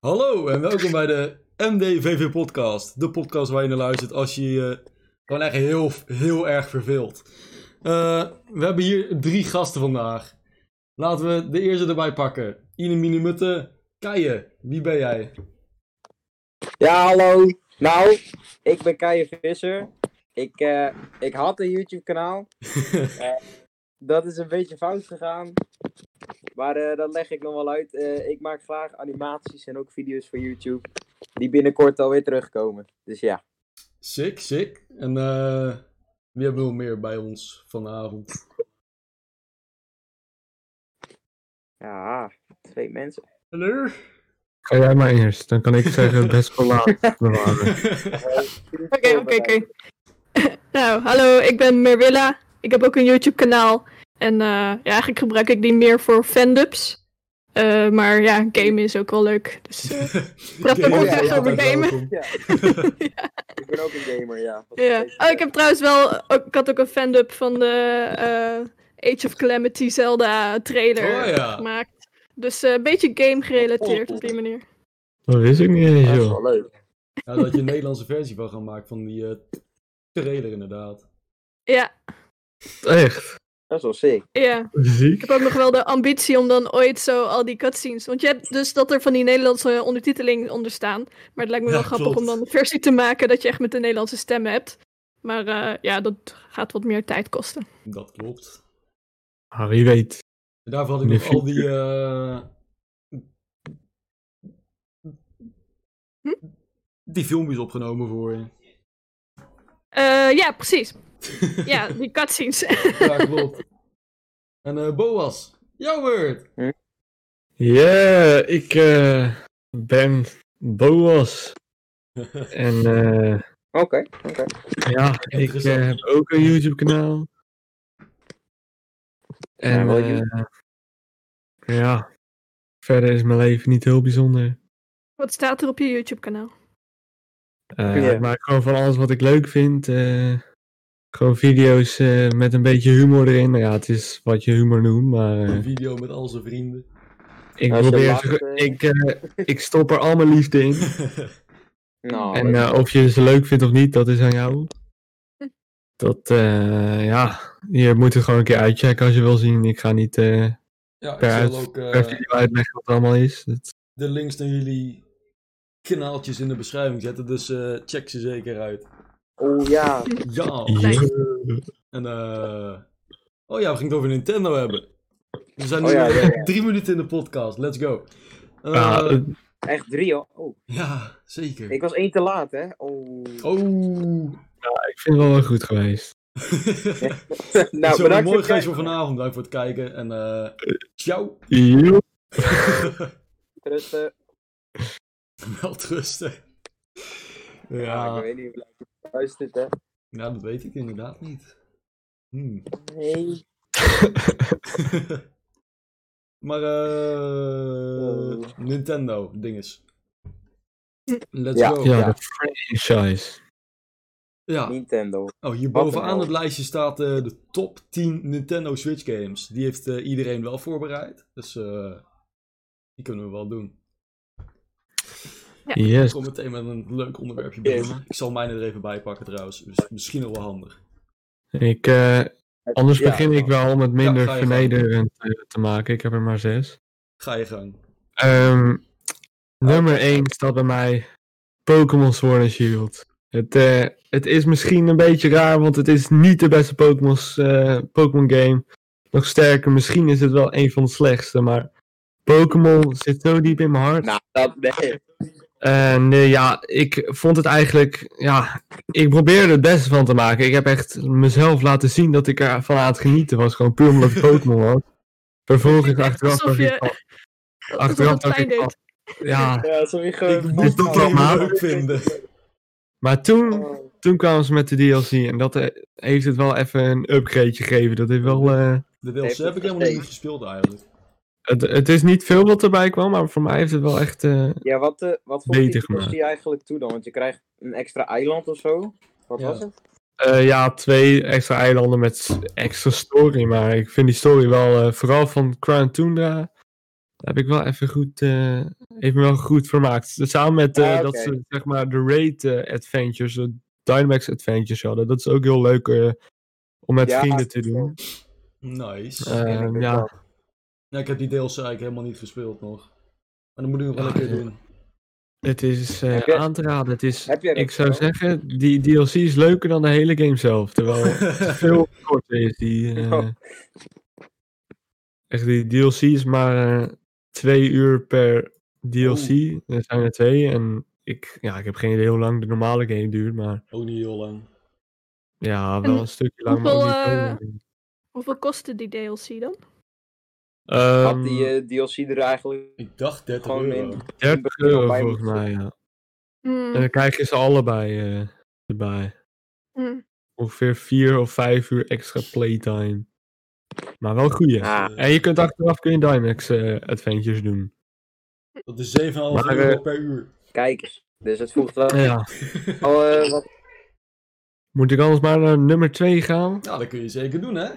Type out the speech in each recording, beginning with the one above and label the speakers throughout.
Speaker 1: Hallo en welkom bij de MDVV Podcast. De podcast waar je naar luistert als je je gewoon echt heel, heel erg verveelt. Eh, we hebben hier drie gasten vandaag. Laten we de eerste erbij pakken. Ine Mine Mutte, Keijen, wie ben jij?
Speaker 2: Ja, hallo. Nou, ik ben Keijer Visser. Ik, eh, ik had een YouTube-kanaal. Eh, dat is een beetje fout gegaan. Maar eh, dat leg ik nog wel uit. Eh, ik maak graag animaties en ook video's voor YouTube. Die binnenkort alweer terugkomen. Dus ja.
Speaker 1: Sick, sick. En eh, wie hebben we nog meer bij ons vanavond?
Speaker 2: Ja, twee mensen.
Speaker 1: Hallo.
Speaker 3: Ga jij maar eerst, dan kan ik zeggen best wel laat bewaren.
Speaker 4: Oké, oké, oké. nou, hallo, ik ben Merwilla. Ik heb ook een YouTube-kanaal. En eh, ja, eigenlijk gebruik ik die meer voor fandups. Eh, maar ja, gamen is ook wel leuk. Dus, eh, Praat
Speaker 1: Gamen
Speaker 2: ook
Speaker 1: is
Speaker 2: echt
Speaker 1: altijd
Speaker 4: over gamen.
Speaker 1: welkom.
Speaker 2: Ik ben ook een gamer, ja.
Speaker 4: ja. Oh, ik heb trouwens wel... ook- ik had ook een fandub van de eh, Age of Calamity Zelda trailer
Speaker 1: Oh ja.
Speaker 4: gemaakt. Dus eh, een beetje game-gerelateerd op die manier.
Speaker 3: Dat wist ik niet eens,
Speaker 2: Dat is
Speaker 3: joh.
Speaker 2: wel leuk.
Speaker 1: Ja, dat je een Nederlandse versie van gaan maken van die eh, trailer inderdaad.
Speaker 4: Ja,
Speaker 3: Echt.
Speaker 2: Dat is wel sick.
Speaker 4: ja.
Speaker 3: Ziek.
Speaker 4: Ik heb ook nog wel de ambitie om dan ooit zo al die cutscenes. Want je hebt dus dat er van die Nederlandse ondertiteling onder staan. Maar het lijkt me
Speaker 1: Ja,
Speaker 4: wel grappig
Speaker 1: klopt.
Speaker 4: om dan een versie te maken dat je echt met de Nederlandse stemmen hebt. Maar eh, ja, dat gaat wat meer tijd kosten.
Speaker 1: Dat klopt.
Speaker 3: Ah, wie weet.
Speaker 1: En daarvoor had ik
Speaker 3: In
Speaker 1: nog
Speaker 3: de
Speaker 1: al die. eh,
Speaker 4: Hm?
Speaker 1: Die filmpjes opgenomen voor je.
Speaker 4: Eh, ja, precies. Ja, die cutscenes.
Speaker 1: Ja, klopt. En eh, Boas, jouw woord!
Speaker 3: Yeah, ik eh, ben Boas. En eh,
Speaker 2: Oké, oké.
Speaker 3: ja, ik eh,
Speaker 1: Interessant.
Speaker 3: heb ook een YouTube kanaal.
Speaker 2: Ja,
Speaker 3: En
Speaker 2: wel
Speaker 3: eh, ja, verder is mijn leven niet heel bijzonder.
Speaker 4: wat staat er op je YouTube-kanaal?
Speaker 3: Eh,
Speaker 2: Ja.
Speaker 3: Ik maak gewoon van alles wat ik leuk vind. eh, gewoon video's eh, met een beetje humor erin. Nou ja, het is wat je humor noemt, maar eh,
Speaker 1: Een video met al zijn vrienden.
Speaker 3: ik
Speaker 2: Als je
Speaker 3: probeer...
Speaker 2: lacht,
Speaker 3: zo-
Speaker 2: eh.
Speaker 3: ik, eh, ik stop er al mijn liefde in.
Speaker 2: Nou,
Speaker 3: en
Speaker 2: leuk.
Speaker 3: eh, of je ze leuk vindt of niet, dat is aan jou. Dat, eh, ja, je moet het gewoon een keer uitchecken als je wil zien. Ik ga niet eh,
Speaker 1: Ja, ik
Speaker 3: Per
Speaker 1: zal
Speaker 3: uit-
Speaker 1: ook eh,
Speaker 3: per video uitleggen wat het allemaal is. Dat-
Speaker 1: de links naar jullie kanaaltjes in de beschrijving zetten, dus eh, check ze zeker uit.
Speaker 2: Oh ja.
Speaker 1: Ja!
Speaker 4: Nice.
Speaker 1: En eh. Oh ja, we gingen het over Nintendo hebben. We zijn nu
Speaker 2: Oh ja, ja, ja.
Speaker 1: drie minuten in de podcast, let's go. Eh,
Speaker 3: Ja, eh,
Speaker 2: Echt drie, hoor. Oh,
Speaker 1: ja, zeker.
Speaker 2: ik was één te laat, hè. Oh.
Speaker 1: Oh.
Speaker 3: ik vind het wel wel goed geweest.
Speaker 2: nou,
Speaker 1: Zo, een
Speaker 2: bedankt voor
Speaker 1: mooi
Speaker 2: het
Speaker 1: geest
Speaker 2: kijken.
Speaker 1: voor vanavond. Dank voor het kijken. En eh ciao.
Speaker 3: Joep.
Speaker 2: Dus, eh,
Speaker 1: Welterusten.
Speaker 2: ja, ik
Speaker 1: Ja,
Speaker 2: weet niet hoe lang luistert, hè.
Speaker 1: nou, dat weet ik inderdaad niet. Hmm.
Speaker 2: Nee.
Speaker 1: maar eh
Speaker 2: Oh.
Speaker 1: Nintendo dinges. Let's
Speaker 2: Ja.
Speaker 1: go.
Speaker 3: Ja,
Speaker 2: Ja.
Speaker 3: de franchise.
Speaker 1: Ja.
Speaker 2: Nintendo.
Speaker 1: Oh, hier
Speaker 2: Wat
Speaker 1: bovenaan
Speaker 2: een
Speaker 1: het lijstje staat eh, de top 10 Nintendo Switch games. Die heeft eh, iedereen wel voorbereid. Dus eh, die kunnen we wel doen. Ik
Speaker 3: Yes.
Speaker 1: kom meteen met een leuk onderwerpje binnen. Ik zal mijne er even bij pakken trouwens. Miss- Misschien nog wel handig.
Speaker 3: Ik, eh, Anders
Speaker 2: Ja,
Speaker 3: begin ik wel om het minder
Speaker 1: ga je gang.
Speaker 3: vernederend eh, te maken. Ik heb er maar zes.
Speaker 1: Ga je gang.
Speaker 3: Ehm, nummer 1 staat bij mij Pokémon Sword and Shield. Het, eh, het is misschien een beetje raar, want het is niet de beste Pokémon's, eh, Pokémon game. Nog sterker, misschien is het wel een van de slechtste, maar Pokémon zit zo diep in mijn hart.
Speaker 2: Nou, dat nee.
Speaker 3: En nee, ja, ik vond het eigenlijk. Ja, ik probeerde het beste van te maken. Ik heb echt mezelf laten zien dat ik ervan aan het genieten was. Gewoon puur omdat het Pokémon was. Vervolgens
Speaker 4: Echt
Speaker 3: achteraf.
Speaker 4: alsof
Speaker 3: dacht ik
Speaker 4: je-
Speaker 3: van,
Speaker 4: Alsof
Speaker 3: Achteraf
Speaker 4: het
Speaker 3: dacht
Speaker 4: pijn
Speaker 3: ik van,
Speaker 4: deed.
Speaker 3: Ja,
Speaker 2: Ja, sorry,
Speaker 1: Ik
Speaker 2: gewoon.
Speaker 1: moet
Speaker 3: toch
Speaker 1: het
Speaker 3: maar.
Speaker 1: leuk vinden.
Speaker 3: maar toen, toen kwamen ze met de DLC. En dat eh, heeft het wel even een upgradeje gegeven. Dat heeft wel. eh,
Speaker 1: De
Speaker 2: Heeft
Speaker 1: DLC heb
Speaker 2: het
Speaker 1: ik helemaal niet
Speaker 2: gespeeld.
Speaker 1: gespeeld eigenlijk.
Speaker 3: het, het is niet veel wat erbij kwam, maar voor mij heeft het wel echt. eh,
Speaker 2: Ja, wat, eh wat vond je
Speaker 3: Beter gemaakt.
Speaker 2: die eigenlijk toe dan? Want je krijgt een extra eiland of zo. Wat
Speaker 1: Ja.
Speaker 2: was het?
Speaker 3: Eh, ja, twee extra eilanden met s- extra story. Maar ik vind die story wel, eh, vooral van Crown Tundra, daar heb ik wel even goed, eh, Heeft me wel goed vermaakt. Samen met eh,
Speaker 2: Ah, oké.
Speaker 3: dat ze zeg maar de Raid eh, Adventures, de Dynamax Adventures hadden. Dat is ook heel leuk eh, om met
Speaker 2: Ja,
Speaker 3: vrienden te doen.
Speaker 1: Nice.
Speaker 3: Eh,
Speaker 2: ken ik ook
Speaker 3: ja.
Speaker 2: wel.
Speaker 1: Ja, ik heb die DLC eigenlijk helemaal niet gespeeld nog. Maar dat moet ik nog wel een
Speaker 3: Ja,
Speaker 1: keer
Speaker 3: ja.
Speaker 1: doen.
Speaker 3: Het is eh,
Speaker 2: Heb je-
Speaker 3: aan te raden. Het is,
Speaker 2: Heb jij dat
Speaker 3: ik zou
Speaker 2: wel?
Speaker 3: zeggen, die DLC is leuker dan de hele game zelf. Terwijl het veel korter is. Die, eh,
Speaker 2: Oh.
Speaker 3: Echt, die DLC is maar eh, twee uur per DLC. Er zijn er twee. En ik, ja, ik heb geen idee hoe lang de normale game duurt. Maar
Speaker 1: Ook niet heel lang.
Speaker 3: ja, wel
Speaker 4: En
Speaker 3: een stukje lang. maar ook
Speaker 4: hoeveel,
Speaker 3: niet heel
Speaker 4: eh,
Speaker 3: lang.
Speaker 4: Hoeveel kostte die DLC dan?
Speaker 2: Had
Speaker 3: Ehm,
Speaker 2: die eh, DLC er eigenlijk
Speaker 1: Ik dacht 30
Speaker 2: Gewoon
Speaker 1: euro. Dus,
Speaker 2: in-
Speaker 3: 30 euro
Speaker 2: bij
Speaker 3: volgens
Speaker 2: moeten
Speaker 3: mij, ja.
Speaker 4: Hmm,
Speaker 3: En dan krijg je ze allebei eh, erbij.
Speaker 4: hmm.
Speaker 3: Ongeveer vier of vijf uur extra playtime. Maar wel goeie.
Speaker 2: Ah.
Speaker 1: eh,
Speaker 3: En je kunt achteraf kun je Dynax eh, adventures doen.
Speaker 1: Dat is 7,5
Speaker 3: Maar,
Speaker 1: euro
Speaker 3: eh,
Speaker 1: per uur.
Speaker 2: kijkers. Dus het voegt wel
Speaker 3: Nou Ja.
Speaker 2: al eh, wat
Speaker 3: Moet ik anders maar naar nummer 2 gaan? Oké,
Speaker 1: Nou, dat kun je zeker doen, hè?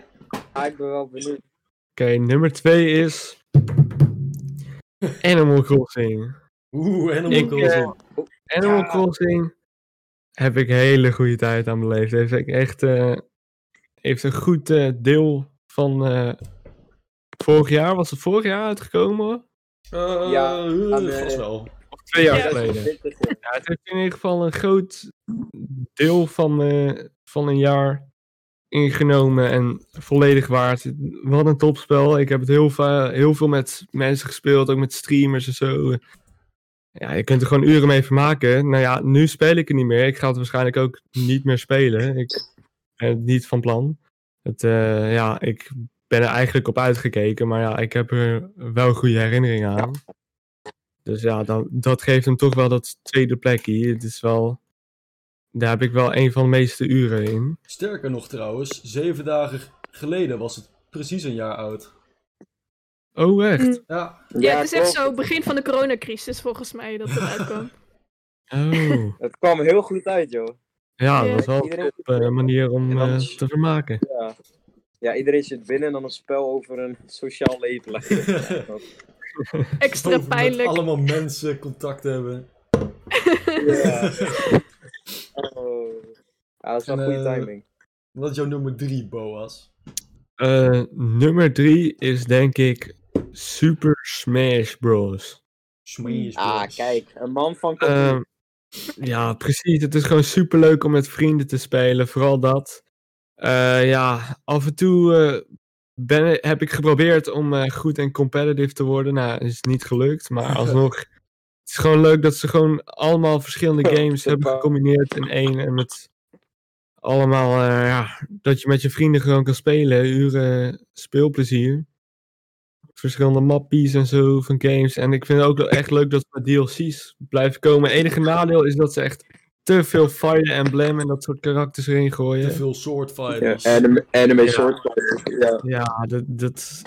Speaker 2: Ah, ik ben wel benieuwd.
Speaker 3: nummer 2 is. Animal Crossing.
Speaker 1: Oeh, Animal
Speaker 3: Ik, eh,
Speaker 1: Crossing.
Speaker 3: Animal
Speaker 2: Ja.
Speaker 3: Crossing heb ik hele goede tijd aan beleefd. Heeft ik echt. eh, heeft een goed eh, deel van. eh, vorig jaar, was het vorig jaar uitgekomen?
Speaker 1: Eh,
Speaker 2: Ja,
Speaker 1: eh,
Speaker 2: aan de-
Speaker 1: vast wel.
Speaker 3: Of twee jaar
Speaker 4: Ja.
Speaker 3: geleden?
Speaker 2: Dit is het.
Speaker 3: Ja, het heeft in ieder geval een groot deel van, eh, van een jaar ingenomen en volledig waard. Wat een topspel. Ik heb het heel, va- heel veel met mensen gespeeld, ook met streamers en zo. Ja, je kunt er gewoon uren mee vermaken. Nou ja, nu speel ik het niet meer. Ik ga het waarschijnlijk ook niet meer spelen. Ik ben het niet van plan. Het, eh, ja, ik ben er eigenlijk op uitgekeken, maar ja, ik heb er wel goede herinneringen aan. Dus ja, dan, dat geeft hem toch wel dat tweede plekje. Het is wel. Daar heb ik wel een van de meeste uren in.
Speaker 1: Sterker nog trouwens, zeven dagen geleden was het precies een jaar oud.
Speaker 3: Oh, echt?
Speaker 1: Ja,
Speaker 4: Ja, het is echt
Speaker 2: klopt.
Speaker 4: zo, begin van de coronacrisis volgens mij dat het uitkwam.
Speaker 3: Oh.
Speaker 2: Het kwam heel goed uit, joh.
Speaker 3: Ja,
Speaker 4: Ja,
Speaker 3: dat is wel een
Speaker 2: iedereen-
Speaker 3: top, eh, manier om
Speaker 2: En dan-
Speaker 3: eh, te vermaken.
Speaker 2: Ja. ja, iedereen zit binnen en dan een spel over een sociaal leven. Oh. leggen.
Speaker 4: Extra
Speaker 1: Boven met
Speaker 4: pijnlijk.
Speaker 1: allemaal mensen contact hebben.
Speaker 2: ja. Oh. Ja, dat is wel
Speaker 1: En,
Speaker 2: goede
Speaker 1: eh,
Speaker 2: timing.
Speaker 1: Wat is jouw nummer drie, Boas?
Speaker 3: Eh, nummer drie is denk ik Super Smash Bros.
Speaker 1: Smash
Speaker 2: Ah,
Speaker 1: Bros.
Speaker 2: kijk, een man van
Speaker 3: Ehm, ja, precies. Het is gewoon super leuk om met vrienden te spelen. Vooral dat. Eh, ja, af en toe eh, ben, heb ik geprobeerd om eh, goed en competitive te worden. Nou, het is niet gelukt, maar alsnog. het is gewoon leuk dat ze gewoon allemaal verschillende games hebben gecombineerd in één. En met allemaal, eh, ja, dat je met je vrienden gewoon kan spelen. Uren speelplezier. Verschillende mappies en zo van games. En ik vind het ook wel echt leuk dat ze met DLC's blijven komen. enige nadeel is dat ze echt te veel Fire Emblem en dat soort karakters erin gooien.
Speaker 1: Te veel soort
Speaker 2: Ja, eh,
Speaker 1: fighters.
Speaker 2: anime, anime
Speaker 3: Ja.
Speaker 2: soort. Ja.
Speaker 3: Ja, dat, dat,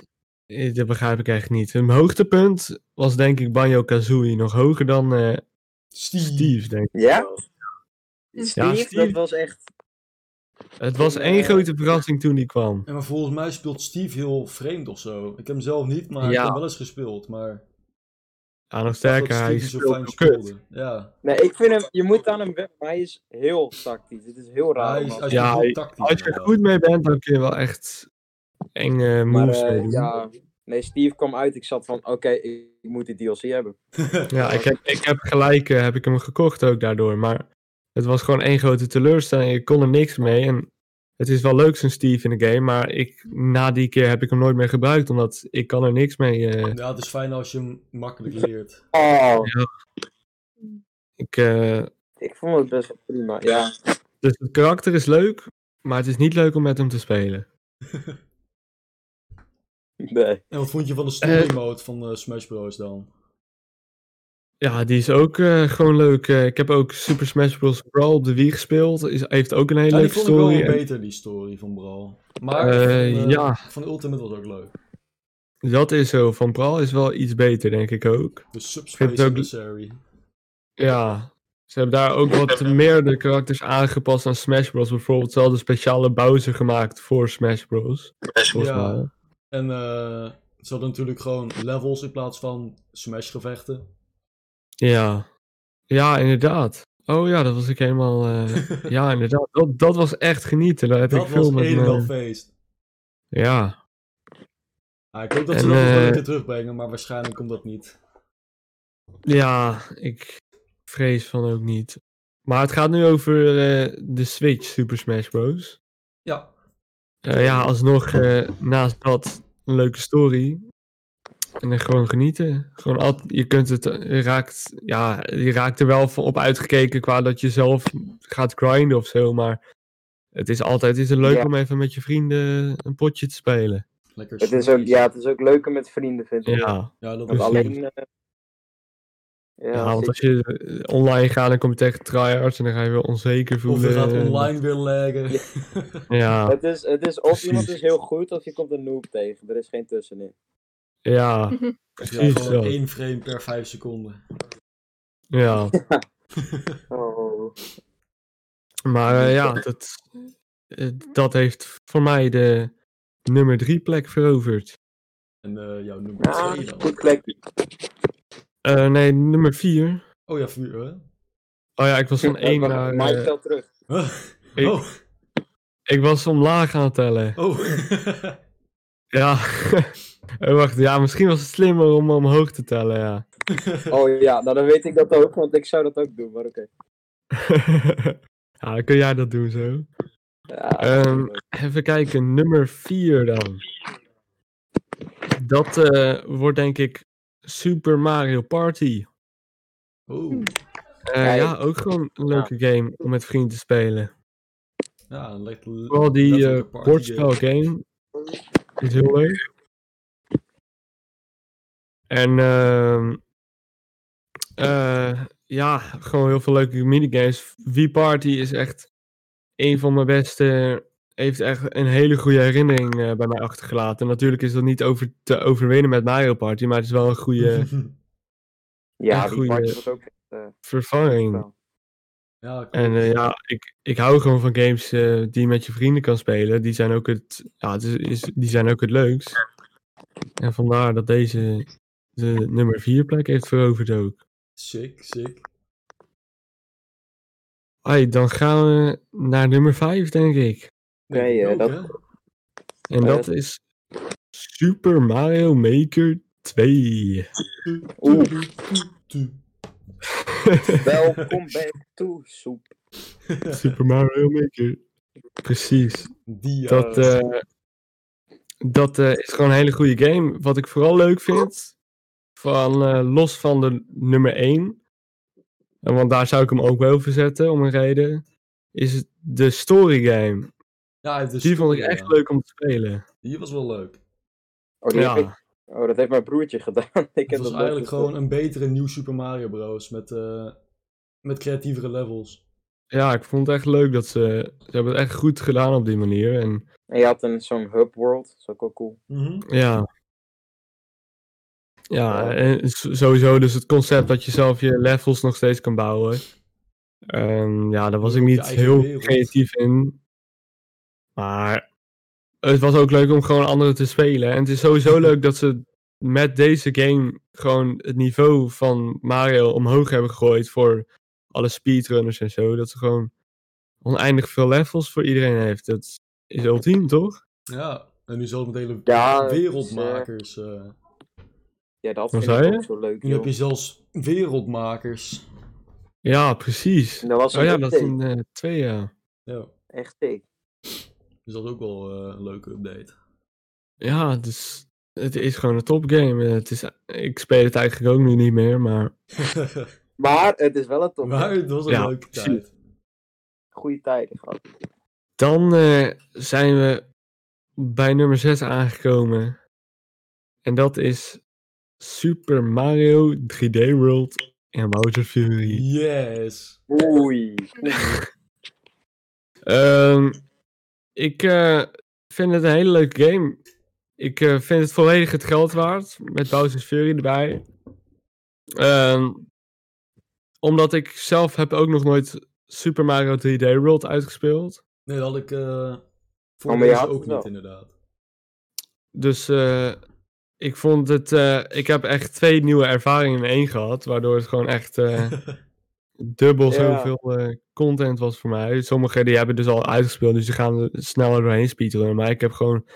Speaker 3: eh, dat begrijp ik echt niet. Hun hoogtepunt was denk ik Banjo Kazooie. Nog hoger dan eh,
Speaker 1: Hmm. Steve.
Speaker 3: Steve's, denk ik.
Speaker 2: Ja?
Speaker 4: Ja,
Speaker 2: Steve,
Speaker 3: Steve.
Speaker 2: dat was echt.
Speaker 3: Het was
Speaker 2: En,
Speaker 3: één
Speaker 2: eh,
Speaker 3: grote verrassing toen die kwam.
Speaker 1: En maar volgens mij speelt Steve heel vreemd of zo. Ik heb hem zelf niet, maar ik
Speaker 3: Ja.
Speaker 1: heb hem wel eens gespeeld. Maar ik
Speaker 3: Ja, nog
Speaker 1: dacht
Speaker 3: sterker,
Speaker 1: dat
Speaker 3: hij
Speaker 1: Steve
Speaker 3: speelt nog kut.
Speaker 1: speelde. Ja,
Speaker 2: Nee, ik vind hem. Je moet aan hem weg, maar hij is heel tactisch. Het is heel raar.
Speaker 1: hij
Speaker 2: om
Speaker 1: is,
Speaker 2: aan-
Speaker 1: hij is
Speaker 3: Ja,
Speaker 1: heel tactisch.
Speaker 3: Als je er
Speaker 1: inderdaad.
Speaker 3: goed mee bent, dan kun je wel echt enge
Speaker 2: maar
Speaker 3: moves
Speaker 2: eh,
Speaker 3: mee doen. Ja,
Speaker 2: ja. Nee, Steve kwam uit. Ik zat van: oké, ik, ik moet die DLC hebben.
Speaker 3: ik, heb, ik heb gelijk, eh, heb ik hem gekocht ook daardoor. Maar het was gewoon één grote teleurstelling. Ik kon er niks mee. En het is wel leuk zo'n Steve in de game, maar ik, na die keer heb ik hem nooit meer gebruikt. Omdat ik kan er niks mee... eh,
Speaker 1: Ja, het is fijn als je hem makkelijk leert.
Speaker 2: Oh,
Speaker 3: ik, eh,
Speaker 2: ik vond het best wel prima. Ja.
Speaker 3: Dus het karakter is leuk, maar het is niet leuk om met hem te spelen.
Speaker 2: Nee.
Speaker 1: En wat vond je van de story
Speaker 3: Eh.
Speaker 1: mode van eh, Smash Bros dan?
Speaker 3: Ja, die is ook eh, gewoon leuk. Eh, ik heb ook Super Smash Bros. Brawl op de Wii gespeeld. Is, heeft ook een hele
Speaker 1: Ja, die
Speaker 3: leuke
Speaker 1: vond ik wel
Speaker 3: story.
Speaker 1: wat
Speaker 3: En,
Speaker 1: beter, die story van Brawl. Maar
Speaker 3: Eh,
Speaker 1: van, eh,
Speaker 3: ja.
Speaker 1: van Ultimate was ook leuk.
Speaker 3: dat is zo. Van Brawl is wel iets beter, denk ik ook.
Speaker 1: De
Speaker 3: Vind het
Speaker 1: Subspace
Speaker 3: ook-
Speaker 1: Emissary.
Speaker 3: Ja, ze hebben daar ook wat meer de karakters aangepast aan Smash Bros. Bijvoorbeeld ze hadden speciale Bowser gemaakt voor Smash Bros. Volgens
Speaker 1: Ja.
Speaker 3: mij.
Speaker 1: En eh, ze hadden natuurlijk gewoon levels in plaats van Smash gevechten.
Speaker 3: Ja. Ja, inderdaad. Oh ja, dat was ik helemaal... eh, ja, inderdaad. Dat, dat was echt genieten. Daar heb
Speaker 1: dat
Speaker 3: ik veel
Speaker 1: was
Speaker 3: met
Speaker 1: een en al
Speaker 3: me...
Speaker 1: feest.
Speaker 3: Ja.
Speaker 1: Ah, ik hoop dat ze
Speaker 3: En,
Speaker 1: dat nog wel
Speaker 3: eh,
Speaker 1: een keer terugbrengen, maar waarschijnlijk komt dat niet.
Speaker 3: Ja, ik vrees van ook niet. Maar het gaat nu over eh, de Switch Super Smash Bros.
Speaker 1: Ja,
Speaker 3: Eh, ja, alsnog eh, naast dat een leuke story. En dan gewoon genieten. Gewoon al, je kunt het, je raakt, ja, je raakt er wel van op uitgekeken qua dat je zelf gaat grinden of zo. Maar het is altijd het is het leuk
Speaker 2: Ja.
Speaker 3: om even met je vrienden een potje te spelen.
Speaker 1: lekker
Speaker 2: Het is ook,
Speaker 1: sneaky.
Speaker 2: ja, het is ook leuker met vrienden, vind ik.
Speaker 3: Dus Ja,
Speaker 1: Ja, dat
Speaker 2: Want
Speaker 1: is
Speaker 3: precies.
Speaker 2: alleen... eh, ja,
Speaker 3: ja,
Speaker 2: als
Speaker 3: want
Speaker 2: ik-
Speaker 3: als je eh, online gaat, dan kom je tegen tryhards en dan ga je weer onzeker
Speaker 1: Of
Speaker 3: voelen.
Speaker 1: er gaat
Speaker 3: en-
Speaker 1: online weer laggen.
Speaker 2: Ja.
Speaker 3: Ja,
Speaker 2: het, is, het is of iemand is
Speaker 3: nou- Precies.
Speaker 2: heel goed, of je komt een noob tegen. Er is geen tussenin.
Speaker 3: ja,
Speaker 1: Ja,
Speaker 3: precies
Speaker 1: gewoon
Speaker 3: dat.
Speaker 1: één frame per vijf seconden.
Speaker 3: Ja.
Speaker 2: Oh.
Speaker 3: Maar eh, ja, dat, eh, dat heeft voor mij de nummer drie plek veroverd.
Speaker 1: En eh, jouw nummer
Speaker 2: Ja,
Speaker 1: twee dan.
Speaker 2: goed plekje.
Speaker 3: Eh, nee, nummer vier.
Speaker 1: Oh ja, vuur, hè?
Speaker 3: Oh ja, ik was van één
Speaker 2: Maar-
Speaker 3: naar...
Speaker 2: Maar ik
Speaker 3: eh,
Speaker 2: tel terug.
Speaker 3: ik-
Speaker 1: Oh,
Speaker 3: ik was omlaag aan het tellen.
Speaker 1: oh.
Speaker 3: Ja. Eh, Wacht, ja, misschien was het slimmer om omhoog te tellen, ja.
Speaker 2: Oh ja, nou dan weet ik dat ook, want ik zou dat ook doen, maar oké.
Speaker 3: ja, kun jij dat doen zo?
Speaker 2: Ja,
Speaker 3: Ehm, even kijken, nummer 4 dan. Dat eh, wordt denk ik Super Mario Party.
Speaker 1: oh.
Speaker 3: Eh,
Speaker 2: Kijk.
Speaker 3: ja, ook gewoon een leuke game om met vrienden te spelen.
Speaker 1: Ja, dan lijkt
Speaker 3: Vooral die
Speaker 1: letterlijk
Speaker 3: eh
Speaker 1: een party
Speaker 3: bordspel
Speaker 1: game.
Speaker 3: game. Is heel leuk. En ehm eh, ja, gewoon heel veel leuke minigames. Wii Party is echt een van mijn beste. Heeft echt een hele goede herinnering eh, bij mij achtergelaten. Natuurlijk is dat niet over te overwinnen met Mario Party, maar het is wel een goede
Speaker 2: ja,
Speaker 3: een
Speaker 2: die
Speaker 3: goeie-
Speaker 2: Party was ook echt, eh,
Speaker 3: vervanging.
Speaker 2: wel.
Speaker 1: ja, klopt.
Speaker 3: En eh, ja, ik, ik hou gewoon van games eh, die je met je vrienden kan spelen. Die zijn ook het, ja, het is, is- die zijn ook het leukst. En vandaar dat deze de nummer 4 plek heeft veroverd ook.
Speaker 1: Sick, sick.
Speaker 3: Hey, dan gaan we naar nummer 5, denk ik.
Speaker 2: Nee,
Speaker 1: Denk ik
Speaker 2: eh,
Speaker 1: ook,
Speaker 2: dat-
Speaker 1: hè?
Speaker 3: En dat is Super Mario Maker 2.
Speaker 2: Oeh. Welkom back to soep.
Speaker 3: Super Mario Maker. Precies.
Speaker 1: Die, eh,
Speaker 3: Dat, eh, dat eh, is gewoon een hele goede game. Wat ik vooral leuk vind, van, eh, los van de nummer 1, en want daar zou ik hem ook wel verzetten om een reden, is het de story game.
Speaker 1: ja, hij heeft een
Speaker 3: Die vond ik
Speaker 1: story,
Speaker 3: echt
Speaker 1: ja.
Speaker 3: leuk om te spelen.
Speaker 1: Die was wel leuk.
Speaker 2: Oh, die heb ik-
Speaker 3: Ja,
Speaker 2: oh, dat heeft mijn broertje gedaan. ik heb
Speaker 1: Het was
Speaker 2: dat nooit
Speaker 1: eigenlijk
Speaker 2: gespeeld.
Speaker 1: gewoon een betere nieuw Super Mario Bros. Met, eh, met creatievere levels.
Speaker 3: ja, ik vond het echt leuk dat ze, ze hebben het echt goed gedaan op die manier. En
Speaker 2: En je had een- zo'n hub world, dat is ook wel cool.
Speaker 3: Mhm. ja. Ja, en s- sowieso dus het concept dat je zelf je levels nog steeds kan bouwen. Ehm, ja, daar was ik
Speaker 1: Op je
Speaker 3: niet
Speaker 1: eigen
Speaker 3: heel
Speaker 1: wereld.
Speaker 3: creatief in. Maar het was ook leuk om gewoon anderen te spelen. En het is sowieso leuk dat ze met deze game gewoon het niveau van Mario omhoog hebben gegooid voor alle speedrunners en zo. Dat ze gewoon oneindig veel levels voor iedereen heeft. Dat is ultiem, toch?
Speaker 1: Ja, en nu zal het met hele
Speaker 2: Ja, dat is,
Speaker 1: wereldmakers. eh,
Speaker 2: Ja, dat
Speaker 3: Wat
Speaker 2: vind
Speaker 3: zei
Speaker 2: ik
Speaker 3: je?
Speaker 2: ook zo leuk,
Speaker 1: nu heb
Speaker 2: joh.
Speaker 1: je zelfs wereldmakers.
Speaker 3: Ja, precies.
Speaker 2: En dat was
Speaker 3: Oh
Speaker 2: een
Speaker 3: ja, dat is
Speaker 2: update.
Speaker 3: een eh, twee ja.
Speaker 1: Ja,
Speaker 2: Echt sick.
Speaker 1: dus dat is ook wel eh, een leuke update.
Speaker 3: Ja, dus het is gewoon een topgame. Eh, Het is, ik speel het eigenlijk ook nu niet meer, maar
Speaker 2: Maar het is wel een top.
Speaker 1: maar het was een
Speaker 3: Ja,
Speaker 1: leuke
Speaker 3: precies.
Speaker 1: tijd.
Speaker 2: Goede tijden gehad.
Speaker 3: Dan eh, zijn we bij nummer 6 aangekomen. En dat is Super Mario 3D World en Bowser Fury.
Speaker 1: Yes.
Speaker 2: Oei.
Speaker 3: Ehm, ik eh, vind het een hele leuke game. Ik eh, vind het volledig het geld waard. Met Bowser's Fury erbij. Ehm, omdat ik zelf heb ook nog nooit Super Mario 3D World uitgespeeld.
Speaker 1: Nee, dat had ik eh voor
Speaker 2: maar je
Speaker 3: Oh,
Speaker 1: deze
Speaker 2: had
Speaker 1: ook
Speaker 2: het
Speaker 1: niet,
Speaker 2: wel.
Speaker 1: inderdaad.
Speaker 3: Dus eh, ik vond het. eh, ik heb echt twee nieuwe ervaringen in één gehad. Waardoor het gewoon echt eh, dubbel
Speaker 2: Ja.
Speaker 3: zoveel eh, content was voor mij. Sommige die hebben dus al uitgespeeld, dus die gaan er sneller doorheen speedrunnen. Maar ik heb gewoon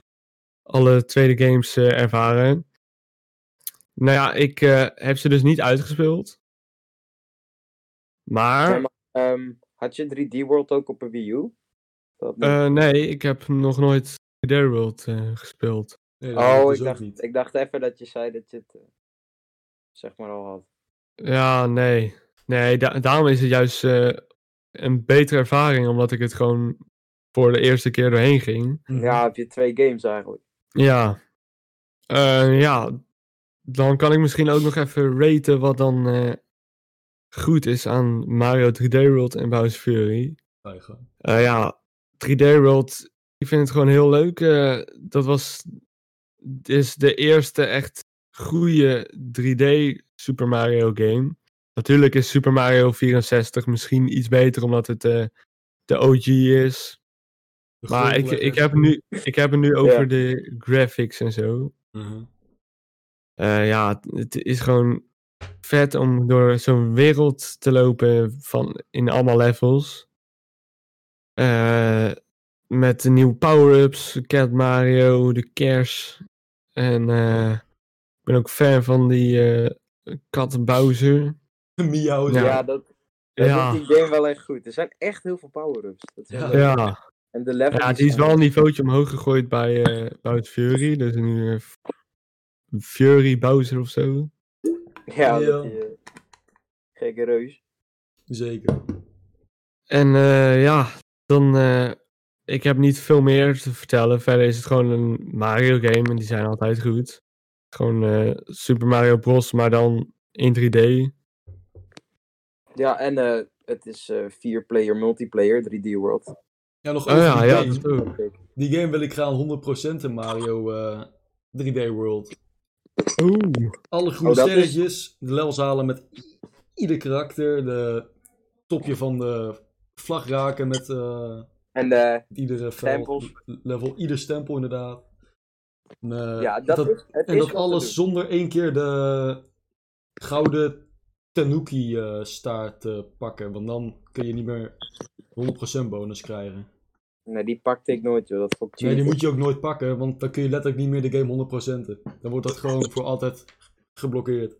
Speaker 3: alle tweede games eh, ervaren. Nou ja, ik eh, heb ze dus niet uitgespeeld. Maar.
Speaker 2: Ja, maar, ehm, had je 3D World ook op een Wii U? Dat niet.
Speaker 3: eh, nee, ik heb nog nooit Dare World eh, gespeeld.
Speaker 1: Nee, dat
Speaker 2: oh,
Speaker 1: dus
Speaker 2: ik
Speaker 1: ook
Speaker 2: dacht,
Speaker 1: niet.
Speaker 2: ik dacht even dat je zei dat je het eh, zeg maar al had.
Speaker 3: Ja, nee. Nee, da- daarom is het juist eh, een betere ervaring, omdat ik het gewoon voor de eerste keer doorheen ging.
Speaker 1: Mhm.
Speaker 2: Ja, heb je twee games eigenlijk.
Speaker 3: Ja. Eh, ja, dan kan ik misschien ook nog even raten wat dan eh, goed is aan Mario 3D World en Bowser Fury.
Speaker 1: Ga je gang.
Speaker 3: Eh, ja, 3D World, ik vind het gewoon heel leuk. Eh, dat was is de eerste echt goede 3D Super Mario game. Natuurlijk is Super Mario 64 misschien iets beter omdat het eh, de OG is.
Speaker 1: De
Speaker 3: Maar ik,
Speaker 1: grondlegger.
Speaker 3: ik, heb nu, ik heb het nu over de graphics en zo.
Speaker 1: Mhm.
Speaker 3: Eh, ja, het- het is gewoon vet om door zo'n wereld te lopen van in allemaal levels. Eh, met de nieuwe power-ups, Cat Mario, de kers. En eh, ik ben ook fan van die eh kat Bowser.
Speaker 1: Miauw.
Speaker 2: Ja,
Speaker 3: Ja.
Speaker 2: dat, dat
Speaker 3: Ja,
Speaker 2: doet die game wel echt goed. Er zijn echt heel veel power-ups. Dat is
Speaker 1: Ja.
Speaker 2: wel-
Speaker 3: ja.
Speaker 2: En de level.
Speaker 3: ja, die is wel een niveautje omhoog gegooid bij eh Bowser Fury. Dus nu eh, Fury Bowser of zo.
Speaker 1: Ja.
Speaker 2: Ja, dat die, eh, gekke reus.
Speaker 1: Zeker.
Speaker 3: En eh, ja, dan. eh, ik heb niet veel meer te vertellen. Verder is het gewoon een Mario game en die zijn altijd goed. Gewoon eh, Super Mario Bros, maar dan in Oh 3D.
Speaker 2: Ja, en eh, het is eh, vier-player multiplayer, 3D World.
Speaker 1: Ja, nog
Speaker 3: Oh
Speaker 1: over
Speaker 3: ja,
Speaker 1: die
Speaker 3: ja,
Speaker 1: game.
Speaker 3: dat ook.
Speaker 1: Die game wil ik gaan 100% in Mario eh, 3D World.
Speaker 3: Oeh.
Speaker 1: Alle groene
Speaker 2: Oh, dat is-
Speaker 1: sterretjes, de levels halen met i- ieder karakter, de topje van de vlag raken met eh,
Speaker 2: En eh,
Speaker 1: iedere veld,
Speaker 2: Stempels.
Speaker 1: level, ieder stempel inderdaad. En, eh,
Speaker 2: ja, dat, is, het
Speaker 1: en
Speaker 2: is
Speaker 1: dat
Speaker 2: wat te
Speaker 1: alles zonder één keer de gouden Tanuki eh, staart te pakken, want dan kun je niet meer 100% bonus krijgen.
Speaker 2: doen. Nee, die pakte ik nooit, joh. Dat vond ik
Speaker 1: Nee, die
Speaker 2: cheaten.
Speaker 1: moet je ook nooit pakken, want dan kun je letterlijk niet meer de game 100%en. Dan wordt dat gewoon voor altijd geblokkeerd.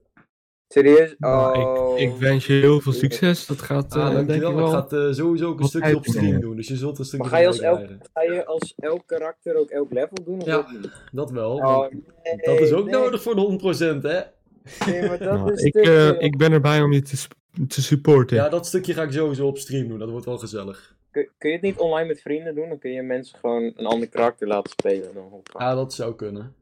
Speaker 2: Serieus?
Speaker 3: Nou,
Speaker 2: Oh.
Speaker 3: Ik wens je heel veel succes. Dat gaat eh,
Speaker 1: Ah,
Speaker 3: denk ik
Speaker 1: dankjewel. Ik
Speaker 3: wel.
Speaker 1: ga het eh, sowieso ook een
Speaker 3: Wat
Speaker 1: stukje op stream
Speaker 3: uitbrengen.
Speaker 1: doen, dus je zult een stukje
Speaker 2: Maar ga je
Speaker 1: van
Speaker 2: als
Speaker 1: mij
Speaker 2: elk-
Speaker 1: krijgen.
Speaker 2: Ga je als elk karakter ook elk level doen? Of
Speaker 1: Ja.
Speaker 2: ook niet?
Speaker 1: Dat wel,
Speaker 2: Oh,
Speaker 1: want dat is ook
Speaker 2: nee,
Speaker 1: nodig voor de 100%, hè?
Speaker 2: Nee, maar dat
Speaker 3: Nou,
Speaker 2: is
Speaker 3: ik,
Speaker 2: te
Speaker 3: eh,
Speaker 2: veel.
Speaker 3: ik ben erbij om je te, sp- te supporten.
Speaker 1: Ja, dat stukje ga ik sowieso op stream doen, dat wordt wel gezellig.
Speaker 2: Kun, kun je het niet online met vrienden doen? Dan kun je mensen gewoon een ander karakter laten spelen. en Dan hoppa.
Speaker 1: Ja, dat zou kunnen.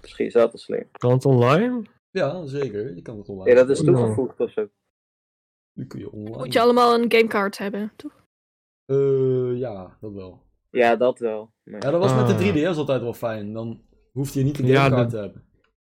Speaker 2: Misschien is dat wel slim.
Speaker 3: Kan het online?
Speaker 1: Ja, zeker. Je kan het online.
Speaker 2: Ja, dat is
Speaker 1: spelen.
Speaker 2: toegevoegd of zo.
Speaker 1: Nu kun je online.
Speaker 4: Moet je allemaal een gamecard hebben, toch?
Speaker 1: Eh, ja, dat wel.
Speaker 2: Ja, dat wel. Maar...
Speaker 1: Ja, dat was met
Speaker 3: Ah.
Speaker 1: de 3DS altijd wel fijn. Dan hoefde je niet de
Speaker 3: Ja,
Speaker 1: gamecard
Speaker 3: de-
Speaker 1: te hebben.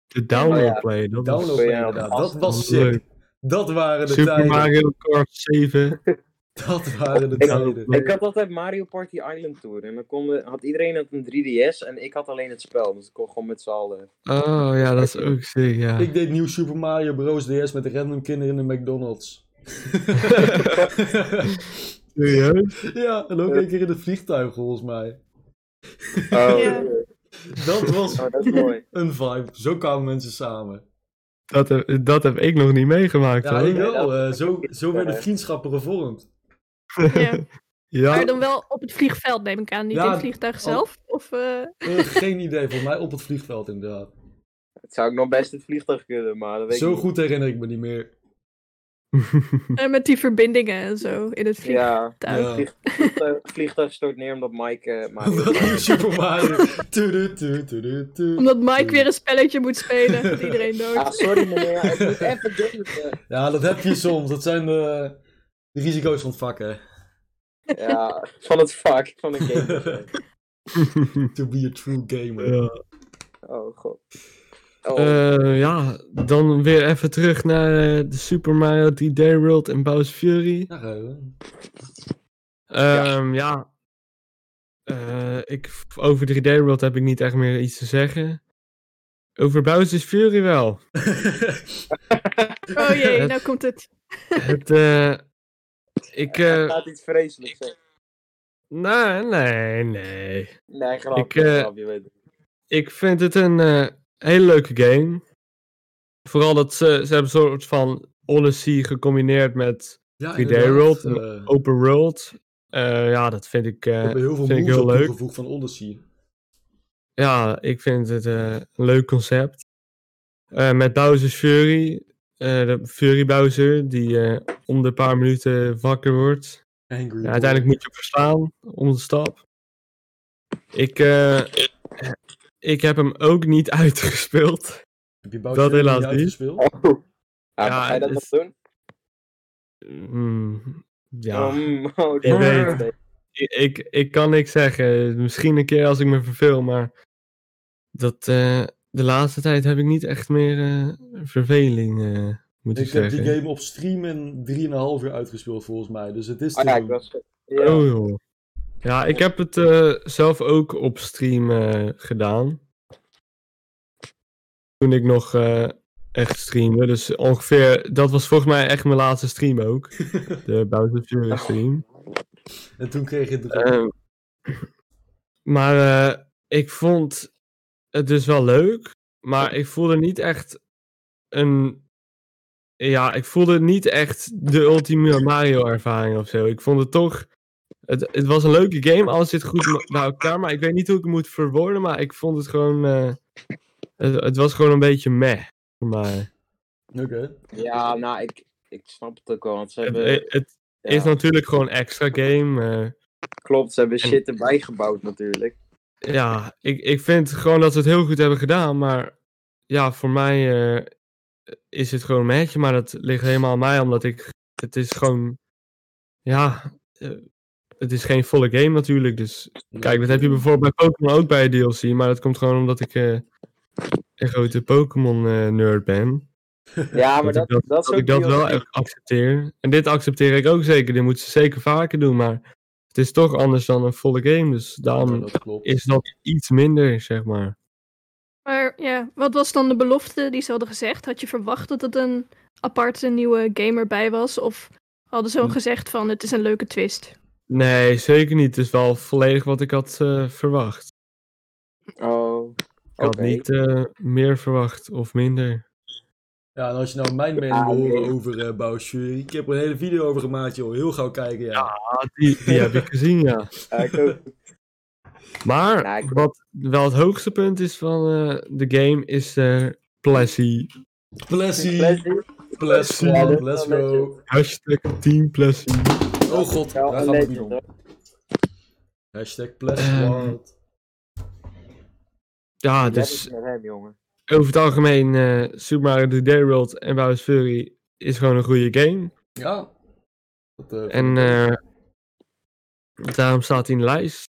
Speaker 3: De download
Speaker 2: Ja, ja.
Speaker 3: play. Dat was-
Speaker 1: Download
Speaker 2: Ja,
Speaker 1: inderdaad. Dat
Speaker 2: vast.
Speaker 1: was
Speaker 3: Leuk.
Speaker 1: sick. Dat waren de
Speaker 3: Super
Speaker 1: tijden.
Speaker 3: Mario Kart 7.
Speaker 1: Dat waren de
Speaker 2: Ik-
Speaker 1: tijden.
Speaker 2: Ik had altijd Mario Party Island Tour en dan kon we- had iedereen had een 3DS en ik had alleen het spel. Dus ik kon gewoon met z'n allen.
Speaker 3: Oh ja, dat is ook sick, ja.
Speaker 1: Ik deed nieuw Super Mario Bros. DS met random kinderen in de McDonald's.
Speaker 3: Serieus?
Speaker 1: ja, en ook een keer in het vliegtuig volgens mij.
Speaker 2: Oh,
Speaker 4: Ja.
Speaker 1: Dat was
Speaker 2: oh, dat is mooi.
Speaker 1: een vibe. Zo kwamen mensen samen.
Speaker 3: Dat heb, dat heb ik nog niet meegemaakt
Speaker 1: Ja,
Speaker 3: hoor.
Speaker 1: ik wel. eh, zo, zo werden vriendschappen gevormd.
Speaker 4: Ja. Maar
Speaker 3: Ja,
Speaker 4: dan wel op het vliegveld, neem ik aan. Niet
Speaker 1: Ja, Oh.
Speaker 4: in het vliegtuig zelf? Of, eh,
Speaker 1: Eh, geen idee, volgens mij op het vliegveld inderdaad.
Speaker 2: Het zou ik nog best in het vliegtuig kunnen, maar dat weet ik
Speaker 1: Zo
Speaker 2: niet.
Speaker 1: goed herinner ik me niet meer.
Speaker 4: eh, met die verbindingen en zo in het vliegtuig.
Speaker 2: Ja,
Speaker 1: Ja.
Speaker 2: vlieg- vliegtuig, vliegtuig stort neer omdat Mike eh, Mario
Speaker 1: Dat nieuw Super Mario. Tudu, tudu, tudu, tudu.
Speaker 4: Omdat Mike weer een spelletje moet spelen. Gaat iedereen
Speaker 2: Ah,
Speaker 4: dood.
Speaker 2: sorry meneer, ik moet even gamen.
Speaker 1: Ja, dat heb je soms. Dat zijn de, de risico's van het vak, hè.
Speaker 2: Ja, van het vak, van de game.
Speaker 1: To be a true gamer.
Speaker 3: ja.
Speaker 2: Oh god. Oh,
Speaker 3: Eh, ja, dan weer even terug naar eh, de Super Mario 3D World en Bowser Fury.
Speaker 1: Ja, eh, ga je, hoor.
Speaker 3: Ehm, ja. Eh, ik, over 3D World heb ik niet echt meer iets te zeggen. Over Bowser's Fury wel.
Speaker 4: Oh jee, nou komt het.
Speaker 3: het, eh, ik,
Speaker 2: Het
Speaker 3: eh
Speaker 2: gaat iets vreselijks zijn.
Speaker 3: nou, nee, nee.
Speaker 2: Nee, grapje,
Speaker 3: Ik, eh,
Speaker 2: grapje, weet ik.
Speaker 3: Ik vind het een eh, hele leuke game. Vooral dat ze, ze hebben een soort van Odyssey gecombineerd met
Speaker 1: ja,
Speaker 3: 3D
Speaker 1: inderdaad,
Speaker 3: World,
Speaker 1: eh,
Speaker 3: Open World. Eh, ja, dat vind ik... eh,
Speaker 1: Ik heb er heel veel
Speaker 3: vind ik
Speaker 1: moves
Speaker 3: heel
Speaker 1: op
Speaker 3: leuk.
Speaker 1: toegevoegd van Odyssey.
Speaker 3: Ja, ik vind het eh, een leuk concept. Eh, met Bowser's Fury. eh, de Fury Bowser, die eh, om de paar minuten wakker wordt.
Speaker 1: Angry.
Speaker 3: Ja, uiteindelijk moet je hem verslaan om de stap. Ik, eh, ik heb hem ook niet uitgespeeld.
Speaker 1: Heb je Bowser dat
Speaker 3: helaas
Speaker 1: helaas
Speaker 3: niet.
Speaker 1: niet uitgespeeld?
Speaker 2: Oh. Ja,
Speaker 3: Ja,
Speaker 2: ga je dat
Speaker 3: het
Speaker 2: nog
Speaker 3: is-
Speaker 2: doen?
Speaker 3: Hmm, ja,
Speaker 2: Oh, mm, oh,
Speaker 3: Ik weet
Speaker 2: nee.
Speaker 3: ik, ik, ik kan niks zeggen. Misschien een keer als ik me verveel, maar dat, eh, de laatste tijd heb ik niet echt meer eh, verveling, eh, moet ik,
Speaker 1: Ik heb
Speaker 3: zeggen.
Speaker 1: die game op stream in 3,5 uur uitgespeeld volgens mij. Dus het is
Speaker 2: Oh
Speaker 1: te
Speaker 2: ja, ik
Speaker 1: doen.
Speaker 2: was... Ja.
Speaker 3: Oh joh. Ja, ik heb het eh, zelf ook op stream eh, gedaan. Toen ik nog eh, echt streamde. Dus ongeveer, dat was volgens mij echt mijn laatste stream ook. De Bowser
Speaker 1: Nou.
Speaker 3: Fury stream.
Speaker 1: En toen kreeg je de...
Speaker 2: Eh.
Speaker 3: Ehm, maar eh, ik vond het dus wel leuk. Maar ik voelde niet echt een... Ja, ik voelde niet echt de ultieme Mario-ervaring of zo. Ik vond het toch... Het, het was een leuke game, alles zit goed ma- bij elkaar, maar ik weet niet hoe ik het moet verwoorden, maar ik vond het gewoon... eh, het, het was gewoon een beetje meh voor mij.
Speaker 1: Oké.
Speaker 2: ja, nou, ik, ik snap het ook wel, want ze
Speaker 3: Het,
Speaker 2: hebben...
Speaker 3: het
Speaker 2: ja,
Speaker 3: Eh, is natuurlijk gewoon extra game, eh,
Speaker 2: Klopt, ze hebben
Speaker 3: en-
Speaker 2: shit erbij gebouwd natuurlijk.
Speaker 3: Ja, ik, ik vind gewoon dat ze het heel goed hebben gedaan. Maar ja, voor mij eh, is het gewoon een matchje. Maar dat ligt helemaal aan mij, omdat ik... Het is gewoon... Ja, eh, het is geen volle game natuurlijk. Dus kijk, dat heb je bijvoorbeeld bij Pokémon ook bij DLC. Maar dat komt gewoon omdat ik eh, een grote Pokémon-nerd ben.
Speaker 2: Ja, maar
Speaker 3: dat ik
Speaker 2: dat, dat, is
Speaker 3: Dat ik
Speaker 2: ook
Speaker 3: dat
Speaker 2: heel
Speaker 3: wel
Speaker 2: leuk.
Speaker 3: echt accepteer. En dit accepteer ik ook zeker. Dit moeten ze zeker vaker doen. Maar het is toch anders dan een volle game. Dus
Speaker 1: Ja,
Speaker 3: daarom
Speaker 1: dat klopt.
Speaker 3: is dat iets minder, zeg maar.
Speaker 4: Maar ja, wat was dan de belofte die ze hadden gezegd? Had je verwacht dat het een aparte nieuwe game erbij was? Of hadden ze al
Speaker 1: Hm.
Speaker 4: gezegd van het is een leuke twist?
Speaker 3: Nee, zeker niet. Het is wel volledig wat ik had eh, verwacht.
Speaker 2: Oh, oké.
Speaker 3: Ik had niet eh, meer verwacht of minder.
Speaker 1: Ja, en als je nou
Speaker 2: Ah,
Speaker 1: mijn mening wil horen over eh Bowser, ik heb er een hele video over gemaakt, joh. Heel gauw kijken, ja.
Speaker 3: Ah, die, die heb ik gezien, ja.
Speaker 2: Ja, ik ook.
Speaker 3: Maar
Speaker 2: Nou, ik-
Speaker 3: wat wel het hoogste punt is van eh, de game is eh Plessy.
Speaker 1: Plessy,
Speaker 2: Leslie,
Speaker 1: Pless,
Speaker 3: Ja,
Speaker 1: man,
Speaker 2: dat is
Speaker 1: let's
Speaker 2: wel een
Speaker 1: go.
Speaker 3: Hashtag Team Plessy.
Speaker 1: Oh god,
Speaker 2: wel
Speaker 1: daar
Speaker 2: een
Speaker 1: gaat het niet
Speaker 2: legend,
Speaker 1: om.
Speaker 2: hoor.
Speaker 1: Hashtag Pless,
Speaker 3: Ehm,
Speaker 1: world.
Speaker 3: Ja,
Speaker 2: Jij bent
Speaker 3: dus
Speaker 2: met hem, jongen.
Speaker 3: over het algemeen eh, Super Mario 3D World en Bowser's Fury is gewoon een goede game.
Speaker 1: Ja. Dat, eh,
Speaker 3: En eh, daarom staat hij in de lijst.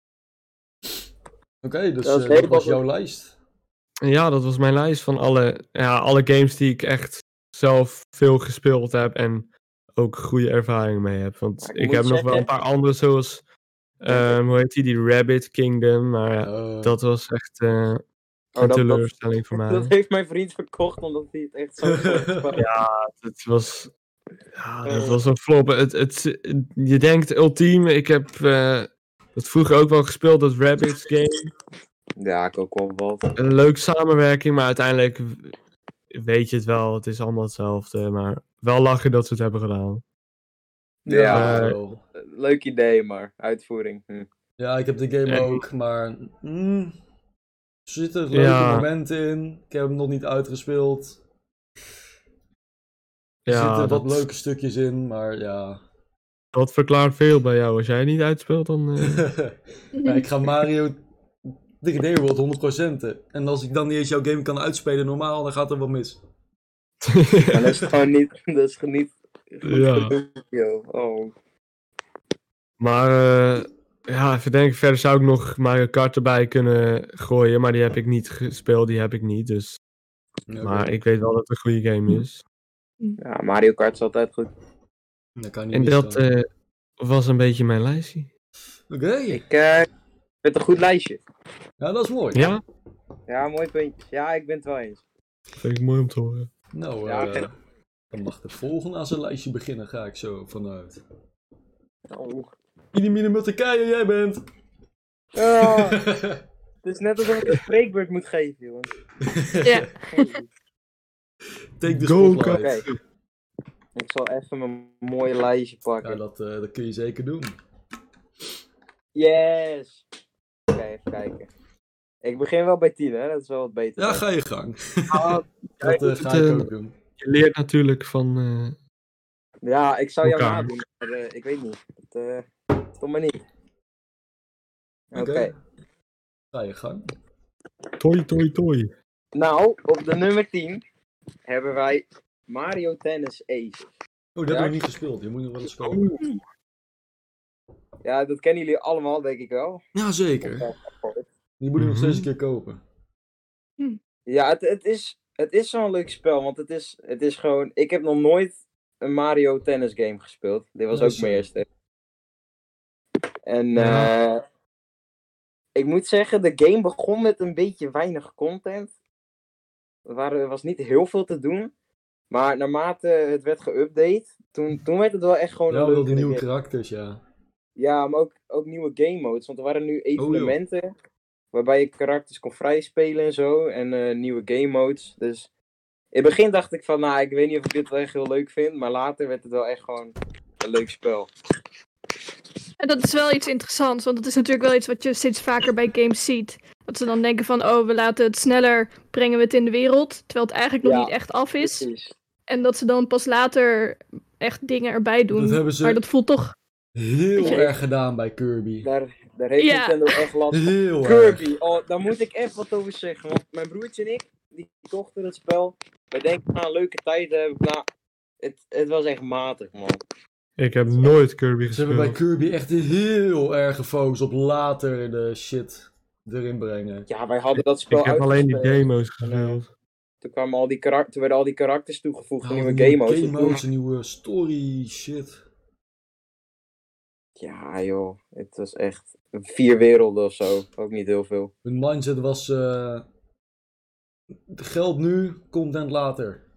Speaker 1: Oké, dus
Speaker 2: dat is
Speaker 1: eh, dat
Speaker 2: helemaal
Speaker 1: was jouw lijst.
Speaker 3: En Ja, dat was mijn lijst van alle, ja, alle games die ik echt zelf veel gespeeld heb en ook goede ervaringen mee heb. Want
Speaker 2: Maar ik
Speaker 3: ik
Speaker 2: moet
Speaker 3: heb nog wel
Speaker 2: zeggen-
Speaker 3: een paar andere, zoals, ehm, hoe heet die, die Rabbit Kingdom. Maar ja,
Speaker 1: Eh,
Speaker 3: dat was echt eh,
Speaker 2: Oh, dat,
Speaker 3: een
Speaker 2: dat,
Speaker 3: teleurstelling voor mij.
Speaker 2: dat heeft mijn vriend verkocht, omdat hij het echt zo vond.
Speaker 3: Het was, ja, dat
Speaker 2: Eh.
Speaker 3: was een flop. Het, het, je denkt ultiem, ik heb eh dat vroeger ook wel gespeeld, dat Rabbit game.
Speaker 2: Ja, ik ook wel wat.
Speaker 3: een leuke samenwerking, maar uiteindelijk weet je het wel. Het is allemaal hetzelfde, maar wel lachen dat ze het hebben gedaan.
Speaker 1: ja,
Speaker 2: Ja.
Speaker 1: wel.
Speaker 2: Leuk idee, maar uitvoering. Hm.
Speaker 1: Ja, ik heb de game
Speaker 3: En-
Speaker 1: ook, maar. mm, er zitten leuke
Speaker 3: Ja.
Speaker 1: momenten in. Ik heb hem nog niet uitgespeeld. Er
Speaker 3: Ja,
Speaker 1: zitten
Speaker 3: dat,
Speaker 1: wat leuke stukjes in, maar ja.
Speaker 3: dat verklaart veel bij jou. Als jij het niet uitspeelt, dan... eh,
Speaker 1: ja ik ga Mario 3D World 100%. En als ik dan niet eens jouw game kan uitspelen normaal, dan gaat er wat mis.
Speaker 2: Maar dat is gewoon niet, dat is gewoon niet goed
Speaker 3: Ja.
Speaker 2: genoeg, joh. Oh.
Speaker 3: maar eh, ja, even denken. Verder zou ik nog Mario Kart erbij kunnen gooien, maar die heb ik niet gespeeld. Die heb ik niet, dus...
Speaker 1: Ja,
Speaker 3: Maar ik weet wel dat het een goede game is.
Speaker 2: Ja, Mario Kart is altijd goed.
Speaker 1: dat kan niet
Speaker 3: En dat
Speaker 1: misgaan.
Speaker 3: eh, was een beetje mijn lijstje.
Speaker 1: Oké,
Speaker 2: Ik, eh, Met een goed lijstje.
Speaker 1: Ja, dat is mooi.
Speaker 3: Ja?
Speaker 2: Ja, mooi puntje. Ja, ik ben het wel eens.
Speaker 3: vind ik mooi om te horen.
Speaker 1: Nou,
Speaker 2: Ja,
Speaker 1: eh,
Speaker 2: oké.
Speaker 1: dan mag de volgende aan zijn lijstje beginnen, ga ik zo vanuit.
Speaker 2: Oh.
Speaker 1: Iedereen mine met de keier, jij bent.
Speaker 2: Ah, het is net alsof ik een spreekbeurt moet geven, jongen.
Speaker 4: Ja.
Speaker 2: Oké,
Speaker 1: Take the
Speaker 3: Go,
Speaker 1: spotlight.
Speaker 3: Kai.
Speaker 2: ik zal even mijn mooie lijstje
Speaker 1: Ja,
Speaker 2: pakken.
Speaker 1: dat, eh, dat kun je zeker doen.
Speaker 2: Yes! Oké, even kijken. Ik begin wel bij 10, hè? Dat is wel wat beter.
Speaker 1: Ja, ga je gang.
Speaker 2: Ah,
Speaker 1: Dat eh,
Speaker 3: het,
Speaker 1: ga ik
Speaker 3: eh,
Speaker 1: ook doen.
Speaker 3: Je leert natuurlijk van... eh,
Speaker 2: ja, ik zou jou
Speaker 3: Elkaar.
Speaker 2: nadoen, maar eh, ik weet niet. Het eh, stond maar niet. eh, Oké.
Speaker 1: Oké. Ga je gang.
Speaker 3: toi, toi, toi.
Speaker 2: Nou, op de nummer 10 hebben wij Mario Tennis Ace.
Speaker 1: Oh, dat
Speaker 2: Ja.
Speaker 1: heb ik niet gespeeld. Je moet nog wel eens komen.
Speaker 2: Ja, dat kennen jullie allemaal, denk ik wel. eh,
Speaker 1: Jazeker. Die moet ik nog
Speaker 3: Mhm.
Speaker 1: steeds een keer kopen.
Speaker 2: Ja, het, het is, het is zo'n leuk spel, want het is, het is gewoon... Ik heb nog nooit een Mario Tennis game gespeeld. Dit was
Speaker 1: Nee,
Speaker 2: ook mijn
Speaker 1: Oh, zo.
Speaker 2: eerste. En
Speaker 3: Ja.
Speaker 2: eh, ik moet zeggen, de game begon met een beetje weinig content. Er waren- was niet heel veel te doen. Maar naarmate het werd geüpdate, toen, toen werd het wel echt gewoon
Speaker 1: Ja,
Speaker 2: een
Speaker 1: wel
Speaker 2: leuke
Speaker 1: die nieuwe
Speaker 2: game.
Speaker 1: karakters, ja.
Speaker 2: Ja, maar ook, ook nieuwe game modes. Want er waren nu
Speaker 3: Oh,
Speaker 1: joh.
Speaker 2: evenementen waarbij je karakters kon vrijspelen en zo. En eh, nieuwe game modes. Dus in het begin dacht ik van, nou, ik weet niet of ik dit wel echt heel leuk vind. Maar later werd het wel echt gewoon een leuk spel.
Speaker 4: En dat is wel iets interessants, want dat is natuurlijk wel iets wat je steeds vaker bij games ziet. Dat ze dan denken van, oh, we laten het sneller, brengen we het in de wereld, terwijl het eigenlijk nog
Speaker 2: Ja,
Speaker 4: niet echt af is.
Speaker 2: Precies.
Speaker 4: En dat ze dan pas later echt dingen erbij doen.
Speaker 1: Dat hebben ze
Speaker 4: Maar dat voelt toch...
Speaker 1: heel
Speaker 4: Weet je-
Speaker 1: erg gedaan bij Kirby.
Speaker 2: Daar, daar heeft
Speaker 4: Ja.
Speaker 2: Nintendo echt last van.
Speaker 1: Heel erg.
Speaker 2: Kirby, oh, daar moet ik echt wat over zeggen. Want mijn broertje en ik, die kochten het spel. We denken, nou, leuke tijden. Nou, het, het was echt matig, man.
Speaker 3: Ik heb nooit Kirby
Speaker 1: Ze hebben bij
Speaker 3: gespeeld.
Speaker 1: Kirby echt heel erg gefocust op later de shit erin brengen.
Speaker 2: Ja, wij hadden dat spel
Speaker 3: Ik heb alleen die
Speaker 2: uitgespeeld. eh,
Speaker 3: demo's gespeeld.
Speaker 2: Toen, kwamen al die karak- toen werden al die karakters toegevoegd,
Speaker 1: Nou,
Speaker 2: nieuwe game modes.
Speaker 1: Game
Speaker 2: Dus toen-
Speaker 1: modes, nieuwe story shit.
Speaker 2: Ja joh, het was echt vier werelden of zo. Ook niet heel veel.
Speaker 1: Hun mindset was eh, geld nu, content later.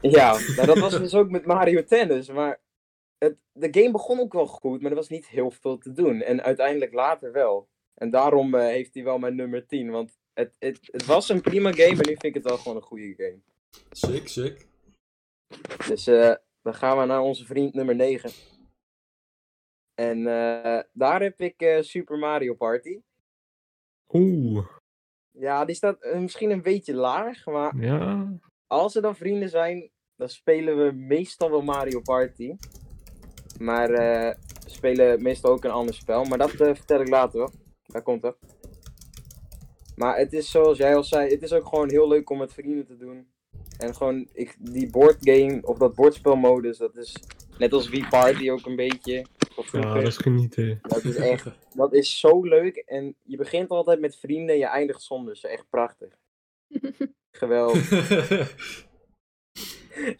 Speaker 2: Ja, nou, dat was dus ook met Mario Tennis. Maar het, de game begon ook wel goed, maar er was niet heel veel te doen. En uiteindelijk later wel. En daarom eh, heeft hij wel mijn nummer 10. Want het, het, het was een prima game, maar nu vind ik het wel gewoon een goede game.
Speaker 1: Sick, sick.
Speaker 2: Dus eh, dan gaan we naar onze vriend nummer 9. En eh, daar heb ik eh, Super Mario Party.
Speaker 3: Oeh,
Speaker 2: Ja, die staat eh, misschien een beetje laag, maar
Speaker 3: ja.
Speaker 2: als er dan vrienden zijn, dan spelen we meestal wel Mario Party. Maar eh, we spelen meestal ook een ander spel, maar dat eh, vertel ik later wel. Daar komt het. Maar het is zoals jij al zei, het is ook gewoon heel leuk om met vrienden te doen. En gewoon ik, die boardgame of dat bordspelmodus, dat is net als Wii Party ook een beetje. Of
Speaker 3: Ja,
Speaker 2: vroeger.
Speaker 3: dat is genieten.
Speaker 2: dat is echt dat is zo leuk. En je begint altijd met vrienden en je eindigt zonder ze. Echt prachtig. Geweldig.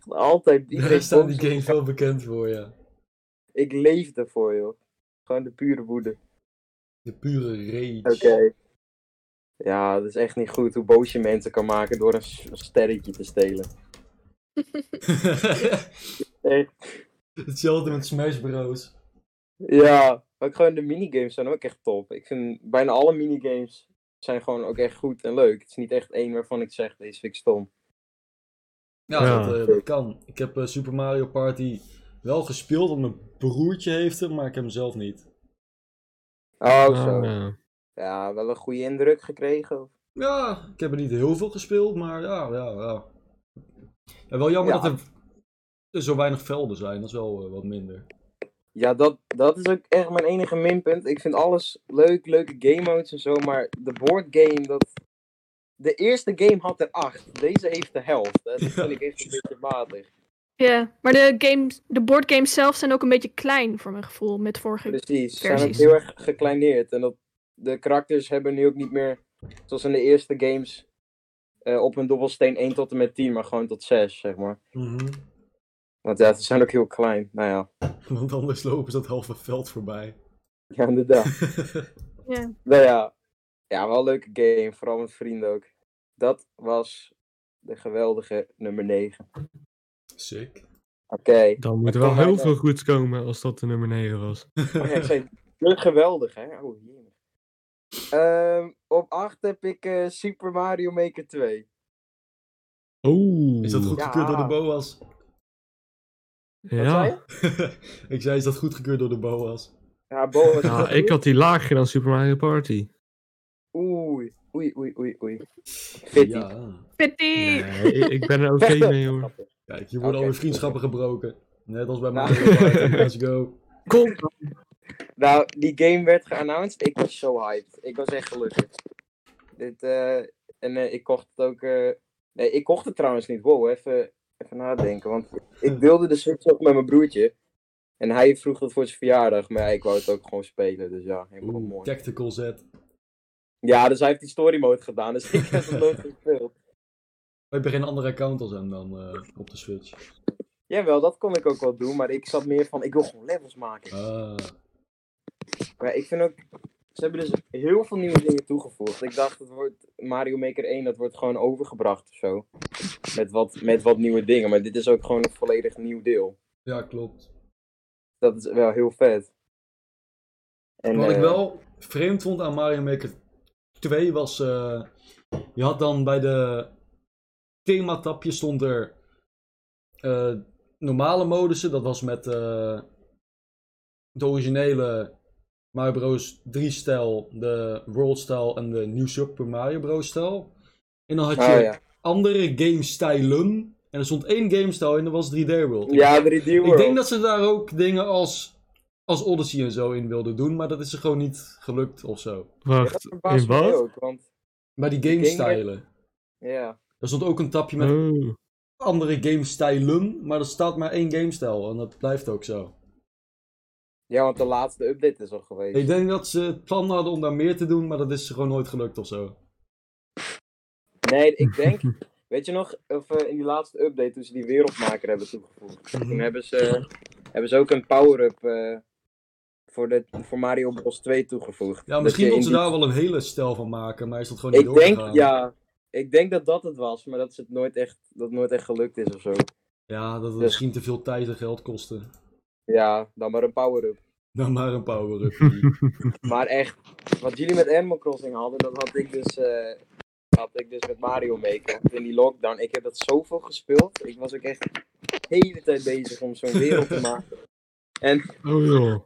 Speaker 2: Altijd die
Speaker 1: Daar staat die game veel bekend voor, ja.
Speaker 2: Ik leef ervoor, joh. Gewoon de pure woede.
Speaker 1: De pure rage.
Speaker 2: Oké. Ja, dat is echt niet goed hoe boos je mensen kan maken door een s- een sterretje te stelen. Echt.
Speaker 1: Hetzelfde met Smash Bros.
Speaker 2: Ja, ook gewoon de minigames zijn ook echt top. Ik vind bijna alle minigames zijn gewoon ook echt goed en leuk. Het is niet echt één waarvan ik zeg, deze vind ik stom.
Speaker 1: Ja,
Speaker 3: Ja.
Speaker 1: Dat, eh, dat kan. Ik heb eh, Super Mario Party wel gespeeld, want mijn broertje heeft hem, maar ik heb hem zelf niet.
Speaker 2: Oh,
Speaker 3: Ah,
Speaker 2: zo.
Speaker 3: ja.
Speaker 2: Ja, wel een goede indruk gekregen. of-
Speaker 1: Ja, ik heb er niet heel veel gespeeld, maar ja, ja, ja. En wel jammer
Speaker 2: Ja.
Speaker 1: dat er, er zo weinig velden zijn, dat is wel eh, wat minder.
Speaker 2: Ja, dat, dat is ook echt mijn enige minpunt. Ik vind alles leuk, leuke game modes en zo, maar de board game, dat... De eerste game had er acht, deze heeft de helft. Hè. Dat vind ik echt een beetje matig.
Speaker 4: Ja, maar de, games, de boardgames zelf zijn ook een beetje klein voor mijn gevoel met vorige
Speaker 2: Precies, ze zijn ook
Speaker 4: Versies.
Speaker 2: heel erg gekleineerd. En dat, de karakters hebben nu ook niet meer, zoals in de eerste games, eh, op een dobbelsteen 1 tot en met 10, maar gewoon tot 6, zeg maar.
Speaker 1: Mhm.
Speaker 2: Want ja, ze zijn ook heel klein, nou ja.
Speaker 1: Want anders lopen ze dat halve veld voorbij.
Speaker 2: Ja, inderdaad.
Speaker 4: Ja.
Speaker 2: Nou ja. ja, wel een leuke game. Vooral met vrienden ook. Dat was de geweldige nummer 9.
Speaker 1: Sick.
Speaker 2: Oké.
Speaker 3: Dan moet
Speaker 2: Dat
Speaker 3: er wel
Speaker 2: kan
Speaker 3: heel
Speaker 2: mij
Speaker 3: veel goeds komen als dat de nummer 9 was.
Speaker 2: Oh ja, ik zei, "Leuk, geweldig, hè? Oh, jee. Ehm, op 8 heb ik eh, Super Mario Maker 2.
Speaker 3: Oeh.
Speaker 1: Is dat goedgekeurd door de BOA's?
Speaker 2: Wat zei
Speaker 3: Ja.
Speaker 2: je?
Speaker 1: ik zei, is dat goedgekeurd door de BOA's?
Speaker 2: Ja, Bo was
Speaker 3: ja, ik had die lager dan Super Mario Party.
Speaker 2: Oei, oei, oei, oei, oei. Fitty.
Speaker 1: Ja.
Speaker 4: Pity!
Speaker 3: Nee, ik- ik ben er oké mee, hoor.
Speaker 1: Kijk, hier worden
Speaker 2: Oké.
Speaker 1: alweer vriendschappen gebroken. Net als bij
Speaker 2: Nou.
Speaker 1: Mario Party. Let's go.
Speaker 3: Kom.
Speaker 2: Nou, die game werd geannounced. Ik was zo hyped. Ik was echt gelukkig. Dit, eh, en eh, ik kocht het ook. eh, nee, ik kocht het trouwens niet. Wow, even, even nadenken. Want ik wilde de Switch ook met mijn broertje. En hij vroeg dat voor zijn verjaardag. Maar ja, ik wou het ook gewoon spelen. Dus ja, helemaal
Speaker 1: Oeh,
Speaker 2: mooi.
Speaker 1: tactical Oh, zet.
Speaker 2: Ja, dus hij heeft die story mode gedaan, dus ik heb het nooit gespeeld.
Speaker 1: We hebben geen andere account als hem dan eh, op de Switch.
Speaker 2: Jawel, dat kon ik ook wel doen, maar ik zat meer van, ik wil gewoon levels maken.
Speaker 1: Ah,
Speaker 2: Maar ik vind ook, ze hebben dus heel veel nieuwe dingen toegevoegd. Ik dacht, het wordt Mario Maker 1, dat wordt gewoon overgebracht of zo. Met wat, met wat nieuwe dingen, maar dit is ook gewoon een volledig nieuw deel.
Speaker 1: ja, klopt.
Speaker 2: Dat is wel heel vet. En,
Speaker 1: Wat ik
Speaker 2: eh,
Speaker 1: wel vreemd vond aan Mario Maker 2 was... eh, je had dan bij de thematapje stond er... eh, normale modussen. Dat was met eh, de originele Mario Bros. 3-stijl, de World-stijl en de New Super Mario Bros.-stijl. En dan had je
Speaker 2: Oh ja.
Speaker 1: andere game-stijlen. En er stond één game-stijl en dat was 3D World.
Speaker 2: Ja, 3D World.
Speaker 1: Ik denk dat ze daar ook dingen als, als Odyssey en zo in wilden doen, maar dat is er gewoon niet gelukt of zo.
Speaker 3: Wacht, in wat?
Speaker 2: ook, want
Speaker 1: Maar die
Speaker 2: game werd-
Speaker 1: game-stijlen.
Speaker 2: ja.
Speaker 1: Er stond ook een tapje met
Speaker 3: Oh.
Speaker 1: andere game-stijlen, maar er staat maar één game-stijl en dat blijft ook zo.
Speaker 2: ja, want de laatste update is al geweest.
Speaker 1: Ik denk dat ze het plan hadden om daar meer te doen, maar dat is gewoon nooit gelukt of zo.
Speaker 2: Nee, ik denk. Weet je nog, of, eh, in die laatste update toen ze die wereldmaker hebben toegevoegd. Toen hebben ze, hebben ze ook een power-up eh, voor, de- voor Mario Bros 2 toegevoegd.
Speaker 1: Ja, misschien
Speaker 2: dat
Speaker 1: wilden
Speaker 2: je
Speaker 1: ze
Speaker 2: in
Speaker 1: daar wel een hele stijl van maken, maar is dat gewoon
Speaker 2: die-
Speaker 1: niet
Speaker 2: Ik denk,
Speaker 1: doorgegaan.
Speaker 2: ja, ik denk dat dat het was, maar dat ze het nooit echt, dat het nooit echt gelukt is of zo.
Speaker 1: ja, dat het
Speaker 2: Dus-
Speaker 1: misschien te veel tijd en geld kostte.
Speaker 2: Ja, dan maar een power-up.
Speaker 1: Dan maar een power-up.
Speaker 2: Maar echt, wat jullie met Animal Crossing hadden, dat had ik dus, eh, had ik dus met Mario Maker. Want In die lockdown, ik heb dat zoveel gespeeld. Ik was ook echt de hele tijd bezig om zo'n wereld te maken.
Speaker 3: Oh joh.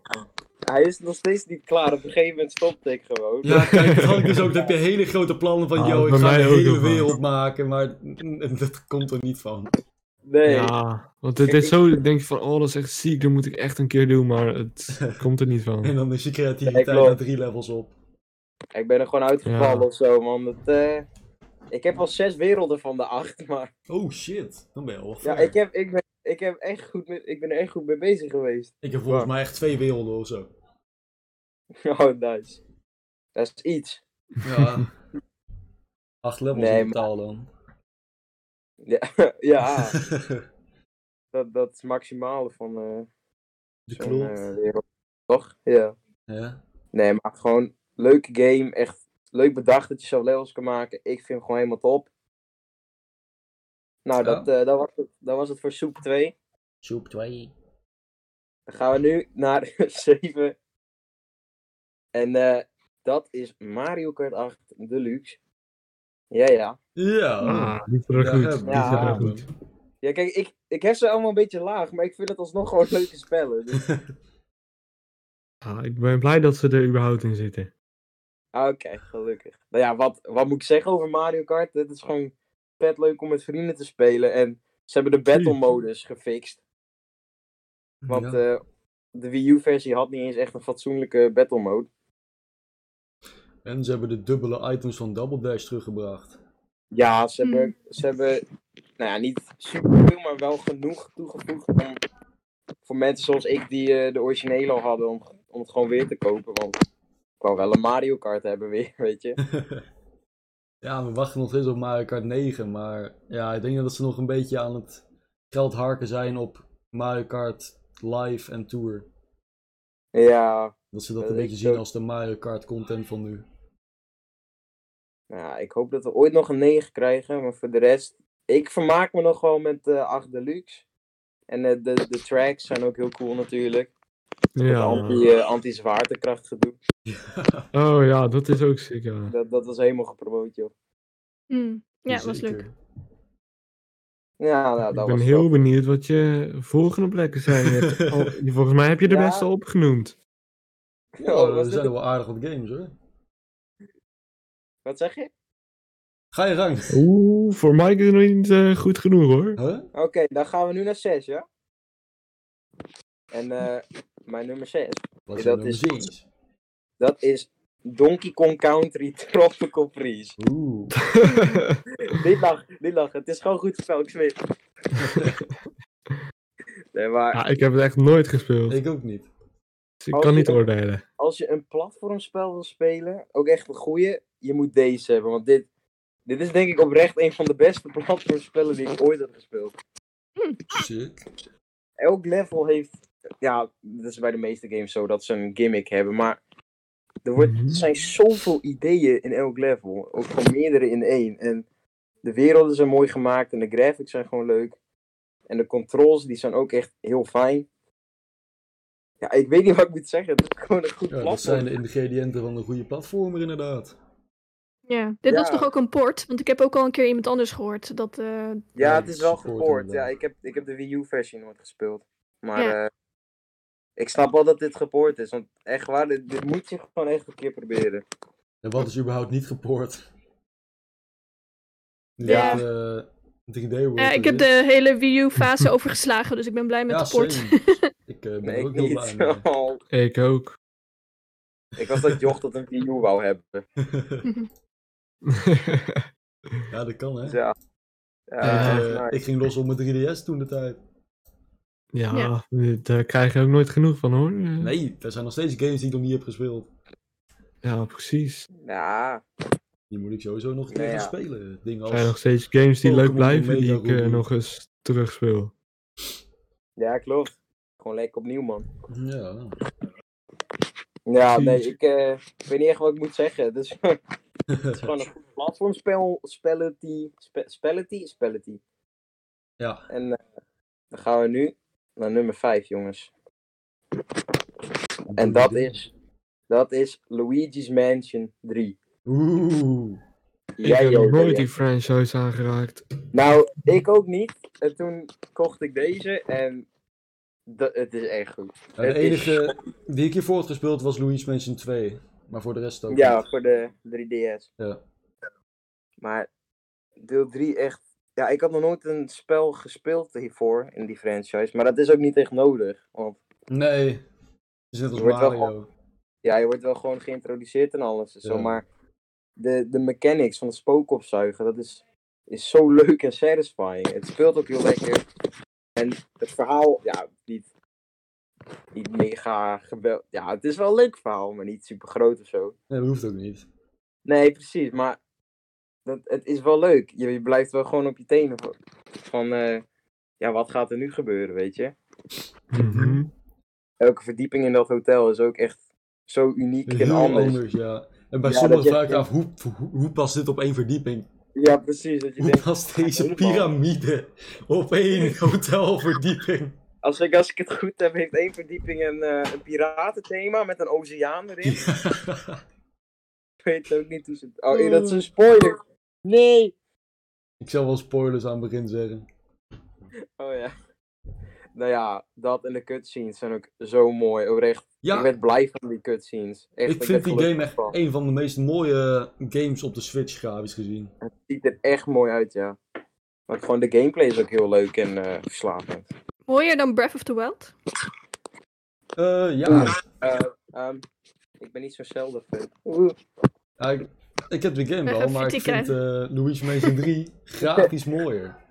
Speaker 2: Hij is nog steeds niet klaar. Op een gegeven moment stopte ik gewoon.
Speaker 1: Ja, kijk, dat had ik dus ook. Dan heb je hele grote plannen van,
Speaker 3: Ah,
Speaker 1: yo, ik
Speaker 3: bij
Speaker 1: ga
Speaker 3: mij
Speaker 1: de
Speaker 3: ook
Speaker 1: hele
Speaker 3: nog wel.
Speaker 1: wereld maken, maar mm, dat komt er niet van.
Speaker 2: Nee.
Speaker 3: Ja, want het is zo, denk je van, oh dat is echt ziek, dat moet ik echt een keer doen, maar het komt er niet
Speaker 1: En
Speaker 3: van.
Speaker 1: dan is je
Speaker 2: Nee,
Speaker 1: creativiteit
Speaker 2: klopt.
Speaker 1: na drie levels op.
Speaker 2: Ik ben er gewoon uitgevallen
Speaker 3: Ja.
Speaker 2: of zo, man. Dat, eh, Ik heb al zes werelden van de acht, maar...
Speaker 1: Oh shit, dan ben je al wel
Speaker 2: Ja,
Speaker 1: ver.
Speaker 2: ik, heb, ik, ben, ik, heb echt goed mee- ik ben er echt goed mee bezig geweest.
Speaker 1: Ik heb volgens mij echt twee werelden of zo.
Speaker 2: Oh, nice. Dat is iets.
Speaker 1: Ja. Acht levels
Speaker 2: Nee,
Speaker 1: in totaal dan.
Speaker 2: ja, dat, dat is het maximale van eh
Speaker 1: De
Speaker 2: zo'n,
Speaker 1: klopt.
Speaker 2: eh, wereld. Toch? Ja.
Speaker 1: Ja.
Speaker 2: Nee, maar gewoon leuke game. Echt leuk bedacht dat je zo levels kan maken. Ik vind hem gewoon helemaal top. Nou,
Speaker 1: Ja.
Speaker 2: dat, eh, dat, was het, dat was het voor Soep 2.
Speaker 1: Soep 2.
Speaker 2: Dan gaan we nu naar 7. En eh, dat is Mario Kart 8 Deluxe. Ja, ja.
Speaker 1: Ja.
Speaker 3: Ah, die is er
Speaker 1: Ja,
Speaker 3: goed.
Speaker 1: ja,
Speaker 3: Die is
Speaker 2: ja.
Speaker 3: er goed.
Speaker 2: Ja, kijk, ik, ik heb ze allemaal een beetje laag, maar ik vind het alsnog gewoon leuke spellen. Dus,
Speaker 3: Ah, ik ben blij dat ze er überhaupt in zitten.
Speaker 2: ah, Oké, gelukkig. Nou ja, wat, wat moet ik zeggen over Mario Kart? Het is gewoon vet leuk om met vrienden te spelen. En ze hebben de battle modus gefixt. Want
Speaker 1: Ja.
Speaker 2: eh, de Wii U versie had niet eens echt een fatsoenlijke battle mode.
Speaker 1: En ze hebben de dubbele items van Double Dash teruggebracht.
Speaker 2: Ja, ze
Speaker 4: Hmm.
Speaker 2: hebben, ze hebben nou ja, niet superveel, maar wel genoeg toegevoegd om, voor mensen zoals ik die eh, de originele al hadden, om, om het gewoon weer te kopen. Want ik wou wel een Mario Kart hebben weer, weet je.
Speaker 1: Ja, we wachten nog steeds op Mario Kart 9, maar ja, ik denk dat ze nog een beetje aan het geld harken zijn op Mario Kart Live en Tour.
Speaker 2: Ja,
Speaker 1: Dat ze dat
Speaker 2: Ja,
Speaker 1: een
Speaker 2: ik
Speaker 1: beetje zien
Speaker 2: ook.
Speaker 1: als de Mario Kart content van nu.
Speaker 2: nou, ik hoop dat we ooit nog een 9 krijgen. Maar voor de rest, ik vermaak me nog wel met de 8 Deluxe. En eh, de, de tracks zijn ook heel cool natuurlijk. Het
Speaker 3: Ja.
Speaker 2: anti, eh, anti-zwaartekracht gedoe.
Speaker 3: Oh ja, dat is ook sick, ja.
Speaker 2: Dat, dat was helemaal gepromoot, joh.
Speaker 4: Hm. Ja, was
Speaker 1: Dus Zeker.
Speaker 4: leuk.
Speaker 2: Ja, nou, dat
Speaker 3: ik ben
Speaker 2: was
Speaker 3: heel
Speaker 2: top.
Speaker 3: benieuwd wat je volgende plekken zijn. Je hebt al- je- volgens mij heb je de
Speaker 2: Ja.
Speaker 3: beste opgenoemd.
Speaker 1: Ja,
Speaker 2: Oh, was
Speaker 1: er
Speaker 2: dit
Speaker 1: zijn
Speaker 2: het?
Speaker 1: wel aardig wat games hoor.
Speaker 2: Wat zeg je?
Speaker 1: Ga je gang.
Speaker 3: Oeh, voor Mike is het nog niet eh, goed genoeg hoor.
Speaker 1: Huh?
Speaker 2: Oké, dan gaan we nu naar 6, ja? En eh, mijn nummer 6,
Speaker 1: Wat
Speaker 2: dat
Speaker 1: nou
Speaker 2: is-
Speaker 1: precies?
Speaker 2: dat is Donkey Kong Country Tropical Freeze.
Speaker 1: Oeh.
Speaker 2: Niet lachen, niet lachen. Het is gewoon goed spel, ik zweer. nee, maar
Speaker 3: ja, ik heb het echt nooit gespeeld.
Speaker 1: Ik ook niet.
Speaker 3: dus ik
Speaker 2: als Oh,
Speaker 3: kan
Speaker 2: je
Speaker 3: niet
Speaker 2: dat-
Speaker 3: oordelen.
Speaker 2: als je een platformspel wil spelen, ook echt een goeie, je moet deze hebben. Want dit, dit is denk ik oprecht een van de beste platformspellen die ik ooit heb gespeeld.
Speaker 1: Sick.
Speaker 2: elk level heeft. Ja, dat is bij de meeste games zo dat ze een gimmick hebben. Maar er, wordt,
Speaker 3: Mhm.
Speaker 2: er zijn zoveel ideeën in elk level. Ook gewoon meerdere in één. En de werelden zijn mooi gemaakt en de graphics zijn gewoon leuk. En de controls die zijn ook echt heel fijn. Ja, ik weet niet wat ik moet zeggen. Het is gewoon een goed
Speaker 1: Ja,
Speaker 2: platform.
Speaker 1: dat zijn de ingrediënten van een goede platformer inderdaad.
Speaker 4: Ja, dit was
Speaker 2: Ja.
Speaker 4: toch ook een port? Want ik heb ook al een keer iemand anders gehoord. Dat, eh,
Speaker 2: Ja,
Speaker 1: Ja,
Speaker 2: het is wel
Speaker 1: support
Speaker 2: gepoord. Ja,
Speaker 1: inderdaad.
Speaker 2: ik heb, ik heb de Wii U-versie nooit gespeeld. Maar
Speaker 4: Ja.
Speaker 2: eh, ik snap wel dat dit gepoord is. Want echt waar, dit, dit moet je gewoon echt een keer proberen.
Speaker 1: En wat is überhaupt niet gepoord? Nu
Speaker 4: Ja.
Speaker 1: dat, eh, 3D World
Speaker 4: ja,
Speaker 1: er
Speaker 4: ik heb
Speaker 1: is.
Speaker 4: de hele Wii U-fase overgeslagen, dus ik ben blij met
Speaker 1: ja,
Speaker 4: de port.
Speaker 1: same. Ik eh, ben
Speaker 2: Nee,
Speaker 1: er
Speaker 2: ik
Speaker 1: ook heel blij
Speaker 2: niet.
Speaker 1: mee.
Speaker 2: Oh,
Speaker 3: Ik ook.
Speaker 2: ik was dat joch dat een Wii U wou hebben.
Speaker 1: ja, dat kan hè.
Speaker 2: Dus ja. Ja,
Speaker 1: Ik,
Speaker 3: Eh,
Speaker 2: echt
Speaker 1: eh,
Speaker 2: nice.
Speaker 1: ik ging los op mijn 3DS toen de tijd.
Speaker 3: ja,
Speaker 4: Ja.
Speaker 3: daar krijg je ook nooit genoeg van hoor. Eh,
Speaker 1: Nee, er zijn nog steeds games die ik nog niet heb gespeeld.
Speaker 3: Ja, precies.
Speaker 2: Ja,
Speaker 1: Die moet ik sowieso nog een keer gaan
Speaker 2: Nee, ja.
Speaker 1: spelen. Dingen
Speaker 3: Er zijn nog
Speaker 1: als...
Speaker 3: steeds games die leuk
Speaker 1: Pokémon
Speaker 3: blijven die
Speaker 1: Omega
Speaker 3: ik eh,
Speaker 1: Ruby.
Speaker 3: nog eens terugspeel.
Speaker 2: ja, klopt. Gewoon lekker opnieuw, man.
Speaker 1: Ja.
Speaker 2: Ja, nee,
Speaker 3: Precies.
Speaker 2: ik, eh, ik weet niet echt wat ik moet zeggen. Het is, het is gewoon een goed platformspel. Spellity. Spe, spellity? Spellity.
Speaker 1: ja.
Speaker 2: En eh, dan gaan we nu naar nummer 5, jongens. En dat is, dat is Luigi's Mansion 3.
Speaker 1: Oeh.
Speaker 3: ik heb nog
Speaker 2: joh,
Speaker 3: nooit
Speaker 2: ben
Speaker 3: die franchise aangeraakt.
Speaker 2: Nou, ik ook niet. En toen kocht ik deze en da- het is echt goed.
Speaker 1: Nou, de
Speaker 2: Het is-
Speaker 1: enige die ik hiervoor had gespeeld was Luigi's Mansion 2. Maar voor de rest ook
Speaker 2: Ja,
Speaker 1: niet.
Speaker 2: voor de 3DS.
Speaker 1: Ja.
Speaker 2: Maar deel 3 echt... Ja, ik had nog nooit een spel gespeeld hiervoor in die franchise. Maar dat is ook niet echt nodig. Want
Speaker 1: Nee. Het is net als
Speaker 2: Wordt wel
Speaker 1: Mario.
Speaker 2: ja, je wordt wel gewoon geïntroduceerd en alles. En zo,
Speaker 1: Ja.
Speaker 2: Maar de, de mechanics van het spook opzuigen, dat is, is zo leuk en satisfying. Het speelt ook heel lekker. En het verhaal, ja, niet, niet mega geweldig. Ja, het is wel een leuk verhaal, maar niet super groot of zo.
Speaker 1: Nee, dat hoeft ook niet.
Speaker 2: Nee, precies, maar dat, het is wel leuk. Je, je blijft wel gewoon op je tenen van, van eh, ja, wat gaat er nu gebeuren, weet je?
Speaker 3: Mhm.
Speaker 2: Elke verdieping in dat hotel is ook echt zo uniek en
Speaker 1: Heel
Speaker 2: anders.
Speaker 1: anders, ja. En bij
Speaker 2: Ja,
Speaker 1: sommigen
Speaker 2: dat je-
Speaker 1: vraag ik af, hoe, hoe, hoe past dit op één verdieping?
Speaker 2: Ja, precies, dat je
Speaker 1: Hoe
Speaker 2: denkt,
Speaker 1: past deze
Speaker 2: helemaal.
Speaker 1: piramide op één hotelverdieping?
Speaker 2: Als ik, als ik het goed heb, heeft één verdieping een, eh, een piratenthema met een oceaan erin. Ik weet ook niet hoe ze... Oh, eh, dat is een spoiler. Nee!
Speaker 1: ik zal wel spoilers aan het begin zeggen.
Speaker 2: Oh ja. Nou ja, dat en de cutscenes zijn ook zo mooi. Oprecht, ik
Speaker 1: Ja,
Speaker 2: werd blij van die cutscenes. Echt,
Speaker 1: ik vind
Speaker 2: werd
Speaker 1: die game
Speaker 2: gelukkig
Speaker 1: echt
Speaker 2: van.
Speaker 1: een van de meest mooie games op de Switch grafisch gezien.
Speaker 2: ziet er echt mooi uit, ja. Maar gewoon de gameplay is ook heel leuk en eh verslavend.
Speaker 4: Mooier dan Breath of the Wild?
Speaker 1: Eh, ja,
Speaker 2: Oeh. Eh, ehm, ik ben niet zo zelden fan. Oeh.
Speaker 1: Ja, ik, ik heb de game
Speaker 4: We
Speaker 1: wel,
Speaker 4: gaan
Speaker 1: maar ik
Speaker 4: kritiek
Speaker 1: vind eh Luigi's Mansion 3 grafisch mooier.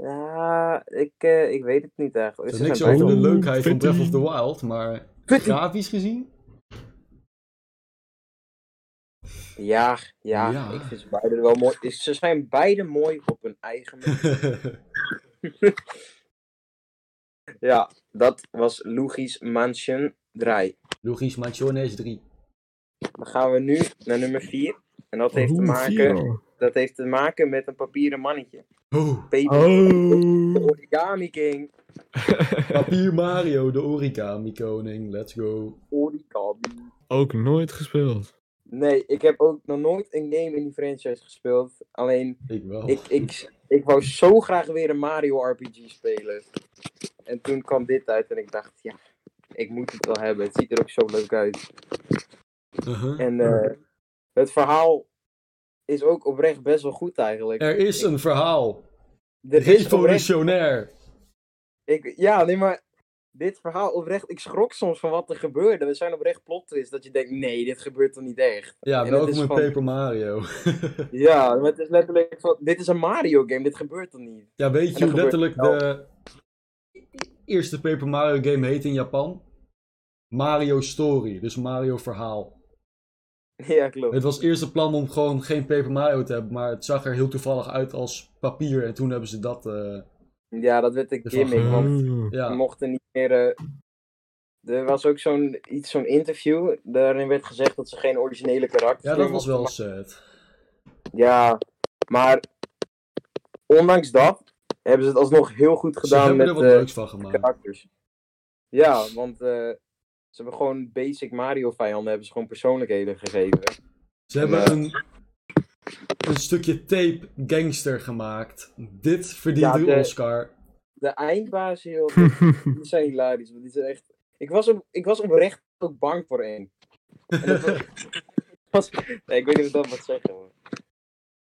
Speaker 2: Ja, ik, eh, ik weet het niet eigenlijk.
Speaker 1: Er is
Speaker 2: Ze
Speaker 1: niks
Speaker 2: zijn
Speaker 1: over
Speaker 2: best
Speaker 1: de
Speaker 2: wel-
Speaker 3: Oeh,
Speaker 1: leukheid van
Speaker 3: fitty.
Speaker 1: Breath of the Wild, maar
Speaker 2: Fitty.
Speaker 1: grafisch gezien?
Speaker 2: Ja, ja,
Speaker 1: Ja.
Speaker 2: ik vind ze beide wel mooi. Is- Ze zijn beide mooi op hun eigen manier. Ja, dat was Luigi's Mansion 3.
Speaker 1: Luigi's Mansiones 3.
Speaker 2: Dan gaan we nu naar nummer 4. En dat heeft, te
Speaker 3: Oeh,
Speaker 2: maken,
Speaker 3: vier.
Speaker 2: dat heeft te maken met een papieren mannetje.
Speaker 1: Oh,
Speaker 2: Paper
Speaker 3: Oh.
Speaker 2: Origami King.
Speaker 1: papier Mario, de origami koning. Let's go.
Speaker 2: Origami.
Speaker 3: Ook nooit gespeeld.
Speaker 2: Nee, ik heb ook nog nooit een game in die franchise gespeeld. Alleen,
Speaker 1: Ik wel.
Speaker 2: ik, ik, ik wou zo graag weer een Mario RPG spelen. En toen kwam dit uit en ik dacht, ja, ik moet het wel hebben. Het ziet er ook zo leuk uit.
Speaker 1: Uh-huh.
Speaker 2: En eh, het verhaal is ook oprecht best wel goed eigenlijk.
Speaker 1: Er is een verhaal.
Speaker 2: Er is oprecht-
Speaker 1: Revolutionair.
Speaker 2: ik, ja, nee, maar dit verhaal oprecht, ik schrok soms van wat er gebeurde. We zijn oprecht plot twist dat je denkt, nee, dit gebeurt toch niet echt.
Speaker 1: Ja,
Speaker 2: En
Speaker 1: welkom
Speaker 2: het is
Speaker 1: in
Speaker 2: van-
Speaker 1: Paper Mario.
Speaker 2: Ja, maar het is letterlijk van, dit is een Mario game, dit gebeurt toch niet.
Speaker 1: Ja, weet je
Speaker 2: En
Speaker 1: hoe
Speaker 2: dat gebeurt
Speaker 1: letterlijk de eerste Paper Mario game heet in Japan? Mario Story, dus Mario verhaal.
Speaker 2: Ja, klopt.
Speaker 1: Het was eerst het plan om gewoon geen Paper Mario te hebben, maar het zag er heel toevallig uit als papier en toen hebben ze dat. eh,
Speaker 2: Ja, dat werd een
Speaker 1: Dus van-
Speaker 2: gimmick, want
Speaker 3: Oh.
Speaker 2: we
Speaker 1: ja.
Speaker 2: mochten niet meer... eh, er was ook zo'n iets, zo'n interview, daarin werd gezegd dat ze geen originele karakters
Speaker 1: ja, dat
Speaker 2: meer
Speaker 1: was
Speaker 2: mochten
Speaker 1: wel sad.
Speaker 2: maken. Ja, maar ondanks dat hebben ze het alsnog heel goed
Speaker 1: Ze
Speaker 2: gedaan
Speaker 1: hebben
Speaker 2: met...
Speaker 1: er wat
Speaker 2: eh,
Speaker 1: leuks van gemaakt.
Speaker 2: karakters. Ja, want eh, ze hebben gewoon basic Mario vijanden, hebben ze gewoon persoonlijkheden gegeven.
Speaker 1: Ze
Speaker 2: en,
Speaker 1: hebben
Speaker 2: eh,
Speaker 1: een, een stukje tape gangster gemaakt. Dit verdient
Speaker 2: Ja,
Speaker 1: een
Speaker 2: de-
Speaker 1: Oscar.
Speaker 2: De eindbazen, joh, die zijn hilarisch. Want die zijn echt... ik, was op, ik was oprecht ook bang voor één. En dat was- was- nee, ik weet niet of ik dat moet zeggen. hoor.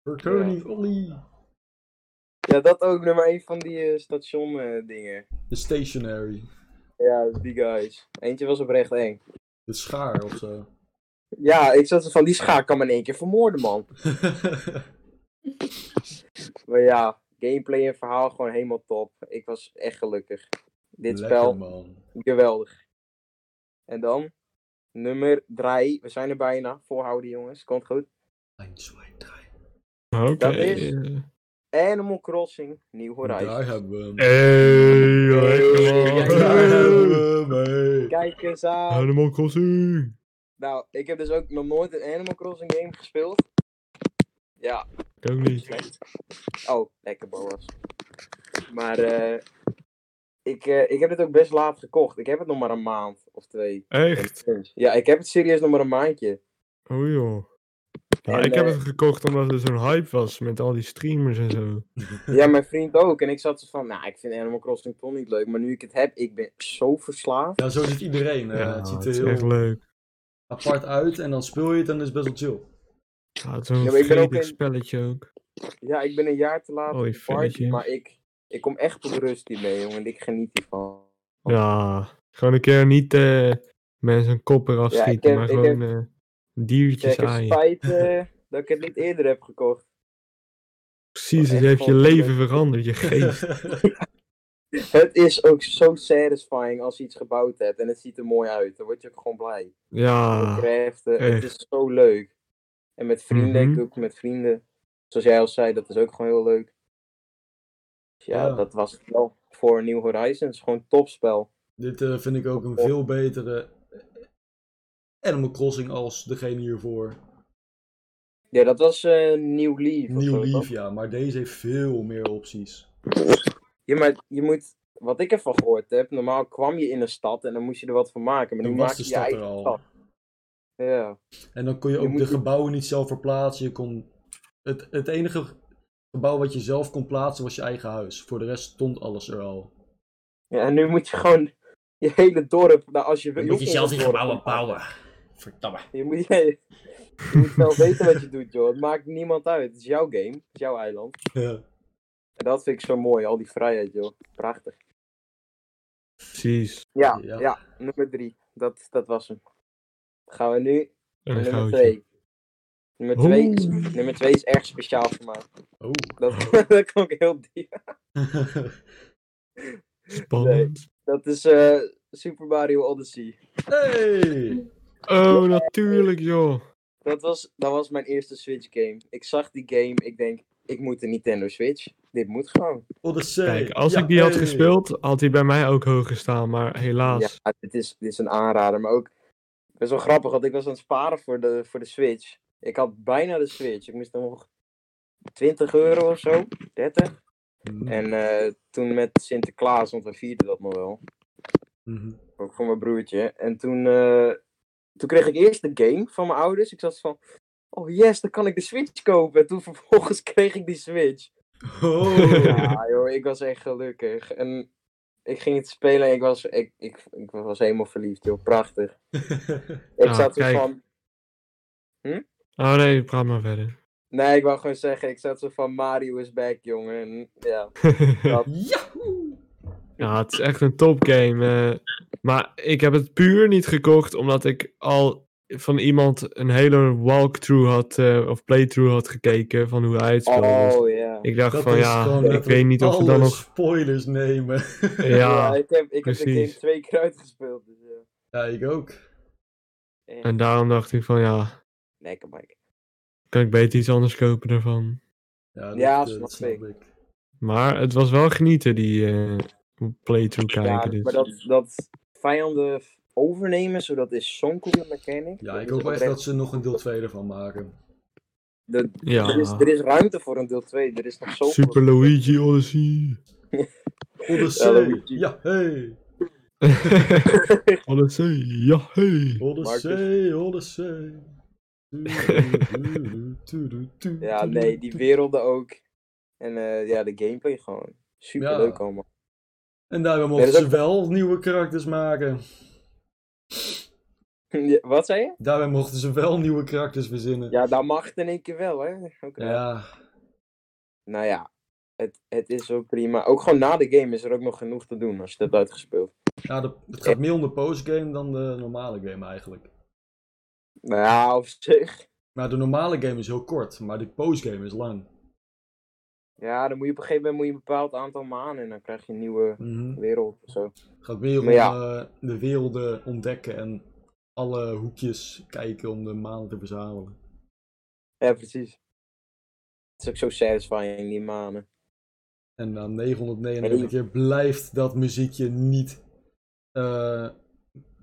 Speaker 1: Bertoni Ollie.
Speaker 2: Ja, dat ook nummer 1 van die eh, station eh, dingen.
Speaker 1: De stationary.
Speaker 2: Ja, die guys. Eentje was oprecht eng.
Speaker 1: De schaar of zo.
Speaker 2: Ja, ik zat er van, die schaak kan me in één keer vermoorden, man. Maar ja, gameplay en verhaal gewoon helemaal top. Ik was echt gelukkig. Dit
Speaker 1: Lekker,
Speaker 2: spel
Speaker 1: man.
Speaker 2: Geweldig. En dan, nummer 3. We zijn er bijna. Volhouden, jongens. Komt goed.
Speaker 1: Eins, zwei, drei.
Speaker 3: Oké.
Speaker 2: Dat is- Animal Crossing, Nieuw
Speaker 1: Daar
Speaker 2: Horizons.
Speaker 1: hebben we hem.
Speaker 3: Hey,
Speaker 1: Daar hebben
Speaker 3: lekker
Speaker 1: we hem, hey.
Speaker 2: Kijk eens aan.
Speaker 3: Animal Crossing.
Speaker 2: Nou, ik heb dus ook nog nooit een Animal Crossing game gespeeld. Ja,
Speaker 3: Ik ook niet.
Speaker 2: slecht. Oh, lekker boas. Maar eh, ik, eh, ik heb het ook best laat gekocht. Ik heb het nog maar een maand of twee.
Speaker 3: Echt?
Speaker 2: Ja, ik heb het serieus nog maar een maandje.
Speaker 3: Oh joh. Ja,
Speaker 2: En,
Speaker 3: ik heb
Speaker 2: eh,
Speaker 3: het gekocht omdat er zo'n hype was met al die streamers en zo.
Speaker 2: Ja, mijn vriend ook. En ik zat zo van, nou, ik vind Animal Crossing toch niet leuk. Maar nu ik het heb, ik ben zo verslaafd.
Speaker 1: Ja, zo ziet iedereen. eh,
Speaker 3: ja,
Speaker 1: het ziet
Speaker 3: het is
Speaker 1: er
Speaker 3: echt
Speaker 1: heel
Speaker 3: leuk.
Speaker 1: apart uit en dan speel je het en het is best wel chill.
Speaker 3: Ja, het is zo'n
Speaker 2: Ja, maar ik ben ook
Speaker 3: vredig
Speaker 2: in-
Speaker 3: spelletje ook.
Speaker 2: Ja, ik ben een jaar te laat
Speaker 3: Oh,
Speaker 2: op
Speaker 3: je
Speaker 2: de party.
Speaker 3: velletje.
Speaker 2: Maar ik, ik kom echt tot rust hiermee, jongen. Ik geniet hiervan.
Speaker 3: Ja, gewoon een keer niet eh mensen een kop eraf
Speaker 2: Ja, ik
Speaker 3: schieten,
Speaker 2: heb-
Speaker 3: maar
Speaker 2: ik
Speaker 3: gewoon eh
Speaker 2: Ja,
Speaker 3: diertjes
Speaker 2: ik heb
Speaker 3: aaien.
Speaker 2: spijt eh, dat ik het niet eerder heb gekocht.
Speaker 3: Precies,
Speaker 2: echt
Speaker 3: het heeft je
Speaker 2: gewoon-
Speaker 3: leven veranderd, je geest.
Speaker 2: Het is ook zo satisfying als je iets gebouwd hebt. En het ziet er mooi uit. Dan word je ook gewoon blij.
Speaker 3: Ja,
Speaker 2: De Kreften, het
Speaker 3: Ah, echt.
Speaker 2: is zo leuk. En met vrienden, ik
Speaker 3: Mhm.
Speaker 2: doe ook met vrienden. Zoals jij al zei, dat is ook gewoon heel leuk. Dus ja,
Speaker 1: Ja.
Speaker 2: dat was het wel voor New Horizons. Gewoon topspel.
Speaker 1: Dit eh, vind ik ook een veel betere Animal Crossing als degene hiervoor.
Speaker 2: Ja, dat was eh New Leaf. of zo,
Speaker 1: Nieuw
Speaker 2: toch?
Speaker 1: lief, ja, maar deze heeft veel meer opties.
Speaker 2: Ja, maar je moet, wat ik ervan gehoord heb, normaal kwam je in een stad en dan moest je er wat van maken. Maar nu
Speaker 1: Dan
Speaker 2: maak
Speaker 1: was de
Speaker 2: je je
Speaker 1: stad er
Speaker 2: eigen
Speaker 1: al.
Speaker 2: stad. Ja.
Speaker 1: En dan kon je
Speaker 2: Je
Speaker 1: ook
Speaker 2: moet
Speaker 1: de
Speaker 2: je-
Speaker 1: gebouwen niet zelf verplaatsen. Je kon... het, het enige gebouw wat je zelf kon plaatsen was je eigen huis. Voor de rest stond alles er al.
Speaker 2: ja, en nu moet je gewoon je hele dorp, nou als je wil. hoeft niet eens een dorp te maken.
Speaker 1: Verdamme.
Speaker 2: Je moet, je, moet wel weten wat je doet, joh. Het maakt niemand uit. Het is jouw game, het is jouw eiland.
Speaker 1: Ja.
Speaker 2: En dat vind ik zo mooi, al die vrijheid, joh. Prachtig.
Speaker 3: precies.
Speaker 2: Ja,
Speaker 1: Ja.
Speaker 2: ja. nummer drie. Dat, dat was hem. Dan gaan we nu
Speaker 3: Een
Speaker 2: naar nummer
Speaker 3: goudje.
Speaker 2: twee. Nummer twee, is,
Speaker 3: Oeh.
Speaker 2: nummer twee is erg speciaal voor mij.
Speaker 1: Oh.
Speaker 2: Dat, dat klonk heel diep.
Speaker 3: Spannend.
Speaker 2: Dat is eh, Super Mario Odyssey.
Speaker 1: hey!
Speaker 3: Oh, natuurlijk joh.
Speaker 2: Dat was, dat was mijn eerste Switch game. Ik zag die game, ik denk, ik moet een Nintendo Switch. dit moet gewoon.
Speaker 1: Odyssey.
Speaker 3: Kijk, als
Speaker 1: Ja,
Speaker 3: ik die had
Speaker 1: hey.
Speaker 3: gespeeld, had hij bij mij ook hoog gestaan, maar
Speaker 2: Ja,
Speaker 3: helaas.
Speaker 2: dit is, dit is een aanrader. Maar ook best wel grappig, want ik was aan het sparen voor de, voor de Switch. Ik had bijna de Switch. Ik moest nog 20 euro of zo, 30.
Speaker 1: Hm.
Speaker 2: En eh, toen met Sinterklaas, want we vierden dat nog wel.
Speaker 1: Mhm.
Speaker 2: Ook voor mijn broertje. En toen, eh, toen kreeg ik eerst de game van mijn ouders. Ik zat van, oh yes, dan kan ik de Switch kopen. En toen vervolgens kreeg ik die Switch.
Speaker 1: Oh.
Speaker 2: Ja, joh, ik was echt gelukkig. En ik ging het spelen en ik was, ik, ik, ik was helemaal verliefd, joh. Prachtig. Ik
Speaker 3: Ah,
Speaker 2: zat zo
Speaker 3: kijk.
Speaker 2: van.
Speaker 3: Oh nee, praat maar verder.
Speaker 2: Nee, ik wou gewoon zeggen, ik zat zo van Mario is back, jongen. En, ja.
Speaker 1: Yahoo!
Speaker 3: ja, het is echt een topgame. eh. maar ik heb het puur niet gekocht, omdat ik al van iemand een hele walkthrough had, eh, of playthrough had gekeken van hoe hij het speelde. Dus
Speaker 2: Oh ja.
Speaker 3: ik dacht
Speaker 1: Dat
Speaker 3: van
Speaker 1: is
Speaker 3: ja,
Speaker 1: gewoon
Speaker 3: ik
Speaker 1: letterlijk
Speaker 3: weet niet of we dan
Speaker 1: alle
Speaker 3: nog...
Speaker 1: spoilers nemen.
Speaker 3: Ja,
Speaker 2: ik heb, ik heb de game
Speaker 3: precies.
Speaker 2: twee keer uitgespeeld. Dus, ja.
Speaker 1: ja, ik ook.
Speaker 2: Eh,
Speaker 3: en daarom dacht ik van ja,
Speaker 2: Lekker, Mike.
Speaker 3: kan ik beter iets anders kopen daarvan.
Speaker 1: Ja, dat,
Speaker 2: Ja,
Speaker 1: eh,
Speaker 2: snap
Speaker 1: dat snap
Speaker 2: ik.
Speaker 1: ik.
Speaker 3: Maar het was wel genieten, die eh, playthrough
Speaker 2: Ja,
Speaker 3: kijken. dus.
Speaker 2: maar dat, dat vijanden f- overnemen, zodat is zo'n coole mechanic.
Speaker 1: Ja,
Speaker 2: Dat
Speaker 1: ik
Speaker 2: is
Speaker 1: hoop echt
Speaker 2: oprecht-
Speaker 1: dat ze nog een deel 2 ervan maken.
Speaker 2: dat-
Speaker 3: ja.
Speaker 2: Er, is, er is ruimte voor een deel 2. Er is nog zoveel.
Speaker 3: Super Luigi Odyssey.
Speaker 1: Odyssey!
Speaker 2: moet je-
Speaker 1: Ja, hey!
Speaker 3: Odyssey, ja hey.
Speaker 1: Odyssey, Odyssey. Tudu, tudu, tudu,
Speaker 2: Ja,
Speaker 1: tudu,
Speaker 2: nee, die
Speaker 1: tudu.
Speaker 2: werelden ook. En eh, ja, de gameplay gewoon. Super leuk
Speaker 1: Ja.
Speaker 2: allemaal.
Speaker 1: En daarom
Speaker 2: Nee, dat
Speaker 1: mochten
Speaker 2: is
Speaker 1: ze
Speaker 2: ook-
Speaker 1: wel nieuwe karakters maken.
Speaker 2: Ja, Wat zei je?
Speaker 1: Daarbij mochten ze wel nieuwe karakters verzinnen.
Speaker 2: Ja, dat mag het in één keer wel, hè? Oké.
Speaker 1: Ja,
Speaker 2: Nou ja, het, het is wel prima. Ook gewoon na de game is er ook nog genoeg te doen als je dat hebt uitgespeeld.
Speaker 1: ja dat, het gaat meer om de postgame dan de normale game eigenlijk.
Speaker 2: Nou ja, op zich.
Speaker 1: Maar de normale game is heel kort, maar de postgame is lang.
Speaker 2: Ja, dan moet je op een gegeven moment moet je een bepaald aantal maanden en dan krijg je een nieuwe
Speaker 1: Mhm.
Speaker 2: wereld of zo.
Speaker 1: Het gaat meer om
Speaker 2: Maar ja.
Speaker 1: eh, de werelden ontdekken en alle hoekjes kijken om de manen te verzamelen.
Speaker 2: Ja, precies. Het is ook zo satisfying, die manen.
Speaker 1: En na 999 keer blijft dat muziekje niet. eh,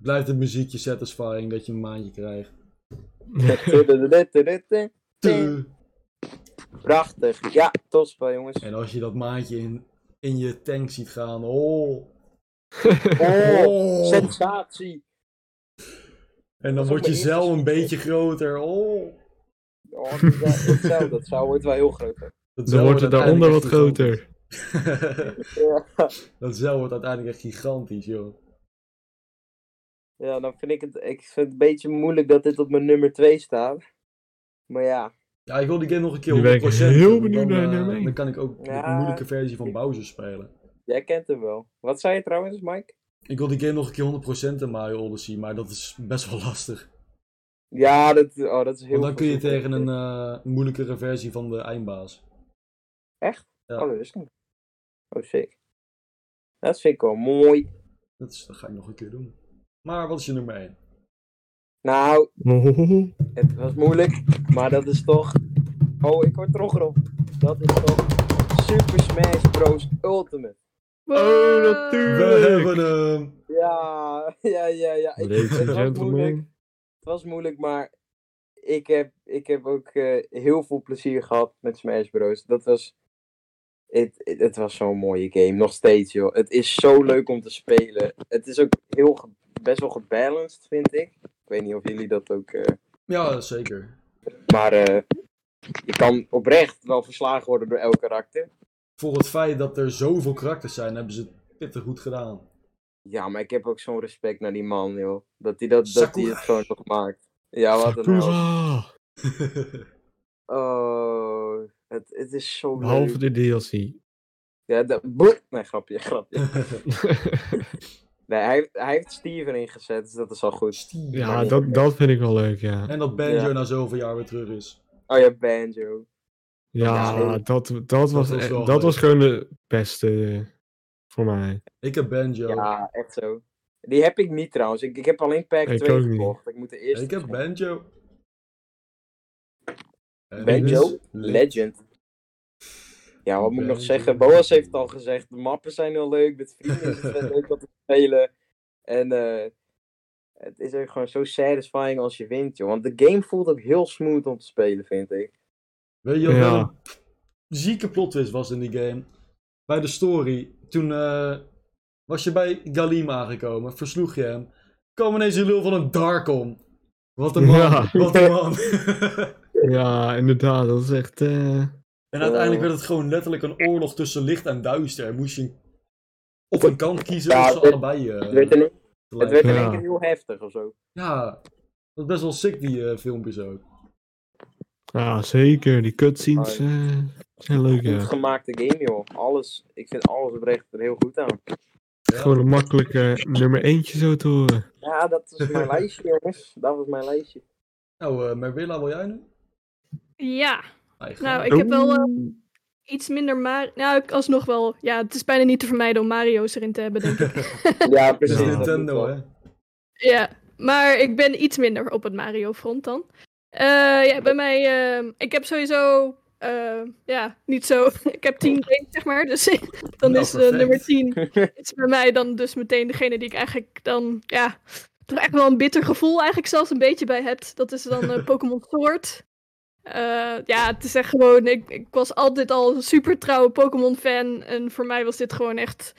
Speaker 1: blijft het muziekje satisfying dat je een maandje krijgt. Tudu.
Speaker 2: Prachtig. Ja, topspel jongens.
Speaker 1: En als je dat maandje in, in je tank ziet gaan, oh.
Speaker 2: Oh,
Speaker 1: oh.
Speaker 2: sensatie.
Speaker 1: En
Speaker 2: dat
Speaker 1: dan
Speaker 2: is
Speaker 1: word
Speaker 2: ook
Speaker 1: je
Speaker 2: mijn
Speaker 1: zelf
Speaker 2: eerste
Speaker 1: een beetje groter, oh.
Speaker 2: Oh, dat zou- dat zou, dat zou wordt wel heel groot. hè.
Speaker 1: Dat
Speaker 3: Dan
Speaker 1: zeil
Speaker 3: wordt het daaronder wat
Speaker 1: uiteindelijk echt
Speaker 3: groter.
Speaker 1: gigantisch.
Speaker 2: Ja.
Speaker 1: dat zeil wordt uiteindelijk echt gigantisch, joh.
Speaker 2: Ja, dan vind ik het, ik vind het een beetje moeilijk dat dit op mijn nummer 2 staat. Maar ja,
Speaker 1: Ja, ik wil die game nog een keer 100%.
Speaker 3: Nu ben ik heel
Speaker 1: doen, dan,
Speaker 3: benieuwd naar
Speaker 1: eh,
Speaker 3: nummer één.
Speaker 1: Dan kan ik ook de
Speaker 2: Ja.
Speaker 1: moeilijke versie van Bowser spelen.
Speaker 2: jij kent hem wel. Wat zei je trouwens, Mike?
Speaker 1: Ik wil die game nog een keer 100% in Mario Odyssey, maar dat is best wel lastig.
Speaker 2: Ja, dat, oh, dat is heel
Speaker 1: Want dan kun je
Speaker 2: verzoekend.
Speaker 1: tegen een eh, moeilijkere versie van de eindbaas. ja.
Speaker 2: Oh, dat is niet. Oh, sick. Dat vind ik wel mooi.
Speaker 1: Dat, is, dat ga ik nog een keer doen. Maar wat is je nummer 1?
Speaker 2: Nou,
Speaker 3: Oh,
Speaker 2: het was moeilijk, maar dat is toch... Oh, ik word trogger op. Dat is toch Super Smash Bros. Ultimate.
Speaker 3: Oh,
Speaker 4: Eh,
Speaker 1: We
Speaker 3: natuurlijk.
Speaker 1: hebben hem!
Speaker 2: Ja, ja, ja, ja. Ik,
Speaker 3: Ladies
Speaker 2: het
Speaker 3: and
Speaker 2: was moeilijk.
Speaker 3: gentlemen.
Speaker 2: Het was moeilijk, maar ik heb, ik heb ook eh, heel veel plezier gehad met Smash Bros. Dat was. Het, het, het was zo'n mooie game, nog steeds joh. Het is zo leuk om te spelen. Het is ook heel ge- best wel gebalanced, vind ik. Ik weet niet of jullie dat ook. eh,
Speaker 1: Ja, zeker.
Speaker 2: maar eh, je kan oprecht wel verslagen worden door elk karakter.
Speaker 1: Voor het feit dat er zoveel karakters zijn, hebben ze het pittig goed gedaan.
Speaker 2: Ja, maar ik heb ook zo'n respect naar die man, joh. Dat hij dat, dat hij
Speaker 1: Sakurai.
Speaker 2: het gewoon nog maakt. Ja, Ah, wat een held.
Speaker 3: Sakura.
Speaker 2: Oh, het, het is zo leuk.
Speaker 3: Behalve de DLC.
Speaker 2: Ja, de... boe- Nee, grapje, grapje. Nee, hij, hij heeft Steve erin gezet, dus dat is al goed.
Speaker 1: Steve.
Speaker 3: ja, dat, dat vind ik wel leuk, ja.
Speaker 1: En dat Banjo
Speaker 2: Ja.
Speaker 1: na zoveel jaar weer terug is.
Speaker 2: Oh ja, Banjo.
Speaker 3: Ja,
Speaker 2: Ja,
Speaker 3: dat, dat, was,
Speaker 1: was
Speaker 3: eh,
Speaker 1: wel
Speaker 3: dat was
Speaker 1: leuk.
Speaker 3: gewoon de beste eh, voor mij.
Speaker 1: Ik heb Banjo.
Speaker 2: Ja, echt zo. Die heb ik niet trouwens. Ik, ik heb alleen pack
Speaker 3: Ik
Speaker 2: 2
Speaker 3: ook niet.
Speaker 2: gekocht. Ik moet de eerste...
Speaker 1: Ik heb
Speaker 2: kopen.
Speaker 1: Banjo. En
Speaker 2: Banjo?
Speaker 1: dus- dit is Link.
Speaker 2: Legend. Ja, wat moet ik nog zeggen? Boas heeft het al gezegd. De mappen zijn heel leuk. Met vrienden is het wel leuk om te spelen. En eh, het is ook gewoon zo satisfying als je wint, joh. Want de game voelt ook heel smooth om te spelen, vind ik.
Speaker 1: Weet je wat
Speaker 3: Ja.
Speaker 1: wel een zieke plot twist was in die game? Bij de story, toen eh, was je bij Galim aangekomen, versloeg je hem. Kwam ineens een lul van een Darkon. Wat een man,
Speaker 3: Ja.
Speaker 1: wat een man.
Speaker 3: Ja, inderdaad. Dat is echt... eh,
Speaker 1: en uiteindelijk
Speaker 2: Oh.
Speaker 1: werd het gewoon letterlijk een oorlog tussen licht en duister. En moest je een- op een kant kiezen
Speaker 2: Ja,
Speaker 1: of ze
Speaker 2: het werd-
Speaker 1: allebei eh,
Speaker 2: Het werd in,
Speaker 1: te lijken.
Speaker 2: het werd in
Speaker 3: Ja.
Speaker 2: één keer heel heftig of zo.
Speaker 1: Ja, dat was best wel sick die eh, filmpjes ook.
Speaker 3: Ja, zeker. Die cutscenes
Speaker 2: Oh,
Speaker 3: eh, zijn leuk,
Speaker 2: Goed
Speaker 3: ja.
Speaker 2: gemaakte game, joh. Alles, ik vind alles oprecht er heel goed aan.
Speaker 1: Ja.
Speaker 3: Gewoon een makkelijke nummer eentje zo te horen.
Speaker 2: Ja, dat was mijn lijstje, jongens. Dat was mijn lijstje.
Speaker 1: Nou, eh Marilla, wil jij nu? Ah,
Speaker 4: Ja,
Speaker 1: Eigenlijk.
Speaker 4: nou, ik heb wel eh, iets minder Mario... Nou, ik- alsnog wel... Ja, het is bijna niet te vermijden om Mario's erin te hebben, denk ik.
Speaker 2: Ja,
Speaker 1: Het is
Speaker 2: precies. dat moet
Speaker 1: Nintendo,
Speaker 2: wel.
Speaker 1: hè?
Speaker 4: Ja, maar ik ben iets minder op het Mario-front dan. Eh, ja, bij mij... ehm, ik heb sowieso... eh, ja, niet zo... ik heb 10 games, zeg maar. Dus dan
Speaker 1: Nou,
Speaker 4: is eh,
Speaker 1: perfect.
Speaker 4: nummer 10 is bij mij dan dus meteen degene die ik eigenlijk dan... Ja, toch echt wel een bitter gevoel eigenlijk zelfs een beetje bij heb. Dat is dan eh, Pokémon Sword. Eh, ja, het is echt gewoon... Ik, ik was altijd al een super trouwe Pokémon-fan. En voor mij was dit gewoon echt...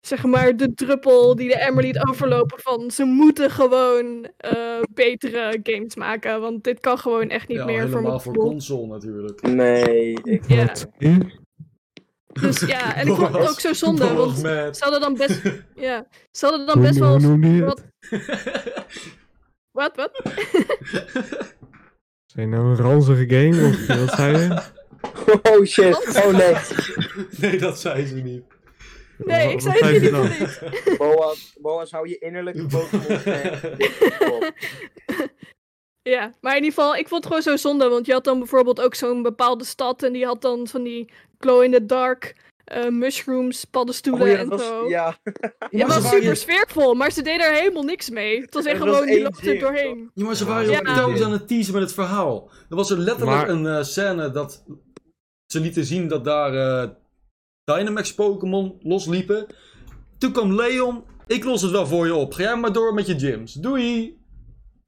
Speaker 4: Zeg maar de druppel die de emmer liet overlopen van... Ze moeten gewoon eh, betere games maken. Want dit kan gewoon echt niet
Speaker 1: Ja,
Speaker 4: meer voor
Speaker 1: helemaal
Speaker 4: mijn
Speaker 1: voor
Speaker 4: gevoel.
Speaker 1: console natuurlijk.
Speaker 2: Nee, ik...
Speaker 4: Ja.
Speaker 3: Wat? Hm?
Speaker 4: Dus ja, en ik vond het
Speaker 1: Boas.
Speaker 4: ook zo zonde.
Speaker 1: Boas
Speaker 4: Want
Speaker 1: mad.
Speaker 4: ze hadden dan best... Ja, ze hadden dan
Speaker 3: Hoe
Speaker 4: best wel...
Speaker 3: noem je het?
Speaker 4: Wat, wat, wat?
Speaker 3: Zijn nou een ranzige game? Of wat zei je?
Speaker 2: Oh shit, oh nee.
Speaker 1: nee, dat zei ze niet.
Speaker 4: Nee,
Speaker 3: Wat-
Speaker 4: ik
Speaker 3: wat
Speaker 4: zei het
Speaker 3: zei ze
Speaker 4: jullie
Speaker 3: dan?
Speaker 4: voor niks.
Speaker 2: Boas, Boas, hou je innerlijke Pokémon fan. op.
Speaker 4: Ja, maar in ieder geval, ik vond het gewoon zo zonde. Want je had dan bijvoorbeeld ook zo'n bepaalde stad. En die had dan van die glow-in-the-dark eh, mushrooms, paddenstoelen
Speaker 2: Oh ja, dat
Speaker 4: en
Speaker 2: was...
Speaker 4: zo.
Speaker 2: Ja,
Speaker 4: Het was
Speaker 1: ze waren-
Speaker 4: super sfeervol, maar ze deden er helemaal niks mee. Het was echt
Speaker 2: Het was
Speaker 4: gewoon, die
Speaker 2: één
Speaker 4: loopt
Speaker 2: gif,
Speaker 4: er doorheen.
Speaker 1: Ja, maar ze
Speaker 3: Ja,
Speaker 1: waren
Speaker 4: ja.
Speaker 1: ook telkens aan het teasen met het verhaal. Er was er letterlijk
Speaker 3: Maar-
Speaker 1: een eh, scène dat ze lieten zien dat daar eh, Dynamax Pokémon losliepen. Toen kwam Leon, ik los het wel voor je op. Ga jij maar door met je gyms. Doei!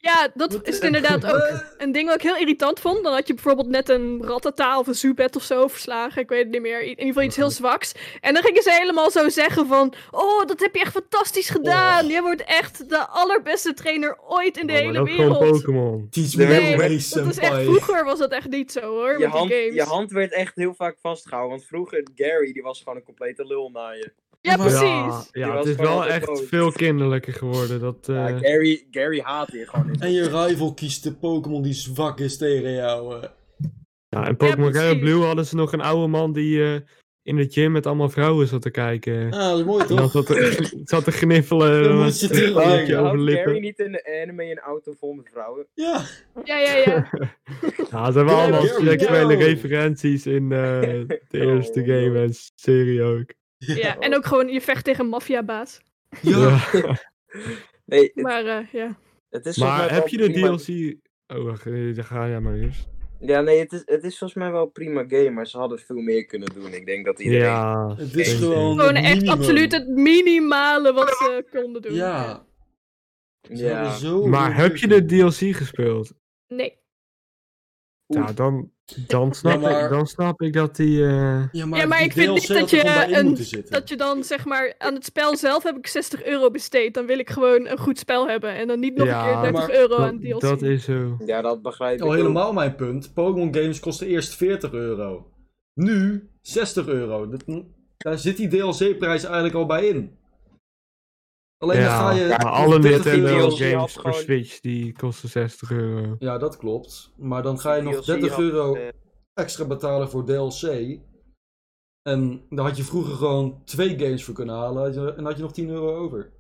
Speaker 4: Ja, dat is het inderdaad ook.
Speaker 1: Eh,
Speaker 4: Een ding wat ik heel irritant vond, dan had je bijvoorbeeld net een rattata of een zubat of zo verslagen. Ik weet het niet meer. In ieder geval iets heel zwaks. En dan gingen ze helemaal zo zeggen van, oh, dat heb je echt fantastisch gedaan.
Speaker 1: Oh.
Speaker 4: Jij wordt echt de allerbeste trainer ooit in de
Speaker 3: Oh, Maar
Speaker 4: hele
Speaker 3: ook gewoon
Speaker 4: wereld.
Speaker 3: Pokémon.
Speaker 1: teach me
Speaker 2: Nee,
Speaker 1: your
Speaker 4: dat
Speaker 1: ways,
Speaker 4: is echt,
Speaker 1: senpai.
Speaker 4: vroeger was dat echt niet zo hoor,
Speaker 2: je
Speaker 4: met
Speaker 2: hand,
Speaker 4: die games.
Speaker 2: je hand werd echt heel vaak vastgehouden. Want vroeger, Gary, die was gewoon een complete lul naar je.
Speaker 4: Ja, precies.
Speaker 3: Ja, ja,
Speaker 2: Die
Speaker 3: het
Speaker 2: was
Speaker 3: is
Speaker 2: gewoon
Speaker 3: wel
Speaker 2: altijd
Speaker 3: echt
Speaker 2: boos.
Speaker 3: veel kinderlijker geworden. Dat, eh,
Speaker 2: Ja, Gary, Gary haatte je gewoon.
Speaker 1: En je rival kiest de Pokémon die zwak is tegen jou. eh.
Speaker 3: ja, in Pokémon
Speaker 4: Ja,
Speaker 3: Red en
Speaker 4: precies.
Speaker 3: Blue hadden ze nog een oude man die eh, in de gym met allemaal vrouwen zat te kijken.
Speaker 1: Ah, dat is mooi
Speaker 3: En
Speaker 1: toch?
Speaker 3: dan zat te, zat te gniffelen.
Speaker 1: Dan
Speaker 3: en
Speaker 1: moet je
Speaker 3: was-
Speaker 1: terug,
Speaker 3: eh, een
Speaker 1: ja.
Speaker 3: beetje
Speaker 2: Houdt Gary
Speaker 3: overlippen.
Speaker 2: niet in de anime een auto vol met vrouwen?
Speaker 1: Ja,
Speaker 4: Ja, ja, ja.
Speaker 3: Ja, ze hebben
Speaker 1: Ja,
Speaker 3: allemaal
Speaker 1: Gary,
Speaker 3: seksuele
Speaker 1: yo.
Speaker 3: referenties in eh, de
Speaker 2: Oh,
Speaker 3: eerste game
Speaker 2: man.
Speaker 3: en serie ook.
Speaker 4: ja. En ook gewoon, je vecht tegen een maffiabaas.
Speaker 1: ja.
Speaker 2: Nee, het,
Speaker 4: Maar eh, ja.
Speaker 2: het is volgens mij
Speaker 3: Maar heb
Speaker 2: wel
Speaker 3: je de
Speaker 2: prima-
Speaker 3: DLC... Oh, wacht, eh, daar ga jij maar eerst.
Speaker 2: Ja, nee, het is, het is volgens mij wel een prima game, maar ze hadden veel meer kunnen doen. Ik denk dat iedereen...
Speaker 3: Ja.
Speaker 1: Het
Speaker 3: denk
Speaker 1: is
Speaker 3: ik.
Speaker 1: gewoon.
Speaker 4: Gewoon
Speaker 1: het
Speaker 4: echt
Speaker 1: minimum.
Speaker 4: absoluut het minimale wat ze konden doen.
Speaker 1: Ja. Ze
Speaker 2: Ja.
Speaker 1: hadden zo
Speaker 3: Maar heb je de DLC gespeeld?
Speaker 4: Nee.
Speaker 3: Ja, dan, dan, snap,
Speaker 1: maar-
Speaker 3: ik, dan snap ik dat die... eh,
Speaker 1: Ja, maar,
Speaker 4: Ja, maar
Speaker 1: die
Speaker 4: ik vind
Speaker 1: DLC
Speaker 4: niet dat
Speaker 1: had er
Speaker 4: je
Speaker 1: gewoon bij in
Speaker 4: een-
Speaker 1: moeten zitten.
Speaker 4: Dat je dan zeg maar aan het spel zelf heb ik 60 euro besteed. Dan wil ik gewoon een goed spel hebben. En dan niet nog
Speaker 3: Ja,
Speaker 4: een keer 30
Speaker 1: maar
Speaker 4: euro aan
Speaker 3: dat,
Speaker 4: DLC.
Speaker 3: dat is zo.
Speaker 2: Ja, dat begrijp ik
Speaker 1: Al
Speaker 2: ook.
Speaker 1: Oh, helemaal mijn punt. Pokémon games kosten eerst 40 euro. Nu 60 euro. Dat- daar zit die DLC-prijs eigenlijk al bij in. Alleen dan ga
Speaker 3: Ja,
Speaker 1: je.
Speaker 3: maar alle
Speaker 1: 30 euro-
Speaker 3: Nintendo
Speaker 2: DLC had
Speaker 3: games voor
Speaker 2: gewoon-
Speaker 3: Switch die kosten 60 euro.
Speaker 1: Ja, dat klopt. Maar dan ga je nog
Speaker 2: DLC
Speaker 1: 30
Speaker 2: had,
Speaker 1: euro
Speaker 2: eh,
Speaker 1: extra betalen voor DLC. En daar had je vroeger gewoon twee games voor kunnen halen. had je- En had je nog 10 euro over.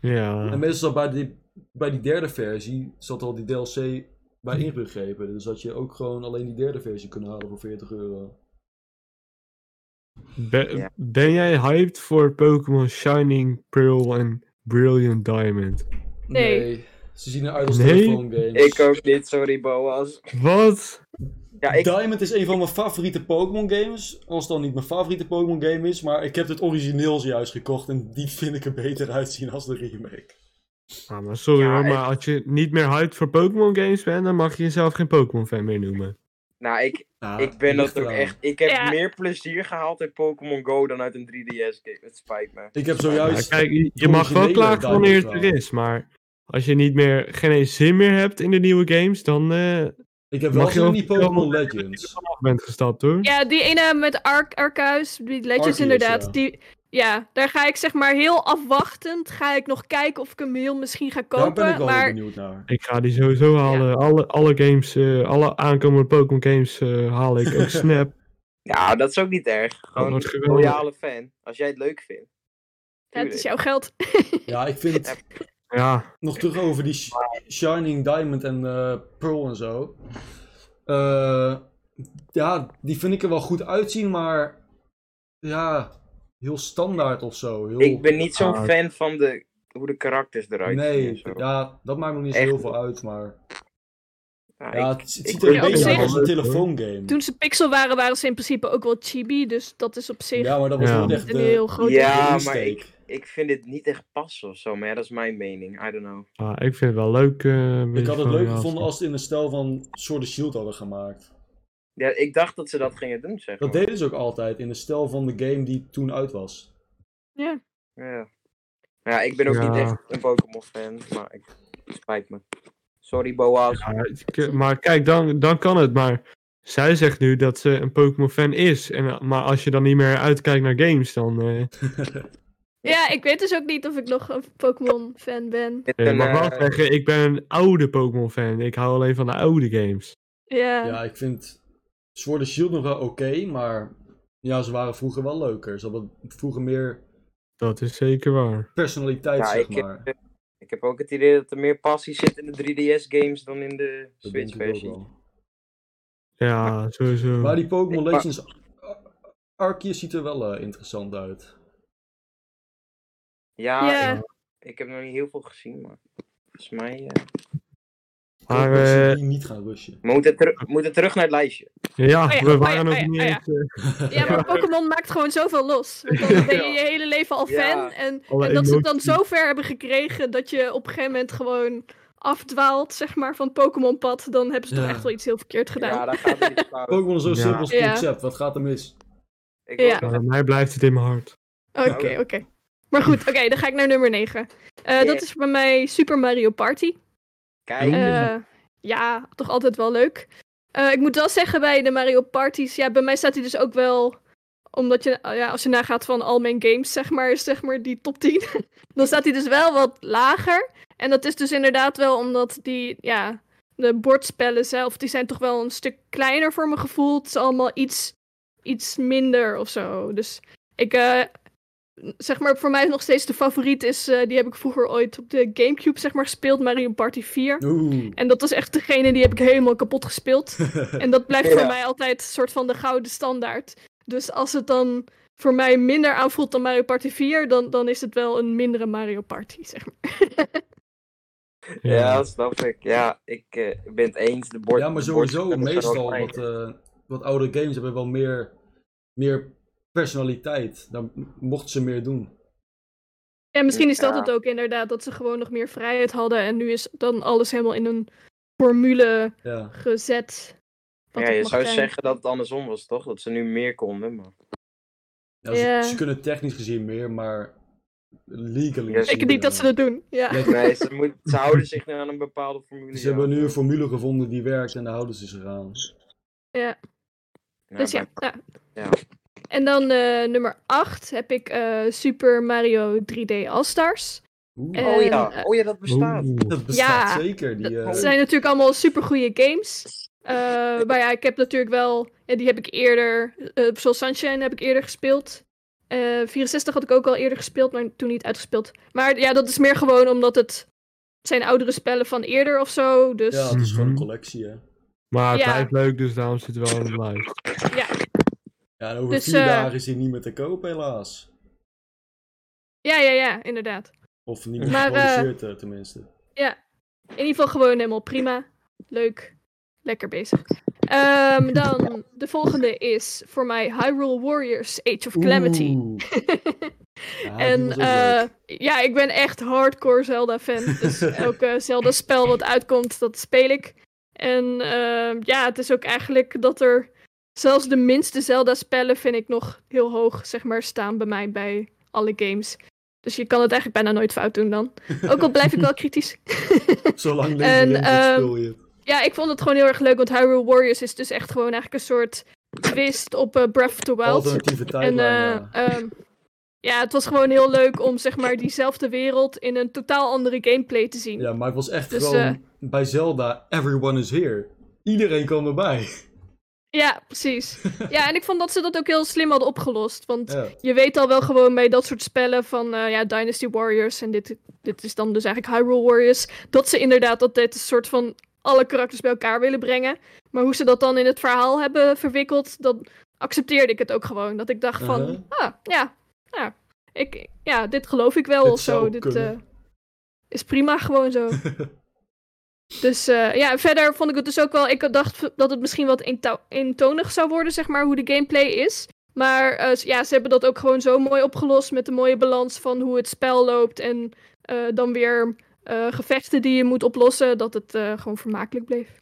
Speaker 1: En
Speaker 3: Ja,
Speaker 1: meestal bij die, bij die derde versie zat al die DLC bij inbegrepen. Dus had je ook gewoon alleen die derde versie kunnen halen voor 40 euro.
Speaker 3: Be-
Speaker 2: Ja.
Speaker 3: ben jij hyped voor Pokémon Shining Pearl en Brilliant Diamond?
Speaker 4: Nee.
Speaker 1: Ze zien eruit als
Speaker 3: Nee.
Speaker 1: telefoongames.
Speaker 2: Ik ook niet, sorry Boas.
Speaker 3: Wat?
Speaker 2: Ja, ik,
Speaker 1: Diamond is een van mijn favoriete Pokémon games. Als het dan niet mijn favoriete Pokémon game is. Maar ik heb het origineel juist gekocht. En die vind ik er beter uitzien als de remake.
Speaker 3: Ah, maar sorry
Speaker 2: Ja,
Speaker 3: hoor,
Speaker 2: ik-
Speaker 3: maar als je niet meer hyped voor Pokémon games bent, dan mag je jezelf geen Pokémon fan meer noemen.
Speaker 2: nou, ik,
Speaker 1: Ja,
Speaker 2: ik ben
Speaker 1: ligt
Speaker 2: dat ook
Speaker 1: eraan.
Speaker 2: echt. Ik heb
Speaker 4: Ja.
Speaker 2: meer plezier gehaald uit Pokémon Go dan uit een 3DS game. Het spijt me.
Speaker 1: Ik heb
Speaker 3: Ja,
Speaker 1: zojuist...
Speaker 3: kijk, je- je
Speaker 1: originele
Speaker 3: mag wel klagen wanneer het
Speaker 1: Diamond wel.
Speaker 3: er is, maar als je niet meer geen eens zin meer hebt in de nieuwe games, dan eh
Speaker 1: Ik heb wel
Speaker 3: Mag je
Speaker 1: zin in
Speaker 3: ook
Speaker 1: die Pokémon
Speaker 3: Pokémon
Speaker 1: Legends.
Speaker 3: af bent gestapt hoor.
Speaker 4: Ja, die ene met Ark, Arceus, die Legends
Speaker 1: Arceus,
Speaker 4: inderdaad.
Speaker 1: ja.
Speaker 4: Die, ja, daar ga ik zeg maar heel afwachtend. Ga ik nog kijken of ik hem heel misschien ga
Speaker 1: Daar
Speaker 4: kopen.
Speaker 1: ben ik wel heel
Speaker 4: maar
Speaker 1: benieuwd naar.
Speaker 3: Ik ga die sowieso halen. Alle, alle games, eh, alle aankomende Pokémon games eh, haal ik. Ook Snap.
Speaker 2: Ja, dat is ook niet erg. Gewoon
Speaker 3: wordt
Speaker 2: een
Speaker 3: geweldig.
Speaker 2: loyale fan. Als jij het leuk vindt.
Speaker 4: ja, het is
Speaker 2: Tuurlijk.
Speaker 4: jouw geld.
Speaker 1: Ja, ik vind het
Speaker 3: ja,
Speaker 1: nog terug over die sh- Shining Diamond en eh, Pearl en zo. Eh, ja, die vind ik er wel goed uitzien, maar ja, heel standaard of zo. Heel...
Speaker 2: Ik ben niet zo'n
Speaker 3: Ah.
Speaker 2: fan van de, hoe de karakters eruit zien. en
Speaker 1: Nee,
Speaker 2: zo.
Speaker 1: ja, dat maakt nog niet zo
Speaker 2: Echt.
Speaker 1: heel veel uit, maar
Speaker 2: Ja,
Speaker 1: ja,
Speaker 2: Nou,
Speaker 1: het,
Speaker 2: ik-
Speaker 1: het ziet
Speaker 2: ik
Speaker 1: er een
Speaker 4: vind het
Speaker 1: beetje uit
Speaker 4: wel
Speaker 1: als een
Speaker 3: leuk,
Speaker 1: telefoongame.
Speaker 4: Toen ze pixel waren, waren ze in principe ook wel chibi. Dus dat is op zich
Speaker 1: Ja, maar dat was
Speaker 3: Ja.
Speaker 1: niet echt
Speaker 4: een
Speaker 1: de,
Speaker 4: heel groot...
Speaker 2: Ja,
Speaker 1: de
Speaker 2: maar
Speaker 1: insteek.
Speaker 2: ik vind dit niet echt passen of zo, maar ja, dat is mijn mening. I don't know.
Speaker 3: ah, ik vind het wel leuk. eh, een
Speaker 1: Ik
Speaker 3: beetje
Speaker 1: had het
Speaker 3: van
Speaker 1: leuk
Speaker 3: die
Speaker 1: gevonden
Speaker 3: afstand.
Speaker 1: als ze in een stijl van Sword and Shield hadden gemaakt.
Speaker 2: Ja, ik dacht dat ze dat gingen doen, zeg
Speaker 1: Dat
Speaker 2: maar.
Speaker 1: deden ze ook altijd, in de stijl van de game die toen uit was.
Speaker 2: Ja. ja, ik ben ook
Speaker 3: Ja.
Speaker 2: niet echt een Pokémon-fan, maar ik... het spijt me. Sorry, Boas.
Speaker 3: Ja, het- k- maar kijk, dan, dan kan het. Maar zij zegt nu dat ze een Pokémon fan is. En, eh, maar als je dan niet meer uitkijkt naar games, dan eh,
Speaker 4: Ja, ik weet dus ook niet of ik nog een Pokémon-fan ben.
Speaker 2: Dit
Speaker 3: je
Speaker 2: een,
Speaker 3: mag wel
Speaker 2: eh,
Speaker 3: zeggen, ik ben een oude Pokémon fan. Ik hou alleen van de oude games.
Speaker 4: Ja.
Speaker 1: Ja, ik vind Sword and Shield nog wel oké, maar ja, ze waren vroeger wel leuker. Ze hadden vroeger meer
Speaker 3: Dat is zeker waar.
Speaker 1: personaliteit,
Speaker 2: Ja,
Speaker 1: zeg
Speaker 2: ik-
Speaker 1: maar.
Speaker 2: ik heb ook het idee dat er meer passie zit in de 3DS-games dan in de
Speaker 1: Dat denk ik ook
Speaker 2: Switch-versie.
Speaker 1: wel.
Speaker 3: Ja, sowieso.
Speaker 1: Maar die Pokémon
Speaker 2: Ik-
Speaker 1: Legends Ar- Arceus ziet er wel eh, interessant uit.
Speaker 2: Ja,
Speaker 4: Ja,
Speaker 2: Ik, ik heb nog niet heel veel gezien, maar volgens mij... eh,
Speaker 3: Maar,
Speaker 1: ik hoop dat ze
Speaker 3: eh,
Speaker 1: die niet gaan rushen.
Speaker 2: We moeten, teru- we moeten terug naar het lijstje.
Speaker 3: Ja,
Speaker 4: Oh ja, oh
Speaker 3: we
Speaker 4: ja,
Speaker 3: waren
Speaker 4: oh
Speaker 3: nog
Speaker 4: ja,
Speaker 3: niet
Speaker 4: oh ja.
Speaker 3: eens... eh,
Speaker 4: Ja, maar Pokémon maakt gewoon zoveel los. Want dan ben je je hele leven al
Speaker 2: Ja.
Speaker 4: fan. En,
Speaker 3: Alle
Speaker 4: en dat ze het dan
Speaker 3: emoties.
Speaker 4: zo ver hebben gekregen dat je op een gegeven moment gewoon afdwaalt, zeg maar, van het Pokémon-pad. Dan hebben ze
Speaker 1: Ja.
Speaker 4: toch echt wel iets heel verkeerd gedaan.
Speaker 2: Ja, daar gaat het niet fout.
Speaker 1: Pokémon is zo
Speaker 3: Ja.
Speaker 1: simpel als het
Speaker 4: Ja.
Speaker 1: concept, wat gaat er mis?
Speaker 2: Ik wil
Speaker 4: Ja.
Speaker 2: nog
Speaker 3: Maar bij mij blijft het in mijn hart.
Speaker 4: Oké,
Speaker 2: Nou, ja.
Speaker 4: oké. Maar goed, oké, dan ga ik naar nummer 9. Dat is bij mij Super Mario Party.
Speaker 2: kijken.
Speaker 4: Eh, ja, toch altijd wel leuk. Eh, ik moet wel zeggen bij de Mario Parties, ja, bij mij staat hij dus ook wel, omdat je, ja, als je nagaat van al mijn games, zeg maar, is zeg maar die top 10, dan staat hij dus wel wat lager. En dat is dus inderdaad wel omdat die, ja, de bordspellen zelf, die zijn toch wel een stuk kleiner voor mijn gevoel. Het is allemaal iets, iets minder of zo. Dus ik, eh, zeg maar, voor mij nog steeds de favoriet is, eh, die heb ik vroeger ooit op de Gamecube, zeg maar, gespeeld, Mario Party 4.
Speaker 1: Oeh.
Speaker 4: En dat was echt degene die heb ik helemaal kapot gespeeld. En dat blijft
Speaker 2: Ja.
Speaker 4: voor mij altijd een soort van de gouden standaard. Dus als het dan voor mij minder aanvoelt dan Mario Party 4, dan, dan is het wel een mindere Mario Party, zeg maar.
Speaker 2: Ja, dat snap ik. Ja, ik eh, ben het eens. De bord,
Speaker 1: ja, maar
Speaker 2: de
Speaker 1: sowieso,
Speaker 2: bordspellen zijn
Speaker 1: meestal
Speaker 2: ook klein.
Speaker 1: wat, eh, wat oude games hebben wel meer, meer personaliteit. Dan mochten ze meer doen.
Speaker 4: En misschien is dat
Speaker 2: Ja.
Speaker 4: het ook inderdaad, dat ze gewoon nog meer vrijheid hadden. En nu is dan alles helemaal in een formule
Speaker 1: Ja.
Speaker 4: gezet. wat
Speaker 2: Ja,
Speaker 4: het
Speaker 2: je
Speaker 4: mag
Speaker 2: zou
Speaker 4: zijn.
Speaker 2: zeggen dat het andersom was, toch? Dat ze nu meer konden, maar...
Speaker 1: Ja, ze,
Speaker 4: Ja.
Speaker 1: ze kunnen technisch gezien meer, maar legally.
Speaker 2: Ja,
Speaker 4: Ik denk niet dat ze dat doen, ja.
Speaker 1: Nee,
Speaker 2: Nee, ze, moet, ze houden zich nu aan een bepaalde formule.
Speaker 1: Ze hebben nu een formule gevonden die werkt en daar houden ze zich aan.
Speaker 4: Dus ja. ja.
Speaker 2: ja.
Speaker 4: En dan eh, nummer 8 heb ik eh, Super Mario 3D All-Stars.
Speaker 1: Oeh,
Speaker 4: Eh,
Speaker 2: Oh
Speaker 4: en,
Speaker 2: ja, oh ja, dat bestaat.
Speaker 3: Oeh.
Speaker 1: dat bestaat
Speaker 4: ja,
Speaker 1: zeker. Die, eh,
Speaker 4: Dat zijn natuurlijk allemaal supergoeie games. Eh, maar ja, ik heb natuurlijk wel... ja, die heb ik eerder... eh, Soul Sunshine heb ik eerder gespeeld. Eh, 64 had ik ook al eerder gespeeld, maar toen niet uitgespeeld. Maar ja, dat is meer gewoon omdat het... Het zijn oudere spellen van eerder of zo. Dus
Speaker 1: Ja,
Speaker 4: ja,
Speaker 1: het is gewoon een
Speaker 3: Mhm.
Speaker 1: collectie, hè.
Speaker 3: Maar het
Speaker 4: Ja.
Speaker 3: blijft leuk, dus daarom zitten we wel in de lijst.
Speaker 1: Ja, en over
Speaker 4: Dus,
Speaker 1: vier
Speaker 4: eh,
Speaker 1: dagen is die niet meer te koop, helaas.
Speaker 4: ja, ja, inderdaad.
Speaker 1: Of niet meer
Speaker 4: Maar, eh,
Speaker 1: geproduceerd, eh, tenminste.
Speaker 4: In ieder geval gewoon helemaal prima. Leuk. Lekker bezig. Ehm, dan de volgende is voor mij Hyrule Warriors Age of Calamity.
Speaker 1: Oeh. Ja, die
Speaker 4: en
Speaker 1: was ook leuk.
Speaker 4: eh, ja, ik ben echt hardcore Zelda-fan. Dus elk eh, Zelda-spel wat uitkomt, dat speel ik. En eh, ja, het is ook eigenlijk dat er zelfs de minste Zelda-spellen vind ik nog heel hoog, zeg maar, staan bij mij bij alle games. Dus je kan het eigenlijk bijna nooit fout doen dan. Ook al blijf ik wel kritisch.
Speaker 1: Zolang deze
Speaker 4: en,
Speaker 1: Jens het
Speaker 4: ehm,
Speaker 1: speel je. het.
Speaker 4: Ja, ik vond het gewoon heel erg leuk, want Hyrule Warriors is dus echt gewoon eigenlijk een soort twist op eh, Breath of the Wild.
Speaker 1: Alternatieve
Speaker 4: En
Speaker 1: tijdlijn.
Speaker 4: eh,
Speaker 1: ja.
Speaker 4: ehm, ja, het was gewoon heel leuk om zeg maar diezelfde wereld in een totaal andere gameplay te zien.
Speaker 1: Ja, maar het was echt
Speaker 4: dus,
Speaker 1: gewoon
Speaker 4: eh,
Speaker 1: bij Zelda, everyone is here. Iedereen kwam erbij.
Speaker 4: Ja, precies. ja, en ik vond dat ze dat ook heel slim hadden opgelost. Want
Speaker 1: Ja.
Speaker 4: je weet al wel gewoon bij dat soort spellen van eh, ja, Dynasty Warriors en dit, dit is dan dus eigenlijk Hyrule Warriors, dat ze inderdaad dat dit een soort van alle karakters bij elkaar willen brengen. Maar hoe ze dat dan in het verhaal hebben verwikkeld, dan accepteerde ik het ook gewoon. Dat ik dacht van,
Speaker 1: Uh-huh.
Speaker 4: ah, ja, ja, ik, ja, dit geloof ik wel
Speaker 1: Dit
Speaker 4: of zo.
Speaker 1: zou
Speaker 4: Dit
Speaker 1: kunnen.
Speaker 4: eh, is prima gewoon zo. Dus eh, ja, en verder vond ik het dus ook wel. Ik dacht v- dat het misschien wat eentou- eentonig zou worden, zeg maar, hoe de gameplay is. Maar eh, s- ja, ze hebben dat ook gewoon zo mooi opgelost met de mooie balans van hoe het spel loopt. En eh, dan weer eh, gevechten die je moet oplossen, dat het eh, gewoon vermakelijk bleef.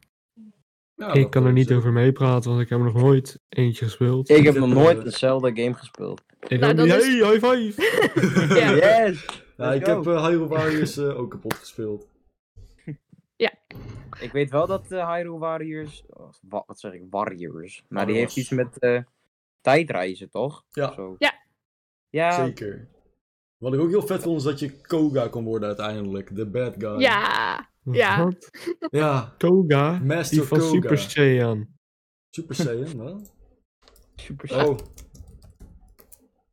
Speaker 1: Ja, dat
Speaker 3: ik kan er
Speaker 1: klopt,
Speaker 3: niet
Speaker 1: ja.
Speaker 3: over meepraten, want ik heb er nog nooit eentje gespeeld.
Speaker 2: Ik
Speaker 1: heb
Speaker 2: heb
Speaker 1: nog
Speaker 2: nog
Speaker 1: nooit
Speaker 2: nooit een Zelda game gespeeld.
Speaker 3: Ik
Speaker 4: Nou,
Speaker 3: ook
Speaker 4: dat
Speaker 3: niet-
Speaker 4: is-
Speaker 3: Hey, high five!
Speaker 4: Ja.
Speaker 2: Yes!
Speaker 1: Ja, ik heb eh, Hyrule Warriors eh, ook kapot gespeeld.
Speaker 2: Ik weet wel dat eh, Hyrule Warriors... oh, wa- wat zeg ik? Warriors. Maar die heeft
Speaker 1: Warriors.
Speaker 2: iets met eh, tijdreizen, toch?
Speaker 1: Ja.
Speaker 2: Zo.
Speaker 4: Ja.
Speaker 2: Ja,
Speaker 1: Zeker. Wat ik ook heel vet vond, is dat je Koga kon worden uiteindelijk. De bad guy.
Speaker 4: Ja, Ja.
Speaker 3: Wat?
Speaker 1: Ja,
Speaker 3: Koga? Die
Speaker 1: Master
Speaker 3: van
Speaker 1: Koga.
Speaker 3: Super Saiyan.
Speaker 1: Super Saiyan, hè?
Speaker 2: super
Speaker 1: Oh,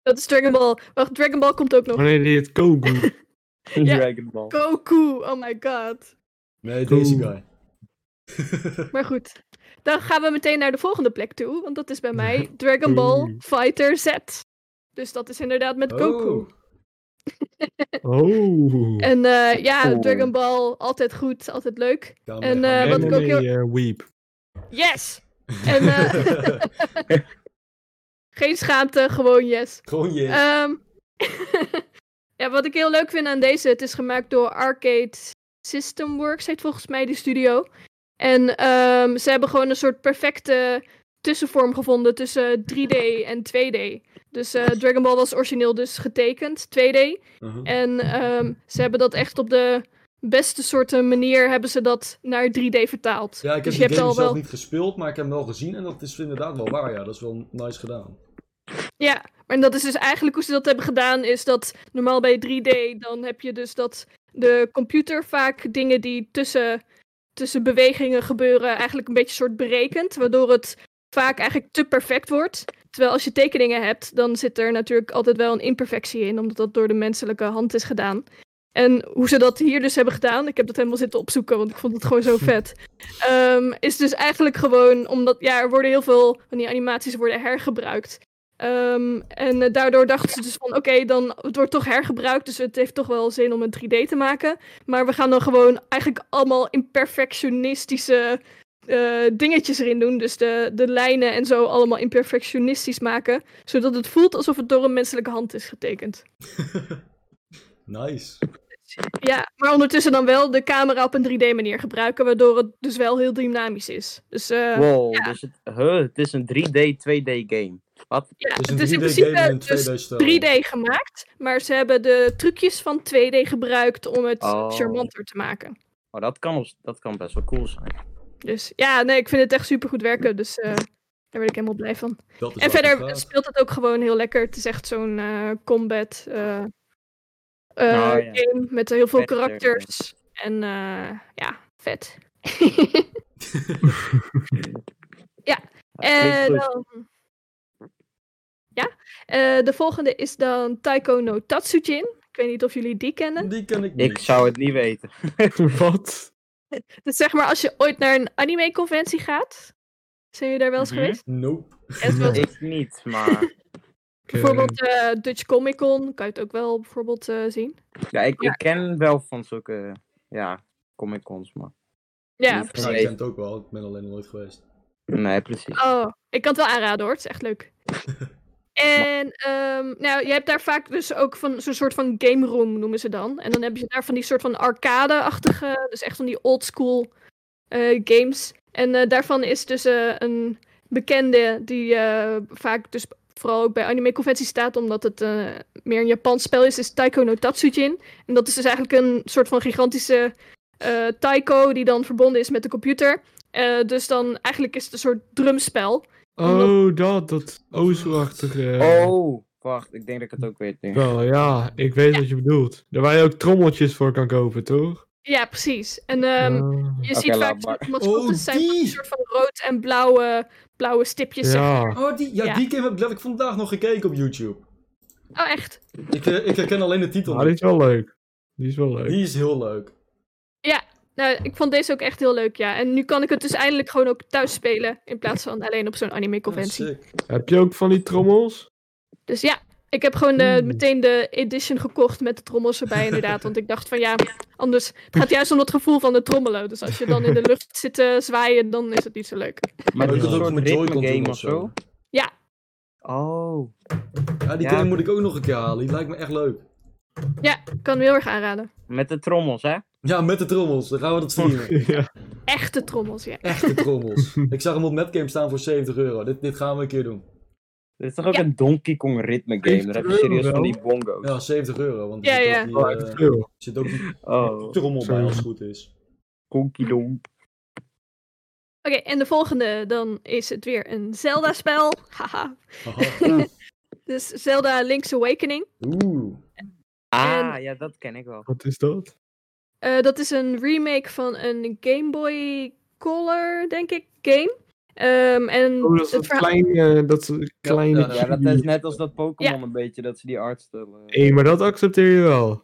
Speaker 4: dat is Dragon Ball. Wacht, Dragon Ball komt ook nog.
Speaker 3: Wanneer die het Kogu.
Speaker 4: Ja.
Speaker 2: Dragon Ball.
Speaker 4: Goku, oh my god.
Speaker 1: nee, deze
Speaker 3: Koga.
Speaker 1: guy.
Speaker 4: Maar goed, dan gaan we meteen naar de volgende plek toe, want dat is bij mij Dragon Ball
Speaker 3: Oeh.
Speaker 4: Fighter Z. Dus dat is inderdaad met Goku.
Speaker 1: Oh,
Speaker 3: Oh.
Speaker 4: En eh, ja,
Speaker 2: Oeh.
Speaker 4: Dragon Ball, altijd goed, altijd leuk.
Speaker 1: Kamehameha.
Speaker 4: En, eh, wat ik ook heel-
Speaker 3: eh, Weep.
Speaker 4: Yes! En eh, geen schaamte, gewoon yes.
Speaker 1: Gewoon je.
Speaker 4: Ehm, ja, wat ik heel leuk vind aan deze, het is gemaakt door Arcade System Works, heet volgens mij die studio. En ehm, ze hebben gewoon een soort perfecte tussenvorm gevonden tussen 3D en 2D. Dus eh, Dragon Ball was origineel dus getekend, 2D.
Speaker 1: Uh-huh.
Speaker 4: En ehm, ze hebben dat echt op de beste soorten manier hebben ze dat naar 3D vertaald.
Speaker 1: Ja, ik heb
Speaker 4: dus je
Speaker 1: die
Speaker 4: hebt
Speaker 1: game
Speaker 4: al
Speaker 1: zelf
Speaker 4: wel-
Speaker 1: niet gespeeld, maar ik heb hem wel gezien. En dat is inderdaad wel waar, ja. Dat is wel nice gedaan.
Speaker 4: Ja, maar dat is dus eigenlijk hoe ze dat hebben gedaan, is dat normaal bij 3D, dan heb je dus dat de computer vaak dingen die tussen, tussen bewegingen gebeuren, eigenlijk een beetje soort berekent, waardoor het vaak eigenlijk te perfect wordt. Terwijl als je tekeningen hebt, dan zit er natuurlijk altijd wel een imperfectie in, omdat dat door de menselijke hand is gedaan. En hoe ze dat hier dus hebben gedaan, ik heb dat helemaal zitten opzoeken, want ik vond het gewoon zo vet. Ehm, is dus eigenlijk gewoon omdat, ja, er worden heel veel van die animaties worden hergebruikt. Ehm, en eh, daardoor dachten ze dus van, oké, dan het wordt toch hergebruikt, dus het heeft toch wel zin om een 3D te maken. Maar we gaan dan gewoon eigenlijk allemaal imperfectionistische eh, dingetjes erin doen. Dus de, de lijnen en zo allemaal imperfectionistisch maken, zodat het voelt alsof het door een menselijke hand is getekend.
Speaker 1: Nice.
Speaker 4: Ja, maar ondertussen dan wel de camera op een 3D manier gebruiken, waardoor het dus wel heel dynamisch is. Dus eh,
Speaker 2: Wow, dus het, huh, het is een 3D, 2D game.
Speaker 4: ja,
Speaker 1: Het is
Speaker 4: het
Speaker 1: een
Speaker 4: is
Speaker 1: 3D
Speaker 4: in
Speaker 1: game
Speaker 4: principe
Speaker 1: en een
Speaker 4: dus
Speaker 1: 2D stijl.
Speaker 4: 3D gemaakt, maar ze hebben de trucjes van 2D gebruikt om het
Speaker 2: Oh.
Speaker 4: charmanter te maken.
Speaker 2: Oh, dat kan, ons- dat kan best wel cool zijn.
Speaker 4: Dus ja, nee, ik vind het echt super goed werken, dus eh, daar word ik helemaal blij van.
Speaker 1: Dat is
Speaker 4: en
Speaker 1: wat
Speaker 4: verder
Speaker 1: het gaat.
Speaker 4: speelt het ook gewoon heel lekker. Het is echt zo'n eh, combat eh, eh,
Speaker 2: Ah, ja.
Speaker 4: game met heel veel
Speaker 2: Vechter, ja.
Speaker 4: karakters. En eh, ja, vet.
Speaker 2: Ah, Klinkt
Speaker 4: En
Speaker 2: goed.
Speaker 4: dan... Ja, eh, de volgende is dan Taiko no Tatsujin. Ik weet niet of jullie die kennen.
Speaker 1: Die ken ik niet.
Speaker 2: Ik zou het niet weten.
Speaker 3: Wat?
Speaker 4: Dus zeg maar, als je ooit naar een anime-conventie gaat... Zijn jullie daar wel eens
Speaker 2: Mhm.
Speaker 4: geweest?
Speaker 1: Nope.
Speaker 4: En zoals
Speaker 2: Ik niet, maar
Speaker 4: bijvoorbeeld eh, Dutch Comic Con, kan je het ook wel bijvoorbeeld eh, zien.
Speaker 2: ja, ik, ik ken wel van zulke ja, comic cons, maar
Speaker 4: Ja,
Speaker 2: Niet
Speaker 1: Ja, ik
Speaker 4: precies.
Speaker 1: ken het ook wel. Ik ben alleen nog nooit geweest.
Speaker 2: Nee, precies.
Speaker 4: Oh, ik kan het wel aanraden hoor. Het is echt leuk. en ehm, nou, je hebt daar vaak dus ook van zo'n soort van game room noemen ze dan. En dan hebben ze daar van die soort van arcade-achtige, dus echt van die old school eh, games. En eh, daarvan is dus eh, een bekende die eh, vaak dus vooral ook bij anime-conventies staat, omdat het eh, meer een Japans spel is, is Taiko no Tatsujin. En dat is dus eigenlijk een soort van gigantische eh, taiko die dan verbonden is met de computer. Eh, dus dan eigenlijk is het een soort drumspel.
Speaker 3: Oh, dat, dat eh, ozo-achtige.
Speaker 1: Eh.
Speaker 2: Oh, wacht. Ik denk dat ik het ook weet nu.
Speaker 3: Wel, ja, ik weet wat je bedoelt. Daar waar je ook trommeltjes voor kan kopen, toch?
Speaker 4: Ja, precies. En ehm,
Speaker 3: Ah,
Speaker 4: je
Speaker 2: Oké,
Speaker 4: ziet
Speaker 2: laat
Speaker 4: vaak
Speaker 2: maar.
Speaker 4: dat mascottes
Speaker 1: Oh,
Speaker 4: zijn van
Speaker 1: die!
Speaker 4: een soort van rood en blauwe, blauwe stipjes. zeg.
Speaker 3: ja.
Speaker 1: Oh, die, ja,
Speaker 4: Ja.
Speaker 1: die game heb heb ik vandaag nog gekeken op YouTube.
Speaker 4: Oh, echt?
Speaker 1: Ik, eh, ik herken alleen de titel.
Speaker 3: Ah, die is wel leuk. Die is wel leuk.
Speaker 1: Die is heel leuk.
Speaker 4: Nou, ik vond deze ook echt heel leuk, ja. En nu kan ik het dus eindelijk gewoon ook thuis spelen, in plaats van alleen op zo'n anime-conventie.
Speaker 1: Ja, sick.
Speaker 3: Heb je ook van die trommels?
Speaker 4: Dus ja, ik heb gewoon de,
Speaker 1: Hmm.
Speaker 3: Mm.
Speaker 4: meteen de edition gekocht met de trommels erbij inderdaad. Want ik dacht van ja, anders het gaat juist om dat gevoel van de trommelen. Dus als je dan in de lucht zit te zwaaien, dan is het niet zo leuk.
Speaker 2: Maar
Speaker 1: Ja.
Speaker 2: dat is
Speaker 1: Dat
Speaker 2: een
Speaker 1: ook
Speaker 2: soort
Speaker 1: met Joy-Con
Speaker 2: ritme game
Speaker 1: doen
Speaker 2: of
Speaker 1: of zo.
Speaker 2: zo?
Speaker 4: Ja.
Speaker 2: Oh.
Speaker 1: Ja, die
Speaker 2: Ja.
Speaker 1: game moet ik ook nog een keer halen. Die lijkt me echt leuk.
Speaker 4: Ik kan hem heel erg aanraden.
Speaker 2: Met de trommels, hè?
Speaker 1: Ja, met de trommels. Dan gaan we dat streamen.
Speaker 3: ja.
Speaker 4: Echte trommels, ja.
Speaker 1: Echte trommels. ik zag hem op Netgame staan voor 70 euro. Dit, dit gaan we een keer doen.
Speaker 2: Dit is toch ook
Speaker 4: Ja.
Speaker 2: een Donkey Kong ritme game? Dan heb je
Speaker 3: 70
Speaker 2: serieus
Speaker 3: euro.
Speaker 2: van die bongo's.
Speaker 1: Ja, 70 euro. Want
Speaker 4: Ja,
Speaker 1: er zit
Speaker 4: ja.
Speaker 1: ook
Speaker 3: Oh,
Speaker 1: die, eh,
Speaker 3: veel.
Speaker 1: zit ook die
Speaker 2: Oh,
Speaker 1: trommel bij
Speaker 3: Sorry.
Speaker 1: als het goed is.
Speaker 2: Konky Donk.
Speaker 4: Oké, en de volgende, dan is het weer een Zelda-spel. Haha.
Speaker 1: Haha.
Speaker 4: Dus Zelda Link's Awakening.
Speaker 1: Oeh.
Speaker 2: Ah, ja, dat ken ik wel.
Speaker 3: Wat is dat?
Speaker 4: Eh, dat is een remake van een Game Boy Color, denk ik, game. Ehm, en
Speaker 3: Oh, dat is
Speaker 4: het
Speaker 3: dat
Speaker 4: verhaal...
Speaker 3: kleine... Dat is dat kleine
Speaker 1: ja,
Speaker 2: Ja, dat is net als dat Pokémon een beetje, dat ze die artstijl... eh,
Speaker 3: Hé, maar dat accepteer je wel.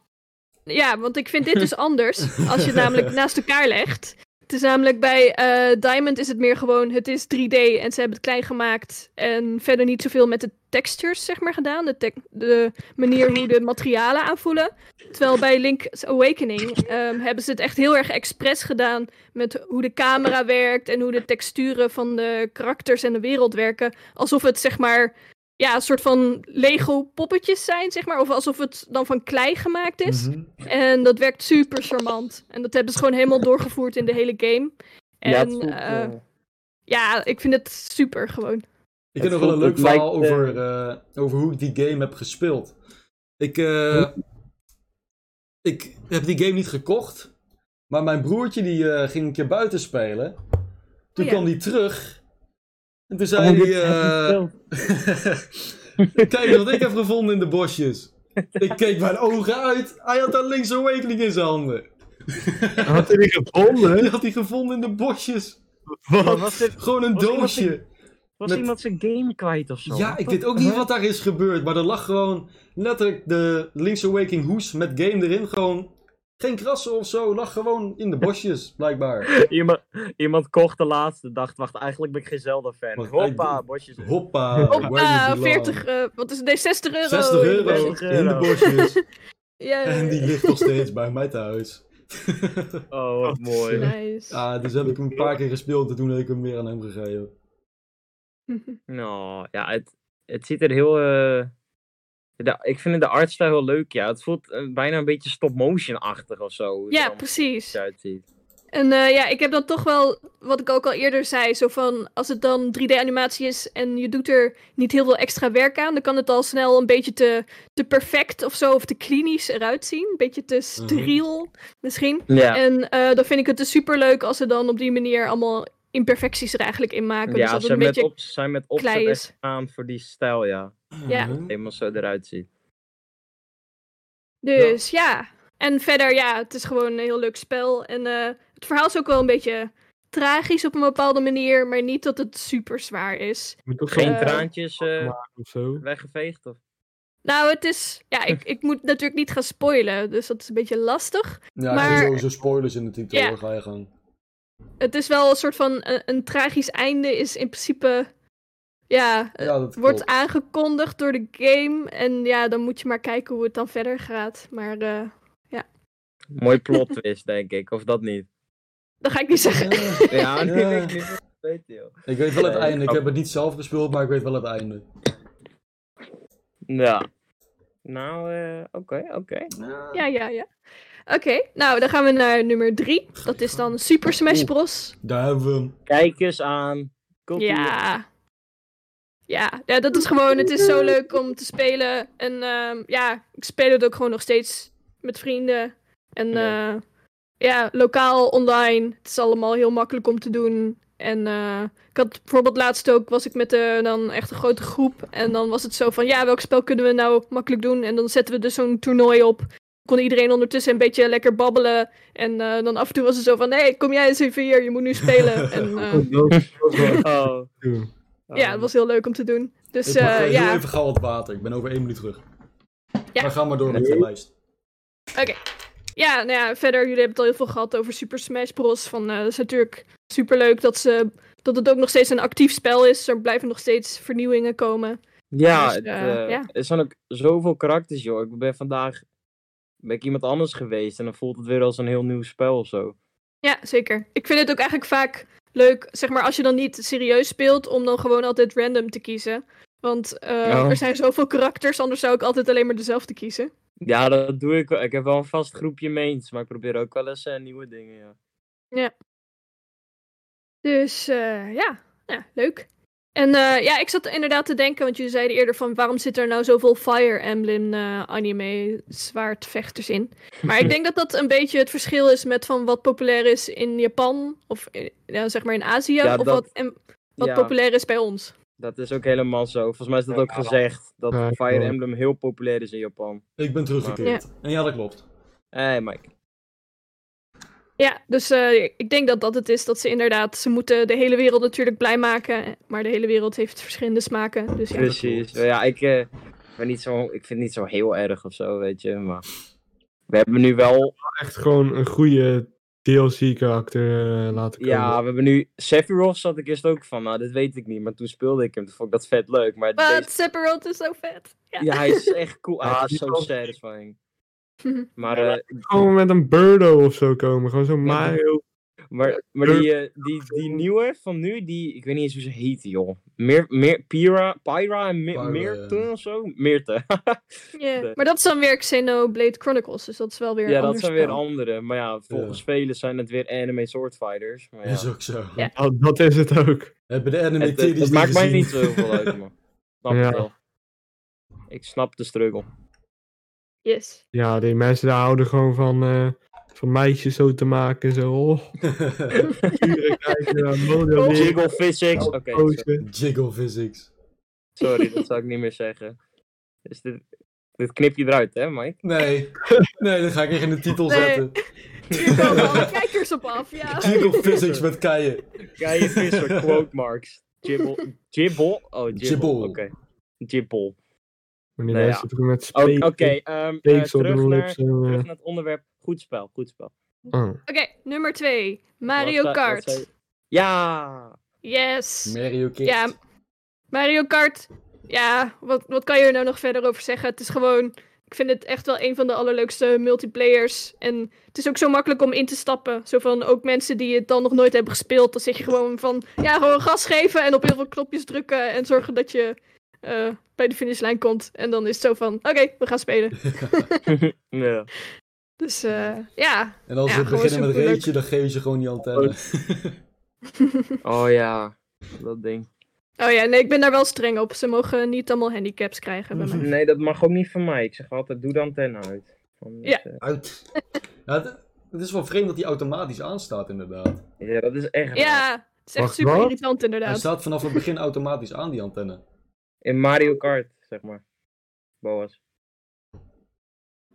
Speaker 4: Ja, want ik vind dit dus anders als je het namelijk naast elkaar legt. Het is namelijk bij eh, Diamond is het meer gewoon, het is 3D en ze hebben het klein gemaakt. En verder niet zoveel met de textures, zeg maar, gedaan. De, tec- de manier hoe de materialen aanvoelen. Terwijl bij Link's Awakening ehm, hebben ze het echt heel erg expres gedaan. Met hoe de camera werkt en hoe de texturen van de karakters en de wereld werken. Alsof het, zeg maar, ja, een soort van Lego poppetjes zijn, zeg maar. Of alsof het dan van klei gemaakt is.
Speaker 1: Mhm.
Speaker 4: En dat werkt super charmant. En dat hebben ze gewoon helemaal doorgevoerd in de hele game. En
Speaker 2: ja,
Speaker 4: ja,
Speaker 2: het voelt, eh,
Speaker 4: ja ik vind het super gewoon.
Speaker 1: Ik heb
Speaker 2: Het
Speaker 1: nog wel een
Speaker 2: voelt-
Speaker 1: leuk
Speaker 2: het lijkt,
Speaker 1: verhaal
Speaker 2: eh,
Speaker 1: over, eh, over hoe ik die game heb gespeeld. Ik, eh, ik heb die game niet gekocht. Maar mijn broertje die eh, ging een keer buiten spelen. Toen
Speaker 4: ja.
Speaker 1: kwam hij terug. En toen
Speaker 2: oh,
Speaker 1: zei
Speaker 2: dit
Speaker 1: hij...
Speaker 2: heb je
Speaker 1: eh,
Speaker 2: verteld.
Speaker 1: Kijk wat ik heb gevonden in de bosjes. Ik keek mijn ogen uit. Hij had daar links awakening in zijn handen.
Speaker 3: Had hij die
Speaker 1: Die
Speaker 3: gevonden?
Speaker 1: had hij gevonden in de bosjes.
Speaker 2: Maar
Speaker 3: Wat?
Speaker 2: was dit,
Speaker 1: Gewoon een
Speaker 2: Was iemand
Speaker 1: doosje.
Speaker 2: was
Speaker 1: Met-
Speaker 2: iemand zijn game kwijt of zo?
Speaker 1: Ja, ik weet ook niet wat daar is gebeurd. Maar er lag gewoon letterlijk de Link's Awakening hoes met game erin. Gewoon geen krassen of zo. Lag gewoon in de bosjes, blijkbaar.
Speaker 2: Iemand, iemand kocht de laatste, dacht, wacht, eigenlijk ben ik geen Zelda-fan.
Speaker 1: Wacht,
Speaker 2: Hoppa,
Speaker 1: ik-
Speaker 2: bosjes.
Speaker 1: Hoppa. Oh, where
Speaker 4: Hoppa,
Speaker 1: you belong.
Speaker 4: 40, eh, wat is het? Nee, 60 euro.
Speaker 1: 60 euro
Speaker 2: 60
Speaker 1: in de
Speaker 2: euro.
Speaker 1: bosjes.
Speaker 4: Ja,
Speaker 1: En die ligt nog steeds bij mij thuis.
Speaker 2: Oh, wat mooi.
Speaker 4: nice.
Speaker 1: Ah, dus heb ik hem een paar keer gespeeld en toen heb ik hem weer aan hem gegeven.
Speaker 2: Nou, ja, het, het ziet er heel... eh, de- ik vind de artstijl heel leuk, ja. Het voelt eh, bijna een beetje stop-motion-achtig of zo. hoe het er
Speaker 4: ja,
Speaker 2: allemaal
Speaker 4: precies.
Speaker 2: Uitziet.
Speaker 4: En eh, ja, ik heb dan toch wel, wat ik ook al eerder zei, zo van als het dan 3D-animatie is en je doet er niet heel veel extra werk aan, dan kan het al snel een beetje te, te perfect of zo, of te klinisch eruit zien. Een beetje
Speaker 1: Mhm.
Speaker 4: te steriel misschien.
Speaker 2: Ja,
Speaker 4: En eh, dan vind ik het dus super leuk als ze dan op die manier allemaal imperfecties er eigenlijk in maken. dus
Speaker 2: ja
Speaker 4: dat
Speaker 2: ze
Speaker 4: het een
Speaker 2: hebben met
Speaker 4: beetje.
Speaker 2: op, zijn met opzet
Speaker 4: klei
Speaker 2: echt
Speaker 4: is.
Speaker 2: gegaan voor die stijl, ja.
Speaker 4: Ja.
Speaker 1: Mhm.
Speaker 2: Helemaal zo eruit ziet.
Speaker 4: Dus ja. En verder, ja, het is gewoon een heel leuk spel. En eh, het verhaal is ook wel een beetje tragisch op een bepaalde manier, maar niet dat het super zwaar is.
Speaker 3: Moet toch
Speaker 2: Geen
Speaker 3: zo'n draadje
Speaker 2: traantjes eh,
Speaker 3: maken of zo?
Speaker 2: weggeveegd? Of?
Speaker 4: Nou, het is. Ja, ik, ik moet natuurlijk niet gaan spoilen, dus dat is een beetje lastig.
Speaker 1: Ja,
Speaker 4: Maar-
Speaker 1: er zijn sowieso spoilers in de titel,
Speaker 4: Ja.
Speaker 1: hoor. ga je gang.
Speaker 4: Het is wel een soort van. Een, een tragisch einde is in principe. Ja, eh,
Speaker 1: Ja, dat
Speaker 4: wordt
Speaker 1: klopt.
Speaker 4: aangekondigd door de game. En ja, dan moet je maar kijken hoe het dan verder gaat. Maar eh,
Speaker 2: Mooi plot twist, denk ik. Of dat niet?
Speaker 4: dat ga ik niet zeggen.
Speaker 1: Ja.
Speaker 2: Ja, nee, ik niet. weten, joh.
Speaker 1: Ik weet wel het
Speaker 2: Nee,
Speaker 1: einde. Ik
Speaker 2: grap.
Speaker 1: heb het niet zelf gespeeld, maar ik weet wel het einde.
Speaker 2: Ja. Nou, eh, oké, oké.
Speaker 4: Ja, ja, ja. Oké, nou dan gaan we naar nummer drie. Dat is dan Super Smash
Speaker 1: Oeh.
Speaker 4: Bros.
Speaker 1: Daar hebben we hem.
Speaker 2: Kijk eens aan. Koppie.
Speaker 4: Ja. ja. Ja, dat is gewoon, het is zo leuk om te spelen. En ehm, ja, ik speel het ook gewoon nog steeds met vrienden. En
Speaker 2: Ja.
Speaker 4: ja, ja lokaal, online. Het is allemaal heel makkelijk om te doen. En eh, ik had bijvoorbeeld laatst ook, was ik met eh, dan echt een grote groep. En dan was het zo van, ja, welk spel kunnen we nou makkelijk doen? En dan zetten we dus zo'n toernooi op. Kon iedereen ondertussen een beetje lekker babbelen. En eh, dan af en toe was het zo van, hé, hey, kom jij eens even hier, je moet nu spelen. en, eh,
Speaker 2: Oh.
Speaker 3: Oeh.
Speaker 2: oh.
Speaker 4: ja, dat was heel leuk om te doen. Dus
Speaker 1: ik mag
Speaker 4: eh,
Speaker 1: Ehm, eh, heel
Speaker 4: ja,
Speaker 1: even gauw wat water. Ik ben over één minuut terug.
Speaker 4: Ja.
Speaker 1: Maar ga maar door met de lijst.
Speaker 4: ja, nou ja, verder, jullie hebben het al heel veel gehad over Super Smash Bros. Van, eh dat is natuurlijk superleuk dat, ze, dat het ook nog steeds een actief spel is. Er blijven nog steeds vernieuwingen komen.
Speaker 2: Ja,
Speaker 4: Dus,
Speaker 2: het,
Speaker 4: eh,
Speaker 2: eh,
Speaker 4: ja.
Speaker 2: er zijn ook zoveel karakters, joh. Ik ben vandaag ben ik iemand anders geweest en dan voelt het weer als een heel nieuw spel of zo.
Speaker 4: Ja, zeker. Ik vind het ook eigenlijk vaak leuk, zeg maar, als je dan niet serieus speelt, om dan gewoon altijd random te kiezen. Want eh,
Speaker 2: Ja.
Speaker 4: er zijn zoveel karakters, anders zou ik altijd alleen maar dezelfde kiezen.
Speaker 2: Ja, dat doe ik wel. Ik heb wel een vast groepje mains, maar ik probeer ook wel eens eh, nieuwe dingen, ja.
Speaker 4: Dus eh, ja. ja, leuk. En eh, ja, ik zat inderdaad te denken, want jullie zeiden eerder van waarom zit er nou zoveel Fire Emblem eh, anime zwaardvechters in? Maar ik denk dat dat een beetje het verschil is met van wat populair is in Japan, of in- ja, zeg maar in Azië,
Speaker 2: Ja,
Speaker 4: of
Speaker 2: dat-
Speaker 4: wat, en, wat
Speaker 2: ja,
Speaker 4: populair is bij ons.
Speaker 2: dat is ook helemaal zo. Volgens mij is dat
Speaker 3: Ja,
Speaker 2: ook
Speaker 3: ja,
Speaker 2: gezegd, dat
Speaker 3: Ja,
Speaker 2: Fire
Speaker 3: klopt.
Speaker 2: Emblem heel populair is in Japan.
Speaker 1: Ik ben teruggekeerd. En ja, dat klopt.
Speaker 2: Hé, hey, Mike.
Speaker 4: Ja, dus eh, ik denk dat dat het is, dat ze inderdaad, ze moeten de hele wereld natuurlijk blij maken, maar de hele wereld heeft verschillende smaken. Dus ja.
Speaker 2: Precies.
Speaker 1: klopt.
Speaker 2: Ja, ik, eh, ben niet zo, ik vind het niet zo heel erg of zo, weet je, maar... We hebben nu wel...
Speaker 3: Echt gewoon een goede DLC-karakter eh, laten komen.
Speaker 2: Ja, we hebben nu... Sephiroth zat ik eerst ook van, nou, dit weet ik niet. Maar toen speelde ik hem, toen vond ik dat vet leuk. Maar deze-
Speaker 4: Wat, Sephiroth is zo vet! Ja.
Speaker 2: Ja, hij is echt cool. Hij
Speaker 3: Ah,
Speaker 2: is
Speaker 3: die
Speaker 2: zo
Speaker 3: was-
Speaker 2: satisfying.
Speaker 4: Mhm.
Speaker 2: Maar,
Speaker 3: Ja,
Speaker 2: eh,
Speaker 3: Gewoon met een Birdo of zo komen. Gewoon zo'n Mario.
Speaker 2: maar, maar die, eh, die, die nieuwe van nu, die, ik weet niet eens hoe ze heet, joh. Meer, meer, Pira, Pyra en Mi-
Speaker 1: Pyra,
Speaker 2: Meerte
Speaker 1: ja.
Speaker 2: of zo? Meerte.
Speaker 4: Ja,
Speaker 2: Nee.
Speaker 4: Maar dat is dan weer Xenoblade Chronicles, dus dat is wel weer een
Speaker 2: ja, dat
Speaker 4: ander
Speaker 2: zijn weer
Speaker 4: spel.
Speaker 2: andere. Maar ja, volgens velen zijn het weer anime sword fighters. Maar ja,
Speaker 1: Is ook zo.
Speaker 4: Ja.
Speaker 3: Oh, dat is het ook.
Speaker 1: Hebben de anime
Speaker 2: het, het-
Speaker 1: titties
Speaker 2: het
Speaker 1: niet
Speaker 2: maakt mij
Speaker 1: gezien?
Speaker 2: niet zo heel veel uit, man. Snap
Speaker 3: Ja.
Speaker 2: het wel. Ik snap de struggle.
Speaker 4: Yes.
Speaker 3: Ja, die mensen daar houden gewoon van, eh, van meisjes zo te maken en zo. Oh, uren kijken naar
Speaker 2: Oh,
Speaker 3: modelleren.
Speaker 2: Jiggle physics. Oké,
Speaker 3: posen.
Speaker 2: so-
Speaker 1: Jiggle physics.
Speaker 2: sorry, dat zou ik niet meer zeggen. Dus dit, dit knip je eruit, hè, Mike?
Speaker 1: Nee. Nee, dat ga ik echt in de titel
Speaker 4: Nee.
Speaker 1: zetten.
Speaker 4: Hier komen alle kijkers op af, ja.
Speaker 1: Jiggle physics met keien.
Speaker 2: Kei Visser, quote marks. Jibble. Jibble? Oh,
Speaker 1: Jibble.
Speaker 2: Jibble. Oké. Jibble.
Speaker 3: Maar die
Speaker 2: Nou ja.
Speaker 3: mensen doen met
Speaker 2: Oh,
Speaker 3: spelen.
Speaker 2: Oké, ehm, eh,
Speaker 3: Steeks op de
Speaker 2: terug, naar,
Speaker 3: lips. en, eh,
Speaker 2: terug naar het onderwerp. Goed spel, goed spel.
Speaker 3: oh.
Speaker 4: Oké, nummer 2. Mario
Speaker 2: Wat zei- wat
Speaker 4: Kart.
Speaker 2: zei- Ja!
Speaker 4: Yes.
Speaker 1: Mario Kart.
Speaker 4: Ja, Mario Kart. Ja, wat, wat kan je er nou nog verder over zeggen? Het is gewoon... Ik vind het echt wel een van de allerleukste multiplayers. En het is ook zo makkelijk om in te stappen. Zo van, ook mensen die het dan nog nooit hebben gespeeld. Dan zit je gewoon van, ja, gewoon gas geven en op heel veel knopjes drukken. En zorgen dat je eh, bij de finishlijn komt. En dan is het zo van, oké, we gaan spelen.
Speaker 2: ja.
Speaker 4: Dus eh, ja,
Speaker 1: En als
Speaker 4: Ja,
Speaker 1: we
Speaker 4: gewoon
Speaker 1: beginnen met
Speaker 4: superleuk.
Speaker 1: reetje, dan geef je ze gewoon die antenne.
Speaker 2: Oh ja, dat ding.
Speaker 4: Oh ja, nee, ik ben daar wel streng op. Ze mogen niet allemaal handicaps krijgen bij mij.
Speaker 2: Nee, dat mag ook niet van mij. Ik zeg altijd, doe de antenne uit. Anders,
Speaker 4: Ja.
Speaker 2: eh,
Speaker 1: Uit. Ja, het, het is wel vreemd dat die automatisch aanstaat, inderdaad.
Speaker 2: ja, dat is echt raar.
Speaker 4: Ja, het is echt
Speaker 3: Wacht,
Speaker 4: super
Speaker 3: wat?
Speaker 4: irritant
Speaker 1: Hij
Speaker 4: inderdaad.
Speaker 1: staat vanaf het begin automatisch aan, die antenne.
Speaker 2: In Mario Kart, zeg maar. Boas.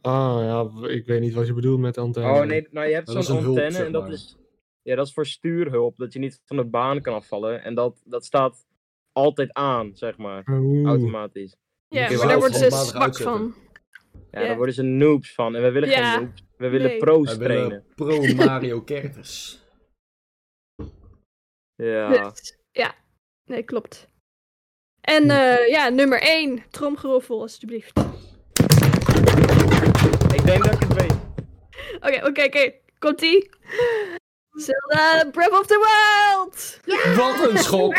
Speaker 3: Ah, ja, w- ik weet niet wat je bedoelt met antenne.
Speaker 2: Oh nee, nou je hebt
Speaker 1: Dat is
Speaker 2: zo'n
Speaker 1: een hulp,
Speaker 2: antenne
Speaker 1: zeg
Speaker 2: en dat
Speaker 1: maar.
Speaker 2: is, ja, dat is voor stuurhulp, dat je niet van de baan kan afvallen. En dat, dat staat altijd aan, zeg maar,
Speaker 3: Oh, Oeh.
Speaker 2: automatisch.
Speaker 4: Ja,
Speaker 2: Je
Speaker 4: maar daar
Speaker 2: wou het
Speaker 4: worden ze
Speaker 1: handmatig
Speaker 4: zwak
Speaker 1: uitzetten.
Speaker 4: van.
Speaker 2: Ja,
Speaker 4: Ja.
Speaker 2: daar worden ze noobs van. En we willen
Speaker 4: Ja,
Speaker 2: geen noobs, we willen
Speaker 4: nee.
Speaker 2: pro's
Speaker 1: Hij wil eh,
Speaker 2: trainen.
Speaker 1: pro Mario Karters.
Speaker 2: Ja.
Speaker 4: Dus, ja, nee, klopt. En eh, ja, nummer 1, tromgeroffel, alsjeblieft. Oké,
Speaker 2: Ik denk dat ik het weet.
Speaker 4: oké, oké, komt-ie. Zelda Breath of the Wild!
Speaker 1: Wat een schok!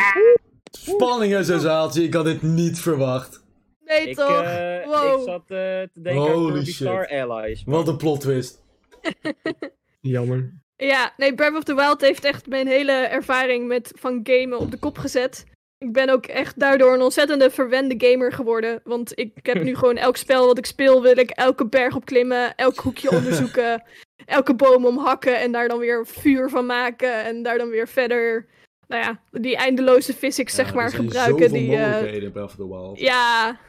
Speaker 1: Spanning en sensatie, ik had dit niet verwacht.
Speaker 4: Nee
Speaker 2: Ik,
Speaker 4: toch?
Speaker 2: eh,
Speaker 4: Wow.
Speaker 2: ik zat eh, te denken aan
Speaker 1: Holy
Speaker 2: Kirby
Speaker 1: shit.
Speaker 2: Star Allies.
Speaker 1: Wat een plot twist.
Speaker 3: Jammer.
Speaker 4: Ja, nee, Breath of the Wild heeft echt mijn hele ervaring met van gamen op de kop gezet. Ik ben ook echt daardoor een ontzettende verwende gamer geworden. Want ik heb nu gewoon elk spel wat ik speel, wil ik elke berg opklimmen, elk hoekje onderzoeken, elke boom omhakken en daar dan weer vuur van maken en daar dan weer verder, nou ja, die eindeloze physics zeg maar gebruiken. Die,
Speaker 1: die.
Speaker 4: eh,
Speaker 1: mogelijkheden in Breath of the Wild.
Speaker 4: ja.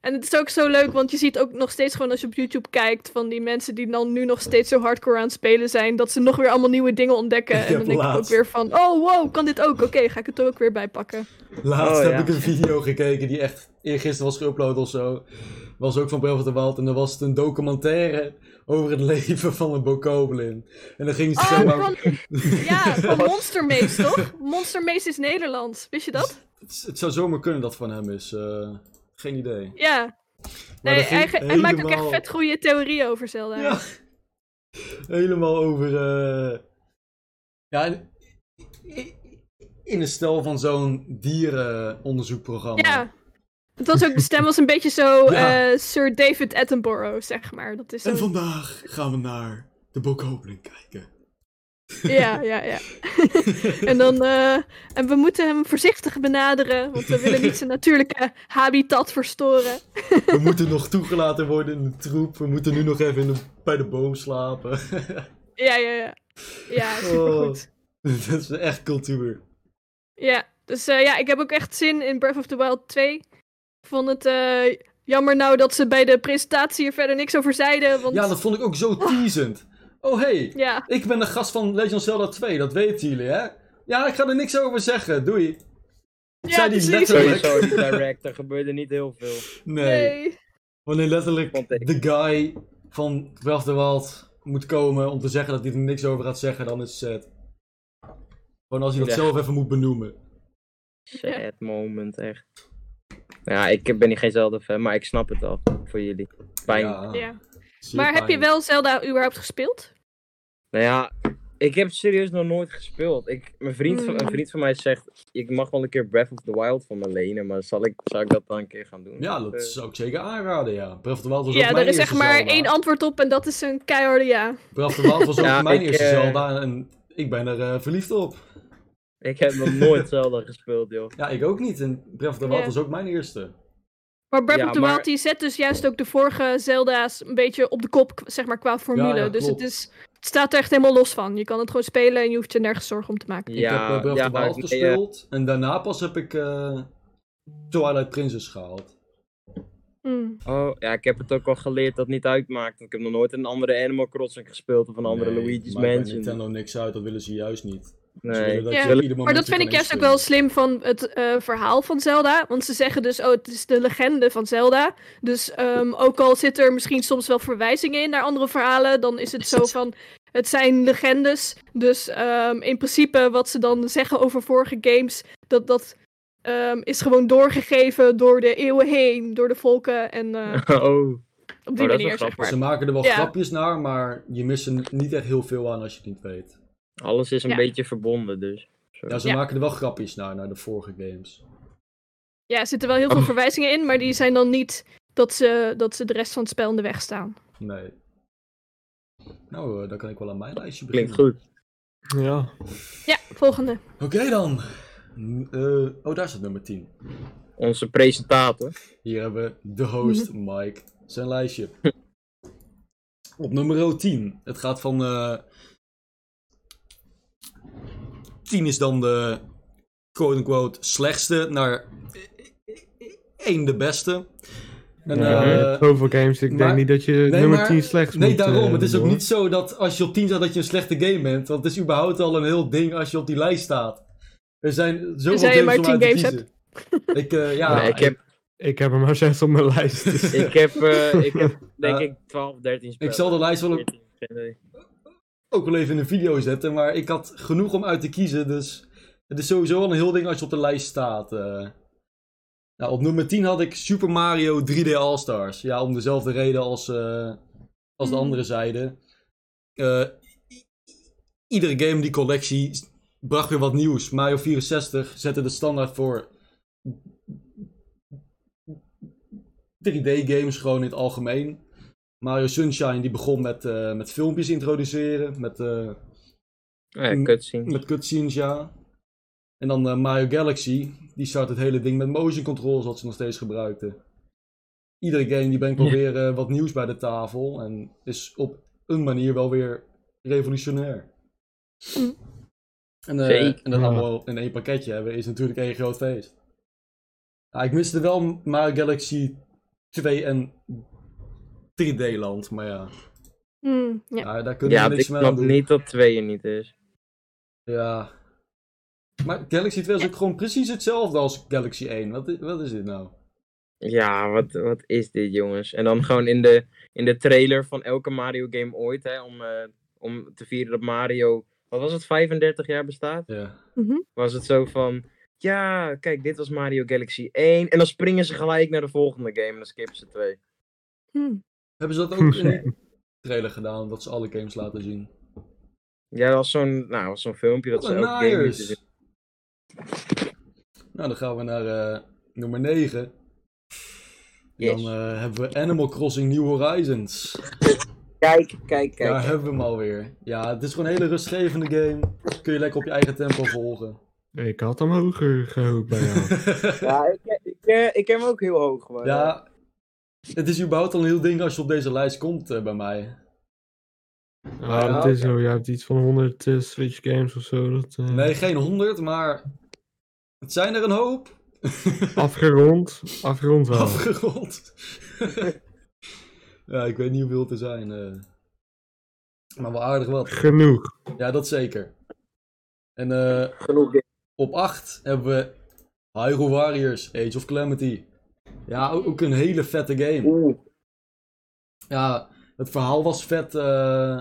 Speaker 4: En het is ook zo leuk, want je ziet ook nog steeds gewoon als je op YouTube kijkt van die mensen die dan nu nog steeds zo hardcore aan het spelen zijn, dat ze nog weer allemaal nieuwe dingen ontdekken.
Speaker 1: Ik
Speaker 4: en
Speaker 1: heb
Speaker 4: dan denk ik ook
Speaker 1: laatst-
Speaker 4: weer van, oh wow, kan dit ook? Oké, ga ik het er ook weer bij pakken.
Speaker 1: Laatst
Speaker 2: Oh,
Speaker 1: heb
Speaker 2: ja.
Speaker 1: ik een video gekeken die echt eergisteren was geüpload of zo. Was ook van Breath of the Wild en dan was het een documentaire over het leven van een bokoblin. En dan ging ze
Speaker 4: Oh,
Speaker 1: zeg maar...
Speaker 4: van, ja, van Monster Maze, toch? Monster Maze is Nederlands, wist je dat?
Speaker 1: Het, is- het zou zomaar kunnen dat van hem is. eh, geen idee.
Speaker 4: Ja.
Speaker 1: Maar
Speaker 4: Nee,
Speaker 1: dat ging
Speaker 4: hij, hij maakt ook echt
Speaker 1: helemaal-
Speaker 4: vet goede theorieën over Zelda.
Speaker 1: Ja. Helemaal over... eh, Ja, in- in de stijl van zo'n dierenonderzoekprogramma.
Speaker 4: Ja. Het was ook, de stem was een beetje zo
Speaker 1: Ja.
Speaker 4: eh, Sir David Attenborough, zeg maar. Dat is
Speaker 1: En
Speaker 4: zo...
Speaker 1: vandaag gaan we naar de bokoblin kijken.
Speaker 4: Ja, ja, ja. en dan, eh, en we moeten hem voorzichtig benaderen, want we willen niet zijn natuurlijke habitat verstoren.
Speaker 1: We moeten nog toegelaten worden in de troep. We moeten nu nog even in de- bij de boom slapen.
Speaker 4: Ja, ja, ja. Ja,
Speaker 1: Oh.
Speaker 4: supergoed.
Speaker 1: dat is echt cultuur.
Speaker 4: Ja, dus eh, ja, ik heb ook echt zin in Breath of the Wild 2. Ik vond het eh, jammer nou dat ze bij de presentatie hier verder niks over zeiden, want
Speaker 1: Ja, dat vond ik ook zo teasend. Oh hey,
Speaker 4: ja,
Speaker 1: ik ben de gast van Legend of Zelda 2, dat weten jullie hè? Ja, ik ga er niks over zeggen, doei.
Speaker 4: ja,
Speaker 1: zei die
Speaker 4: precies.
Speaker 1: letterlijk.
Speaker 2: Sowieso, die direct, er gebeurde niet heel veel.
Speaker 1: Nee.
Speaker 4: Nee.
Speaker 1: Wanneer letterlijk
Speaker 2: Vond ik.
Speaker 1: de guy van Breath of the Wild moet komen om te zeggen dat hij er niks over gaat zeggen, dan is het sad. Gewoon als hij dat
Speaker 2: Ja.
Speaker 1: zelf even moet benoemen.
Speaker 2: Sad moment, echt. Ja, ik ben niet geen zelden fan, maar ik snap het al. Voor jullie. Pijn.
Speaker 1: Ah,
Speaker 4: Ja.
Speaker 1: zeer
Speaker 4: Maar heb je
Speaker 1: pijnlijk.
Speaker 4: wel Zelda überhaupt gespeeld?
Speaker 2: Nou ja, ik heb serieus nog nooit gespeeld. Ik, mijn vriend, van-
Speaker 4: Mm.
Speaker 2: een vriend van mij zegt, ik mag wel een keer Breath of the Wild van me lenen, maar zal ik, zou ik dat dan een keer gaan doen?
Speaker 1: Ja,
Speaker 2: Eh,
Speaker 1: dat zou ik zeker aanraden, ja. Breath of the Wild was ook
Speaker 4: Ja,
Speaker 1: mijn
Speaker 4: er is
Speaker 1: eerste
Speaker 4: echt maar
Speaker 1: Zelda.
Speaker 4: één antwoord op en dat is een keiharde ja.
Speaker 1: Breath of the Wild was ook
Speaker 2: Ja,
Speaker 1: mijn
Speaker 2: ik,
Speaker 1: eerste
Speaker 2: eh,
Speaker 1: Zelda en ik ben er eh, verliefd op.
Speaker 2: Eh, Ik heb nog nooit Zelda gespeeld, joh.
Speaker 1: Ja, ik ook niet. En Breath of the Wild
Speaker 4: Ja.
Speaker 1: was ook mijn eerste.
Speaker 4: Maar Breath
Speaker 2: Ja,
Speaker 4: of the
Speaker 2: maar-
Speaker 4: Wild die zet dus juist ook de vorige Zelda's een beetje op de kop, k- zeg maar, qua formule.
Speaker 1: ja,
Speaker 4: dus
Speaker 1: klopt.
Speaker 4: het, is, het staat er echt helemaal los van. Je kan het gewoon spelen en je hoeft je nergens zorgen om te maken.
Speaker 1: ik heb eh,
Speaker 2: Ja,
Speaker 1: Breath
Speaker 2: ja,
Speaker 1: of the Wild
Speaker 2: nee, eh,
Speaker 1: gespeeld en daarna pas heb ik eh, Twilight Princess gehaald.
Speaker 4: Mm.
Speaker 2: oh, ja, ik heb het ook al geleerd dat het niet uitmaakt. Ik heb nog nooit een andere Animal Crossing gespeeld of een andere
Speaker 1: Nee,
Speaker 2: Luigi's
Speaker 1: maakt bij
Speaker 2: Mansion.
Speaker 1: Nintendo niks uit, dat willen ze juist niet. Ze
Speaker 2: Nee.
Speaker 1: willen dat
Speaker 4: Ja,
Speaker 1: je op ieder
Speaker 4: Maar
Speaker 1: moment
Speaker 4: dat
Speaker 1: je
Speaker 4: vind ik
Speaker 1: kan
Speaker 4: juist ook wel
Speaker 1: inspelen.
Speaker 4: slim van het eh, verhaal van Zelda. Want ze zeggen dus, oh, het is de legende van Zelda. Dus ehm, ook al zit er misschien soms wel verwijzingen in naar andere verhalen, dan is het zo van, het zijn legendes. Dus ehm, in principe wat ze dan zeggen over vorige games, dat dat ehm, is gewoon doorgegeven door de eeuwen heen, door de volken en eh,
Speaker 2: oh,
Speaker 4: op die
Speaker 2: Oh, dat is wel
Speaker 4: manier zeg
Speaker 2: grappig.
Speaker 4: maar.
Speaker 1: Ze maken er wel
Speaker 4: Ja.
Speaker 1: grapjes naar, maar je mist er niet echt heel veel aan als je het niet weet.
Speaker 2: alles is een
Speaker 4: Ja.
Speaker 2: beetje verbonden dus.
Speaker 1: Ja, ze
Speaker 4: Ja.
Speaker 1: maken er wel grapjes naar, naar de vorige games.
Speaker 4: Ja, er zitten wel heel veel
Speaker 2: Oh.
Speaker 4: verwijzingen in, maar die zijn dan niet dat ze, dat ze de rest van het spel in de weg staan.
Speaker 1: Nee. Nou, eh, dan kan ik wel aan mijn lijstje beginnen.
Speaker 2: Klinkt goed.
Speaker 3: Ja.
Speaker 4: Ja, volgende.
Speaker 1: Oké dan. N- eh, oh, daar staat nummer 10.
Speaker 2: Onze presentator.
Speaker 1: Hier hebben we de host, Mike, zijn lijstje. Op nummer 10. Het gaat van. eh 10 is dan de quote-unquote slechtste naar één de beste. En,
Speaker 3: ja,
Speaker 1: eh,
Speaker 3: je hebt zoveel games. Ik
Speaker 1: maar-
Speaker 3: denk niet dat je nummer 10 slechts
Speaker 1: Nee,
Speaker 3: moet,
Speaker 1: daarom.
Speaker 3: eh,
Speaker 1: Het is ook
Speaker 3: doen,
Speaker 1: niet zo dat als je op 10 staat dat je een slechte game bent. Want het is überhaupt al een heel ding als je op die lijst staat. Er zijn zoveel
Speaker 4: Tenzij je
Speaker 1: games
Speaker 4: maar
Speaker 1: om uit
Speaker 4: 10
Speaker 1: te
Speaker 4: games
Speaker 1: kiezen. Ik, eh, ja,
Speaker 2: Nee, ik heb
Speaker 3: hoor. Ik heb er maar 6 op mijn lijst. dus-
Speaker 2: Ik heb, eh, ik heb
Speaker 1: Ja.
Speaker 2: denk ik 12, 13 spellen.
Speaker 1: ik zal de lijst wel
Speaker 2: 14, geen idee.
Speaker 1: ook wel even in een video zetten. Maar ik had genoeg om uit te kiezen. Dus het is sowieso al een heel ding als je op de lijst staat. eh. Nou, op nummer 10 had ik Super Mario 3D All-Stars. Ja, om dezelfde reden als, eh, als de
Speaker 4: Mm.
Speaker 1: andere zijde. Eh, iedere game in die collectie bracht weer wat nieuws. Mario 64 zette de standaard voor 3D-games gewoon in het algemeen. Mario Sunshine die begon met, eh, met filmpjes introduceren, met, eh,
Speaker 2: Ja, cutscene.
Speaker 1: met cutscenes, ja. En dan eh, Mario Galaxy, die start het hele ding met motion controls, wat ze nog steeds gebruikten. Iedere game die brengt wel
Speaker 3: Ja.
Speaker 1: weer eh, wat nieuws bij de tafel en is op een manier wel weer revolutionair.
Speaker 4: Mm.
Speaker 1: En, eh,
Speaker 2: Zeker.
Speaker 1: en dat
Speaker 3: Ja.
Speaker 1: allemaal in één pakketje hebben is natuurlijk één groot feest. Ja, ik miste wel Mario Galaxy 2 en 3D-land, maar ja,
Speaker 4: Hmm, ja.
Speaker 1: ja, Nou, daar kunnen
Speaker 2: Ja,
Speaker 1: we
Speaker 2: ik
Speaker 1: niks mee aan
Speaker 2: snap
Speaker 1: doen.
Speaker 2: niet dat twee er niet is.
Speaker 1: Ja. Maar Galaxy 2 is ook gewoon precies hetzelfde als Galaxy 1. Wat is, wat is dit nou?
Speaker 2: Ja, wat, wat is dit, jongens? En dan gewoon in de, in de trailer van elke Mario-game ooit, hè, om, eh, om te vieren dat Mario, wat was het, 35 jaar bestaat?
Speaker 1: Ja.
Speaker 2: Was het zo van, ja, kijk, dit was Mario Galaxy 1. En dan springen ze gelijk naar de volgende game en dan skippen ze 2.
Speaker 4: Hmm.
Speaker 1: Hebben ze dat ook in de trailer gedaan, dat ze alle games laten zien?
Speaker 2: Ja, dat was zo'n nou, dat was zo'n filmpje dat
Speaker 1: Wat
Speaker 2: ze
Speaker 1: een
Speaker 2: elke game lieten
Speaker 1: naaiers!
Speaker 2: zien.
Speaker 1: Nou, dan gaan we naar eh, nummer 9.
Speaker 2: Yes.
Speaker 1: Dan eh, hebben we Animal Crossing New Horizons.
Speaker 2: Kijk, kijk, kijk.
Speaker 1: Daar hebben we hem alweer. Ja, het is gewoon een hele rustgevende game. Kun je lekker op je eigen tempo volgen.
Speaker 3: Ik had hem hoger gehoopt bij jou.
Speaker 2: Ja, ik, ik, eh, ik ken hem ook heel hoog gewoon. hè.
Speaker 1: Ja, het is überhaupt al een heel ding als je op deze lijst komt eh, bij mij.
Speaker 3: Ah, dat is zo. Jij hebt iets van 100 eh, Switch games of zo. Dat, eh,
Speaker 1: Nee, geen 100, maar het zijn er een hoop.
Speaker 3: Afgerond. Afgerond wel.
Speaker 1: Afgerond. ja, ik weet niet hoeveel te zijn. eh. Maar wel aardig wat.
Speaker 3: Genoeg.
Speaker 1: Ja, dat zeker. En eh,
Speaker 2: Genoeg dit.
Speaker 1: op 8 hebben we Hyrule Warriors, Age of Calamity. Ja, ook ook een hele vette game.
Speaker 2: Oeh,
Speaker 1: Ja, het verhaal was vet. eh,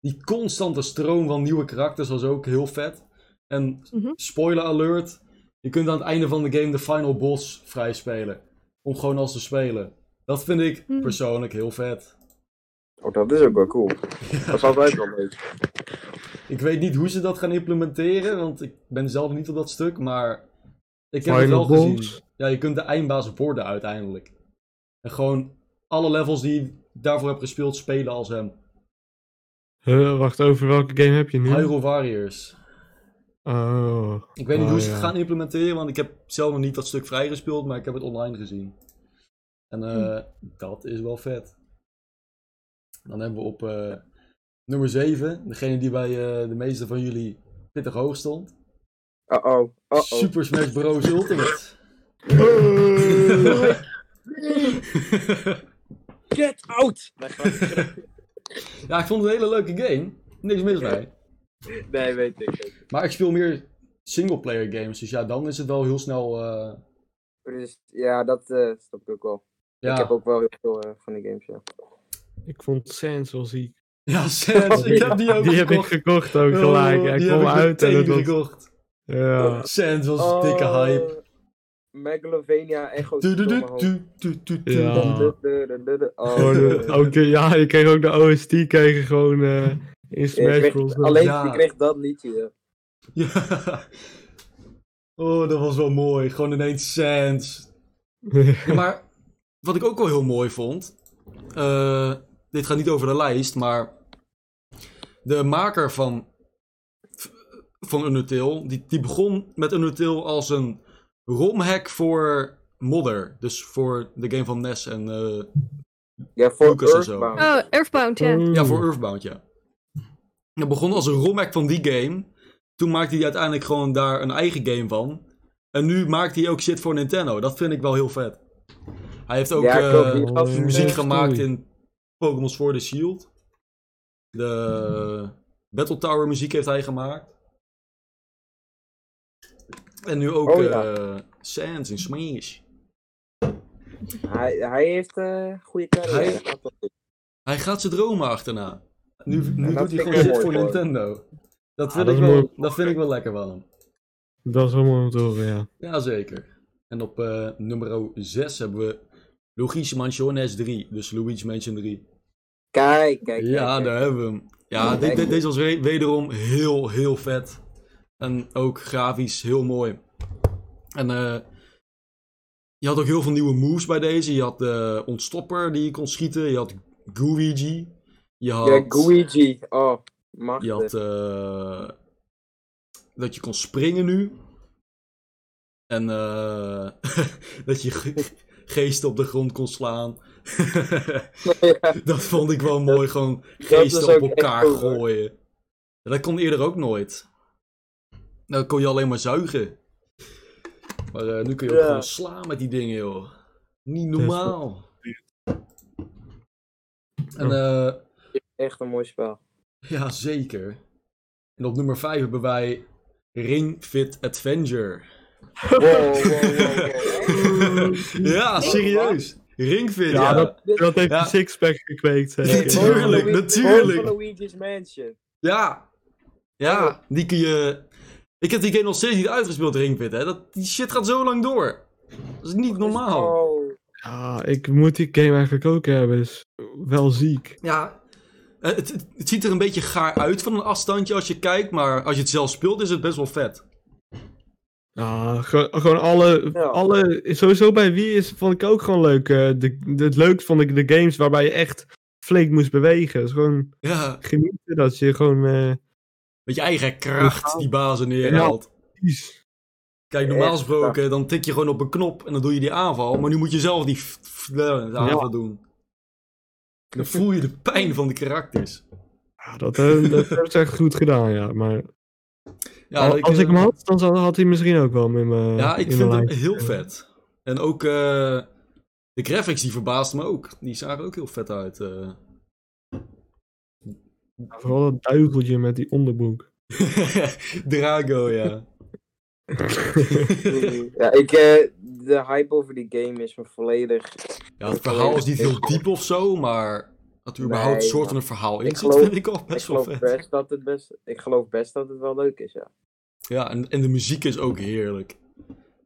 Speaker 1: die constante stroom van nieuwe karakters was ook heel vet. En
Speaker 4: Mhm.
Speaker 1: spoiler alert, je kunt aan het einde van de game de final boss vrijspelen. Om gewoon als te spelen. Dat vind ik
Speaker 4: Hmm.
Speaker 1: persoonlijk heel vet.
Speaker 2: oh, dat is ook wel cool. Dat is altijd wel leuk.
Speaker 1: Ik weet niet hoe ze dat gaan implementeren, want ik ben zelf niet op dat stuk, maar ik heb het wel
Speaker 3: Final
Speaker 1: gezien.
Speaker 3: Boss.
Speaker 1: Ja, je kunt de eindbaas worden uiteindelijk. En gewoon alle levels die je daarvoor hebt gespeeld, spelen als hem.
Speaker 3: Huh, wacht, over welke game heb je nu?
Speaker 1: Hyrule Warriors.
Speaker 3: Oh.
Speaker 1: Ik weet niet
Speaker 3: Oh,
Speaker 1: hoe ze het
Speaker 3: ja.
Speaker 1: gaan implementeren, want ik heb zelf nog niet dat stuk vrijgespeeld, maar ik heb het online gezien. En eh,
Speaker 3: Hm.
Speaker 1: dat is wel vet. Dan hebben we op eh, nummer 7, degene die bij eh, de meeste van jullie pittig hoog stond.
Speaker 2: Uh-oh, uh-oh.
Speaker 1: Super Smash Bros. Ultimate.
Speaker 2: Get out!
Speaker 1: ja, ik vond het een hele leuke game. Niks mis mee.
Speaker 2: Nee, weet ik niet.
Speaker 1: Maar ik speel meer singleplayer games, dus ja, dan is het wel heel snel... eh,
Speaker 2: Dus ja, dat eh snap ik ook wel.
Speaker 1: ja.
Speaker 2: Ik heb ook wel heel veel eh, van die games, ja.
Speaker 3: Ik vond Sans wel ziek.
Speaker 1: ja, Sans, ik heb die ook
Speaker 3: Die heb ik
Speaker 1: gekocht.
Speaker 3: gekocht ook gelijk.
Speaker 1: Oh,
Speaker 3: Hij
Speaker 1: die heb
Speaker 3: kwam
Speaker 1: ik
Speaker 3: uit en
Speaker 1: meteen
Speaker 3: het was...
Speaker 1: gekocht. Oh.
Speaker 3: Ja.
Speaker 1: Sans was dikke hype.
Speaker 2: Oh. Megalovania en
Speaker 1: Du- du- du- du- du- du- du-
Speaker 3: Ja. Gewoon, eh,
Speaker 2: Oh,
Speaker 3: ook, eh, ja, je kreeg ook de OST kreeg je gewoon eh, in
Speaker 2: Ja, je
Speaker 3: Smash
Speaker 2: kreeg
Speaker 3: Bros.
Speaker 2: Alleen
Speaker 1: Ja.
Speaker 2: je kreeg dat liedje. ja.
Speaker 1: Ja. Oh, dat was wel mooi. Gewoon ineens Sans. Ja, maar wat ik ook wel heel mooi vond. eh, dit gaat niet over de lijst, maar. De maker van. van Undertale. Die, die begon met Undertale als een romhack voor modder. Dus voor de game van NES en. eh,
Speaker 2: Ja, voor
Speaker 1: Lucas en zo.
Speaker 2: Earthbound.
Speaker 4: Oh, Earthbound, ja.
Speaker 1: ja, voor Earthbound, ja. Dat begon als een romhack van die game. Toen maakte hij uiteindelijk gewoon daar een eigen game van. En nu maakt hij ook shit voor Nintendo. Dat vind ik wel heel vet. Hij heeft ook.
Speaker 2: ja, klopt,
Speaker 1: eh,
Speaker 2: die gast is,
Speaker 3: eh,
Speaker 1: muziek
Speaker 2: eh,
Speaker 1: gemaakt
Speaker 3: story.
Speaker 1: in Pokémon Sword and Shield. De eh, Battle Tower muziek heeft hij gemaakt. En nu ook
Speaker 2: Oh,
Speaker 1: eh
Speaker 2: ja.
Speaker 1: Sans in Smash.
Speaker 2: hij, hij heeft een goede carrière.
Speaker 1: Hij- Hij gaat zijn dromen achterna. Nu, nu doet
Speaker 2: dat vind
Speaker 1: hij
Speaker 2: ik
Speaker 1: gewoon
Speaker 2: heel
Speaker 1: shit
Speaker 2: mooi
Speaker 1: voor
Speaker 2: voor hem.
Speaker 1: Nintendo. Dat
Speaker 3: Ah,
Speaker 1: vind,
Speaker 3: dat
Speaker 1: ik
Speaker 3: is
Speaker 1: wel,
Speaker 3: mooi.
Speaker 1: dat vind ik wel lekker van hem.
Speaker 3: Dat is wel mooi om te horen, ja.
Speaker 1: Jazeker. En op eh nummer 6 hebben we Luigi's Mansion S3. Dus Luigi's Mansion 3.
Speaker 2: Kijk, kijk.
Speaker 1: Ja,
Speaker 2: kijk,
Speaker 1: daar hebben we hem. Ja, de- de- deze was we- wederom heel, heel vet. En ook grafisch heel mooi. En eh, je had ook heel veel nieuwe moves bij deze. Je had de ontstopper die je kon schieten. Je had Guigi. Je had,
Speaker 2: Ja, Guigi. Oh, machtig.
Speaker 1: je had eh, dat je kon springen nu. En eh, dat je ge- geesten op de grond kon slaan.
Speaker 2: Ja.
Speaker 1: Dat vond ik wel mooi, gewoon
Speaker 2: is
Speaker 1: geesten
Speaker 2: ook
Speaker 1: op
Speaker 2: echt
Speaker 1: elkaar
Speaker 2: cool, hoor.
Speaker 1: gooien. Ja, Dat kon eerder ook nooit. Nou, Dan kon je alleen maar zuigen. Maar eh, nu kun je ook
Speaker 2: Ja.
Speaker 1: gewoon slaan met die dingen, joh. Niet normaal. En eh,
Speaker 2: Echt een mooi spel.
Speaker 1: ja, zeker. En op nummer 5 hebben wij Ring Fit Adventure.
Speaker 2: Wow, wow, wow, wow.
Speaker 1: ja, serieus. Ring Fit,
Speaker 3: Ja,
Speaker 1: ja.
Speaker 3: dat- Dat heeft
Speaker 1: Ja.
Speaker 3: de sixpack gekweekt, zeker.
Speaker 1: Tuurlijk,
Speaker 2: Gewoon van Lu-
Speaker 1: natuurlijk.
Speaker 2: gewoon van Luigi's Mansion.
Speaker 1: Ja. Ja, die kun je... Ik heb die game nog steeds niet uitgespeeld, Ringfit, hè. Dat, die shit gaat zo lang door. Dat is niet normaal.
Speaker 2: Oh,
Speaker 3: Ja, ik moet die game eigenlijk ook hebben, dus wel ziek.
Speaker 1: Ja, eh, het, het, het ziet er een beetje gaar uit van een afstandje als je kijkt, maar als je het zelf speelt is het best wel vet.
Speaker 3: Ja, gewoon, Ah, gewoon alle,
Speaker 2: Ja.
Speaker 3: alle... Sowieso bij Wii is, vond ik ook gewoon leuk. eh, de, de- het leukst vond ik de games waarbij je echt flink moest bewegen. Dus gewoon
Speaker 1: Ja,
Speaker 3: genieten dat je gewoon... eh,
Speaker 1: met je eigen kracht die bazen neerhaalt.
Speaker 3: kies.
Speaker 1: Kijk, normaal gesproken, dan tik je gewoon op een knop en dan doe je die aanval, maar nu moet je zelf die f- f- de aanval doen. Dan voel je de pijn van de karakters.
Speaker 3: ja, dat, eh, dat hebben ze echt goed gedaan, ja. Maar
Speaker 1: Ja,
Speaker 3: al- als ik
Speaker 1: eh,
Speaker 3: hem had, dan zou- had hij misschien ook wel in mijn
Speaker 1: Ja, ik
Speaker 3: in
Speaker 1: vind
Speaker 3: mijn
Speaker 1: hem
Speaker 3: lijst.
Speaker 1: heel vet. En ook eh, de graphics die verbaasden me ook. Die zagen ook heel vet uit. eh.
Speaker 3: Vooral dat duiveltje met die onderbroek.
Speaker 1: Drago, ja.
Speaker 2: ja, ik, eh, de hype over die game is me volledig.
Speaker 1: ja. Het verhaal is niet heel diep of zo, maar dat er überhaupt
Speaker 2: Nee,
Speaker 1: soort van een verhaal in
Speaker 2: Ik
Speaker 1: zit,
Speaker 2: geloof-
Speaker 1: vind ik al
Speaker 2: Ik
Speaker 1: best wel
Speaker 2: geloof,
Speaker 1: vet.
Speaker 2: best dat het best, ik geloof best dat het wel leuk is, ja.
Speaker 1: Ja, en, en de muziek is ook heerlijk.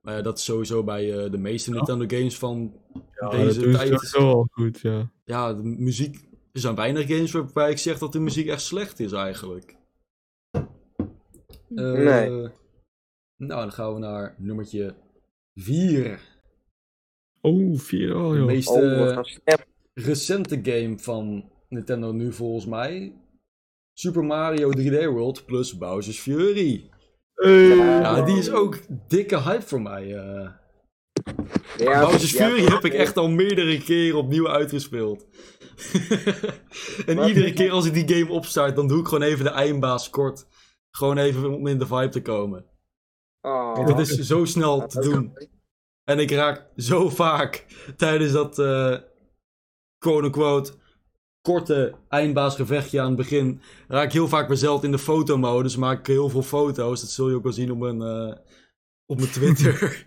Speaker 1: Maar ja, dat is sowieso bij eh, de meeste Nintendo games van
Speaker 3: Ja,
Speaker 1: deze
Speaker 3: Ah, dat doen ze
Speaker 1: tijd.
Speaker 3: sowieso al goed, ja.
Speaker 1: Ja, de muziek... Er zijn weinig games waarbij ik zeg dat de muziek echt slecht is eigenlijk. Eh,
Speaker 2: Nee.
Speaker 1: Nou, dan gaan we naar nummertje 4.
Speaker 3: Oh, vier al,
Speaker 1: De
Speaker 3: joh.
Speaker 1: meest
Speaker 2: Oh,
Speaker 1: eh,
Speaker 2: we gaan snap.
Speaker 1: recente game van Nintendo nu volgens mij. Super Mario 3D World plus Bowser's Fury.
Speaker 3: Hey.
Speaker 1: Ja, die is ook dikke hype voor mij. eh.
Speaker 2: Ja,
Speaker 1: Bowser's
Speaker 2: ja,
Speaker 1: Fury heb ik echt al meerdere keren opnieuw uitgespeeld. en
Speaker 2: Maar-
Speaker 1: iedere keer als ik die game opstart, dan doe ik gewoon even de eindbaas kort. Gewoon even om in de vibe te komen.
Speaker 2: Oh.
Speaker 1: Want het is zo snel te doen. En ik raak zo vaak tijdens dat eh quote-unquote korte eindbaasgevechtje aan het begin, raak ik heel vaak mezelf in de fotomodus, maak ik heel veel foto's. Dat zul je ook wel zien op mijn, eh, op mijn Twitter.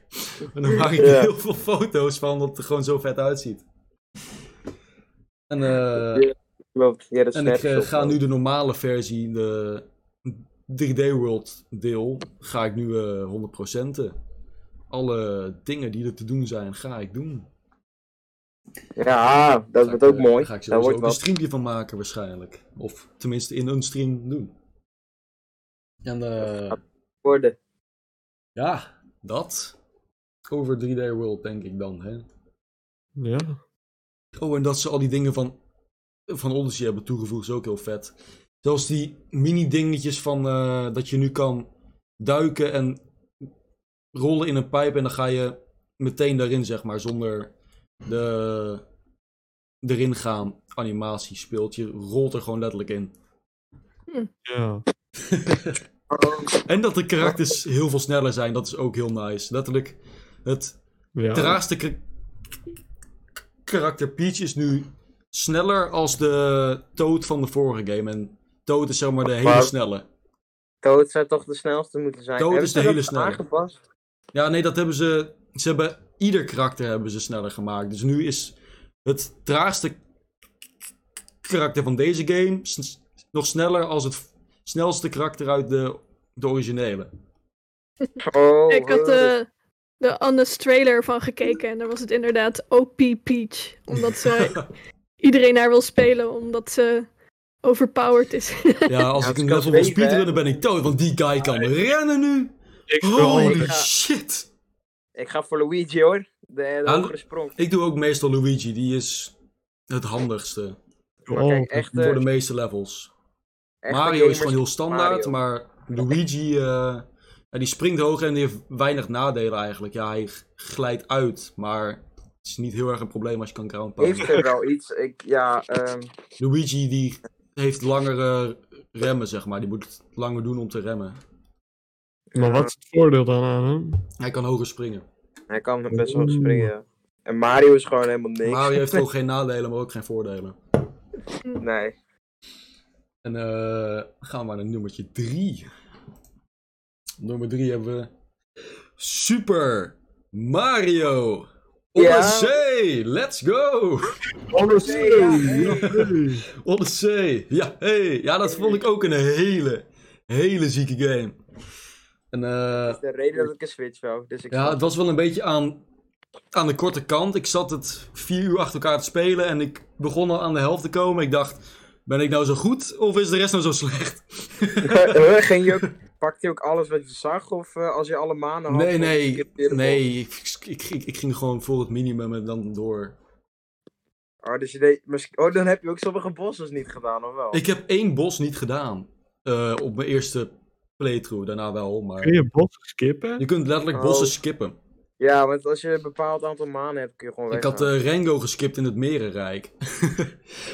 Speaker 1: en dan maak ik
Speaker 2: Ja.
Speaker 1: heel veel foto's van, omdat het er gewoon zo vet uitziet. En, eh,
Speaker 2: Klopt, ja, dat
Speaker 1: en
Speaker 2: snap
Speaker 1: ik eh,
Speaker 2: wel.
Speaker 1: ga nu de normale versie, de 3D World deel, ga ik nu eh 100%. Alle dingen die er te doen zijn, ga ik doen.
Speaker 2: Ja, dat
Speaker 1: Ga ik,
Speaker 2: wordt ook
Speaker 1: eh,
Speaker 2: mooi.
Speaker 1: Daar ga ik
Speaker 2: Dat
Speaker 1: sowieso
Speaker 2: wordt
Speaker 1: ook een
Speaker 2: wat.
Speaker 1: streampje van maken waarschijnlijk. Of tenminste in een stream doen. En eh,
Speaker 2: worden.
Speaker 1: ja, dat. Over 3D World denk ik dan. Hè?
Speaker 3: Ja.
Speaker 1: Oh, en dat ze al die dingen van, van Odyssey hebben toegevoegd is ook heel vet. Zelfs die mini-dingetjes van eh, dat je nu kan duiken en rollen in een pijp en dan ga je meteen daarin, zeg maar, zonder de erin gaan animatie speelt. Je rolt er gewoon letterlijk in.
Speaker 3: Ja.
Speaker 2: Oh,
Speaker 1: En dat de karakters heel veel sneller zijn, dat is ook heel nice. Letterlijk, het
Speaker 3: ja.
Speaker 1: Het raarste k- karakter Peach is nu sneller als de Toad van de vorige game. En Toad is zeg maar de hele
Speaker 3: Maar-
Speaker 1: snelle.
Speaker 2: Toad zou toch de snelste moeten zijn.
Speaker 1: Toad
Speaker 2: Hebben
Speaker 1: is de
Speaker 2: ze dat
Speaker 1: hele snelle.
Speaker 2: aangepast?
Speaker 1: Ja, nee, dat hebben ze... Ze hebben ieder karakter hebben ze sneller gemaakt. Dus nu is het traagste karakter van deze game s- nog sneller als het f- snelste karakter uit de, de originele.
Speaker 2: Oh,
Speaker 4: Ik had
Speaker 2: heerlijk.
Speaker 4: eh, de Anne's trailer van gekeken en daar was het inderdaad OP Peach. Omdat ze iedereen haar wil spelen, omdat ze overpowered is.
Speaker 1: Ja, als
Speaker 2: Ja,
Speaker 1: ik
Speaker 2: het
Speaker 1: een level
Speaker 2: kan
Speaker 1: wil
Speaker 2: zweven, hè?
Speaker 1: speedrunnen, ben ik dood. Want die guy kan rennen nu.
Speaker 3: Ik
Speaker 1: Holy
Speaker 2: ja.
Speaker 1: shit.
Speaker 4: eh,
Speaker 2: Ik ga voor Luigi hoor. De, de
Speaker 1: Ah,
Speaker 2: hogere sprong.
Speaker 1: Ik doe ook meestal Luigi. Die is het handigste
Speaker 2: Maar kijk, echt, eh,
Speaker 1: Oh, voor de meeste levels.
Speaker 2: echt
Speaker 1: Mario is
Speaker 2: gamers-
Speaker 1: gewoon heel standaard,
Speaker 2: Mario.
Speaker 1: maar Luigi eh, ja, die springt hoog en die heeft weinig nadelen eigenlijk. Ja, hij g- glijdt uit, maar het is niet heel erg een probleem als je kan groundpound.
Speaker 2: Heeft er wel iets. Ik, ja, ehm,
Speaker 1: Luigi die heeft langere remmen, zeg maar. Die moet het langer doen om te remmen.
Speaker 3: Maar wat is het voordeel dan aan hem?
Speaker 1: Hij kan hoger springen.
Speaker 2: hij kan best wel springen. ja. En Mario is gewoon helemaal niks.
Speaker 1: Mario heeft ook geen nadelen, maar ook geen voordelen.
Speaker 2: Nee.
Speaker 1: En eh, gaan we maar naar nummertje 3. Nummer 3 hebben we Super Mario Odyssey. Let's go!
Speaker 3: Odyssey!
Speaker 2: ja,
Speaker 1: Odyssey. Ja, hey. ja, dat vond ik ook een hele, hele zieke game. En eh,
Speaker 2: Dat is de reden dat ik een Switch wou. Dus ik
Speaker 1: ja, het was wel een beetje aan, aan de korte kant. Ik zat het vier uur achter elkaar te spelen en ik begon al aan de helft te komen. Ik dacht, ben ik nou zo goed of is de rest nou zo slecht?
Speaker 2: Eh, eh, ging je ook, pakte je ook alles wat je zag? Of eh, als je alle manen had?
Speaker 1: Nee,
Speaker 2: of-
Speaker 1: nee,
Speaker 2: keer de
Speaker 1: nee. Ik, ik, ik, ik ging gewoon voor het minimum en dan door.
Speaker 2: Oh, dus je deed, misschien- oh, dan heb je ook sommige bosses niet gedaan, of wel?
Speaker 1: Ik heb één bos niet gedaan eh, op mijn eerste playthrough. Daarna wel,
Speaker 3: Kun
Speaker 1: maar
Speaker 3: je bossen skippen?
Speaker 1: je kunt letterlijk
Speaker 2: Oh.
Speaker 1: bossen skippen.
Speaker 2: Ja, want als je een bepaald aantal manen hebt, kun je gewoon
Speaker 1: Ik had
Speaker 2: weggaan.
Speaker 1: eh, Rengo geskipt in het Merenrijk.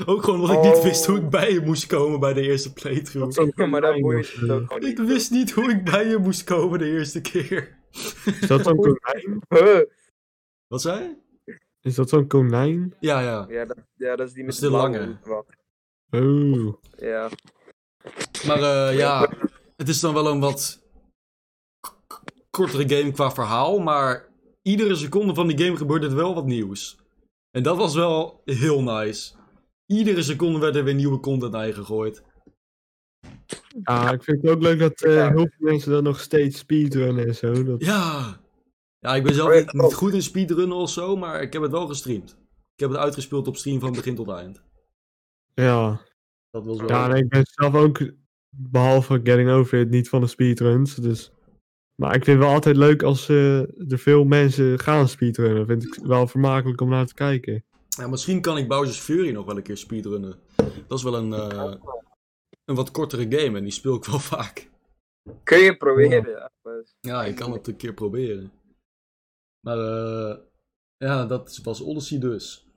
Speaker 1: Ook gewoon omdat ik niet
Speaker 2: Oh.
Speaker 1: wist hoe ik bij je moest komen bij de eerste playthrough.
Speaker 2: Ja, maar daar boeit het ook gewoon
Speaker 1: eh, Ik
Speaker 2: niet.
Speaker 1: wist niet hoe ik bij je moest komen de eerste keer.
Speaker 3: Is dat zo'n konijn?
Speaker 2: Huh.
Speaker 1: Wat zei je?
Speaker 3: Is dat zo'n konijn?
Speaker 1: Ja, ja.
Speaker 2: Ja, dat, ja, dat is die met
Speaker 1: is
Speaker 2: de
Speaker 1: de
Speaker 2: blauwe
Speaker 1: lange.
Speaker 2: hoed, wat.
Speaker 3: Oh.
Speaker 2: Ja.
Speaker 1: Maar eh, ja, het is dan wel een wat k- k- kortere game qua verhaal. Maar iedere seconde van die game gebeurde er wel wat nieuws. En dat was wel heel nice. Iedere seconde werd er weer nieuwe content naar je gegooid.
Speaker 3: Ja, ik vind het ook leuk dat eh,
Speaker 2: Ja.
Speaker 3: heel veel mensen dat nog steeds speedrunnen en zo. Dat...
Speaker 1: Ja. Ja, ik ben zelf
Speaker 2: Oh, ja,
Speaker 1: niet, niet
Speaker 2: klopt.
Speaker 1: goed in speedrunnen of zo, maar ik heb het wel gestreamd. Ik heb het uitgespeeld op stream van begin tot eind.
Speaker 3: Ja,
Speaker 1: Dat was wel...
Speaker 3: ja nee, ik ben zelf ook, behalve Getting Over It, niet van de speedruns. Dus... Maar ik vind het wel altijd leuk als eh, er veel mensen gaan speedrunnen. vind ik wel vermakelijk om naar te kijken.
Speaker 1: Ja, misschien kan ik Bowser's Fury nog wel een keer speedrunnen. Dat is wel een, eh, een wat kortere game en die speel ik wel vaak.
Speaker 2: Kun je proberen, ja. Dus-
Speaker 1: Ja, ik kan het een keer proberen. Maar eh, ja, dat was Odyssey dus.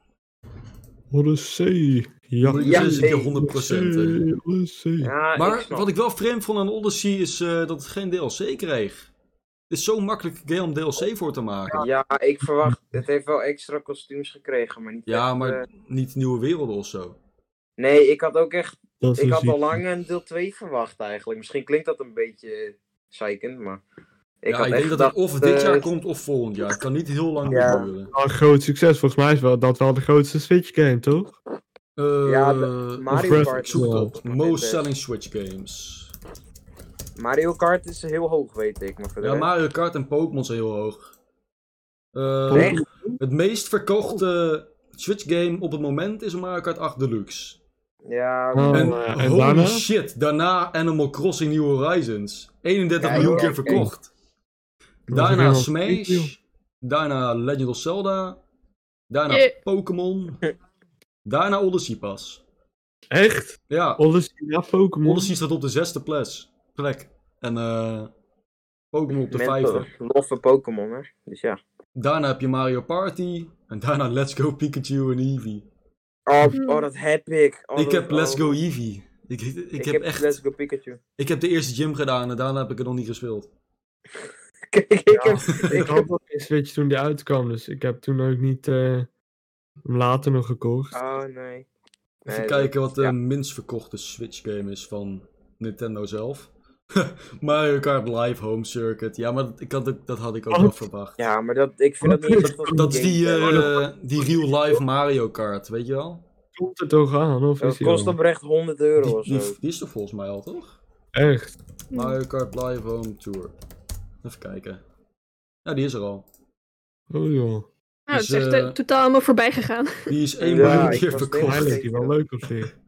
Speaker 3: Odyssey. Ja,
Speaker 1: Moet ik
Speaker 2: Ja,
Speaker 1: dus eens een keer
Speaker 2: nee.
Speaker 1: 100% hè.
Speaker 3: Odyssey. Odyssey.
Speaker 2: Ja,
Speaker 1: Maar
Speaker 2: ik snap.
Speaker 1: wat ik wel vreemd vond aan Odyssey is eh, dat het geen DLC kreeg. Het is zo'n makkelijke game om DLC voor te maken.
Speaker 2: Ja, ik verwacht... Het heeft wel extra kostuums gekregen, maar niet
Speaker 1: Ja,
Speaker 2: echt, eh,
Speaker 1: maar niet nieuwe werelden of zo.
Speaker 2: Nee, ik had ook echt...
Speaker 3: Dat is dus
Speaker 2: Ik had
Speaker 3: iets.
Speaker 2: al lang een deel 2 verwacht, eigenlijk. Misschien klinkt dat een beetje eh, zeikend, maar... Ik
Speaker 1: ja,
Speaker 2: had
Speaker 1: ik
Speaker 2: echt
Speaker 1: denk dat
Speaker 2: gedacht,
Speaker 1: het of dit
Speaker 2: eh,
Speaker 1: jaar komt of volgend jaar. Het kan niet heel lang
Speaker 2: Ja.
Speaker 1: duren.
Speaker 3: Wel een groot succes. Volgens mij is wel, dat wel de grootste Switch game, toch?
Speaker 1: Eh,
Speaker 2: Ja, de-
Speaker 3: of
Speaker 2: Mario
Speaker 3: Breath
Speaker 2: Kart,
Speaker 1: ik zoek het
Speaker 3: World.
Speaker 1: op. Most selling Switch games.
Speaker 2: Mario Kart is heel hoog, weet ik. Maar verder...
Speaker 1: Ja, Mario Kart en Pokémon zijn heel hoog. Eh,
Speaker 2: Echt?
Speaker 1: het meest verkochte Switch game op het moment is Mario Kart 8 Deluxe.
Speaker 2: Ja,
Speaker 3: Oh,
Speaker 1: en
Speaker 3: eh, en
Speaker 1: holy
Speaker 3: daarna?
Speaker 1: shit, daarna Animal Crossing New Horizons. 31
Speaker 2: Ja,
Speaker 1: miljoen
Speaker 2: joh,
Speaker 1: keer
Speaker 2: oké.
Speaker 1: verkocht. Daarna Smash. Daarna Legend of Zelda. Daarna
Speaker 4: Yeah.
Speaker 1: Pokémon. Daarna Odyssey pas.
Speaker 3: Echt?
Speaker 1: Ja,
Speaker 3: Odyssey ja, Pokémon.
Speaker 1: Odyssey staat op de zesde ples- plek. En eh, Pokémon op de
Speaker 2: mensen
Speaker 1: vijfde.
Speaker 2: loffen Pokémon, hè. Dus ja.
Speaker 1: Daarna heb je Mario Party. En daarna Let's Go Pikachu en Eevee.
Speaker 2: Oh,
Speaker 4: Hmm.
Speaker 2: oh, dat heb ik. Oh,
Speaker 1: ik
Speaker 2: dat-
Speaker 1: heb Let's
Speaker 2: oh.
Speaker 1: Go Eevee. Ik, ik, ik heb echt...
Speaker 2: Let's Go Pikachu.
Speaker 1: Ik heb de eerste gym gedaan en daarna heb ik het nog niet gespeeld.
Speaker 2: Kijk, ik heb...
Speaker 3: Ik
Speaker 2: Ik
Speaker 3: had
Speaker 2: heb...
Speaker 3: nog geen Switch toen die uitkwam, dus ik heb toen ook niet eh, hem later nog gekocht.
Speaker 2: Oh, nee.
Speaker 1: Even
Speaker 2: Nee,
Speaker 1: kijken wat de
Speaker 2: ja.
Speaker 1: minst verkochte Switch game is van Nintendo zelf. Mario Kart Live Home Circuit. Ja, maar dat, ik had ook, dat had ik ook
Speaker 3: Oh.
Speaker 1: wel verwacht.
Speaker 2: Ja, maar dat, ik vind dat niet echt als een
Speaker 1: Dat is die,
Speaker 2: game.
Speaker 1: eh, die real life Mario Kart, weet je wel?
Speaker 3: Komt het toch aan? Of is
Speaker 2: Dat
Speaker 3: die
Speaker 2: kost
Speaker 3: al?
Speaker 2: oprecht 100 euro
Speaker 1: Die,
Speaker 2: of zo.
Speaker 1: die, die is er volgens mij al, toch?
Speaker 3: Echt?
Speaker 1: Mario Kart Live Home Tour. Even kijken. Ja, die is er al.
Speaker 3: Oh joh.
Speaker 4: Nou, het is
Speaker 1: Dus,
Speaker 4: echt
Speaker 1: eh,
Speaker 4: eh, totaal allemaal voorbij gegaan.
Speaker 1: Die is 1
Speaker 2: Ja,
Speaker 1: miljoen
Speaker 2: ik
Speaker 1: keer
Speaker 2: was
Speaker 1: verkocht.
Speaker 2: tegen-
Speaker 3: Eigenlijk is die wel leuk op zich.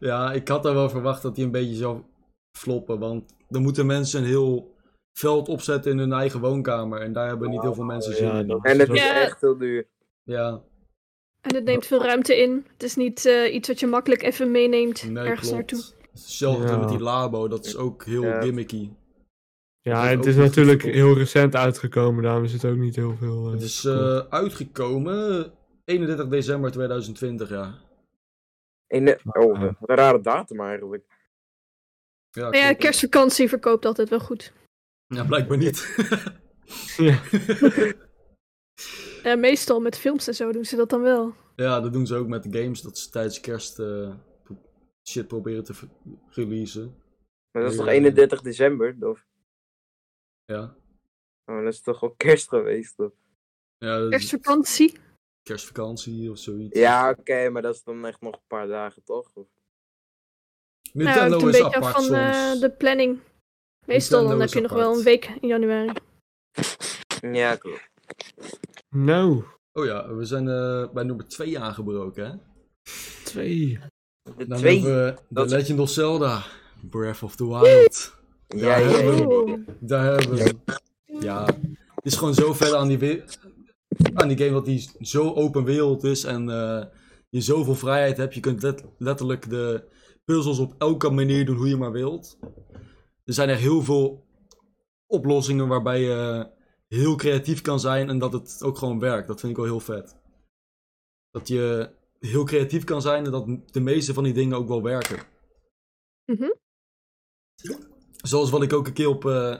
Speaker 1: Ja, ik had daar wel verwacht dat hij een beetje zou floppen. Want dan moeten mensen een heel veld opzetten in hun eigen woonkamer. En daar hebben niet heel veel mensen zin
Speaker 5: Ja,
Speaker 1: in.
Speaker 5: dat
Speaker 2: En
Speaker 5: is
Speaker 2: het
Speaker 5: wel-
Speaker 2: is
Speaker 4: Ja.
Speaker 2: echt heel duur.
Speaker 1: Ja,
Speaker 4: En het neemt veel ruimte in. Het is niet eh, iets wat je makkelijk even meeneemt
Speaker 1: nee,
Speaker 4: ergens
Speaker 1: klopt.
Speaker 4: naartoe.
Speaker 1: Hetzelfde
Speaker 3: Ja.
Speaker 1: met die labo, dat is ook heel
Speaker 2: Ja.
Speaker 1: gimmicky.
Speaker 3: Ja,
Speaker 1: Dat is
Speaker 3: het
Speaker 1: ook
Speaker 3: is
Speaker 1: niet
Speaker 3: natuurlijk
Speaker 1: goed.
Speaker 3: heel recent uitgekomen, daarom is het ook niet heel veel. eh,
Speaker 1: Het is
Speaker 3: verkocht.
Speaker 1: eh, uitgekomen 31 december 2020, ja.
Speaker 2: In de- Oh, wat een rare datum eigenlijk.
Speaker 1: Ja,
Speaker 4: Maar Oh ja,
Speaker 1: klopt.
Speaker 4: kerstvakantie verkoopt altijd wel goed.
Speaker 1: Ja, blijkbaar niet.
Speaker 3: Ja.
Speaker 4: Eh, meestal met films en zo doen ze dat dan wel.
Speaker 1: ja, dat doen ze ook met de games, dat ze tijdens kerst eh, pro- shit proberen te ver- releasen.
Speaker 2: Maar dat is toch
Speaker 1: Ja.
Speaker 2: 31 december? Of...
Speaker 1: Ja,
Speaker 2: Oh, dat is toch al kerst geweest? Of...
Speaker 1: ja dat is
Speaker 4: Kerstvakantie. Nou,
Speaker 1: kerstvakantie of zoiets.
Speaker 2: Ja, oké, maar dat is dan echt nog een paar dagen, toch? Of-
Speaker 4: Nou, het
Speaker 1: Nintendo
Speaker 4: hangt een
Speaker 1: is
Speaker 4: beetje
Speaker 1: apart
Speaker 4: af van
Speaker 1: soms.
Speaker 4: eh, de planning. Meestal
Speaker 1: Nintendo
Speaker 4: dan heb
Speaker 1: is
Speaker 4: je nog
Speaker 1: apart.
Speaker 4: wel een week in januari.
Speaker 2: Ja, klopt.
Speaker 3: Nou,
Speaker 1: Oh ja, we zijn eh, bij nummer 2 aangebroken, hè? Nou,
Speaker 3: twee.
Speaker 2: De
Speaker 1: Dan
Speaker 2: twee.
Speaker 1: hebben we The
Speaker 2: dat is-
Speaker 1: Legend of Zelda, Breath of the Wild.
Speaker 2: Ja, ja, ja, ja.
Speaker 4: Oh.
Speaker 1: Daar hebben we... Ja, het is gewoon zo ver aan die, we- aan die game dat die zo open wereld is en eh, je zoveel vrijheid hebt. Je kunt let- letterlijk de puzzels op elke manier doen hoe je maar wilt. Er zijn er heel veel oplossingen waarbij je heel creatief kan zijn en dat het ook gewoon werkt. Dat vind ik wel heel vet. Dat je heel creatief kan zijn en dat de meeste van die dingen ook wel werken.
Speaker 4: Mhm.
Speaker 1: Zoals wat ik ook een keer op, eh,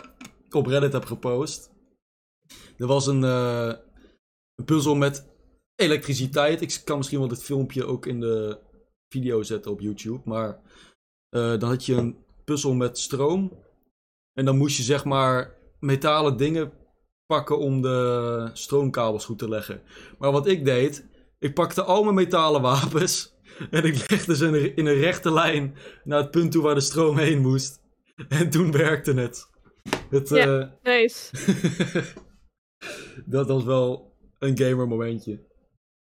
Speaker 1: op Reddit heb gepost. Er was een, eh, een puzzel met elektriciteit. Ik kan misschien wel dit filmpje ook in de video zetten op YouTube. Maar eh, dan had je een puzzel met stroom. En dan moest je zeg maar metalen dingen pakken om de stroomkabels goed te leggen. Maar wat ik deed, ik pakte al mijn metalen wapens. En ik legde ze in een- in een rechte lijn naar het punt toe waar de stroom heen moest. En toen werkte het. het
Speaker 4: Ja.
Speaker 1: eh,
Speaker 4: Nice.
Speaker 1: dat was wel een gamer momentje.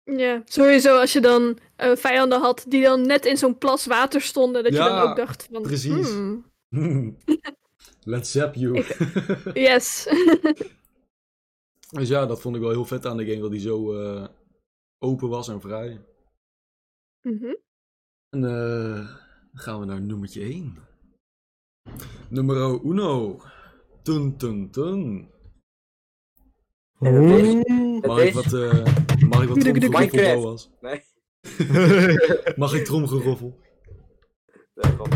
Speaker 4: Ja, sowieso als je dan eh, vijanden had die dan net in zo'n plas water stonden, dat je
Speaker 1: Ja,
Speaker 4: dan ook dacht van...
Speaker 1: precies.
Speaker 4: hmm,
Speaker 1: Hmm. Let's zap you.
Speaker 4: yes.
Speaker 1: Dus ja, dat vond ik wel heel vet aan de game, dat die zo eh, open was en vrij.
Speaker 4: Mhm.
Speaker 1: En eh, dan gaan we naar nummertje 1. Numero uno. Tun tun tun.
Speaker 2: En dat is-
Speaker 3: Oeh.
Speaker 2: Het
Speaker 1: Mag ik
Speaker 2: is
Speaker 1: wat, eh mag ik wat tromgeroffel,
Speaker 2: Minecraft.
Speaker 1: Boas?
Speaker 3: Oké.
Speaker 1: Mag ik tromgeroffel?
Speaker 2: Eh, van-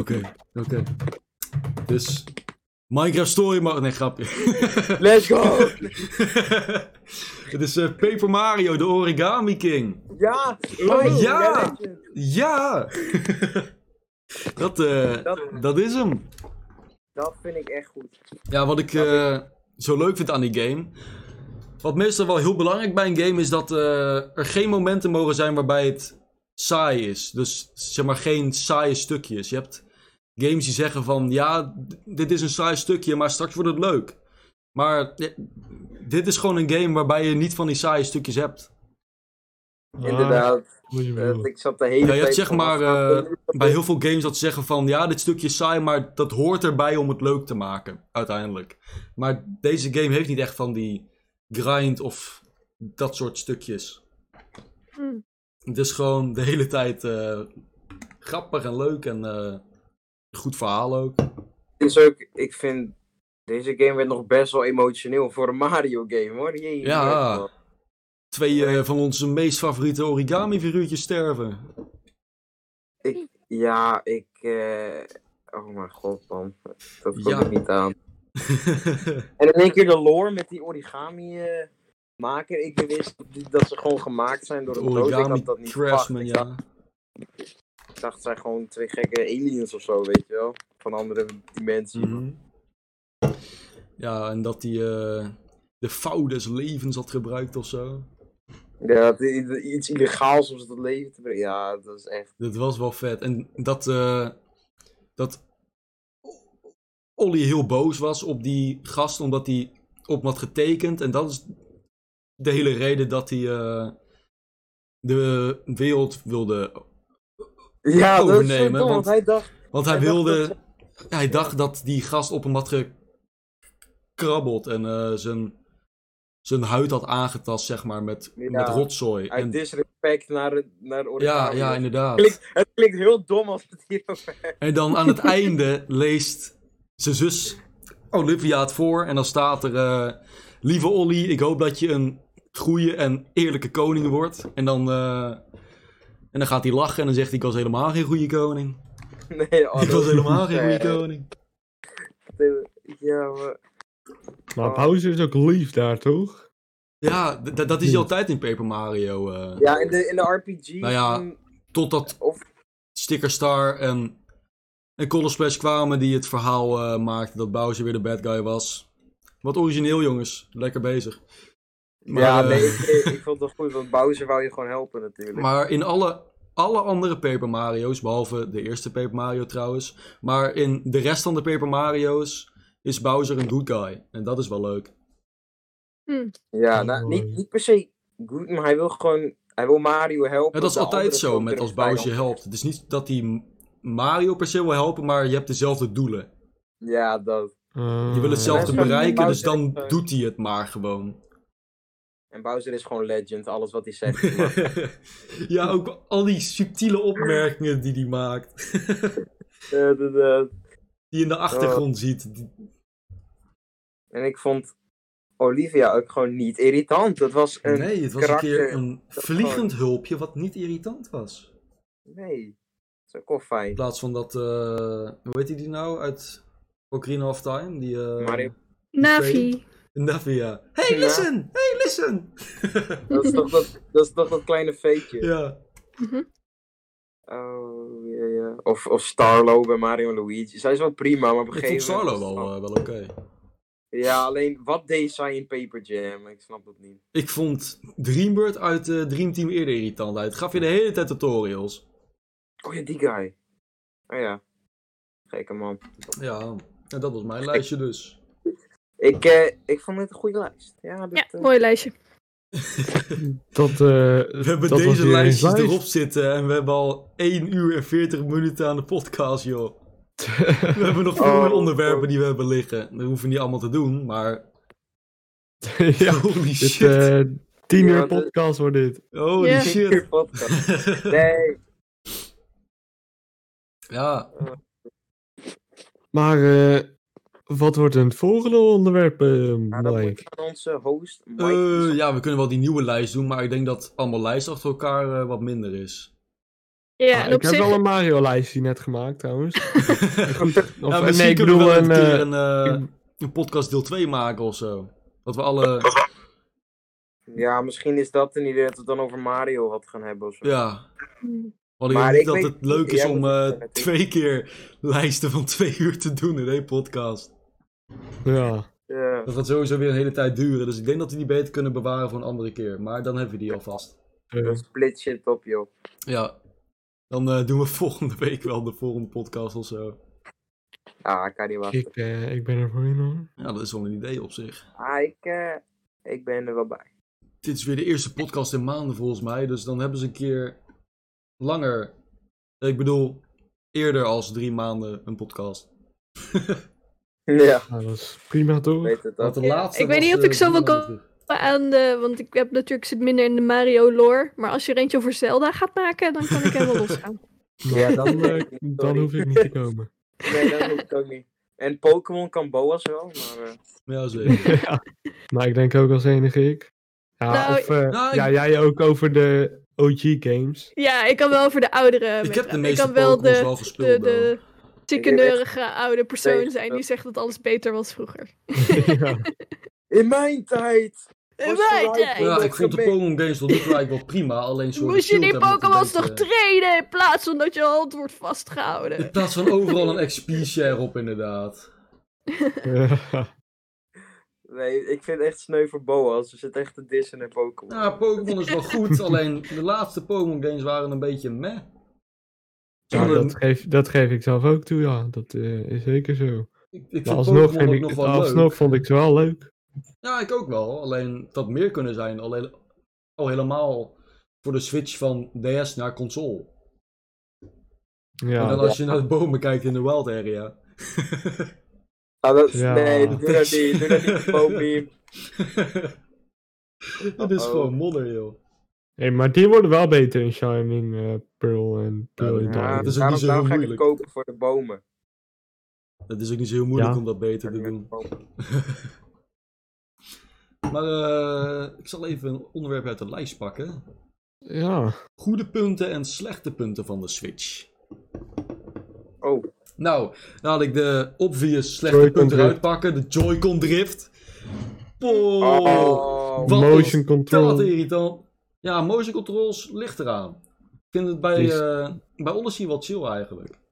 Speaker 1: Oké, oké. Dus, Minecraft Story Mode... Nee, grapje.
Speaker 2: Let's go!
Speaker 1: Het is eh, Paper Mario, de Origami King.
Speaker 2: Ja!
Speaker 1: Oh, ja!
Speaker 2: dat je-
Speaker 1: Ja! dat, eh,
Speaker 2: Dat-
Speaker 1: dat is hem.
Speaker 2: Dat vind ik echt goed.
Speaker 1: Ja, wat ik eh, zo leuk vind aan die game. Wat meestal wel heel belangrijk bij een game is dat eh, er geen momenten mogen zijn waarbij het saai is. Dus zeg maar geen saaie stukjes. Je hebt games die zeggen van ja, d- dit is een saai stukje, maar straks wordt het leuk. Maar eh, dit is gewoon een game waarbij je niet van die saaie stukjes hebt.
Speaker 2: Inderdaad.
Speaker 3: Ah, goeie
Speaker 2: Eh,
Speaker 3: bedoel.
Speaker 2: ik zat de hele
Speaker 1: Ja, je hebt
Speaker 2: tijd
Speaker 1: zeg
Speaker 2: van,
Speaker 1: maar
Speaker 2: wat
Speaker 1: eh,
Speaker 2: gaat er nu
Speaker 1: bij
Speaker 2: gebeuren?
Speaker 1: heel veel games dat ze zeggen van ja, dit stukje is saai, maar dat hoort erbij om het leuk te maken, uiteindelijk. Maar deze game heeft niet echt van die grind of dat soort stukjes.
Speaker 4: Hmm.
Speaker 1: Het is gewoon de hele tijd eh, grappig en leuk en eh, goed verhaal ook.
Speaker 2: Het is ook, ik vind, deze game werd nog best wel emotioneel voor een Mario game hoor. Jee,
Speaker 1: Ja. Twee eh, van onze meest favoriete origami figuurtjes sterven.
Speaker 2: Ja, ik, eh, oh mijn god man, dat komt
Speaker 1: Ja.
Speaker 2: ik niet aan. En in één keer de lore met die origami eh, maker. Ik wist niet dat ze gewoon gemaakt zijn door
Speaker 1: De
Speaker 2: een dood. Ik
Speaker 1: origami
Speaker 2: had dat niet
Speaker 1: craftsman,
Speaker 2: verwacht. Ik
Speaker 1: ja.
Speaker 2: dacht- Ik dacht, het zijn gewoon twee gekke aliens of zo, weet je wel. Van andere dimensie.
Speaker 1: Mhm. Ja, en dat hij eh, de vouw des levens had gebruikt of zo.
Speaker 2: Ja, het- het- iets illegaals om ze tot leven te brengen. Ja, dat is echt...
Speaker 1: Dat was wel vet. En dat, eh dat Olly heel boos was op die gast omdat hij op hem had getekend. En dat is de hele reden dat hij eh, de wereld wilde
Speaker 2: Ja, dat is
Speaker 1: Overnemen,
Speaker 2: verdomd,
Speaker 1: want-
Speaker 2: want hij dacht...
Speaker 1: Want hij
Speaker 2: Hij dacht dat
Speaker 1: wilde.
Speaker 2: ze-
Speaker 1: ja, hij dacht dat die gast op hem had gekrabbeld en eh, zijn, zijn huid had aangetast, zeg maar, met,
Speaker 2: Ja.
Speaker 1: met rotzooi.
Speaker 2: Uit
Speaker 1: En-
Speaker 2: disrespect naar, de- naar
Speaker 1: ja,
Speaker 2: origami.
Speaker 1: ja, inderdaad.
Speaker 2: Klinkt- het klinkt heel dom als het hierover
Speaker 1: En dan aan het einde leest zijn zus Olivia het voor. En dan staat er: eh, Lieve Olly, ik hoop dat je een goede en eerlijke koning wordt. En dan, eh, en dan gaat hij lachen en dan zegt hij: Ik was helemaal geen goede koning.
Speaker 2: Nee, oh,
Speaker 1: Ik
Speaker 2: dat
Speaker 1: was
Speaker 2: is
Speaker 1: helemaal geen goede
Speaker 2: echt-
Speaker 1: koning.
Speaker 2: Ja, maar...
Speaker 3: Maar Bowser is ook lief daar, toch?
Speaker 1: Ja, d- d- dat is hij altijd in Paper Mario. eh.
Speaker 2: Ja, in de, in de RPG...
Speaker 1: Nou ja.
Speaker 2: mm,
Speaker 1: Totdat
Speaker 2: Of-
Speaker 1: Sticker Star en, en Color Splash kwamen die het verhaal eh, maakten dat Bowser weer de bad guy was. Wat origineel, jongens. Lekker bezig. Maar,
Speaker 2: ja,
Speaker 1: eh,
Speaker 2: nee, ik, ik- ik vond het goed, want Bowser wou je gewoon helpen natuurlijk.
Speaker 1: Maar in alle, alle andere Paper Mario's, behalve de eerste Paper Mario trouwens, maar in de rest van de Paper Mario's is Bowser een good guy. En dat is wel leuk.
Speaker 2: Ja,
Speaker 1: Oh,
Speaker 2: nou, niet, niet per se goed, maar hij wil gewoon... Hij wil Mario helpen.
Speaker 1: Ja, dat is
Speaker 2: de
Speaker 1: altijd
Speaker 2: anderen
Speaker 1: zo
Speaker 2: gewoon
Speaker 1: met als
Speaker 2: terugkrijgen.
Speaker 1: Bowser je helpt. Het is niet dat hij Mario per se wil helpen, maar je hebt dezelfde doelen.
Speaker 2: Ja, dat.
Speaker 1: Je
Speaker 3: Mm.
Speaker 1: wil
Speaker 2: Ja,
Speaker 1: hetzelfde
Speaker 2: dat is wel-
Speaker 1: bereiken, dus
Speaker 2: Bowser
Speaker 1: dan
Speaker 2: is, eh,
Speaker 1: doet hij het maar gewoon.
Speaker 2: En Bowser is gewoon legend, alles wat hij zegt. maar-
Speaker 1: ja, ook al die subtiele opmerkingen die hij maakt.
Speaker 2: Eh, dat, dat.
Speaker 1: Die je in de achtergrond ziet. Die-
Speaker 2: En ik vond Olivia ook gewoon niet irritant. Dat was een... Nee.
Speaker 1: Nee, het was een keer
Speaker 2: karakter-
Speaker 1: een vliegend hulpje wat niet irritant was.
Speaker 2: Dat is ook wel
Speaker 1: In
Speaker 2: fijn.
Speaker 1: plaats van dat, eh, hoe heet die die nou uit Ocarina of Time? Die, eh,
Speaker 2: Mario.
Speaker 4: Navi.
Speaker 1: Navia. Hey,
Speaker 2: Ja.
Speaker 1: listen! Hey, listen!
Speaker 2: Dat is toch dat, dat, is toch dat kleine feetje.
Speaker 1: ja.
Speaker 2: Oh, ja, ja. Of, of Starlo bij Mario en Luigi. Zij is wel prima, maar op een
Speaker 1: Ik
Speaker 2: gegeven
Speaker 1: vond
Speaker 2: moment...
Speaker 1: Sarlo wel, eh, wel oké.
Speaker 2: Ja, alleen wat deed zij in Paper Jam? Ik snap dat niet.
Speaker 1: Ik vond Dreambird uit eh, Dream Team eerder irritant uit. Gaf je de hele tijd tutorials.
Speaker 2: Oh ja, die guy. Oh ja. Gekke man.
Speaker 1: Ja, en dat was mijn lijstje dus.
Speaker 2: Ik, eh, ik vond dit een goede lijst. Ja, dit,
Speaker 4: Ja,
Speaker 2: eh,
Speaker 4: mooi lijstje.
Speaker 3: Dat, eh,
Speaker 1: We hebben
Speaker 3: dat was
Speaker 1: deze
Speaker 3: weer
Speaker 1: lijstjes
Speaker 3: een
Speaker 1: erop zitten en we hebben al 1 uur en 40 minuten aan de podcast, joh.
Speaker 3: lijst.
Speaker 1: We hebben nog veel
Speaker 2: Oh,
Speaker 1: meer onderwerpen
Speaker 2: oh.
Speaker 1: die we hebben liggen. Dat hoeven we niet allemaal te doen, maar...
Speaker 3: ja,
Speaker 1: Holy
Speaker 3: dit,
Speaker 1: Oh, shit.
Speaker 3: eh tien
Speaker 2: Ja, dat-
Speaker 3: uur podcast wordt dit.
Speaker 1: Holy
Speaker 4: Ja.
Speaker 1: shit.
Speaker 2: podcast. Nee.
Speaker 1: ja,
Speaker 3: Maar eh, wat wordt een volgende onderwerp, eh,
Speaker 2: Nou, dat
Speaker 3: Mike?
Speaker 2: moet van onze host Mike.
Speaker 1: Eh, ja, we kunnen wel die nieuwe lijst doen, maar ik denk dat allemaal lijsten achter elkaar eh, wat minder is.
Speaker 4: Ja,
Speaker 3: Ah,
Speaker 4: en op
Speaker 3: ik heb
Speaker 4: zich...
Speaker 3: wel een Mario-lijstje net gemaakt, trouwens. Goed,
Speaker 1: Ja,
Speaker 3: of, eh,
Speaker 1: misschien
Speaker 3: nee, ik
Speaker 1: kunnen we
Speaker 3: bedoel
Speaker 1: wel een
Speaker 3: een...
Speaker 1: keer
Speaker 3: eh,
Speaker 1: een, eh, een podcast deel 2 maken of zo. Dat we alle...
Speaker 2: Ja, misschien is dat een idee dat we het dan over Mario wat gaan hebben of zo.
Speaker 1: Ja, want ik
Speaker 2: Maar
Speaker 1: denk
Speaker 2: ik
Speaker 1: niet dat
Speaker 2: weet-
Speaker 1: het leuk is
Speaker 2: jij
Speaker 1: om
Speaker 2: moet het
Speaker 1: eh,
Speaker 2: zeggen, natuurlijk.
Speaker 1: twee keer lijsten van twee uur te doen in één podcast.
Speaker 3: ja,
Speaker 2: Eh,
Speaker 1: Dat gaat sowieso weer een hele tijd duren, dus ik denk dat we die beter kunnen bewaren voor een andere keer. Maar dan hebben we die alvast.
Speaker 3: eh,
Speaker 2: split shit op, joh.
Speaker 1: Ja, dan eh, doen we volgende week wel de volgende podcast of zo.
Speaker 2: Ah, ik kan niet wachten.
Speaker 3: ik, eh, ik ben er voor je, hoor.
Speaker 1: Ja, dat is wel een idee op zich.
Speaker 2: Ah, ik, eh, ik ben er wel bij.
Speaker 1: Dit is weer de eerste podcast in maanden volgens mij. Dus dan hebben ze een keer langer. Ik bedoel, eerder als drie maanden een podcast.
Speaker 2: Ja,
Speaker 3: Nou, dat is prima, toch?
Speaker 2: weet het
Speaker 1: Want de
Speaker 2: dat.
Speaker 1: laatste
Speaker 4: ik weet
Speaker 1: was,
Speaker 4: niet of
Speaker 1: eh,
Speaker 4: ik zoveel
Speaker 1: drie maanden
Speaker 4: kan-
Speaker 1: terug.
Speaker 4: aan de, want ik heb natuurlijk zit minder in de Mario lore, maar als je er eentje over Zelda gaat maken, dan kan ik helemaal losgaan.
Speaker 2: Ja, dan,
Speaker 3: Dan, eh,
Speaker 2: eh,
Speaker 3: dan
Speaker 2: sorry.
Speaker 3: hoef ik niet te komen.
Speaker 2: Nee, dat hoef ik ook niet. En Pokémon kan Boas wel, maar... eh,
Speaker 1: Ja, zeker.
Speaker 3: ja. Maar ik denk ook als enige ik. Ja,
Speaker 4: Nou,
Speaker 3: of, eh,
Speaker 1: Nou, ik-
Speaker 3: ja jij ook over de OG-games.
Speaker 4: Ja, ik kan wel voor de oudere.
Speaker 1: Ik heb
Speaker 4: meepraten.
Speaker 1: de
Speaker 4: ik
Speaker 1: meeste
Speaker 4: kan wel
Speaker 1: Pokémons
Speaker 4: de,
Speaker 1: wel
Speaker 4: de,
Speaker 1: gespeeld. nou.
Speaker 4: de ziekeneurige oude persoon
Speaker 2: Nee,
Speaker 4: zijn
Speaker 2: dat-
Speaker 4: die zegt dat alles beter was vroeger.
Speaker 3: ja.
Speaker 2: In mijn tijd!
Speaker 4: Eh,
Speaker 2: Was gelijk,
Speaker 4: Wij
Speaker 1: wel.
Speaker 4: zijn-
Speaker 1: ja,
Speaker 2: dat
Speaker 1: ik vond de
Speaker 2: gemeen.
Speaker 1: Pokémon games tot nu toe eigenlijk wel prima. Alleen soort
Speaker 4: Moest je die Pokémons toch
Speaker 1: terug?
Speaker 4: trainen in plaats van dat je hand wordt
Speaker 1: In
Speaker 4: vastgehouden?
Speaker 1: plaats van overal een XP-share op, inderdaad.
Speaker 3: Ja.
Speaker 2: Nee, ik vind het echt sneu voor Boas. Er zit echt een dissen in Pokémon.
Speaker 1: Nou, Pokémon is wel goed. Alleen de laatste Pokémon games waren een beetje meh.
Speaker 3: Ja,
Speaker 1: Zonder-
Speaker 3: dat, geef, dat geef ik zelf ook toe, ja. Dat eh, is zeker zo.
Speaker 1: ik, ik
Speaker 3: Maar
Speaker 1: vind
Speaker 3: alsnog,
Speaker 1: Pokémon
Speaker 3: vind
Speaker 1: ook
Speaker 3: ik,
Speaker 1: nog wel leuk.
Speaker 3: alsnog vond ik ze wel leuk.
Speaker 1: Ja, ik ook wel. Alleen het had meer kunnen zijn. Alleen, al helemaal voor de switch van DS naar console. En dan
Speaker 3: Ja.
Speaker 1: als je naar de bomen kijkt in de wild area.
Speaker 2: Ah, dat,
Speaker 3: Ja.
Speaker 2: Nee, doe dat niet. Doe dat niet, Boombeam.
Speaker 1: Het is
Speaker 2: Uh-oh.
Speaker 1: gewoon modder, joh.
Speaker 3: Hey, maar die worden wel beter in Shining, eh, Pearl en Pearl
Speaker 1: Ja,
Speaker 3: in
Speaker 2: Ja,
Speaker 1: dat
Speaker 3: Diamond.
Speaker 1: is ook
Speaker 2: daarom,
Speaker 1: niet zo
Speaker 2: daarom
Speaker 1: heel
Speaker 2: ga ik het
Speaker 1: moeilijk.
Speaker 2: kopen voor de bomen.
Speaker 1: Het is ook niet zo heel moeilijk
Speaker 3: Ja.
Speaker 1: om dat beter te doen. Maar eh, ik zal even een onderwerp uit de lijst pakken.
Speaker 3: Ja.
Speaker 1: Goede punten en slechte punten van de Switch.
Speaker 2: Oh,
Speaker 1: Nou, nou had ik de obvious slechte
Speaker 3: Joy-Con
Speaker 1: punten eruit
Speaker 3: drift.
Speaker 1: pakken. De Joy-Con drift. Poh,
Speaker 2: Oh.
Speaker 1: wat
Speaker 3: Motion
Speaker 1: Dat
Speaker 3: control.
Speaker 1: irritant. Ja, motion controls ligt eraan. Ik vind het bij,
Speaker 3: Is-
Speaker 1: eh bij Odyssey wel chill eigenlijk.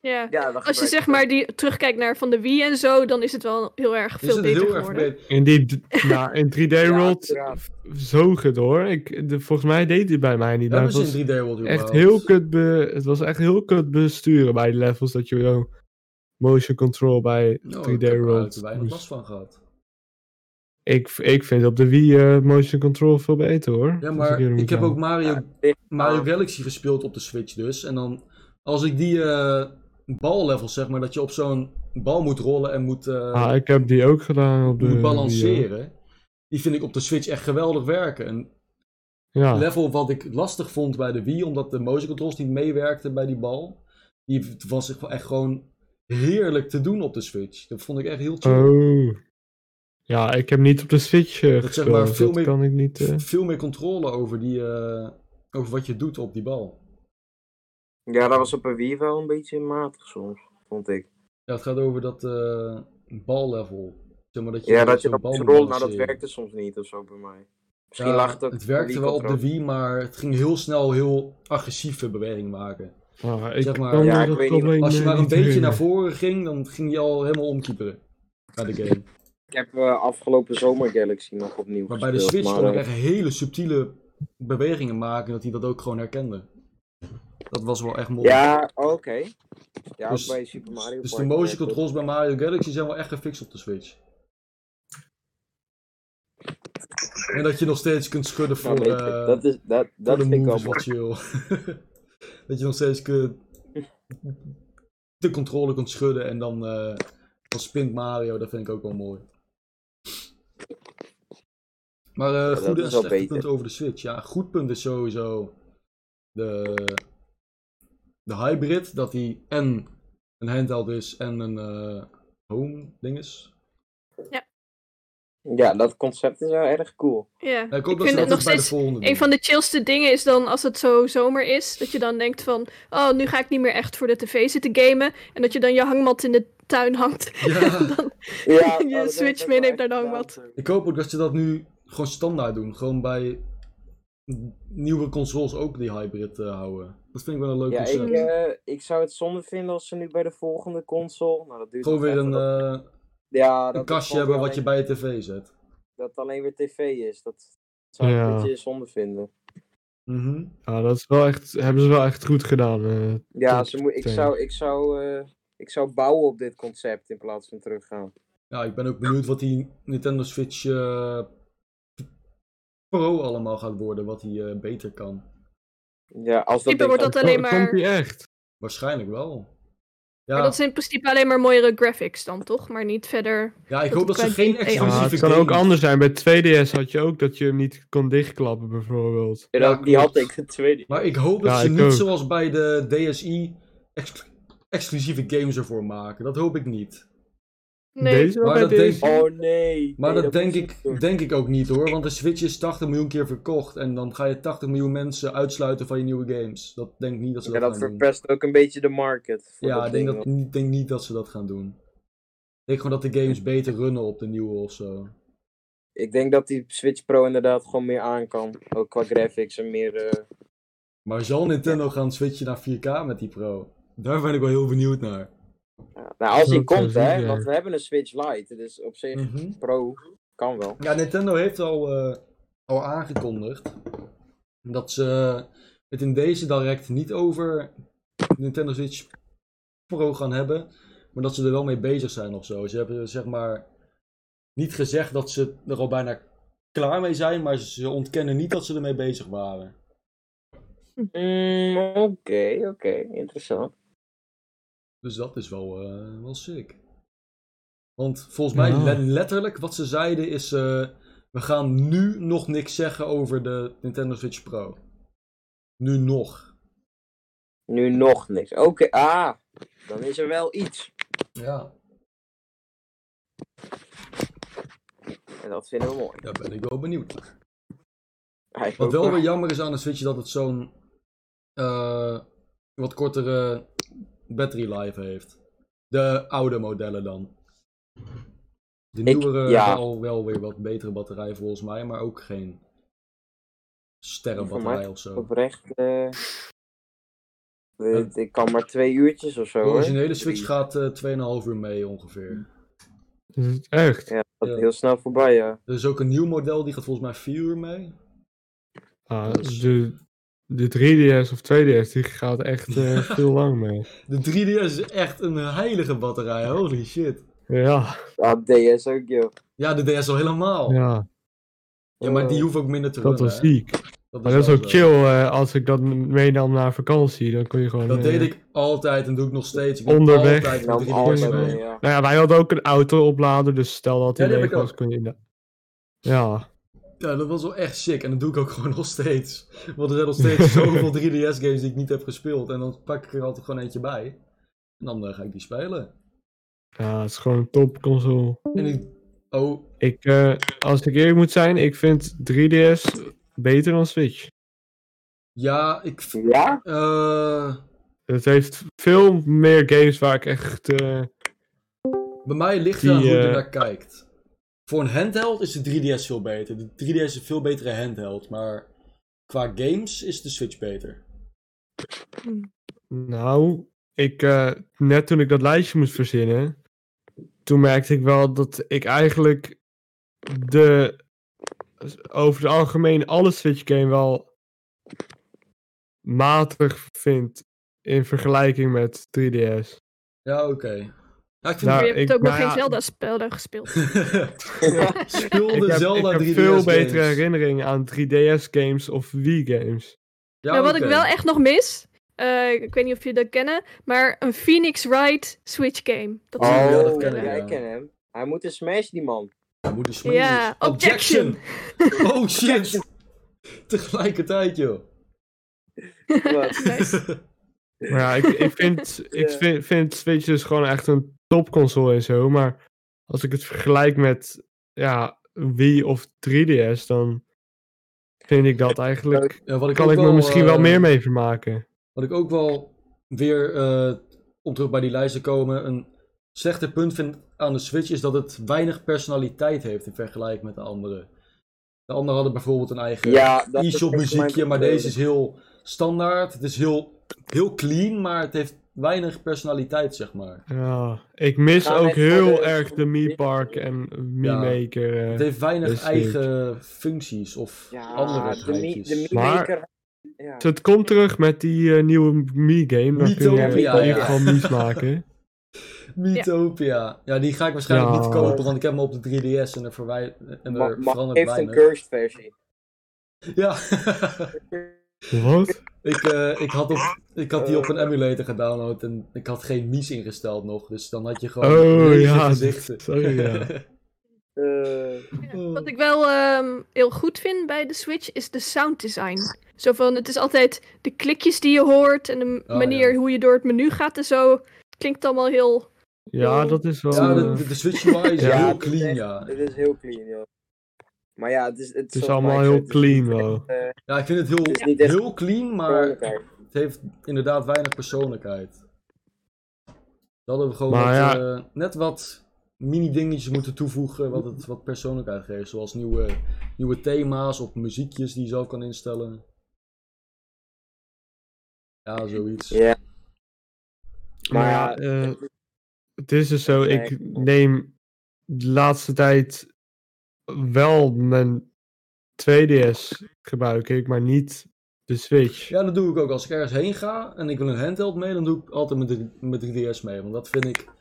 Speaker 4: Ja.
Speaker 2: ja, dat
Speaker 4: Als je
Speaker 2: gebruik-
Speaker 4: zeg maar die terugkijkt naar van de Wii en zo, dan is het wel heel erg
Speaker 1: Is
Speaker 4: veel
Speaker 1: het
Speaker 4: beter
Speaker 1: heel erg
Speaker 4: geworden.
Speaker 1: verbeterd.
Speaker 3: In die d- ja, in 3D World
Speaker 2: inderdaad.
Speaker 3: v- zoog het hoor. Ik, de, volgens mij deed hij bij mij niet. Maar
Speaker 1: Hebben
Speaker 3: het
Speaker 1: ze
Speaker 3: was
Speaker 1: in 3D World
Speaker 3: echt
Speaker 1: überhaupt?
Speaker 3: heel kut be, het was echt heel kut besturen bij de levels dat je wel motion control bij
Speaker 1: Nou,
Speaker 3: 3D
Speaker 1: ik heb er
Speaker 3: World.
Speaker 1: eigenlijk weinig
Speaker 3: moest.
Speaker 1: last van gehad.
Speaker 3: Ik, ik vind op de Wii eh, motion control veel beter hoor.
Speaker 1: Ja,
Speaker 3: Als
Speaker 1: maar
Speaker 3: eerlijk
Speaker 1: ik
Speaker 3: moet
Speaker 1: heb
Speaker 3: zijn.
Speaker 1: ook Mario,
Speaker 2: ligt
Speaker 1: Mario
Speaker 2: aan.
Speaker 1: Galaxy gespeeld op de Switch dus. En dan, als ik die eh ballevels zeg maar, dat je op zo'n bal moet rollen en moet, eh,
Speaker 3: Ah, ik heb die ook gedaan op de
Speaker 1: moet
Speaker 3: Wii, eh. hoor.
Speaker 1: balanceren. Die vind ik op de Switch echt geweldig werken. Een
Speaker 3: Ja.
Speaker 1: level wat ik lastig vond bij de Wii, omdat de motion controls niet meewerkten bij die bal. Die was echt gewoon heerlijk te doen op de Switch. Dat vond ik echt heel chill.
Speaker 3: Oh. Ja, ik heb niet op de Switch eh,
Speaker 1: zeg
Speaker 3: gespeeld.
Speaker 1: maar
Speaker 3: dus
Speaker 1: veel
Speaker 3: dat
Speaker 1: meer-
Speaker 3: kan ik niet. eh.
Speaker 1: Veel meer controle over, die, eh, over wat je doet op die bal.
Speaker 2: Ja, dat was op een Wii wel een beetje matig soms, vond ik.
Speaker 1: Ja, het gaat over dat eh ballevel. Zeg maar dat je
Speaker 2: Ja, dat je
Speaker 1: zo'n
Speaker 2: dat
Speaker 1: bal
Speaker 2: moest
Speaker 1: moet
Speaker 2: rollen, nou dat
Speaker 1: balanceren.
Speaker 2: werkte soms niet of zo bij mij. Misschien
Speaker 1: Ja,
Speaker 2: lag het ook
Speaker 1: Het
Speaker 2: aan de
Speaker 1: werkte wel op de
Speaker 2: Wii-controle.
Speaker 1: Wii, maar het ging heel snel heel agressieve bewegingen maken.
Speaker 3: Ah, ik
Speaker 1: Zeg maar-
Speaker 3: kan
Speaker 2: Ja,
Speaker 3: me
Speaker 2: ik
Speaker 3: dat
Speaker 2: weet niet,
Speaker 3: probleem,
Speaker 1: Als je
Speaker 3: eh,
Speaker 1: maar een
Speaker 3: niet
Speaker 1: beetje naar
Speaker 3: herinneren.
Speaker 1: voren ging, dan ging je al helemaal omkieperen. Bij de game.
Speaker 2: Ik heb eh, afgelopen zomer Galaxy nog opnieuw
Speaker 1: Maar bij de
Speaker 2: gespeeld.
Speaker 1: Switch
Speaker 2: maar,
Speaker 1: kon ik
Speaker 2: eh,
Speaker 1: echt hele subtiele bewegingen maken, dat hij dat ook gewoon herkende. Dat was wel echt mooi.
Speaker 2: Ja, oh, oké. Ja,
Speaker 1: Dus-
Speaker 2: ook bij Super Mario
Speaker 1: dus de
Speaker 2: Party
Speaker 1: motion
Speaker 2: werkte het.
Speaker 1: controls bij Mario Galaxy zijn wel echt gefixt op de Switch. En dat je nog steeds kunt schudden
Speaker 2: Nou,
Speaker 1: voor,
Speaker 2: weet je,
Speaker 1: eh,
Speaker 2: dat is, dat, dat
Speaker 1: voor
Speaker 2: vind
Speaker 1: de
Speaker 2: ik
Speaker 1: move
Speaker 2: wel
Speaker 1: is
Speaker 2: mooi.
Speaker 1: wat chill. dat je nog steeds kunt, de controle kunt schudden en dan, eh dan spint Mario. Dat vind ik ook wel mooi. Maar eh,
Speaker 2: dat
Speaker 1: goede
Speaker 2: is
Speaker 1: en
Speaker 2: wel
Speaker 1: slechte
Speaker 2: beter.
Speaker 1: punten over de Switch. Ja, goed punt is sowieso de, de hybrid. Dat hij en een handheld is en een eh, home ding is.
Speaker 2: Ja, dat concept is wel erg cool.
Speaker 4: Ja.
Speaker 1: Ja, ik hoop
Speaker 4: Ik
Speaker 1: dat ze dat
Speaker 4: vind het nog
Speaker 1: nog bij de
Speaker 4: steeds
Speaker 1: volgende doen.
Speaker 4: Een van de chillste dingen is dan als het zo zomer is, dat je dan denkt van, oh, nu ga ik niet meer echt voor de tv zitten gamen. En dat je dan je hangmat in de tuin hangt.
Speaker 1: Ja.
Speaker 4: dan,
Speaker 2: Ja,
Speaker 4: Je
Speaker 2: dat
Speaker 4: Switch
Speaker 2: heb ik
Speaker 4: meeneemt
Speaker 2: wel
Speaker 4: naar de
Speaker 2: echt
Speaker 4: hangmat.
Speaker 2: gedaan.
Speaker 1: Ik hoop ook dat ze dat nu gewoon standaard doen. Gewoon bij nieuwe consoles ook die hybrid eh, houden. Dat vind ik wel een leuk
Speaker 2: Ja, ik,
Speaker 1: concept.
Speaker 2: eh, ik zou het zonde vinden als ze nu bij de volgende console. Nou, dat duurt
Speaker 1: gewoon
Speaker 2: nog
Speaker 1: weer
Speaker 2: even,
Speaker 1: een,
Speaker 2: dat-
Speaker 1: eh,
Speaker 2: ja, dat
Speaker 1: een
Speaker 2: het
Speaker 1: kastje
Speaker 2: gewoon
Speaker 1: hebben
Speaker 2: weer
Speaker 1: wat je
Speaker 2: alleen-
Speaker 1: bij je tv zet.
Speaker 2: Dat het alleen weer tv is. Dat zou ik
Speaker 3: Ja.
Speaker 2: een beetje zonde vinden.
Speaker 1: Mhm.
Speaker 3: Ja, Ah, dat is wel echt, hebben ze wel echt goed gedaan. eh.
Speaker 2: Ja,
Speaker 3: Tot
Speaker 2: ze moet, ik,
Speaker 3: meteen.
Speaker 2: zou, ik, zou, eh, ik zou bouwen op dit concept in plaats van teruggaan.
Speaker 1: Ja, ik ben ook benieuwd wat die Nintendo Switch eh, Pro allemaal gaat worden. Wat die eh, beter kan.
Speaker 2: Ja, als dat
Speaker 4: Type
Speaker 2: ding
Speaker 4: wordt
Speaker 2: gewoon-
Speaker 4: dat alleen
Speaker 3: Komt-
Speaker 4: maar-
Speaker 3: Komt die echt?
Speaker 1: Waarschijnlijk wel. Ja,
Speaker 4: Maar dat is in principe alleen maar mooiere graphics dan, toch? Maar niet verder.
Speaker 1: ja ik hoop dat ze
Speaker 4: kan-
Speaker 1: geen
Speaker 4: Ja,
Speaker 1: exclusieve
Speaker 3: Ja,
Speaker 1: ja,
Speaker 3: Ah, het kan ook anders zijn. Bij 2DS had je ook dat je hem niet kon dichtklappen, bijvoorbeeld.
Speaker 2: Ja,
Speaker 1: Ja,
Speaker 2: dat- die had
Speaker 1: klopt.
Speaker 2: ik de tweede.
Speaker 1: Maar ik hoop dat
Speaker 3: Ja,
Speaker 1: ze
Speaker 3: ik
Speaker 1: niet
Speaker 3: ook.
Speaker 1: zoals bij de DSI ex- exclusieve games ervoor maken. Dat hoop ik niet.
Speaker 4: Nee.
Speaker 3: Deze wel
Speaker 1: Maar
Speaker 3: bij
Speaker 1: dat
Speaker 3: deze?
Speaker 1: denk-
Speaker 2: Oh nee.
Speaker 1: Maar
Speaker 2: nee,
Speaker 1: dat denk
Speaker 2: moet je niet
Speaker 1: ik,
Speaker 2: doen.
Speaker 1: denk ik ook niet hoor, want de Switch is 80 miljoen keer verkocht en dan ga je 80 miljoen mensen uitsluiten van je nieuwe games. Dat denk ik niet dat ze
Speaker 2: Ja,
Speaker 1: dat,
Speaker 2: dat
Speaker 1: gaan doen.
Speaker 2: verpest ook een beetje de market. voor
Speaker 1: Ja, ik denk,
Speaker 2: ding,
Speaker 1: dat,
Speaker 2: want-
Speaker 1: ik denk niet dat ze dat gaan doen. Ik denk gewoon dat de games beter runnen op de nieuwe of zo.
Speaker 2: Ik denk dat die Switch Pro inderdaad gewoon meer aan kan. Ook qua graphics en meer. eh,
Speaker 1: Maar zal Nintendo gaan switchen naar 4K met die Pro? Daar ben ik wel heel benieuwd naar.
Speaker 2: ja. Nou, als
Speaker 3: Zo
Speaker 2: die komt,
Speaker 3: kan
Speaker 2: hè.
Speaker 3: zien,
Speaker 2: Want
Speaker 3: ja.
Speaker 2: we hebben een Switch Lite. Dus op zich,
Speaker 1: Mhm.
Speaker 2: Pro kan wel.
Speaker 1: Ja, Nintendo heeft al, eh, al aangekondigd dat ze het in deze direct niet over Nintendo Switch Pro gaan hebben, maar dat ze er wel mee bezig zijn of zo. Ze hebben zeg maar niet gezegd dat ze er al bijna klaar mee zijn, maar ze ontkennen niet dat ze ermee bezig waren.
Speaker 2: Mm, Oké, oké, interessant.
Speaker 1: Dus dat is wel, eh, wel sick. Want volgens mij,
Speaker 3: Ja.
Speaker 1: le- letterlijk, wat ze zeiden is... eh, we gaan nu nog niks zeggen over de Nintendo Switch Pro. Nu nog.
Speaker 2: Nu nog niks. Oké, ah, dan is er wel iets.
Speaker 1: Ja.
Speaker 2: En dat vinden we mooi.
Speaker 1: Daar ben ik wel benieuwd naar.
Speaker 2: Ja, ik
Speaker 1: Wat
Speaker 2: ook
Speaker 1: wel
Speaker 2: wel.
Speaker 1: weer jammer is aan de Switch dat het zo'n eh, wat kortere battery life heeft. De oude modellen dan. De
Speaker 2: Ik-
Speaker 1: nieuwere
Speaker 2: ja.
Speaker 1: hebben al wel weer wat betere batterij volgens mij, maar ook geen
Speaker 2: Voor mij
Speaker 1: sterrenbatterij of zo.
Speaker 2: Oprecht, eh, weet- ik kan maar twee uurtjes of zo.
Speaker 1: De
Speaker 2: hoor.
Speaker 1: originele Switch
Speaker 2: Drie.
Speaker 1: gaat eh 2,5 uur mee ongeveer.
Speaker 3: Echt?
Speaker 2: Ja, dat
Speaker 1: Ja.
Speaker 2: gaat heel snel voorbij, ja.
Speaker 1: Er is ook een nieuw model, die gaat volgens mij 4 uur mee.
Speaker 3: Ah, de, de 3DS of 2DS die gaat echt eh, veel lang mee.
Speaker 1: De 3DS is echt een heilige batterij, holy shit.
Speaker 3: Ja,
Speaker 2: Ah, DS ook, joh.
Speaker 1: Ja, de DS al helemaal. Ja,
Speaker 3: ja
Speaker 1: maar
Speaker 2: Eh, Oh.
Speaker 1: die hoeft ook minder te
Speaker 3: dat
Speaker 1: runnen,
Speaker 3: was
Speaker 1: Oh, hè.
Speaker 3: ziek. Maar dat is
Speaker 1: wel
Speaker 3: ook
Speaker 1: zo.
Speaker 3: chill eh, als ik dat m- meenam naar vakantie. Dan kon je gewoon.
Speaker 1: Dat
Speaker 3: eh,
Speaker 1: deed ik altijd en doe ik nog steeds. Ik neem
Speaker 3: Onderweg.
Speaker 1: Altijd
Speaker 2: Ik
Speaker 1: mijn
Speaker 2: nam
Speaker 1: 3DS
Speaker 2: altijd
Speaker 1: mee.
Speaker 2: mee, ja.
Speaker 3: Nou ja, wij hadden ook een auto-oplader, dus stel dat
Speaker 1: Ja,
Speaker 3: hij
Speaker 1: die heb
Speaker 3: leeg
Speaker 1: ik
Speaker 3: was,
Speaker 1: ook.
Speaker 3: kon je. in de- Ja,
Speaker 1: Ja, dat was wel echt sick. En dat doe ik ook gewoon nog steeds. Want er zijn nog steeds zoveel 3DS games die ik niet heb gespeeld. En dan pak ik er altijd gewoon eentje bij. En dan eh, ga ik die spelen.
Speaker 3: ja, het is gewoon een topconsole.
Speaker 1: En ik... Oh,
Speaker 3: Ik, eh, als ik eerlijk moet zijn, ik vind 3DS beter dan Switch.
Speaker 1: ja, ik...
Speaker 2: Ja?
Speaker 1: eh,
Speaker 3: Het heeft veel meer games waar ik echt. eh,
Speaker 1: bij mij ligt het
Speaker 3: Die,
Speaker 1: aan hoe je
Speaker 3: eh,
Speaker 1: er naar kijkt. Voor een handheld is de 3DS veel beter. De 3DS is een veel betere handheld. Maar qua games is de Switch beter.
Speaker 3: Nou, ik, eh, net toen ik dat lijstje moest verzinnen, toen merkte ik wel dat ik eigenlijk de, over het algemeen alle Switch game wel matig vind in vergelijking met 3DS.
Speaker 1: Ja, oké. Ja, ik vind
Speaker 3: Nou,
Speaker 4: maar je hebt
Speaker 3: ik-
Speaker 4: ook nog
Speaker 3: maar
Speaker 4: geen
Speaker 3: ja.
Speaker 4: Zelda-spel gespeeld.
Speaker 1: Speel de
Speaker 3: ik heb,
Speaker 1: Zelda
Speaker 3: ik heb
Speaker 1: 3DS
Speaker 3: veel betere
Speaker 1: games.
Speaker 3: herinneringen aan 3DS games of Wii games.
Speaker 1: Ja,
Speaker 4: maar wat
Speaker 1: oké.
Speaker 4: ik wel echt nog mis, eh, ik weet niet of jullie dat kennen, maar een Phoenix Wright Switch game. Dat is
Speaker 1: ja, dat
Speaker 2: Oh,
Speaker 1: ken ik,
Speaker 2: ja,
Speaker 1: ja.
Speaker 2: ik ken hem. Hij moet een smash, die man.
Speaker 1: Hij moet een smash.
Speaker 4: Ja, objection.
Speaker 1: oh shit. Tegelijkertijd, joh.
Speaker 2: Wat?
Speaker 4: nice.
Speaker 3: Maar ja, ik, ik, vind, ik
Speaker 2: Ja.
Speaker 3: vind, vind Switch dus gewoon echt een topconsole en zo. Maar als ik het vergelijk met ja, Wii of 3DS, dan vind ik dat eigenlijk.
Speaker 1: Ja, wat ik
Speaker 3: Kan
Speaker 1: ook
Speaker 3: ik me
Speaker 1: wel,
Speaker 3: misschien wel
Speaker 1: eh,
Speaker 3: meer mee vermaken.
Speaker 1: Wat ik ook wel weer, eh, om terug bij die lijst te komen, een slechter punt vind aan de Switch is dat het weinig personaliteit heeft in vergelijking met de andere. De andere hadden bijvoorbeeld een eigen
Speaker 2: Ja, dat is
Speaker 1: e-shop
Speaker 2: echt
Speaker 1: muziekje,
Speaker 2: mijn
Speaker 1: maar deze is
Speaker 2: probleem.
Speaker 1: heel standaard. Het is heel, heel clean, maar het heeft weinig personaliteit, zeg maar.
Speaker 3: Ja, ik mis
Speaker 2: Gaan we
Speaker 3: ook
Speaker 2: even naar
Speaker 3: heel
Speaker 2: de-
Speaker 3: erg de Mii Park en
Speaker 1: eh,
Speaker 3: Mii
Speaker 1: Ja.
Speaker 3: Maker. eh.
Speaker 1: Het heeft weinig
Speaker 3: Dus
Speaker 1: eigen functies of
Speaker 2: Ja,
Speaker 1: andere
Speaker 2: de, Mi-
Speaker 1: geintjes.
Speaker 2: de Mi
Speaker 3: Maar-
Speaker 2: Maker. Ja.
Speaker 3: Dus het komt terug met die eh, nieuwe Mii game. Dan kun je
Speaker 1: Miitopia,
Speaker 3: in ieder
Speaker 1: ja.
Speaker 3: geval Mii's maken.
Speaker 1: Mythopia. Ja, die ga ik waarschijnlijk
Speaker 3: Ja.
Speaker 1: niet kopen, want ik heb hem op de 3DS en er, verwij- en
Speaker 2: Ma
Speaker 1: er
Speaker 2: Ma
Speaker 1: verandert
Speaker 2: heeft een
Speaker 1: weinig.
Speaker 2: cursed versie.
Speaker 1: Ja,
Speaker 3: Wat?
Speaker 1: ik, eh, ik, had op, ik had die op een emulator gedownload en ik had geen Mies ingesteld nog. Dus dan had je gewoon
Speaker 3: Oh,
Speaker 1: lege
Speaker 3: ja,
Speaker 1: gezichten.
Speaker 3: sorry, ja.
Speaker 2: Eh,
Speaker 4: Wat ik wel ehm, heel goed vind bij de Switch is de sound design. Zo van, het is altijd de klikjes die je hoort en de m-
Speaker 1: Ah,
Speaker 4: manier
Speaker 1: ja. Oh.
Speaker 4: hoe je door het menu gaat en zo. Het klinkt allemaal heel...
Speaker 3: Ja, dat is wel.
Speaker 1: Ja,
Speaker 3: eh,
Speaker 1: de, de, de Switch UI is
Speaker 3: Ja,
Speaker 1: heel
Speaker 2: dat is
Speaker 1: clean,
Speaker 2: echt-
Speaker 1: ja.
Speaker 2: Het is heel clean, joh. Maar ja, het is... Het,
Speaker 3: het is
Speaker 2: zoals
Speaker 3: allemaal
Speaker 2: Mike
Speaker 3: heel
Speaker 2: zegt, het is
Speaker 3: clean
Speaker 2: niet
Speaker 3: wel.
Speaker 2: echt, eh,
Speaker 1: Ja, ik vind het
Speaker 2: het is
Speaker 1: heel,
Speaker 2: niet echt
Speaker 1: heel clean, maar
Speaker 2: persoonlijkheid.
Speaker 1: het heeft inderdaad weinig persoonlijkheid. Dan hadden we gewoon
Speaker 3: Maar
Speaker 1: wat,
Speaker 3: ja.
Speaker 1: eh, net wat mini-dingetjes moeten toevoegen wat het wat persoonlijkheid geeft. Zoals nieuwe, nieuwe thema's of muziekjes die je zelf kan instellen. Ja, zoiets.
Speaker 2: Ja.
Speaker 3: Maar
Speaker 2: Maar
Speaker 3: ja,
Speaker 2: ja,
Speaker 3: eh, het is dus zo, ik neem de laatste tijd wel mijn 2DS gebruik ik, maar niet de Switch.
Speaker 1: Ja, dat doe ik ook. Als ik ergens heen ga en ik wil een handheld mee, dan doe ik altijd met, de, met 3DS mee. Want dat vind ik...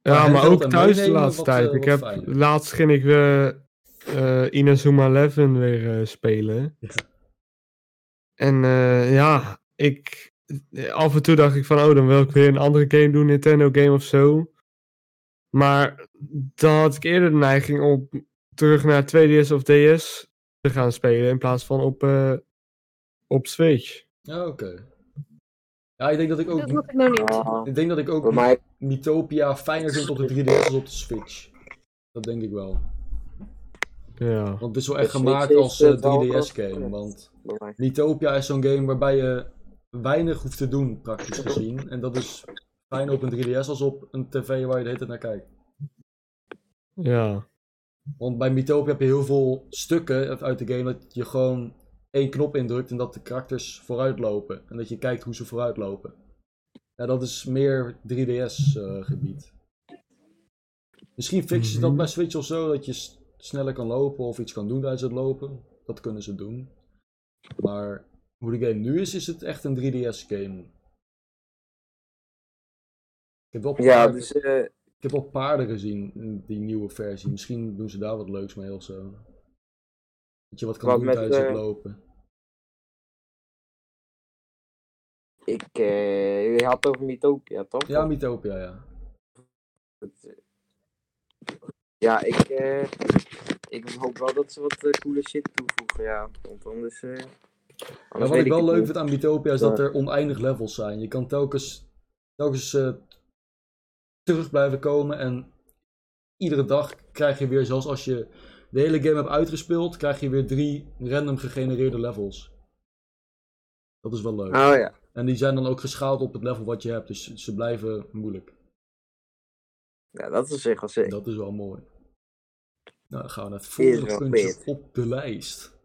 Speaker 3: Ja,
Speaker 1: maar
Speaker 3: maar
Speaker 1: handheld
Speaker 3: ook
Speaker 1: en
Speaker 3: thuis de
Speaker 1: meenemen,
Speaker 3: laatste
Speaker 1: wat, eh,
Speaker 3: tijd.
Speaker 1: wat
Speaker 3: Ik heb
Speaker 1: fijner.
Speaker 3: laatst ging ik eh eh, Inazuma Eleven weer eh, spelen.
Speaker 1: Ja.
Speaker 3: En eh, ja, ik, af en toe dacht ik van, oh, dan wil ik weer een andere game doen, Nintendo game of zo. Maar dan had ik eerder de neiging om terug naar 2DS of DS te gaan spelen in plaats van op, eh, op Switch.
Speaker 1: Ja, oké. Ja, ik denk dat ik
Speaker 4: Dat
Speaker 1: ook,
Speaker 4: had ik nog niet.
Speaker 2: Ah,
Speaker 1: ik denk dat ik
Speaker 2: Bij
Speaker 1: ook
Speaker 2: mij
Speaker 1: Mythopia fijner vind op de 3DS als op de Switch. Dat denk ik wel.
Speaker 3: Ja.
Speaker 1: Want het is wel echt
Speaker 2: De Switch
Speaker 1: gemaakt
Speaker 2: is,
Speaker 1: als
Speaker 2: eh,
Speaker 1: eh,
Speaker 2: wel
Speaker 1: 3DS game.
Speaker 2: correct.
Speaker 1: Want
Speaker 2: bij mij.
Speaker 1: Mythopia is zo'n game waarbij je weinig hoeft te doen, praktisch gezien. En dat is fijn op een 3DS als op een tv waar je de hele tijd naar kijkt.
Speaker 3: Ja.
Speaker 1: Want bij Mythopia heb je heel veel stukken uit de game dat je gewoon één knop indrukt en dat de karakters vooruit lopen. En dat je kijkt hoe ze vooruit lopen. Ja, dat is meer 3DS eh, gebied. Misschien fixen ze dat
Speaker 3: Mhm.
Speaker 1: bij Switch of zo, dat je s- sneller kan lopen of iets kan doen tijdens het lopen. Dat kunnen ze doen. Maar hoe de game nu is, is het echt een 3DS game. Ik heb wel
Speaker 2: Ja,
Speaker 1: paarden-
Speaker 2: dus eh,
Speaker 1: ik heb al paarden gezien, in die nieuwe versie. Misschien doen ze daar wat leuks mee of zo. Dat je wat kan
Speaker 2: Wat
Speaker 1: doen
Speaker 2: met,
Speaker 1: tijdens het
Speaker 2: eh,
Speaker 1: lopen.
Speaker 2: ik eh, je had het over Mythopia, toch?
Speaker 1: Ja, Mythopia, ja.
Speaker 2: Ja, ik, eh, ik hoop wel dat ze wat eh, coole shit toevoegen, ja. Want anders... eh
Speaker 1: ja
Speaker 2: anders
Speaker 1: Nou, wat
Speaker 2: weet
Speaker 1: ik wel
Speaker 2: het
Speaker 1: leuk
Speaker 2: niet.
Speaker 1: vind aan Mythopia is dat
Speaker 2: Ja.
Speaker 1: er oneindig levels zijn. Je kan telkens, telkens eh, terug blijven komen en iedere dag krijg je weer, zelfs als je de hele game hebt uitgespeeld, krijg je weer drie random gegenereerde levels. Dat is wel leuk.
Speaker 2: Oh ja.
Speaker 1: En die zijn dan ook geschaald op het level wat je hebt, dus ze blijven moeilijk.
Speaker 2: ja, dat is op zich wel sick.
Speaker 1: Dat is wel mooi. Nou, dan gaan we naar het
Speaker 2: Is
Speaker 1: volgende
Speaker 2: wel
Speaker 1: puntje
Speaker 2: fit.
Speaker 1: op de lijst.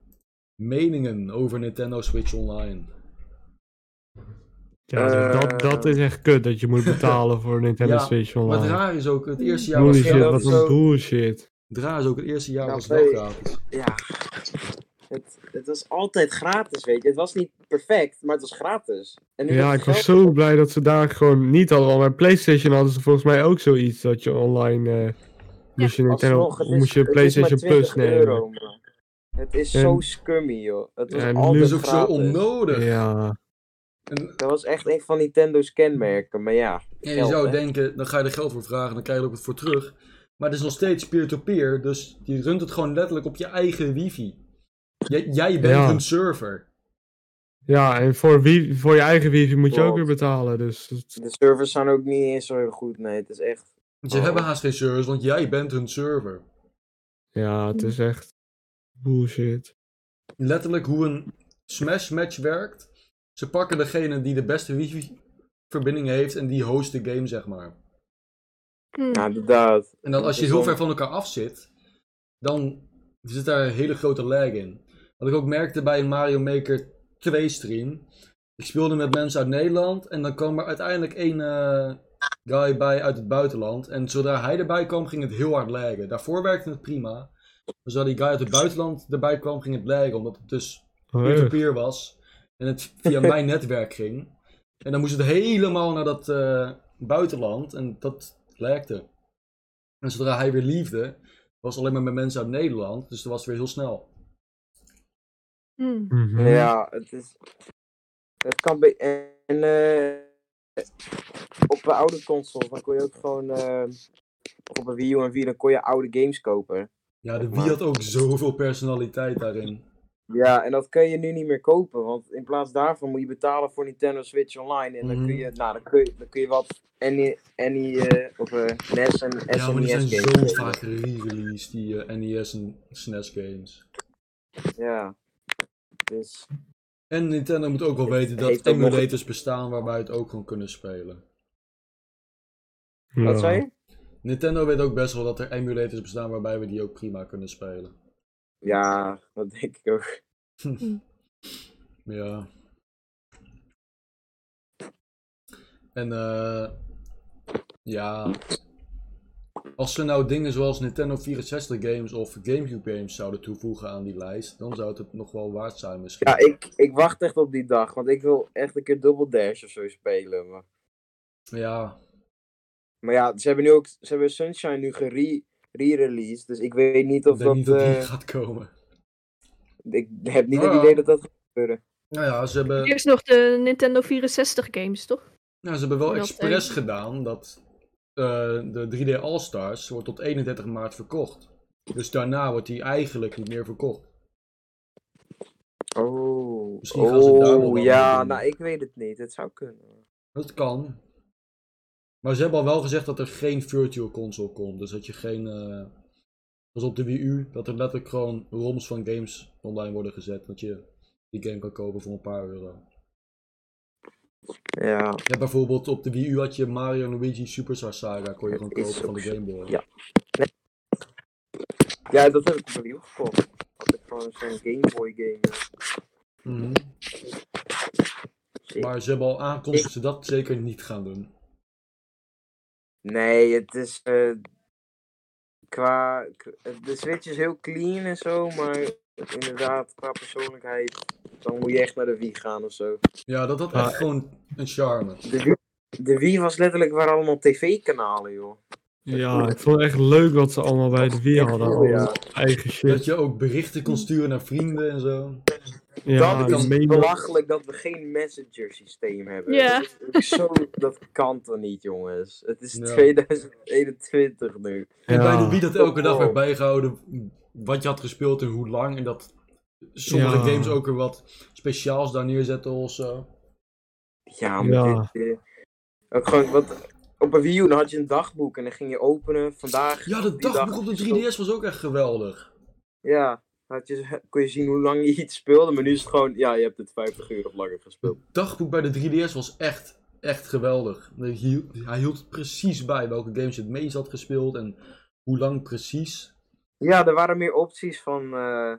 Speaker 1: Meningen over Nintendo Switch Online.
Speaker 3: ja
Speaker 2: Eh.
Speaker 3: dat, dat is echt kut dat je moet betalen voor Nintendo
Speaker 1: Ja,
Speaker 3: Switch
Speaker 1: Maar het
Speaker 3: Online.
Speaker 1: raar is ook, het eerste jaar was
Speaker 3: Holy shit,
Speaker 2: dat
Speaker 1: gratis.
Speaker 3: wat
Speaker 2: is
Speaker 3: een
Speaker 2: zo-
Speaker 3: bullshit.
Speaker 1: Het raar is ook, het eerste jaar
Speaker 2: Nou,
Speaker 1: was het wel
Speaker 2: twee.
Speaker 1: gratis.
Speaker 2: Ja. Het, het was altijd gratis, weet je. Het was niet perfect, maar het was gratis. En nu
Speaker 3: Ja,
Speaker 2: moet je
Speaker 3: ik was
Speaker 2: geld-
Speaker 3: zo blij dat ze daar gewoon niet hadden. Want Bij PlayStation hadden ze volgens mij ook zoiets dat je online. eh moest je Nintendo.
Speaker 2: Alsnog, het is-
Speaker 3: moest je
Speaker 2: het is
Speaker 3: PlayStation
Speaker 2: maar
Speaker 3: Plus
Speaker 2: 20
Speaker 3: nemen.
Speaker 2: euro, man. Het is
Speaker 3: En-
Speaker 2: zo scummy, joh. Het was
Speaker 3: Ja, en nu
Speaker 1: Het
Speaker 2: altijd
Speaker 1: is Dus ook zo
Speaker 2: gratis.
Speaker 1: onnodig.
Speaker 3: Ja.
Speaker 1: En,
Speaker 2: Dat was echt een van Nintendo's kenmerken, maar ja.
Speaker 1: ja, je
Speaker 2: geld,
Speaker 1: zou
Speaker 2: hè.
Speaker 1: denken, dan ga je er geld voor vragen, dan krijg je er ook wat voor terug. Maar het is nog steeds peer-to-peer, dus je runt het gewoon letterlijk op je eigen wifi. Jij, jij bent
Speaker 3: Ja.
Speaker 1: hun server.
Speaker 3: ja, en voor, wie, voor je eigen wifi moet je ook
Speaker 2: Klopt.
Speaker 3: weer betalen. Dus het-
Speaker 2: De servers zijn ook niet eens zo heel goed, nee. Het is echt...
Speaker 1: Ze
Speaker 2: Oh.
Speaker 1: hebben haast geen servers, want jij bent hun server.
Speaker 3: ja, het
Speaker 2: Mm.
Speaker 3: is echt bullshit.
Speaker 1: letterlijk hoe een smash match werkt. Ze pakken degene die de beste wifi verbinding heeft en die host de game, zeg maar.
Speaker 4: Hm.
Speaker 2: Ja, inderdaad.
Speaker 1: En dan als je
Speaker 2: Dat is
Speaker 1: heel
Speaker 2: wel-
Speaker 1: ver van elkaar af zit, dan zit daar een hele grote lag in. Wat ik ook merkte bij een Mario Maker 2 stream. Ik speelde met mensen uit Nederland en dan kwam er uiteindelijk één eh, guy bij uit het buitenland. En zodra hij erbij kwam, ging het heel hard laggen. Daarvoor werkte het prima. Maar zodra die guy uit het buitenland erbij kwam, ging het laggen. Omdat het dus
Speaker 3: Oh, Echt.
Speaker 1: peer-to-peer was. En het via mijn netwerk ging. En dan moest het helemaal naar dat eh, buitenland. En dat lijkte. En zodra hij weer liefde, was het alleen maar met mensen uit Nederland. Dus dat was weer heel snel.
Speaker 4: Hm.
Speaker 3: Mhm.
Speaker 2: Ja, het is... Het kan bij... En eh, op de oude consoles, dan kon je ook gewoon... eh, op een Wii U en Wii, dan kon je oude games kopen.
Speaker 1: Ja, de Wii had ook zoveel personaliteit daarin.
Speaker 2: Ja, en dat kun je nu niet meer kopen, want in plaats daarvan moet je betalen voor Nintendo Switch Online. En dan
Speaker 1: Mhm.
Speaker 2: kun je, nou, dan kun je, dan kun je wat en any eh of eh NES en SNES
Speaker 1: Ja, maar die zijn
Speaker 2: E games
Speaker 1: zo
Speaker 2: spelen.
Speaker 1: vaak re-released, die eh, NES en SNES games.
Speaker 2: Ja. Dus,
Speaker 1: En Nintendo moet ook wel weten dat
Speaker 2: Heeft ook nog-
Speaker 1: emulators bestaan waarbij het ook gewoon kunnen spelen.
Speaker 2: wat
Speaker 3: Ja.
Speaker 2: zei je?
Speaker 1: Nintendo weet ook best wel dat er emulators bestaan waarbij we die ook prima kunnen spelen.
Speaker 2: Ja, dat denk ik ook.
Speaker 1: Ja. En eh ja. Als ze nou dingen zoals Nintendo 64 games of GameCube games zouden toevoegen aan die lijst, dan zou het het nog wel waard zijn misschien.
Speaker 2: Ja, ik, ik wacht echt op die dag, want ik wil echt een keer Double Dash of zo spelen. Maar,
Speaker 1: Ja,
Speaker 2: maar ja, ze hebben nu ook, ze hebben Sunshine nu gere- re-released, dus ik weet niet
Speaker 1: ik
Speaker 2: of
Speaker 1: denk
Speaker 2: dat,
Speaker 1: niet dat die
Speaker 2: eh,
Speaker 1: gaat komen.
Speaker 2: ik heb niet
Speaker 1: Oh.
Speaker 2: het idee dat dat gaat gebeuren.
Speaker 1: Nou ja, ze hebben,
Speaker 4: Eerst nog de Nintendo 64 games, toch?
Speaker 1: nou, ze hebben wel
Speaker 4: dat
Speaker 1: expres
Speaker 4: even.
Speaker 1: gedaan dat eh, de 3D All-Stars wordt tot 31 maart verkocht. Dus daarna wordt die eigenlijk niet meer verkocht.
Speaker 2: Oh,
Speaker 1: Misschien gaan ze het daar wel
Speaker 2: oh
Speaker 1: wat mee
Speaker 2: ja,
Speaker 1: doen.
Speaker 2: nou ik weet het niet. Het zou kunnen.
Speaker 1: Dat kan. Maar ze hebben al wel gezegd dat er geen virtual console komt. Dus dat je geen. eh als op de Wii U, dat er letterlijk gewoon ROMs van games online worden gezet. Dat je die game kan kopen voor een paar euro.
Speaker 2: Ja,
Speaker 1: Ja, bijvoorbeeld op de Wii U had je Mario en Luigi Superstar Saga. Kon je gewoon
Speaker 2: Het
Speaker 1: kopen
Speaker 2: is
Speaker 1: van
Speaker 2: ook
Speaker 1: de
Speaker 2: zo,
Speaker 1: Game Boy.
Speaker 2: ja. ja dat heb ik op de Wii U gekocht. Had ik gewoon zo'n Game Boy game.
Speaker 1: Mhm.
Speaker 2: Shit.
Speaker 1: Maar ze hebben al aangekondigd dat ze dat zeker niet gaan doen.
Speaker 2: Nee, het is eh, qua de Switch is heel clean en zo, maar inderdaad qua persoonlijkheid dan moet je echt naar de Wii gaan of zo.
Speaker 1: Ja, dat had
Speaker 3: Ah.
Speaker 1: echt gewoon een charme.
Speaker 2: De Wii, de Wii was letterlijk waar allemaal tv-kanalen joh.
Speaker 3: Ja, ik vond het echt leuk wat ze allemaal bij de Wii hadden.
Speaker 2: Oh, ja.
Speaker 3: allemaal Eigen
Speaker 1: Dat
Speaker 3: shit.
Speaker 1: je ook berichten kon sturen naar vrienden en zo.
Speaker 3: Ja,
Speaker 2: dat is
Speaker 3: meen-
Speaker 2: belachelijk dat we geen messenger systeem hebben.
Speaker 4: Ja.
Speaker 2: Dat, is ook zo, dat kan toch niet jongens. Het is
Speaker 1: Ja.
Speaker 2: 2021 nu.
Speaker 1: En bij de
Speaker 3: ja.
Speaker 1: Wii dat elke dag werd
Speaker 2: Wow.
Speaker 1: bijgehouden wat je had gespeeld en hoe lang. En dat sommige
Speaker 3: Ja.
Speaker 1: games ook weer wat speciaals daar neerzetten of zo.
Speaker 2: Ja, maar
Speaker 3: Ja.
Speaker 2: dit... eh, ook gewoon, wat, op een Wii U dan had je een dagboek en dan ging je openen. Vandaag
Speaker 1: Ja, dat
Speaker 2: Die
Speaker 1: dagboek
Speaker 2: dag
Speaker 1: op de
Speaker 2: is
Speaker 1: 3DS was ook echt geweldig.
Speaker 2: Ja, had je, kon je zien hoe lang je iets speelde, maar nu is het gewoon, ja, je hebt het 50 uur of langer
Speaker 1: Het
Speaker 2: gespeeld.
Speaker 1: dagboek bij de 3DS was echt, echt geweldig. Hij hield, hij hield het precies bij welke games je het meest had gespeeld en hoe lang precies.
Speaker 2: Ja, er waren meer opties van eh,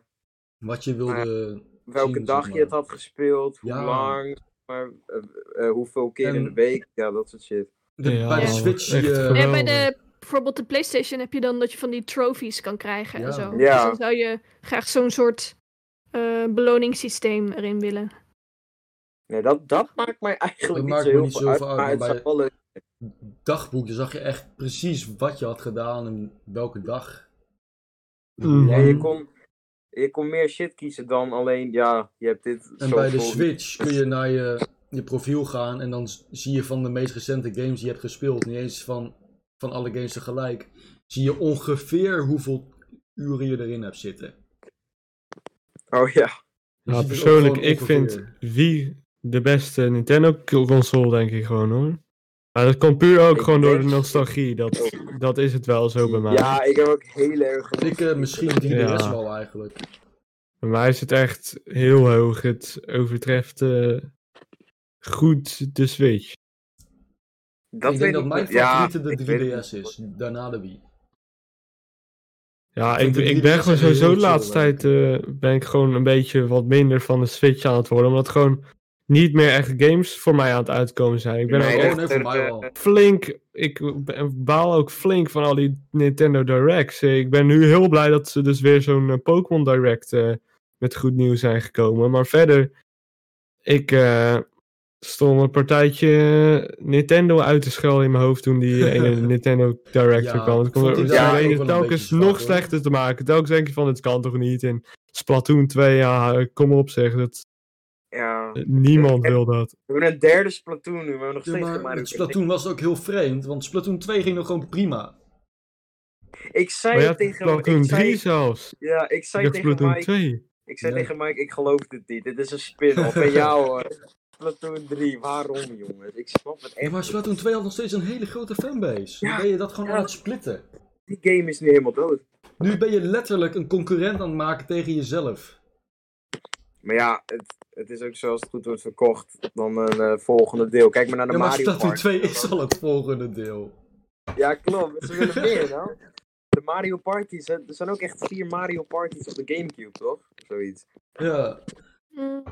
Speaker 1: Wat je wilde.
Speaker 2: welke
Speaker 1: Zien,
Speaker 2: dag
Speaker 1: zeg maar.
Speaker 2: je het had gespeeld, hoe
Speaker 1: Ja.
Speaker 2: lang, maar, eh, eh, hoeveel keer
Speaker 1: En-
Speaker 2: in de week, ja, dat soort shit.
Speaker 1: De-
Speaker 3: Ja,
Speaker 1: bij de
Speaker 4: ja.
Speaker 1: Switch.
Speaker 3: echt
Speaker 1: eh,
Speaker 3: geweldig.
Speaker 4: En bij de, bijvoorbeeld de PlayStation heb je dan dat je van die trophies kan krijgen
Speaker 1: Ja.
Speaker 4: en zo.
Speaker 2: Ja.
Speaker 4: Dus dan zou je graag zo'n soort eh, beloningssysteem erin willen.
Speaker 2: Nee, dat, dat maakt mij
Speaker 1: Dat
Speaker 2: eigenlijk niet
Speaker 1: maakt
Speaker 2: zo
Speaker 1: me
Speaker 2: heel
Speaker 1: niet
Speaker 2: veel
Speaker 1: zoveel uit,
Speaker 2: uit, maar het
Speaker 1: maar
Speaker 2: zou
Speaker 1: bij-
Speaker 2: wel leuk-
Speaker 1: dagboek, dan zag je echt precies wat je had gedaan en welke dag.
Speaker 3: Mm.
Speaker 2: Ja,
Speaker 1: Mhm.
Speaker 2: je kon, je kon meer shit kiezen dan alleen, ja, je hebt dit
Speaker 1: En
Speaker 2: zo
Speaker 1: bij de
Speaker 2: vol-
Speaker 1: Switch kun je naar je, je profiel gaan en dan z- zie je van de meest recente games die je hebt gespeeld, niet eens van, van alle games tegelijk, zie je ongeveer hoeveel uren je erin hebt zitten.
Speaker 2: Oh
Speaker 1: Dus
Speaker 2: ja,
Speaker 3: Ja,
Speaker 1: je ziet ook
Speaker 3: persoonlijk,
Speaker 1: gewoon
Speaker 3: ik vind
Speaker 1: ongeveer.
Speaker 3: Wii de beste Nintendo-console, denk ik gewoon hoor. Maar dat komt puur ook
Speaker 2: Ik
Speaker 3: gewoon door de
Speaker 2: denk-
Speaker 3: nostalgie. Dat, dat is het wel zo bij mij.
Speaker 2: ja, ik heb ook heel erg...
Speaker 1: Ik eh, misschien 3DS
Speaker 3: Ja.
Speaker 1: wel eigenlijk.
Speaker 3: Bij mij is het echt heel hoog. Het overtreft eh, goed de Switch.
Speaker 2: Dat
Speaker 1: ik
Speaker 2: weet
Speaker 1: denk dat mijn
Speaker 2: niet. Ja,
Speaker 1: favoriete
Speaker 2: ik weet het
Speaker 1: de 3DS
Speaker 2: niet.
Speaker 1: is, daarna de Wii.
Speaker 3: Ja,
Speaker 1: Ik vind
Speaker 3: ik,
Speaker 1: de
Speaker 3: ik ben
Speaker 1: 3DS
Speaker 3: gewoon
Speaker 1: echt heel
Speaker 3: sowieso de
Speaker 1: chill,
Speaker 3: laatste tijd eh, ben ik gewoon een beetje wat minder van de Switch aan het worden. Omdat gewoon niet meer echt games voor mij aan het uitkomen zijn. Ik ben
Speaker 2: Nee,
Speaker 3: ook
Speaker 1: oh
Speaker 3: echt
Speaker 1: nee,
Speaker 2: echt
Speaker 1: voor
Speaker 2: er,
Speaker 1: mij
Speaker 2: eh,
Speaker 1: wel.
Speaker 3: flink. Ik ben- baal ook flink van al die Nintendo Directs. Eh, Ik ben nu heel blij dat ze dus weer zo'n eh, Pokémon Direct eh, met goed nieuws zijn gekomen. Maar verder, ik eh, stond een partijtje eh, Nintendo uit te schelden in mijn hoofd toen die ene Nintendo Direct
Speaker 1: Ja,
Speaker 3: er kwam. Het kon
Speaker 1: vond
Speaker 3: er
Speaker 1: ik
Speaker 2: dat
Speaker 3: ja,
Speaker 1: ook wel een
Speaker 3: telkens
Speaker 1: beetje zwak,
Speaker 3: nog
Speaker 1: hoor.
Speaker 3: slechter te maken. Telkens denk je van, dit kan toch niet? En Splatoon 2, ja, eh, kom op zeg. Dat, eh,
Speaker 2: ja.
Speaker 3: niemand wil dat.
Speaker 2: We hebben een derde Splatoon nu, maar we hebben nog
Speaker 1: Ja,
Speaker 2: steeds geen
Speaker 1: maar
Speaker 2: Mario
Speaker 1: met
Speaker 2: Kart.
Speaker 1: Splatoon was het ook heel vreemd, want Splatoon 2 ging nog gewoon prima.
Speaker 2: Ik- Ik zei
Speaker 3: Maar ja,
Speaker 2: tegen hem-
Speaker 3: Splatoon
Speaker 2: ik
Speaker 3: 3
Speaker 2: zei,
Speaker 3: zelfs.
Speaker 2: ja, ik
Speaker 3: Ik
Speaker 2: zei
Speaker 3: dacht
Speaker 2: tegen
Speaker 3: Splatoon
Speaker 2: Mike,
Speaker 3: 2.
Speaker 2: ik zei
Speaker 1: Ja.
Speaker 2: tegen Mike, ik geloof dit niet. Dit is een spin-off. en ja hoor, Splatoon 3, waarom jongens? Ik snap het
Speaker 1: Ja,
Speaker 2: echt.
Speaker 1: maar
Speaker 2: niet.
Speaker 1: Splatoon 2 had nog steeds een hele grote fanbase. Nu
Speaker 2: Ja,
Speaker 1: ben je dat gewoon
Speaker 2: ja.
Speaker 1: aan het splitten.
Speaker 2: Die game is nu helemaal dood.
Speaker 1: Nu ben je letterlijk een concurrent aan het maken tegen jezelf.
Speaker 2: Maar ja, het, het is ook zo als het goed wordt verkocht, dan een eh, volgende deel. Kijk maar naar de
Speaker 1: ja, maar
Speaker 2: Mario Kart.
Speaker 1: Splatoon 2 is al het volgende deel.
Speaker 2: Ja, klopt. Ze willen meer, nou. De Mario Parties, hè, er zijn ook echt vier Mario Parties op de Gamecube, toch? Zoiets.
Speaker 1: Ja,
Speaker 4: Mm.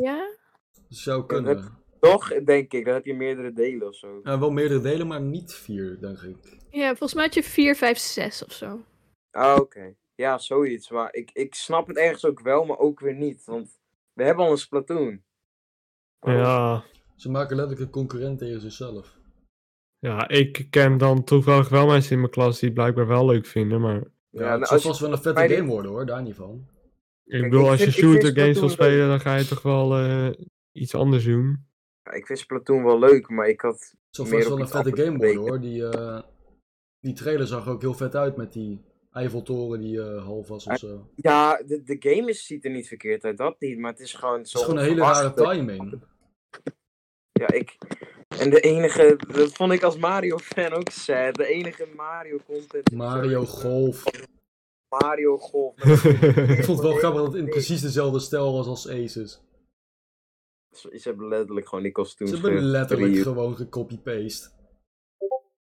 Speaker 4: Ja?
Speaker 1: zou kunnen.
Speaker 2: Toch, denk ik, dan heb je meerdere delen of zo.
Speaker 1: Ja, wel meerdere delen, maar niet vier, denk ik.
Speaker 4: Ja, volgens mij had je 4, 5, 6 of zo.
Speaker 2: Ah, oké. Ja, zoiets. Maar ik, ik snap het ergens ook wel, maar ook weer niet. Want we hebben al een Splatoon.
Speaker 3: Ja.
Speaker 1: Ze maken letterlijk een concurrent tegen zichzelf.
Speaker 3: Ja, ik ken dan toevallig wel mensen in mijn klas die het blijkbaar wel leuk vinden, maar
Speaker 1: Ja, het
Speaker 2: nou,
Speaker 1: zal
Speaker 2: als je-
Speaker 1: vast wel een vette
Speaker 2: bij die-
Speaker 1: game worden hoor, daar niet van.
Speaker 3: Ik bedoel, als je
Speaker 2: vind- ik vind
Speaker 3: shooter games wil
Speaker 2: Splatoon leuk.
Speaker 3: spelen, dan ga je toch wel eh, iets anders doen.
Speaker 2: Ja, ik vind Splatoon wel leuk, maar ik had...
Speaker 1: Zo
Speaker 2: Meer
Speaker 1: vast
Speaker 2: op
Speaker 1: wel een
Speaker 2: iets
Speaker 1: vette
Speaker 2: anders
Speaker 1: game worden
Speaker 2: gekeken.
Speaker 1: hoor. Die, eh, die trailer zag er ook heel vet uit met die Eiffeltoren die eh, half was of zo.
Speaker 2: Ja, de, de game is, ziet er niet verkeerd uit, dat niet. Maar het is gewoon
Speaker 1: Het
Speaker 2: zo
Speaker 1: is gewoon een hele rare
Speaker 2: onverwacht.
Speaker 1: timing.
Speaker 2: Ja, ik... En de enige... Dat vond ik als Mario-fan ook sad. De enige Mario-content...
Speaker 1: Mario Golf.
Speaker 2: Mario Golf.
Speaker 1: Ik vond het wel grappig dat het in precies dezelfde stijl was als Aces.
Speaker 2: Ze ze hebben letterlijk gewoon die kostuums
Speaker 1: Ze hebben letterlijk
Speaker 2: gereused.
Speaker 1: gewoon gecopy-paste.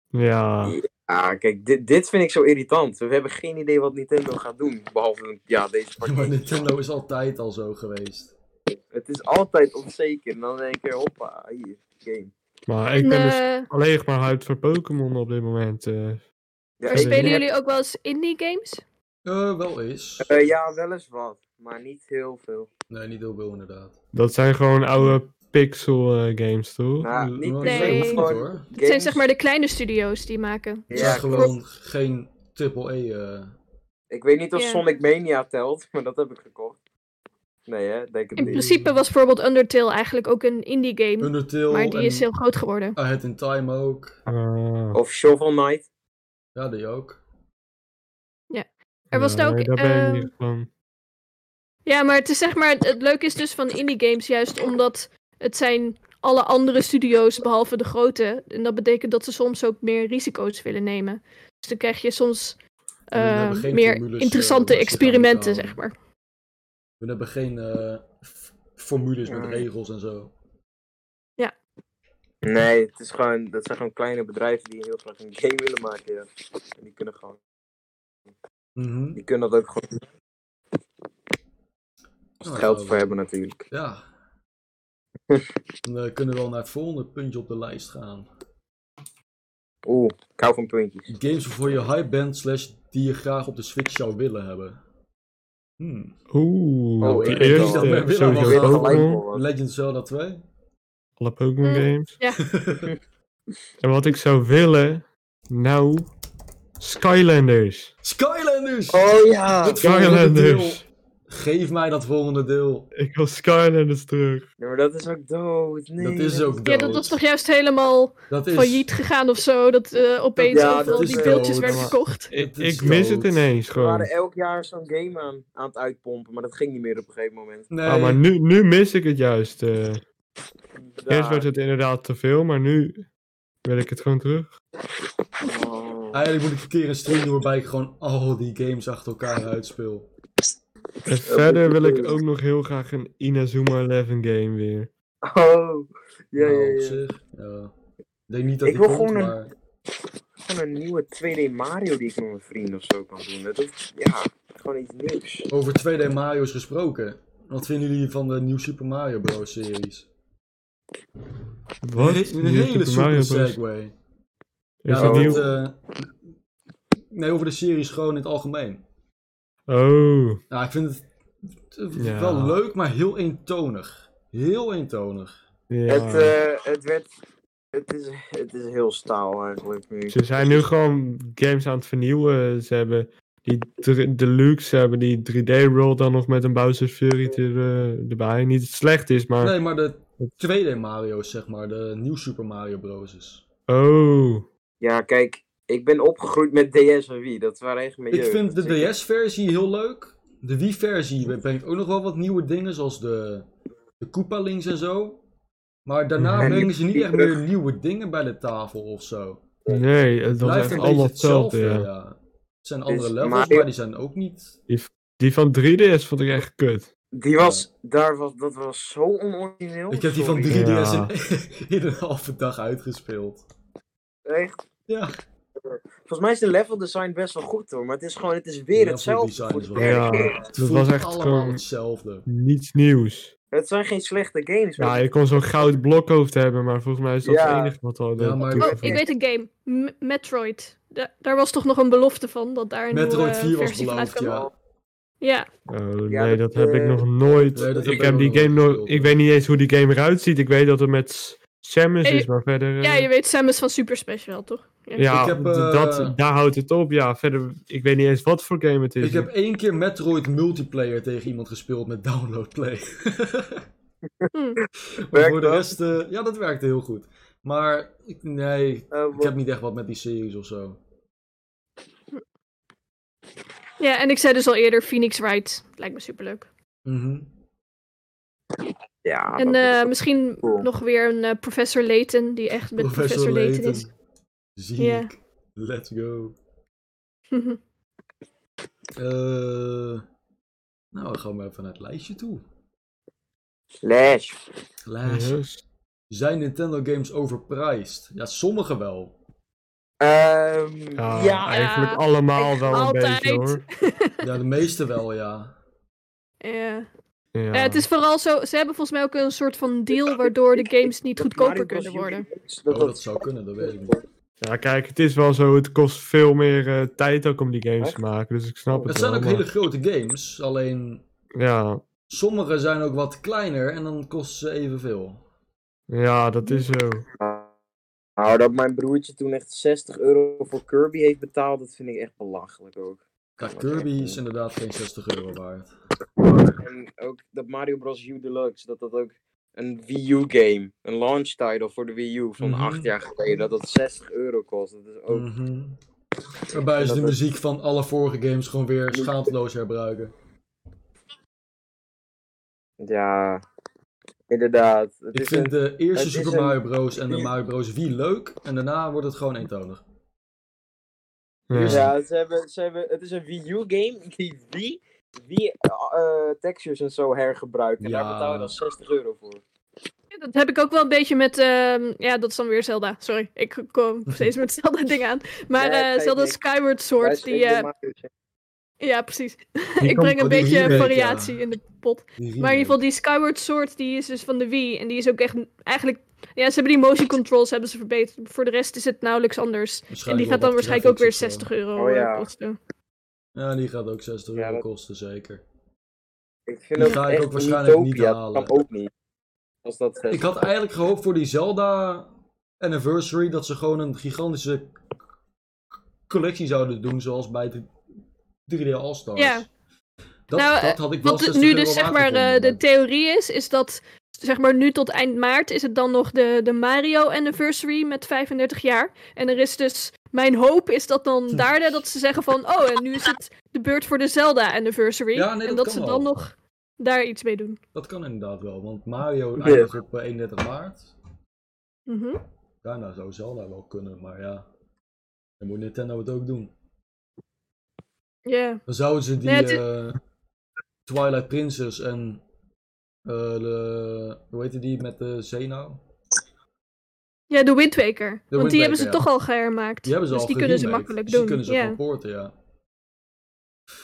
Speaker 3: ja.
Speaker 2: Ah, kijk, dit, dit vind ik zo irritant. We hebben geen idee wat Nintendo gaat doen. Behalve, ja, deze
Speaker 1: Ja, Maar
Speaker 2: partij.
Speaker 1: Nintendo is altijd al zo geweest.
Speaker 2: Het is altijd onzeker. En dan denk ik, hoppa, hier, game.
Speaker 3: Maar ik
Speaker 4: En,
Speaker 3: ben dus
Speaker 4: eh,
Speaker 3: alleen nog maar hyped voor Pokémon op dit moment. eh.
Speaker 2: Ja,
Speaker 4: maar
Speaker 3: ik-
Speaker 4: spelen
Speaker 2: ik-
Speaker 4: jullie ook wel eens indie games?
Speaker 1: Eh, wel eens.
Speaker 2: Eh, ja, wel eens wat. Maar niet heel veel.
Speaker 1: Nee, niet heel veel inderdaad.
Speaker 3: dat zijn gewoon oude pixel eh, games, toch?
Speaker 2: Nou,
Speaker 1: Eh,
Speaker 2: niet
Speaker 1: maar
Speaker 4: Nee.
Speaker 1: ik weet het niet,
Speaker 2: Gewoon-
Speaker 1: hoor.
Speaker 4: Het zijn zeg maar de kleine studio's die maken.
Speaker 1: Het
Speaker 2: Ja,
Speaker 1: zijn gewoon geen triple E. eh.
Speaker 2: Ik weet niet of
Speaker 4: Ja.
Speaker 2: Sonic Mania telt, maar dat heb ik gekocht. Nee, hè? Denk het
Speaker 4: In
Speaker 2: niet.
Speaker 4: principe was bijvoorbeeld Undertale eigenlijk ook een indie game.
Speaker 1: Undertale
Speaker 4: Hm, Maar die
Speaker 1: en
Speaker 4: is heel groot geworden.
Speaker 1: Ahead in Time ook.
Speaker 3: Ah.
Speaker 2: Of Shovel Knight.
Speaker 1: Ja, die ook.
Speaker 4: Er was
Speaker 3: Ja,
Speaker 4: nou ook,
Speaker 3: Daar ben
Speaker 4: eh,
Speaker 3: je niet van.
Speaker 4: Ja, maar het is zeg maar. Het leuke is dus van indie games juist omdat het zijn alle andere studio's behalve de grote. En dat betekent dat ze soms ook meer risico's willen nemen. Dus dan krijg je soms
Speaker 1: En dan
Speaker 4: eh,
Speaker 1: hebben geen
Speaker 4: meer
Speaker 1: formules, eh,
Speaker 4: interessante
Speaker 1: waar ze het aan
Speaker 4: experimenten,
Speaker 1: betalen.
Speaker 4: zeg maar.
Speaker 1: We hebben geen eh, f- formules met
Speaker 2: Nee.
Speaker 1: regels en zo.
Speaker 2: Nee, het is gewoon, dat zijn gewoon kleine bedrijven die heel graag een game willen maken. Ja. En die kunnen gewoon.
Speaker 4: Mhm.
Speaker 2: Die kunnen dat ook gewoon. Als
Speaker 1: Nou,
Speaker 2: het geld
Speaker 1: ja,
Speaker 2: voor hebben, natuurlijk.
Speaker 1: Ja. Dan eh, kunnen we wel naar het volgende puntje op de lijst gaan.
Speaker 2: Oeh, ik hou van puntjes.
Speaker 1: Games waarvoor je hype bent, slash die je graag op de Switch zou willen hebben. Hmm.
Speaker 3: Oeh,
Speaker 2: Oh,
Speaker 3: de
Speaker 2: ik weet niet
Speaker 3: eerste
Speaker 2: of
Speaker 1: we willen, maar we
Speaker 3: sowieso
Speaker 1: gaan
Speaker 2: gelijk
Speaker 3: Pokémon.
Speaker 2: voor. Wat?
Speaker 1: Legend of Zelda 2?
Speaker 3: Alle Pokémon
Speaker 4: Mm.
Speaker 3: games. En wat ik zou willen, nou, Skylanders.
Speaker 1: Skylanders!
Speaker 2: Oh
Speaker 4: Ah,
Speaker 2: ja!
Speaker 1: Het volgende
Speaker 3: Skylanders.
Speaker 1: deel. Geef mij dat volgende deel.
Speaker 3: Ik wil Skylanders terug.
Speaker 2: maar dat is ook dood. Nee,
Speaker 1: dat is ook dood.
Speaker 4: Ja, dat was toch juist helemaal
Speaker 1: Dat is-
Speaker 4: failliet gegaan of zo. Dat eh, opeens
Speaker 2: ja,
Speaker 4: overal
Speaker 2: dat is
Speaker 4: die
Speaker 2: wel-
Speaker 4: beeldjes
Speaker 1: dat
Speaker 4: werden
Speaker 1: is-
Speaker 4: verkocht.
Speaker 3: Ik,
Speaker 1: is
Speaker 3: ik mis
Speaker 1: dood.
Speaker 3: het ineens
Speaker 2: We waren
Speaker 3: gewoon.
Speaker 2: elk jaar zo'n game aan, aan het uitpompen, maar dat ging niet meer op een gegeven moment.
Speaker 1: Nee,
Speaker 3: Ah, maar nu, nu mis ik het juist. eh. Eerst
Speaker 2: Daar.
Speaker 3: werd het inderdaad te veel, maar nu wil ik het gewoon terug.
Speaker 2: Oh.
Speaker 1: eigenlijk moet ik een keer een stream doen waarbij ik gewoon al die games achter elkaar uitspeel.
Speaker 3: En verder wil ik
Speaker 2: goed.
Speaker 3: ook nog heel graag een Inazuma 11 game weer.
Speaker 2: Oh. Ja,
Speaker 1: Nou,
Speaker 2: ja,
Speaker 1: op
Speaker 2: ja.
Speaker 1: zich, ja. Ik denk niet dat
Speaker 2: Ik
Speaker 1: die
Speaker 2: wil
Speaker 1: komt,
Speaker 2: gewoon een-
Speaker 1: maar...
Speaker 2: Gewoon een nieuwe 2D Mario die ik met mijn vrienden of zo kan doen. Dat hoeft, ja, gewoon iets nieuws.
Speaker 1: Over 2D Mario's gesproken. Wat vinden jullie van de nieuwe Super Mario Bros. series?
Speaker 3: Wat?
Speaker 1: Een he- Een
Speaker 3: Nieuwe
Speaker 1: hele super
Speaker 3: Bros.
Speaker 1: segue.
Speaker 3: Is
Speaker 1: Ja,
Speaker 3: dat
Speaker 2: dat-
Speaker 3: nieuw?
Speaker 1: eh, nee, over de series gewoon in het algemeen.
Speaker 3: Oh,
Speaker 1: Nou, ik vind het eh,
Speaker 3: Ja.
Speaker 1: wel leuk, maar heel eentonig. Heel eentonig.
Speaker 3: ja.
Speaker 2: Het, eh, het werd... Het is, het is heel staal eigenlijk nu.
Speaker 3: Ze zijn nu gewoon games aan het vernieuwen. Ze hebben die dr- deluxe, ze hebben die 3D-roll dan nog met een Bowser's Fury er, eh, erbij. Niet dat het slecht is, maar...
Speaker 1: Nee, maar de 2D Mario's, zeg maar. De nieuwe Super Mario Bros. is.
Speaker 3: Oh,
Speaker 2: Ja, kijk, ik ben opgegroeid met DS en Wii. Dat waren echt mijn
Speaker 1: Ik
Speaker 2: jeugd.
Speaker 1: vind
Speaker 2: Dus
Speaker 1: de DS-versie heel leuk. De Wii-versie brengt ook nog wel wat nieuwe dingen, zoals de, de Koopalings en zo. Maar daarna
Speaker 3: En
Speaker 1: brengen ze niet
Speaker 2: die
Speaker 1: echt meer
Speaker 2: terug.
Speaker 1: nieuwe dingen bij de tafel of zo.
Speaker 3: nee, het was
Speaker 1: blijft
Speaker 3: echt
Speaker 1: een beetje
Speaker 3: allemaal hetzelfde,
Speaker 1: hetzelfde.
Speaker 3: ja.
Speaker 1: ja. Het zijn andere
Speaker 2: Dus
Speaker 1: levels,
Speaker 2: Mario-
Speaker 1: maar die zijn ook niet.
Speaker 3: Die van 3DS vond ik echt kut.
Speaker 2: Die was, daar was, dat was zo onorigineel.
Speaker 1: Ik heb die van
Speaker 2: Oh, sorry.
Speaker 1: 3DS
Speaker 3: Ja.
Speaker 1: in, in een halve dag uitgespeeld.
Speaker 2: Echt.
Speaker 1: Ja.
Speaker 2: Volgens mij is de level design best wel goed hoor, maar het is gewoon, het is weer
Speaker 1: Level
Speaker 2: hetzelfde.
Speaker 1: design
Speaker 2: voor de
Speaker 1: is wel-
Speaker 2: derde
Speaker 3: Ja.
Speaker 2: keer.
Speaker 1: Het
Speaker 3: Dat
Speaker 1: voelt
Speaker 3: was echt
Speaker 1: allemaal
Speaker 3: gewoon-
Speaker 1: hetzelfde.
Speaker 3: Niets nieuws.
Speaker 2: Het zijn geen slechte games.
Speaker 3: Ja,
Speaker 2: weet je.
Speaker 3: je kon zo'n goud blokhoofd hebben, maar volgens mij is dat
Speaker 2: Ja.
Speaker 3: het enige wat al...
Speaker 1: Ja, maar-
Speaker 4: Oh,
Speaker 3: toegevoegd
Speaker 4: ik weet een game. M- Metroid. Da- daar was toch nog een belofte van dat daar een nieuwe
Speaker 1: Metroid
Speaker 4: eh,
Speaker 1: 4 was
Speaker 4: versie van
Speaker 1: beloofd,
Speaker 4: uitkwam.
Speaker 1: ja.
Speaker 4: ja,
Speaker 3: Oh,
Speaker 2: Ja,
Speaker 3: nee,
Speaker 2: dat,
Speaker 3: dat heb ik
Speaker 2: eh,
Speaker 3: nog nooit.
Speaker 1: Nee, dat heb
Speaker 3: ik
Speaker 1: ik
Speaker 3: heb
Speaker 1: ook
Speaker 3: die
Speaker 1: nog
Speaker 3: game
Speaker 1: nooit
Speaker 3: nog.
Speaker 1: gespeeld,
Speaker 3: Ik weet niet eens hoe die game eruit ziet. Ik weet dat het met S- Samus
Speaker 4: Ja, je-
Speaker 3: is, maar verder. eh,
Speaker 4: ja, je weet Samus van Super Smash wel, toch?
Speaker 3: Ja,
Speaker 1: Ik heb,
Speaker 3: d-
Speaker 1: eh,
Speaker 3: dat, daar houdt het op. Ja, verder, ik weet niet eens wat voor game het is.
Speaker 1: Ik heb één keer Metroid multiplayer tegen iemand gespeeld met download play.
Speaker 4: Hm.
Speaker 1: maar
Speaker 2: Werkt
Speaker 1: voor de
Speaker 2: dat?
Speaker 1: rest, eh, ja, dat werkte heel goed. Maar ik, nee,
Speaker 2: Eh,
Speaker 1: ik heb niet echt wat met die series of zo.
Speaker 4: Ja, en ik zei dus al eerder Phoenix Wright. Lijkt me superleuk.
Speaker 1: Mhm.
Speaker 2: Ja,
Speaker 4: en
Speaker 2: Ah, dat is
Speaker 4: eh,
Speaker 2: toch
Speaker 4: misschien
Speaker 2: cool.
Speaker 4: nog weer een eh, Professor Layton, die echt met Professor, Layton, is.
Speaker 1: Ziek.
Speaker 4: Ja.
Speaker 1: Let's go. Eh, nou, dan gaan we even naar het lijstje toe.
Speaker 2: Slash.
Speaker 1: Lijst.
Speaker 3: Yes.
Speaker 1: Zijn Nintendo games overpriced? Ja, sommige wel.
Speaker 2: Ehm,
Speaker 3: Ja,
Speaker 1: Ah,
Speaker 2: ja,
Speaker 3: eigenlijk allemaal
Speaker 4: ik-
Speaker 3: wel een
Speaker 4: altijd.
Speaker 3: beetje hoor.
Speaker 1: Ja, de meeste wel, ja.
Speaker 4: Ja.
Speaker 3: Ja.
Speaker 4: Ja, Eh, het is vooral zo. Ze hebben volgens mij ook een soort van deal waardoor de games niet
Speaker 2: dat
Speaker 4: goedkoper
Speaker 2: Mario
Speaker 4: kunnen
Speaker 2: Bros.
Speaker 4: worden.
Speaker 2: Universe,
Speaker 1: Oh,
Speaker 2: Dat
Speaker 1: dat
Speaker 2: dat
Speaker 1: zou kunnen, dat weet ik niet.
Speaker 3: Ja, kijk, het is wel zo. Het kost veel meer eh, tijd ook om die games
Speaker 2: Echt?
Speaker 3: te maken. Dus ik snap het
Speaker 1: Het zijn
Speaker 3: wel,
Speaker 1: ook
Speaker 3: maar-
Speaker 1: hele grote games, alleen
Speaker 3: Ja,
Speaker 1: sommige zijn ook wat kleiner en dan kosten ze evenveel.
Speaker 3: ja, dat is zo.
Speaker 2: Nou, dat mijn broertje toen echt 60 euro voor Kirby heeft betaald, dat vind ik echt belachelijk ook.
Speaker 1: Kijk, Kirby is inderdaad geen 60 euro waard.
Speaker 2: En ook dat Mario Bros. U Deluxe, dat dat ook een Wii U game, een launch title voor de Wii U van
Speaker 1: Mhm.
Speaker 2: acht jaar geleden, dat dat 60 euro kost. Dat is ook...
Speaker 1: Mhm. Waarbij ze de
Speaker 2: Oh. Dat is-
Speaker 1: muziek van alle vorige games gewoon weer schaamteloos herbruiken.
Speaker 2: Ja, inderdaad. Het
Speaker 1: Ik
Speaker 2: is
Speaker 1: vind
Speaker 2: een-
Speaker 1: de eerste
Speaker 2: het is
Speaker 1: Super
Speaker 2: een-
Speaker 1: Mario Bros. en de Mario Bros. Wii leuk en daarna wordt het gewoon eentonig.
Speaker 3: Ja.
Speaker 2: Ja, ze hebben, ze hebben, het is een Wii U game die Wii, Wii eh, textures en zo hergebruikt. En
Speaker 1: Ja.
Speaker 2: daar betaal je dan 60 euro voor.
Speaker 4: Ja, dat heb ik ook wel een beetje met. ehm, ja, dat is dan weer Zelda. Sorry, ik kom steeds met Zelda dingen aan. Maar
Speaker 2: Nee,
Speaker 4: eh,
Speaker 2: het geeft
Speaker 4: Zelda
Speaker 2: niks.
Speaker 4: Skyward
Speaker 2: Wij
Speaker 4: Sword, die.
Speaker 2: spelen
Speaker 4: eh,
Speaker 2: Mario Kart.
Speaker 4: ja, precies.
Speaker 3: Die komt
Speaker 4: ik breng
Speaker 1: van
Speaker 4: een
Speaker 1: die
Speaker 4: beetje
Speaker 1: remake,
Speaker 4: variatie
Speaker 1: ja.
Speaker 4: in de pot.
Speaker 1: Die
Speaker 4: Maar in
Speaker 1: remake.
Speaker 4: ieder geval, die Skyward Sword, die is dus van de Wii. En die is ook echt. Eigenlijk. Ja, ze hebben die motion controls hebben ze verbeterd. Voor de rest is het nauwelijks anders. En die
Speaker 1: Waarschijnlijk
Speaker 4: gaat
Speaker 1: wel
Speaker 4: dan
Speaker 1: wat
Speaker 4: waarschijnlijk ook weer
Speaker 1: graphics of zo.
Speaker 4: 60 euro
Speaker 2: Oh,
Speaker 4: eh,
Speaker 2: ja.
Speaker 4: kosten.
Speaker 1: Ja, die gaat ook 60
Speaker 2: Ja,
Speaker 1: euro
Speaker 2: dat-
Speaker 1: kosten, zeker.
Speaker 2: Ik vind
Speaker 1: Die
Speaker 2: dat
Speaker 1: ga ik
Speaker 2: echt
Speaker 1: ook waarschijnlijk niet
Speaker 2: Utopia,
Speaker 1: halen.
Speaker 2: Dat kan ook niet. Als dat
Speaker 1: Ik had eigenlijk gehoopt voor die Zelda Anniversary dat ze gewoon een gigantische collectie zouden doen, zoals bij de 3D All-Stars.
Speaker 4: Ja.
Speaker 1: Dat,
Speaker 4: Nou,
Speaker 1: dat had ik wel
Speaker 4: Wat
Speaker 1: 60
Speaker 4: nu
Speaker 1: euro
Speaker 4: dus zeg
Speaker 1: waard
Speaker 4: maar
Speaker 1: gevonden,
Speaker 4: eh, de theorie is, is dat zeg maar nu tot eind maart is het dan nog de, de Mario Anniversary met 35 jaar. En er is dus, mijn hoop is dat dan daarna dat ze zeggen van, oh en nu is het de beurt voor de Zelda Anniversary.
Speaker 1: Ja, nee,
Speaker 4: en
Speaker 1: dat
Speaker 4: dat
Speaker 1: kan
Speaker 4: ze
Speaker 1: wel.
Speaker 4: dan nog daar iets mee doen.
Speaker 1: Dat kan inderdaad wel, want Mario eindigt op eh, 31 maart.
Speaker 4: Mhm.
Speaker 1: Daarna zou Zelda wel kunnen, maar ja. Dan moet Nintendo het ook doen.
Speaker 4: Ja.
Speaker 1: Dan zouden ze die
Speaker 4: Nee, het is-
Speaker 1: eh, Twilight Princess en eh, de, hoe heet die met de zee nou?
Speaker 4: Ja, de Wind Waker. Want
Speaker 1: Wind
Speaker 4: die hebben ze
Speaker 1: Waker, ja.
Speaker 4: toch al gehermaakt.
Speaker 1: Die hebben ze
Speaker 4: dus
Speaker 1: al
Speaker 4: die kunnen ze
Speaker 1: geremaked,
Speaker 4: makkelijk
Speaker 1: dus
Speaker 4: doen.
Speaker 1: Die kunnen ze
Speaker 4: ja.
Speaker 1: gewoon porten, ja. Als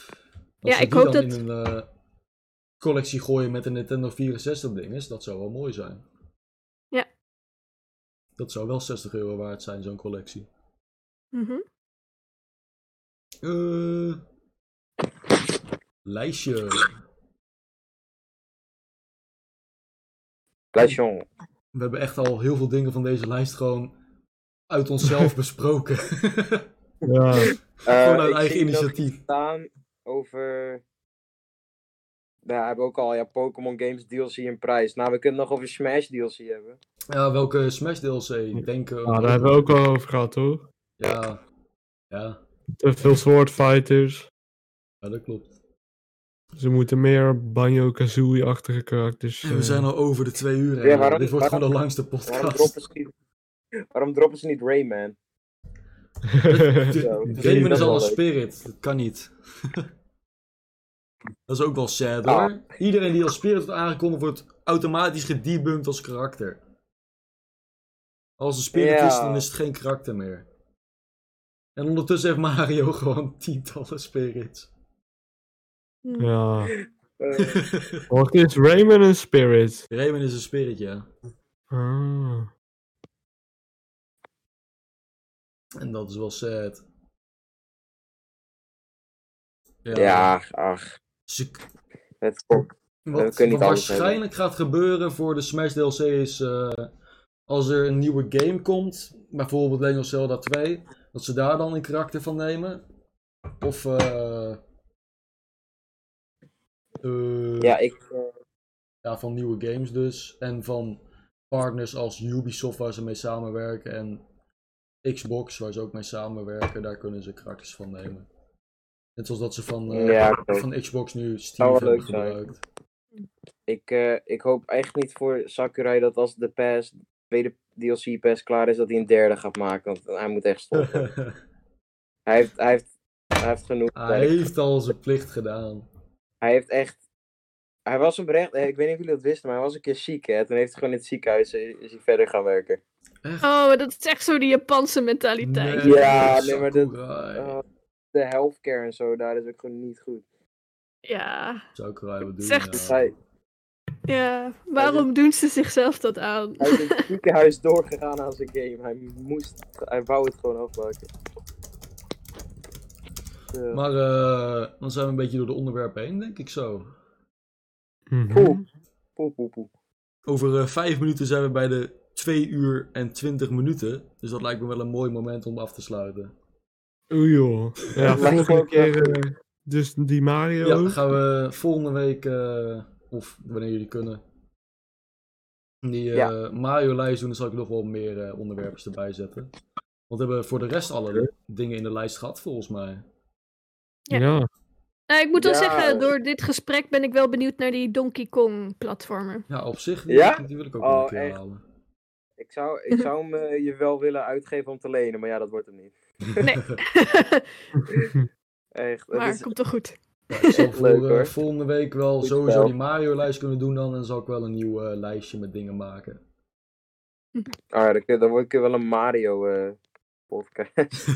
Speaker 4: Ja,
Speaker 1: ze
Speaker 4: ik
Speaker 1: die
Speaker 4: hoop
Speaker 1: dan
Speaker 4: dat-
Speaker 1: in een eh, collectie gooien met een Nintendo 64 ding is, dat zou wel mooi zijn.
Speaker 4: Ja.
Speaker 1: Dat zou wel 60 euro waard zijn, zo'n collectie.
Speaker 4: Mhm.
Speaker 1: Eh, lijstje.
Speaker 2: Plation.
Speaker 1: We hebben echt al heel veel dingen van deze lijst gewoon uit onszelf besproken.
Speaker 3: Ja.
Speaker 2: Eh,
Speaker 1: gewoon uit eigen initiatief.
Speaker 2: staan over... Nou, we hebben ook al ja, Pokémon Games DLC en prijs. Nou, we kunnen nog over Smash DLC hebben.
Speaker 1: Ja, welke Smash DLC denken
Speaker 3: Nou, daar hebben we ook al over gehad, hoor.
Speaker 1: eh, Ja. Ja,
Speaker 3: Te veel Sword Fighters.
Speaker 1: ja, dat klopt.
Speaker 3: Ze moeten meer Banjo-Kazooie-achtige karakters.
Speaker 1: En we
Speaker 3: eh,
Speaker 1: zijn al over de twee uur.
Speaker 2: Ja,
Speaker 1: heen.
Speaker 2: waarom-
Speaker 1: Dit wordt gewoon de
Speaker 2: waarom-
Speaker 1: langste
Speaker 2: Waarom
Speaker 1: podcast.
Speaker 2: droppen ze niet, waarom droppen ze niet Rayman? Zo,
Speaker 1: Dit- Rayman is
Speaker 3: dat is
Speaker 1: al
Speaker 2: wel
Speaker 1: een
Speaker 2: leuk.
Speaker 1: spirit. Dat kan niet. dat is ook wel sad hoor.
Speaker 2: Ah.
Speaker 1: Iedereen die als spirit wordt aangekondigd wordt automatisch gedebunked als karakter. Als een spirit
Speaker 2: Ja.
Speaker 1: is, dan is het geen karakter meer. En ondertussen heeft Mario gewoon tientallen spirits.
Speaker 4: Mhm.
Speaker 3: Ja.
Speaker 2: Eh,
Speaker 3: Wat is Rayman een spirit?
Speaker 1: Rayman is een spirit, ja.
Speaker 3: Ah.
Speaker 1: En dat is wel sad.
Speaker 2: ja, ach.
Speaker 1: Ze-
Speaker 2: Het komt.
Speaker 1: Wat,
Speaker 2: kunnen niet
Speaker 1: wat
Speaker 2: alles
Speaker 1: waarschijnlijk gaat gebeuren voor de Smash DLC is eh, als er een nieuwe game komt, bijvoorbeeld Legend of Zelda 2, dat ze daar dan een karakter van nemen? Of eh, eh,
Speaker 2: Ja, ik, eh,
Speaker 1: ja, van nieuwe games dus. En van partners als Ubisoft waar ze mee samenwerken en Xbox waar ze ook mee samenwerken, daar kunnen ze karakters van nemen. Net zoals dat ze van, eh,
Speaker 2: ja, oké.
Speaker 1: van Xbox nu Steam
Speaker 2: wel
Speaker 1: hebben
Speaker 2: leuk zijn.
Speaker 1: gebruikt.
Speaker 2: ik, eh, ik hoop echt niet voor Sakurai dat als de pass, tweede DLC pass klaar is, dat hij een derde gaat maken. Want hij moet echt stoppen. hij, heeft, hij, heeft, hij heeft genoeg.
Speaker 1: Hij
Speaker 2: werk.
Speaker 1: heeft al zijn plicht gedaan.
Speaker 2: Hij heeft echt. Hij was oprecht, eh, ik weet niet of jullie dat wisten, maar hij was een keer ziek. Hè? Toen heeft hij gewoon in het ziekenhuis eh, is hij verder gaan werken.
Speaker 4: Oh, maar dat is echt zo die Japanse mentaliteit.
Speaker 2: Nee. Ja, nee, maar dat-
Speaker 1: Sakurai.
Speaker 2: Oh, de healthcare en zo, daar is ook gewoon niet goed.
Speaker 4: Ja,
Speaker 1: Sakurai, wat doe je
Speaker 4: Zegt-
Speaker 1: nou?
Speaker 2: Dus hij,
Speaker 4: ja. Waarom doen ze zichzelf dat aan?
Speaker 2: hij is in het ziekenhuis doorgegaan aan zijn game. Hij moest, hij wou het gewoon afmaken. Ja.
Speaker 1: Maar eh, dan zijn we een beetje door de onderwerpen heen, denk ik zo.
Speaker 3: Mhm.
Speaker 2: Cool. Poe, poe, poe.
Speaker 1: Over eh, vijf minuten zijn we bij de 2 uur en 20 minuten. Dus dat lijkt me wel een mooi moment om af te sluiten.
Speaker 3: Oei Oh, joh. Ja,
Speaker 2: Lijkt me
Speaker 3: volgende
Speaker 2: ook
Speaker 3: keer
Speaker 2: wel
Speaker 3: eh, dus die Mario.
Speaker 1: Ja, dan gaan we volgende week, eh, of wanneer jullie kunnen, die eh, Mario-lijst doen. Dan zal ik er nog wel meer eh, onderwerpen erbij zetten. Want we hebben voor de rest alle dingen in de lijst gehad, volgens mij.
Speaker 4: Ja.
Speaker 3: Ja.
Speaker 4: Nou, ik moet wel
Speaker 2: Ja.
Speaker 4: zeggen, door dit gesprek ben ik wel benieuwd naar die Donkey Kong platformer.
Speaker 1: Ja, op zich, die,
Speaker 2: Ja?
Speaker 1: die wil ik ook wel
Speaker 2: Oh,
Speaker 1: een keer
Speaker 2: echt?
Speaker 1: halen.
Speaker 2: Ik zou, ik zou hem eh, je wel willen uitgeven om te lenen, maar ja, dat wordt hem niet.
Speaker 4: Nee.
Speaker 2: Echt. het
Speaker 4: maar
Speaker 2: is-
Speaker 4: komt toch goed.
Speaker 1: Ik zal
Speaker 2: Echt
Speaker 1: voor
Speaker 2: leuk,
Speaker 1: eh,
Speaker 2: hoor.
Speaker 1: volgende week wel
Speaker 2: Goed
Speaker 1: sowieso
Speaker 2: spel.
Speaker 1: die Mario-lijst kunnen doen dan. En zal ik wel een nieuw eh, lijstje met dingen maken.
Speaker 2: Ah, dan, kun- dan word ik wel een Mario eh podcast.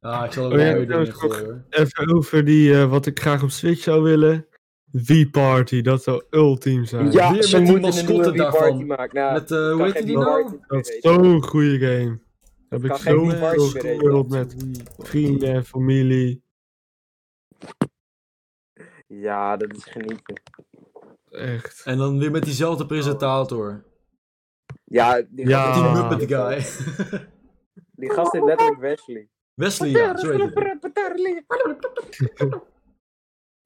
Speaker 1: ah, ik zal ook
Speaker 3: Oh ja,
Speaker 1: mooie
Speaker 3: dat is
Speaker 1: dingen
Speaker 3: ook-
Speaker 1: gooien hoor.
Speaker 3: Even over die, eh, wat ik graag op Switch zou willen. Wii Party, dat zou ultiem zijn.
Speaker 1: weer met die mascotte
Speaker 2: Wii
Speaker 1: daarvan.
Speaker 2: Party maken. Nou,
Speaker 1: Met, eh,
Speaker 2: kan
Speaker 1: hoe heet
Speaker 2: geen
Speaker 1: die
Speaker 2: Wii
Speaker 1: nou?
Speaker 2: Party
Speaker 3: Dat is
Speaker 2: meer eten.
Speaker 3: zo'n goede game. Daar heb
Speaker 2: kan
Speaker 3: ik
Speaker 2: geen Wii
Speaker 3: zoveel
Speaker 2: Party meer eten.
Speaker 3: gespeeld met vrienden en familie.
Speaker 2: Ja, dat is genieten.
Speaker 3: Echt.
Speaker 1: En dan weer met diezelfde presentator.
Speaker 2: Ja, die,
Speaker 3: Ja.
Speaker 2: gast-
Speaker 1: Die
Speaker 3: Oh. Ah.
Speaker 1: Muppet Guy.
Speaker 2: die gast heet letterlijk Wesley.
Speaker 1: Wesley, ja, zo heet hij.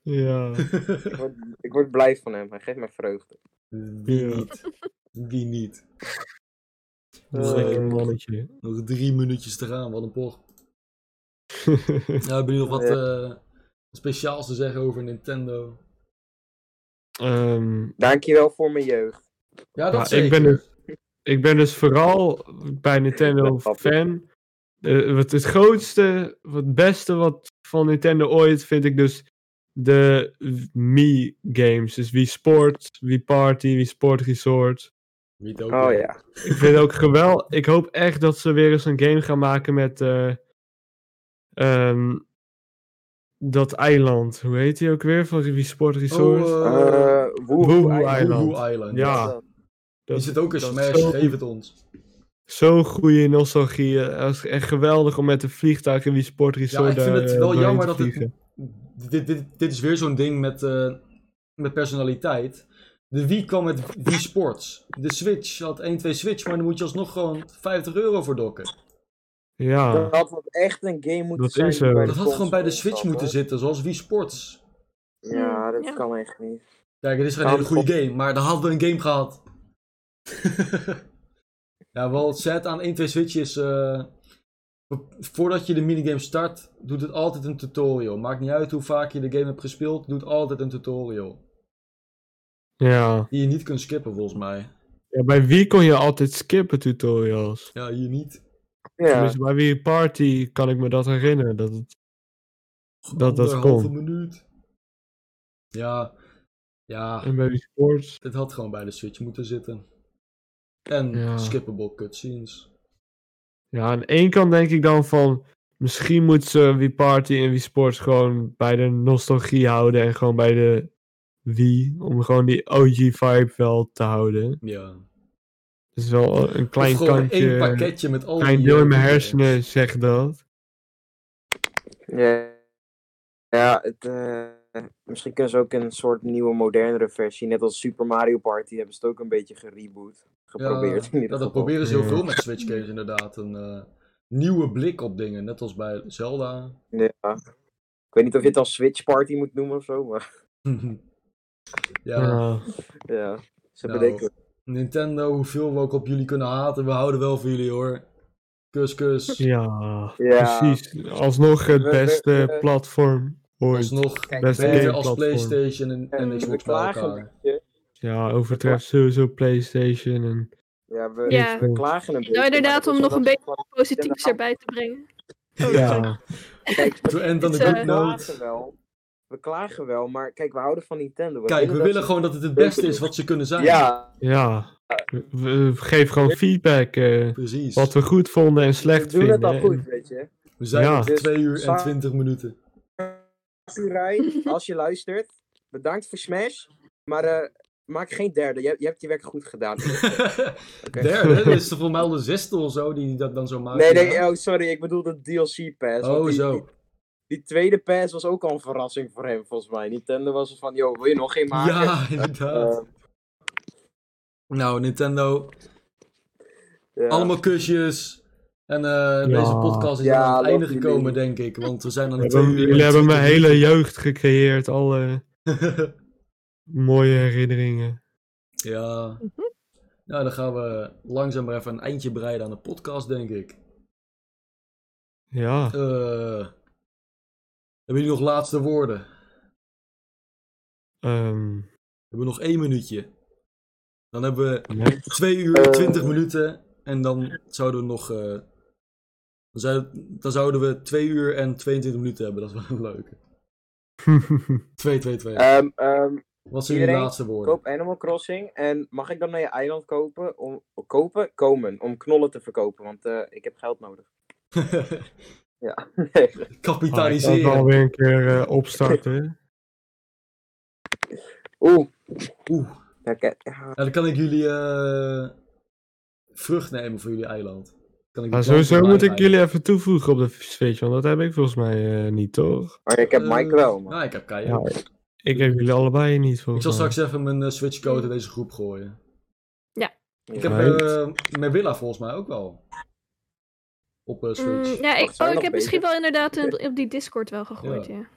Speaker 3: Ja.
Speaker 2: Ik word, ik word blij van hem. Hij geeft mij vreugde.
Speaker 1: Wie niet? Wie niet?
Speaker 3: Dat is
Speaker 1: Eh,
Speaker 3: lekker mannetje.
Speaker 1: nog drie minuutjes te gaan, wat een poch. Nou, hebben jullie nog wat eh, speciaals te zeggen over Nintendo?
Speaker 3: Ehm,
Speaker 2: Dankjewel voor mijn jeugd.
Speaker 1: Ja, dat
Speaker 3: Ja,
Speaker 1: zeker.
Speaker 3: ik ben er- ik ben dus vooral bij Nintendo fan. Eh, wat het grootste, wat het beste wat van Nintendo ooit vind ik dus de Mii games. Dus Wii Sport, Wii Party, Wii Sport Resort.
Speaker 1: Wie het ook
Speaker 2: Oh
Speaker 1: wil.
Speaker 2: ja.
Speaker 3: Ik vind ook geweldig. Ik hoop echt dat ze weer eens een game gaan maken met eh, ehm, dat eiland. Hoe heet die ook weer? Van Wii Sport Resort.
Speaker 1: Oh, eh,
Speaker 2: Eh Woehoe
Speaker 3: Woehoe
Speaker 2: Island.
Speaker 1: Woehoe
Speaker 3: Island.
Speaker 1: Island.
Speaker 3: Ja.
Speaker 1: Die
Speaker 3: Dat-
Speaker 1: zit ook in
Speaker 3: dat
Speaker 1: Smash,
Speaker 3: zo-
Speaker 1: geef het ons.
Speaker 3: Zo'n goede nostalgie. eh, als- Echt geweldig om met een vliegtuig in die
Speaker 1: Ja,
Speaker 3: sportresort
Speaker 1: ik vind
Speaker 3: daar,
Speaker 1: het
Speaker 3: eh,
Speaker 1: wel
Speaker 3: doorheen
Speaker 1: jammer
Speaker 3: te
Speaker 1: dat het...
Speaker 3: vliegen.
Speaker 1: Dit, dit, dit is weer zo'n ding met, eh, met personaliteit. De Wii kwam met Wii Sports. De Switch had 1, 2 Switch, maar dan moet je alsnog gewoon 50 euro voor dokken.
Speaker 3: Ja,
Speaker 2: Dat had wel echt een game moeten
Speaker 3: Dat
Speaker 2: zijn.
Speaker 3: is
Speaker 2: die
Speaker 3: zo.
Speaker 2: bij de
Speaker 1: Dat had gewoon bij de
Speaker 2: console
Speaker 1: Switch
Speaker 2: zat,
Speaker 1: moeten
Speaker 2: hoor.
Speaker 1: zitten, zoals Wii Sports. Hmm,
Speaker 2: Ja, dat
Speaker 4: Ja.
Speaker 2: kan echt niet.
Speaker 1: Kijk, het is geen
Speaker 2: Nou,
Speaker 1: hele goede game, maar dan hadden we een game gehad. ja, wel het set aan 1, 2 Switch is... eh, vo- voordat je de minigame start, doet het altijd een tutorial. Maakt niet uit hoe vaak je de game hebt gespeeld, doet altijd een tutorial.
Speaker 3: ja.
Speaker 1: Die je niet kunt skippen, volgens mij.
Speaker 3: ja. Bij wie kon je altijd skippen tutorials?
Speaker 1: Ja, hier niet.
Speaker 2: Ja.
Speaker 3: Tenminste, bij wie party kan ik me dat herinneren. Dat het... Dat- dat
Speaker 1: Anderhalve
Speaker 3: kon.
Speaker 1: minuut. Ja. Ja,
Speaker 3: En bij wie sports.
Speaker 1: dit had gewoon bij de Switch moeten zitten. En
Speaker 3: Ja.
Speaker 1: skippable cutscenes.
Speaker 3: Ja, aan één kant denk ik dan van... Misschien moeten ze wie party en wie sports gewoon bij de nostalgie houden. En gewoon bij de wie. Om gewoon die OG-vibe wel te houden.
Speaker 1: Ja. Of
Speaker 3: Dat is wel een klein
Speaker 1: gewoon
Speaker 3: kantje.
Speaker 1: één pakketje met al
Speaker 3: Mijn
Speaker 1: die,
Speaker 3: deel
Speaker 1: eh,
Speaker 3: in mijn
Speaker 1: games.
Speaker 3: hersenen zegt dat.
Speaker 2: Ja, ja het, eh, misschien kunnen ze ook een soort nieuwe, modernere versie. Net als Super Mario Party hebben ze het ook een beetje gereboot. geprobeerd. in
Speaker 1: Ja,
Speaker 2: ieder
Speaker 1: dat
Speaker 2: geval.
Speaker 1: proberen ze heel
Speaker 3: Ja.
Speaker 1: veel met Switch games inderdaad. Een eh, nieuwe blik op dingen, net als bij Zelda.
Speaker 2: Ja. Ik weet niet of je het dan Switch Party moet noemen of zo, maar
Speaker 1: ja,
Speaker 3: Ja.
Speaker 2: ja. Ze
Speaker 1: Nou,
Speaker 2: bedenken.
Speaker 1: Nintendo, hoeveel we ook op jullie kunnen haten, we houden wel van jullie hoor. Kus, kus.
Speaker 3: Ja,
Speaker 2: Ja.
Speaker 3: precies. Alsnog het
Speaker 2: We- we-
Speaker 3: beste
Speaker 2: we-
Speaker 3: platform ooit.
Speaker 1: Alsnog
Speaker 2: Kijk,
Speaker 3: Beste
Speaker 1: beter als
Speaker 3: gameplatform.
Speaker 1: PlayStation en, en
Speaker 2: we
Speaker 1: Xbox bij
Speaker 2: klagen een
Speaker 1: elkaar.
Speaker 2: beetje.
Speaker 3: Ja, overtreft sowieso PlayStation en
Speaker 2: Ja, we
Speaker 4: Ja.
Speaker 2: we klagen een beetje.
Speaker 4: Nou, inderdaad,
Speaker 2: maar dat
Speaker 4: om
Speaker 2: is
Speaker 4: nog een
Speaker 2: omdat-
Speaker 4: Positiefs erbij te brengen. Oh, sorry.
Speaker 3: ja.
Speaker 2: Kijk,
Speaker 1: To end on
Speaker 4: Het
Speaker 1: a
Speaker 4: is, eh,
Speaker 1: good
Speaker 2: we
Speaker 1: note.
Speaker 2: klagen wel. We klagen wel, maar kijk, we houden van Nintendo.
Speaker 1: Kijk, we
Speaker 2: dat
Speaker 1: willen
Speaker 2: ze-
Speaker 1: gewoon dat het het beste is wat ze kunnen zijn.
Speaker 2: Ja,
Speaker 3: Ja, we- we- geef gewoon feedback. eh,
Speaker 1: Precies.
Speaker 3: wat we goed vonden en
Speaker 2: we
Speaker 3: slecht
Speaker 2: doen
Speaker 3: vinden.
Speaker 2: het al
Speaker 3: En-
Speaker 2: goed, weet je.
Speaker 1: We zijn
Speaker 3: Ja.
Speaker 1: op 2 uur en
Speaker 2: Sa-
Speaker 1: 20 minuten.
Speaker 2: Sakurai, als je luistert, bedankt voor Smash, maar eh, maak geen derde. Je, je hebt je werk goed gedaan. Oké.
Speaker 1: Derde, dat is toch voor mij al de zesde of zo die dat dan zo maakt.
Speaker 2: Nee,
Speaker 1: ja?
Speaker 2: nee, oh, sorry, ik bedoel de DLC pass. want
Speaker 1: Oh,
Speaker 2: die,
Speaker 1: zo.
Speaker 2: Die, die tweede pass was ook al een verrassing voor hem, volgens mij. Nintendo was van, joh, wil je nog geen maken?
Speaker 1: Ja, inderdaad.
Speaker 2: Eh,
Speaker 1: nou, Nintendo,
Speaker 2: ja.
Speaker 1: allemaal kusjes. En eh, deze podcast is aan
Speaker 2: Ja,
Speaker 1: het
Speaker 2: love
Speaker 1: einde
Speaker 2: you,
Speaker 1: gekomen, denk ik. Want we zijn aan
Speaker 3: We
Speaker 1: het twee
Speaker 3: hebben-
Speaker 1: uur.
Speaker 3: Jullie hebben mijn hele jeugd gecreëerd. Alle
Speaker 1: hele...
Speaker 3: mooie herinneringen.
Speaker 1: ja. Nou, dan gaan we langzaam maar even een eindje breiden aan de podcast, denk ik.
Speaker 3: Ja.
Speaker 1: Eh, hebben jullie nog laatste woorden?
Speaker 3: ehm,
Speaker 1: Hebben we nog één minuutje? Dan hebben we
Speaker 3: nee.
Speaker 1: 2 uur
Speaker 2: Eh.
Speaker 1: 20 minuten. En dan zouden we nog. eh, dan, zou- dan zouden we 2 uur en 22 minuten hebben. Dat is wel een leuke. 2, 2, 2.
Speaker 2: Ehm, ehm,
Speaker 1: Wat zijn jullie
Speaker 2: iedereen,
Speaker 1: laatste woorden?
Speaker 2: koop Animal Crossing en mag ik dan naar je eiland kopen om, kopen? Komen, om knollen te verkopen, want eh, ik heb geld nodig.
Speaker 3: Ah, ik zal het
Speaker 1: Kapitaliseren.
Speaker 3: alweer een keer eh, opstarten.
Speaker 2: Oeh.
Speaker 1: Oeh.
Speaker 2: Ja, kijk, ja.
Speaker 1: Ja, dan kan ik jullie eh vrucht nemen voor jullie eiland. Kan ik
Speaker 3: Maar
Speaker 1: die planten
Speaker 3: sowieso moet ik
Speaker 1: bijbijten.
Speaker 3: jullie even toevoegen op de Switch, want dat heb ik volgens mij eh, niet, toch?
Speaker 2: Maar oh, ik heb
Speaker 1: Eh,
Speaker 2: Mike wel, man.
Speaker 1: Nou, ik heb Kai.
Speaker 3: Ja,
Speaker 1: ook.
Speaker 3: Ik heb jullie allebei niet,
Speaker 1: Ik
Speaker 3: volgens
Speaker 1: zal
Speaker 3: mij.
Speaker 1: straks even mijn eh, switchcode in deze groep gooien. Ik heb
Speaker 3: Right.
Speaker 1: eh Merwilla volgens mij ook wel. Op eh, Switch.
Speaker 4: Mm, ja,
Speaker 2: Zijn
Speaker 4: ik, oh,
Speaker 2: we
Speaker 4: ik
Speaker 2: nog
Speaker 4: heb misschien
Speaker 2: bezig?
Speaker 4: wel inderdaad een- op die Discord wel gegooid, ja.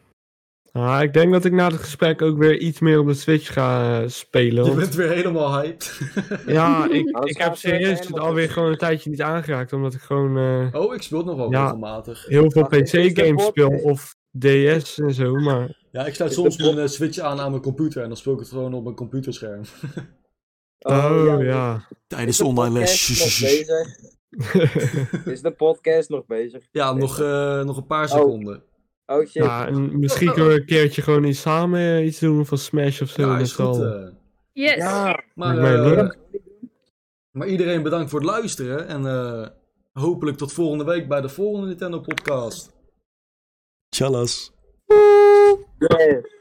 Speaker 3: Ah, ik denk dat ik na het gesprek ook weer iets meer op de Switch ga eh, spelen.
Speaker 1: Je
Speaker 3: want-
Speaker 1: bent weer helemaal hyped.
Speaker 3: Ja, ik,
Speaker 2: Anders
Speaker 3: ik
Speaker 2: gaan
Speaker 3: heb
Speaker 2: we verder
Speaker 3: serieus
Speaker 2: helemaal
Speaker 3: het alweer
Speaker 2: terug.
Speaker 3: gewoon een tijdje niet aangeraakt, omdat ik gewoon eh,
Speaker 1: Oh, ik speel het nog wel
Speaker 3: Ja.
Speaker 1: regelmatig.
Speaker 3: heel veel
Speaker 2: Wacht, is dit de
Speaker 3: PC-games
Speaker 2: bot?
Speaker 3: speel of DS en zo, maar
Speaker 1: Ja, ik sluit
Speaker 2: Is
Speaker 1: soms
Speaker 2: dat wel-
Speaker 1: mijn eh, Switch aan aan mijn computer en dan speel ik het gewoon op mijn computerscherm.
Speaker 3: oh ja.
Speaker 1: Tijdens
Speaker 2: Is de podcast nog bezig? Is de podcast nog bezig?
Speaker 1: Ja, nog, eh, nog een paar seconden.
Speaker 2: Oh shit.
Speaker 3: Ja, en misschien kunnen we een keertje gewoon iets samen eh, iets doen van Smash of zo.
Speaker 1: ja,
Speaker 3: dat
Speaker 1: is goed.
Speaker 3: zal-
Speaker 1: eh.
Speaker 4: Yes.
Speaker 2: Ja,
Speaker 1: maar,
Speaker 3: Lijkt mij
Speaker 1: eh,
Speaker 3: leuk.
Speaker 1: maar iedereen bedankt voor het luisteren en eh, hopelijk tot volgende week bij de volgende Nintendo podcast.
Speaker 5: Tjallas.
Speaker 2: yes.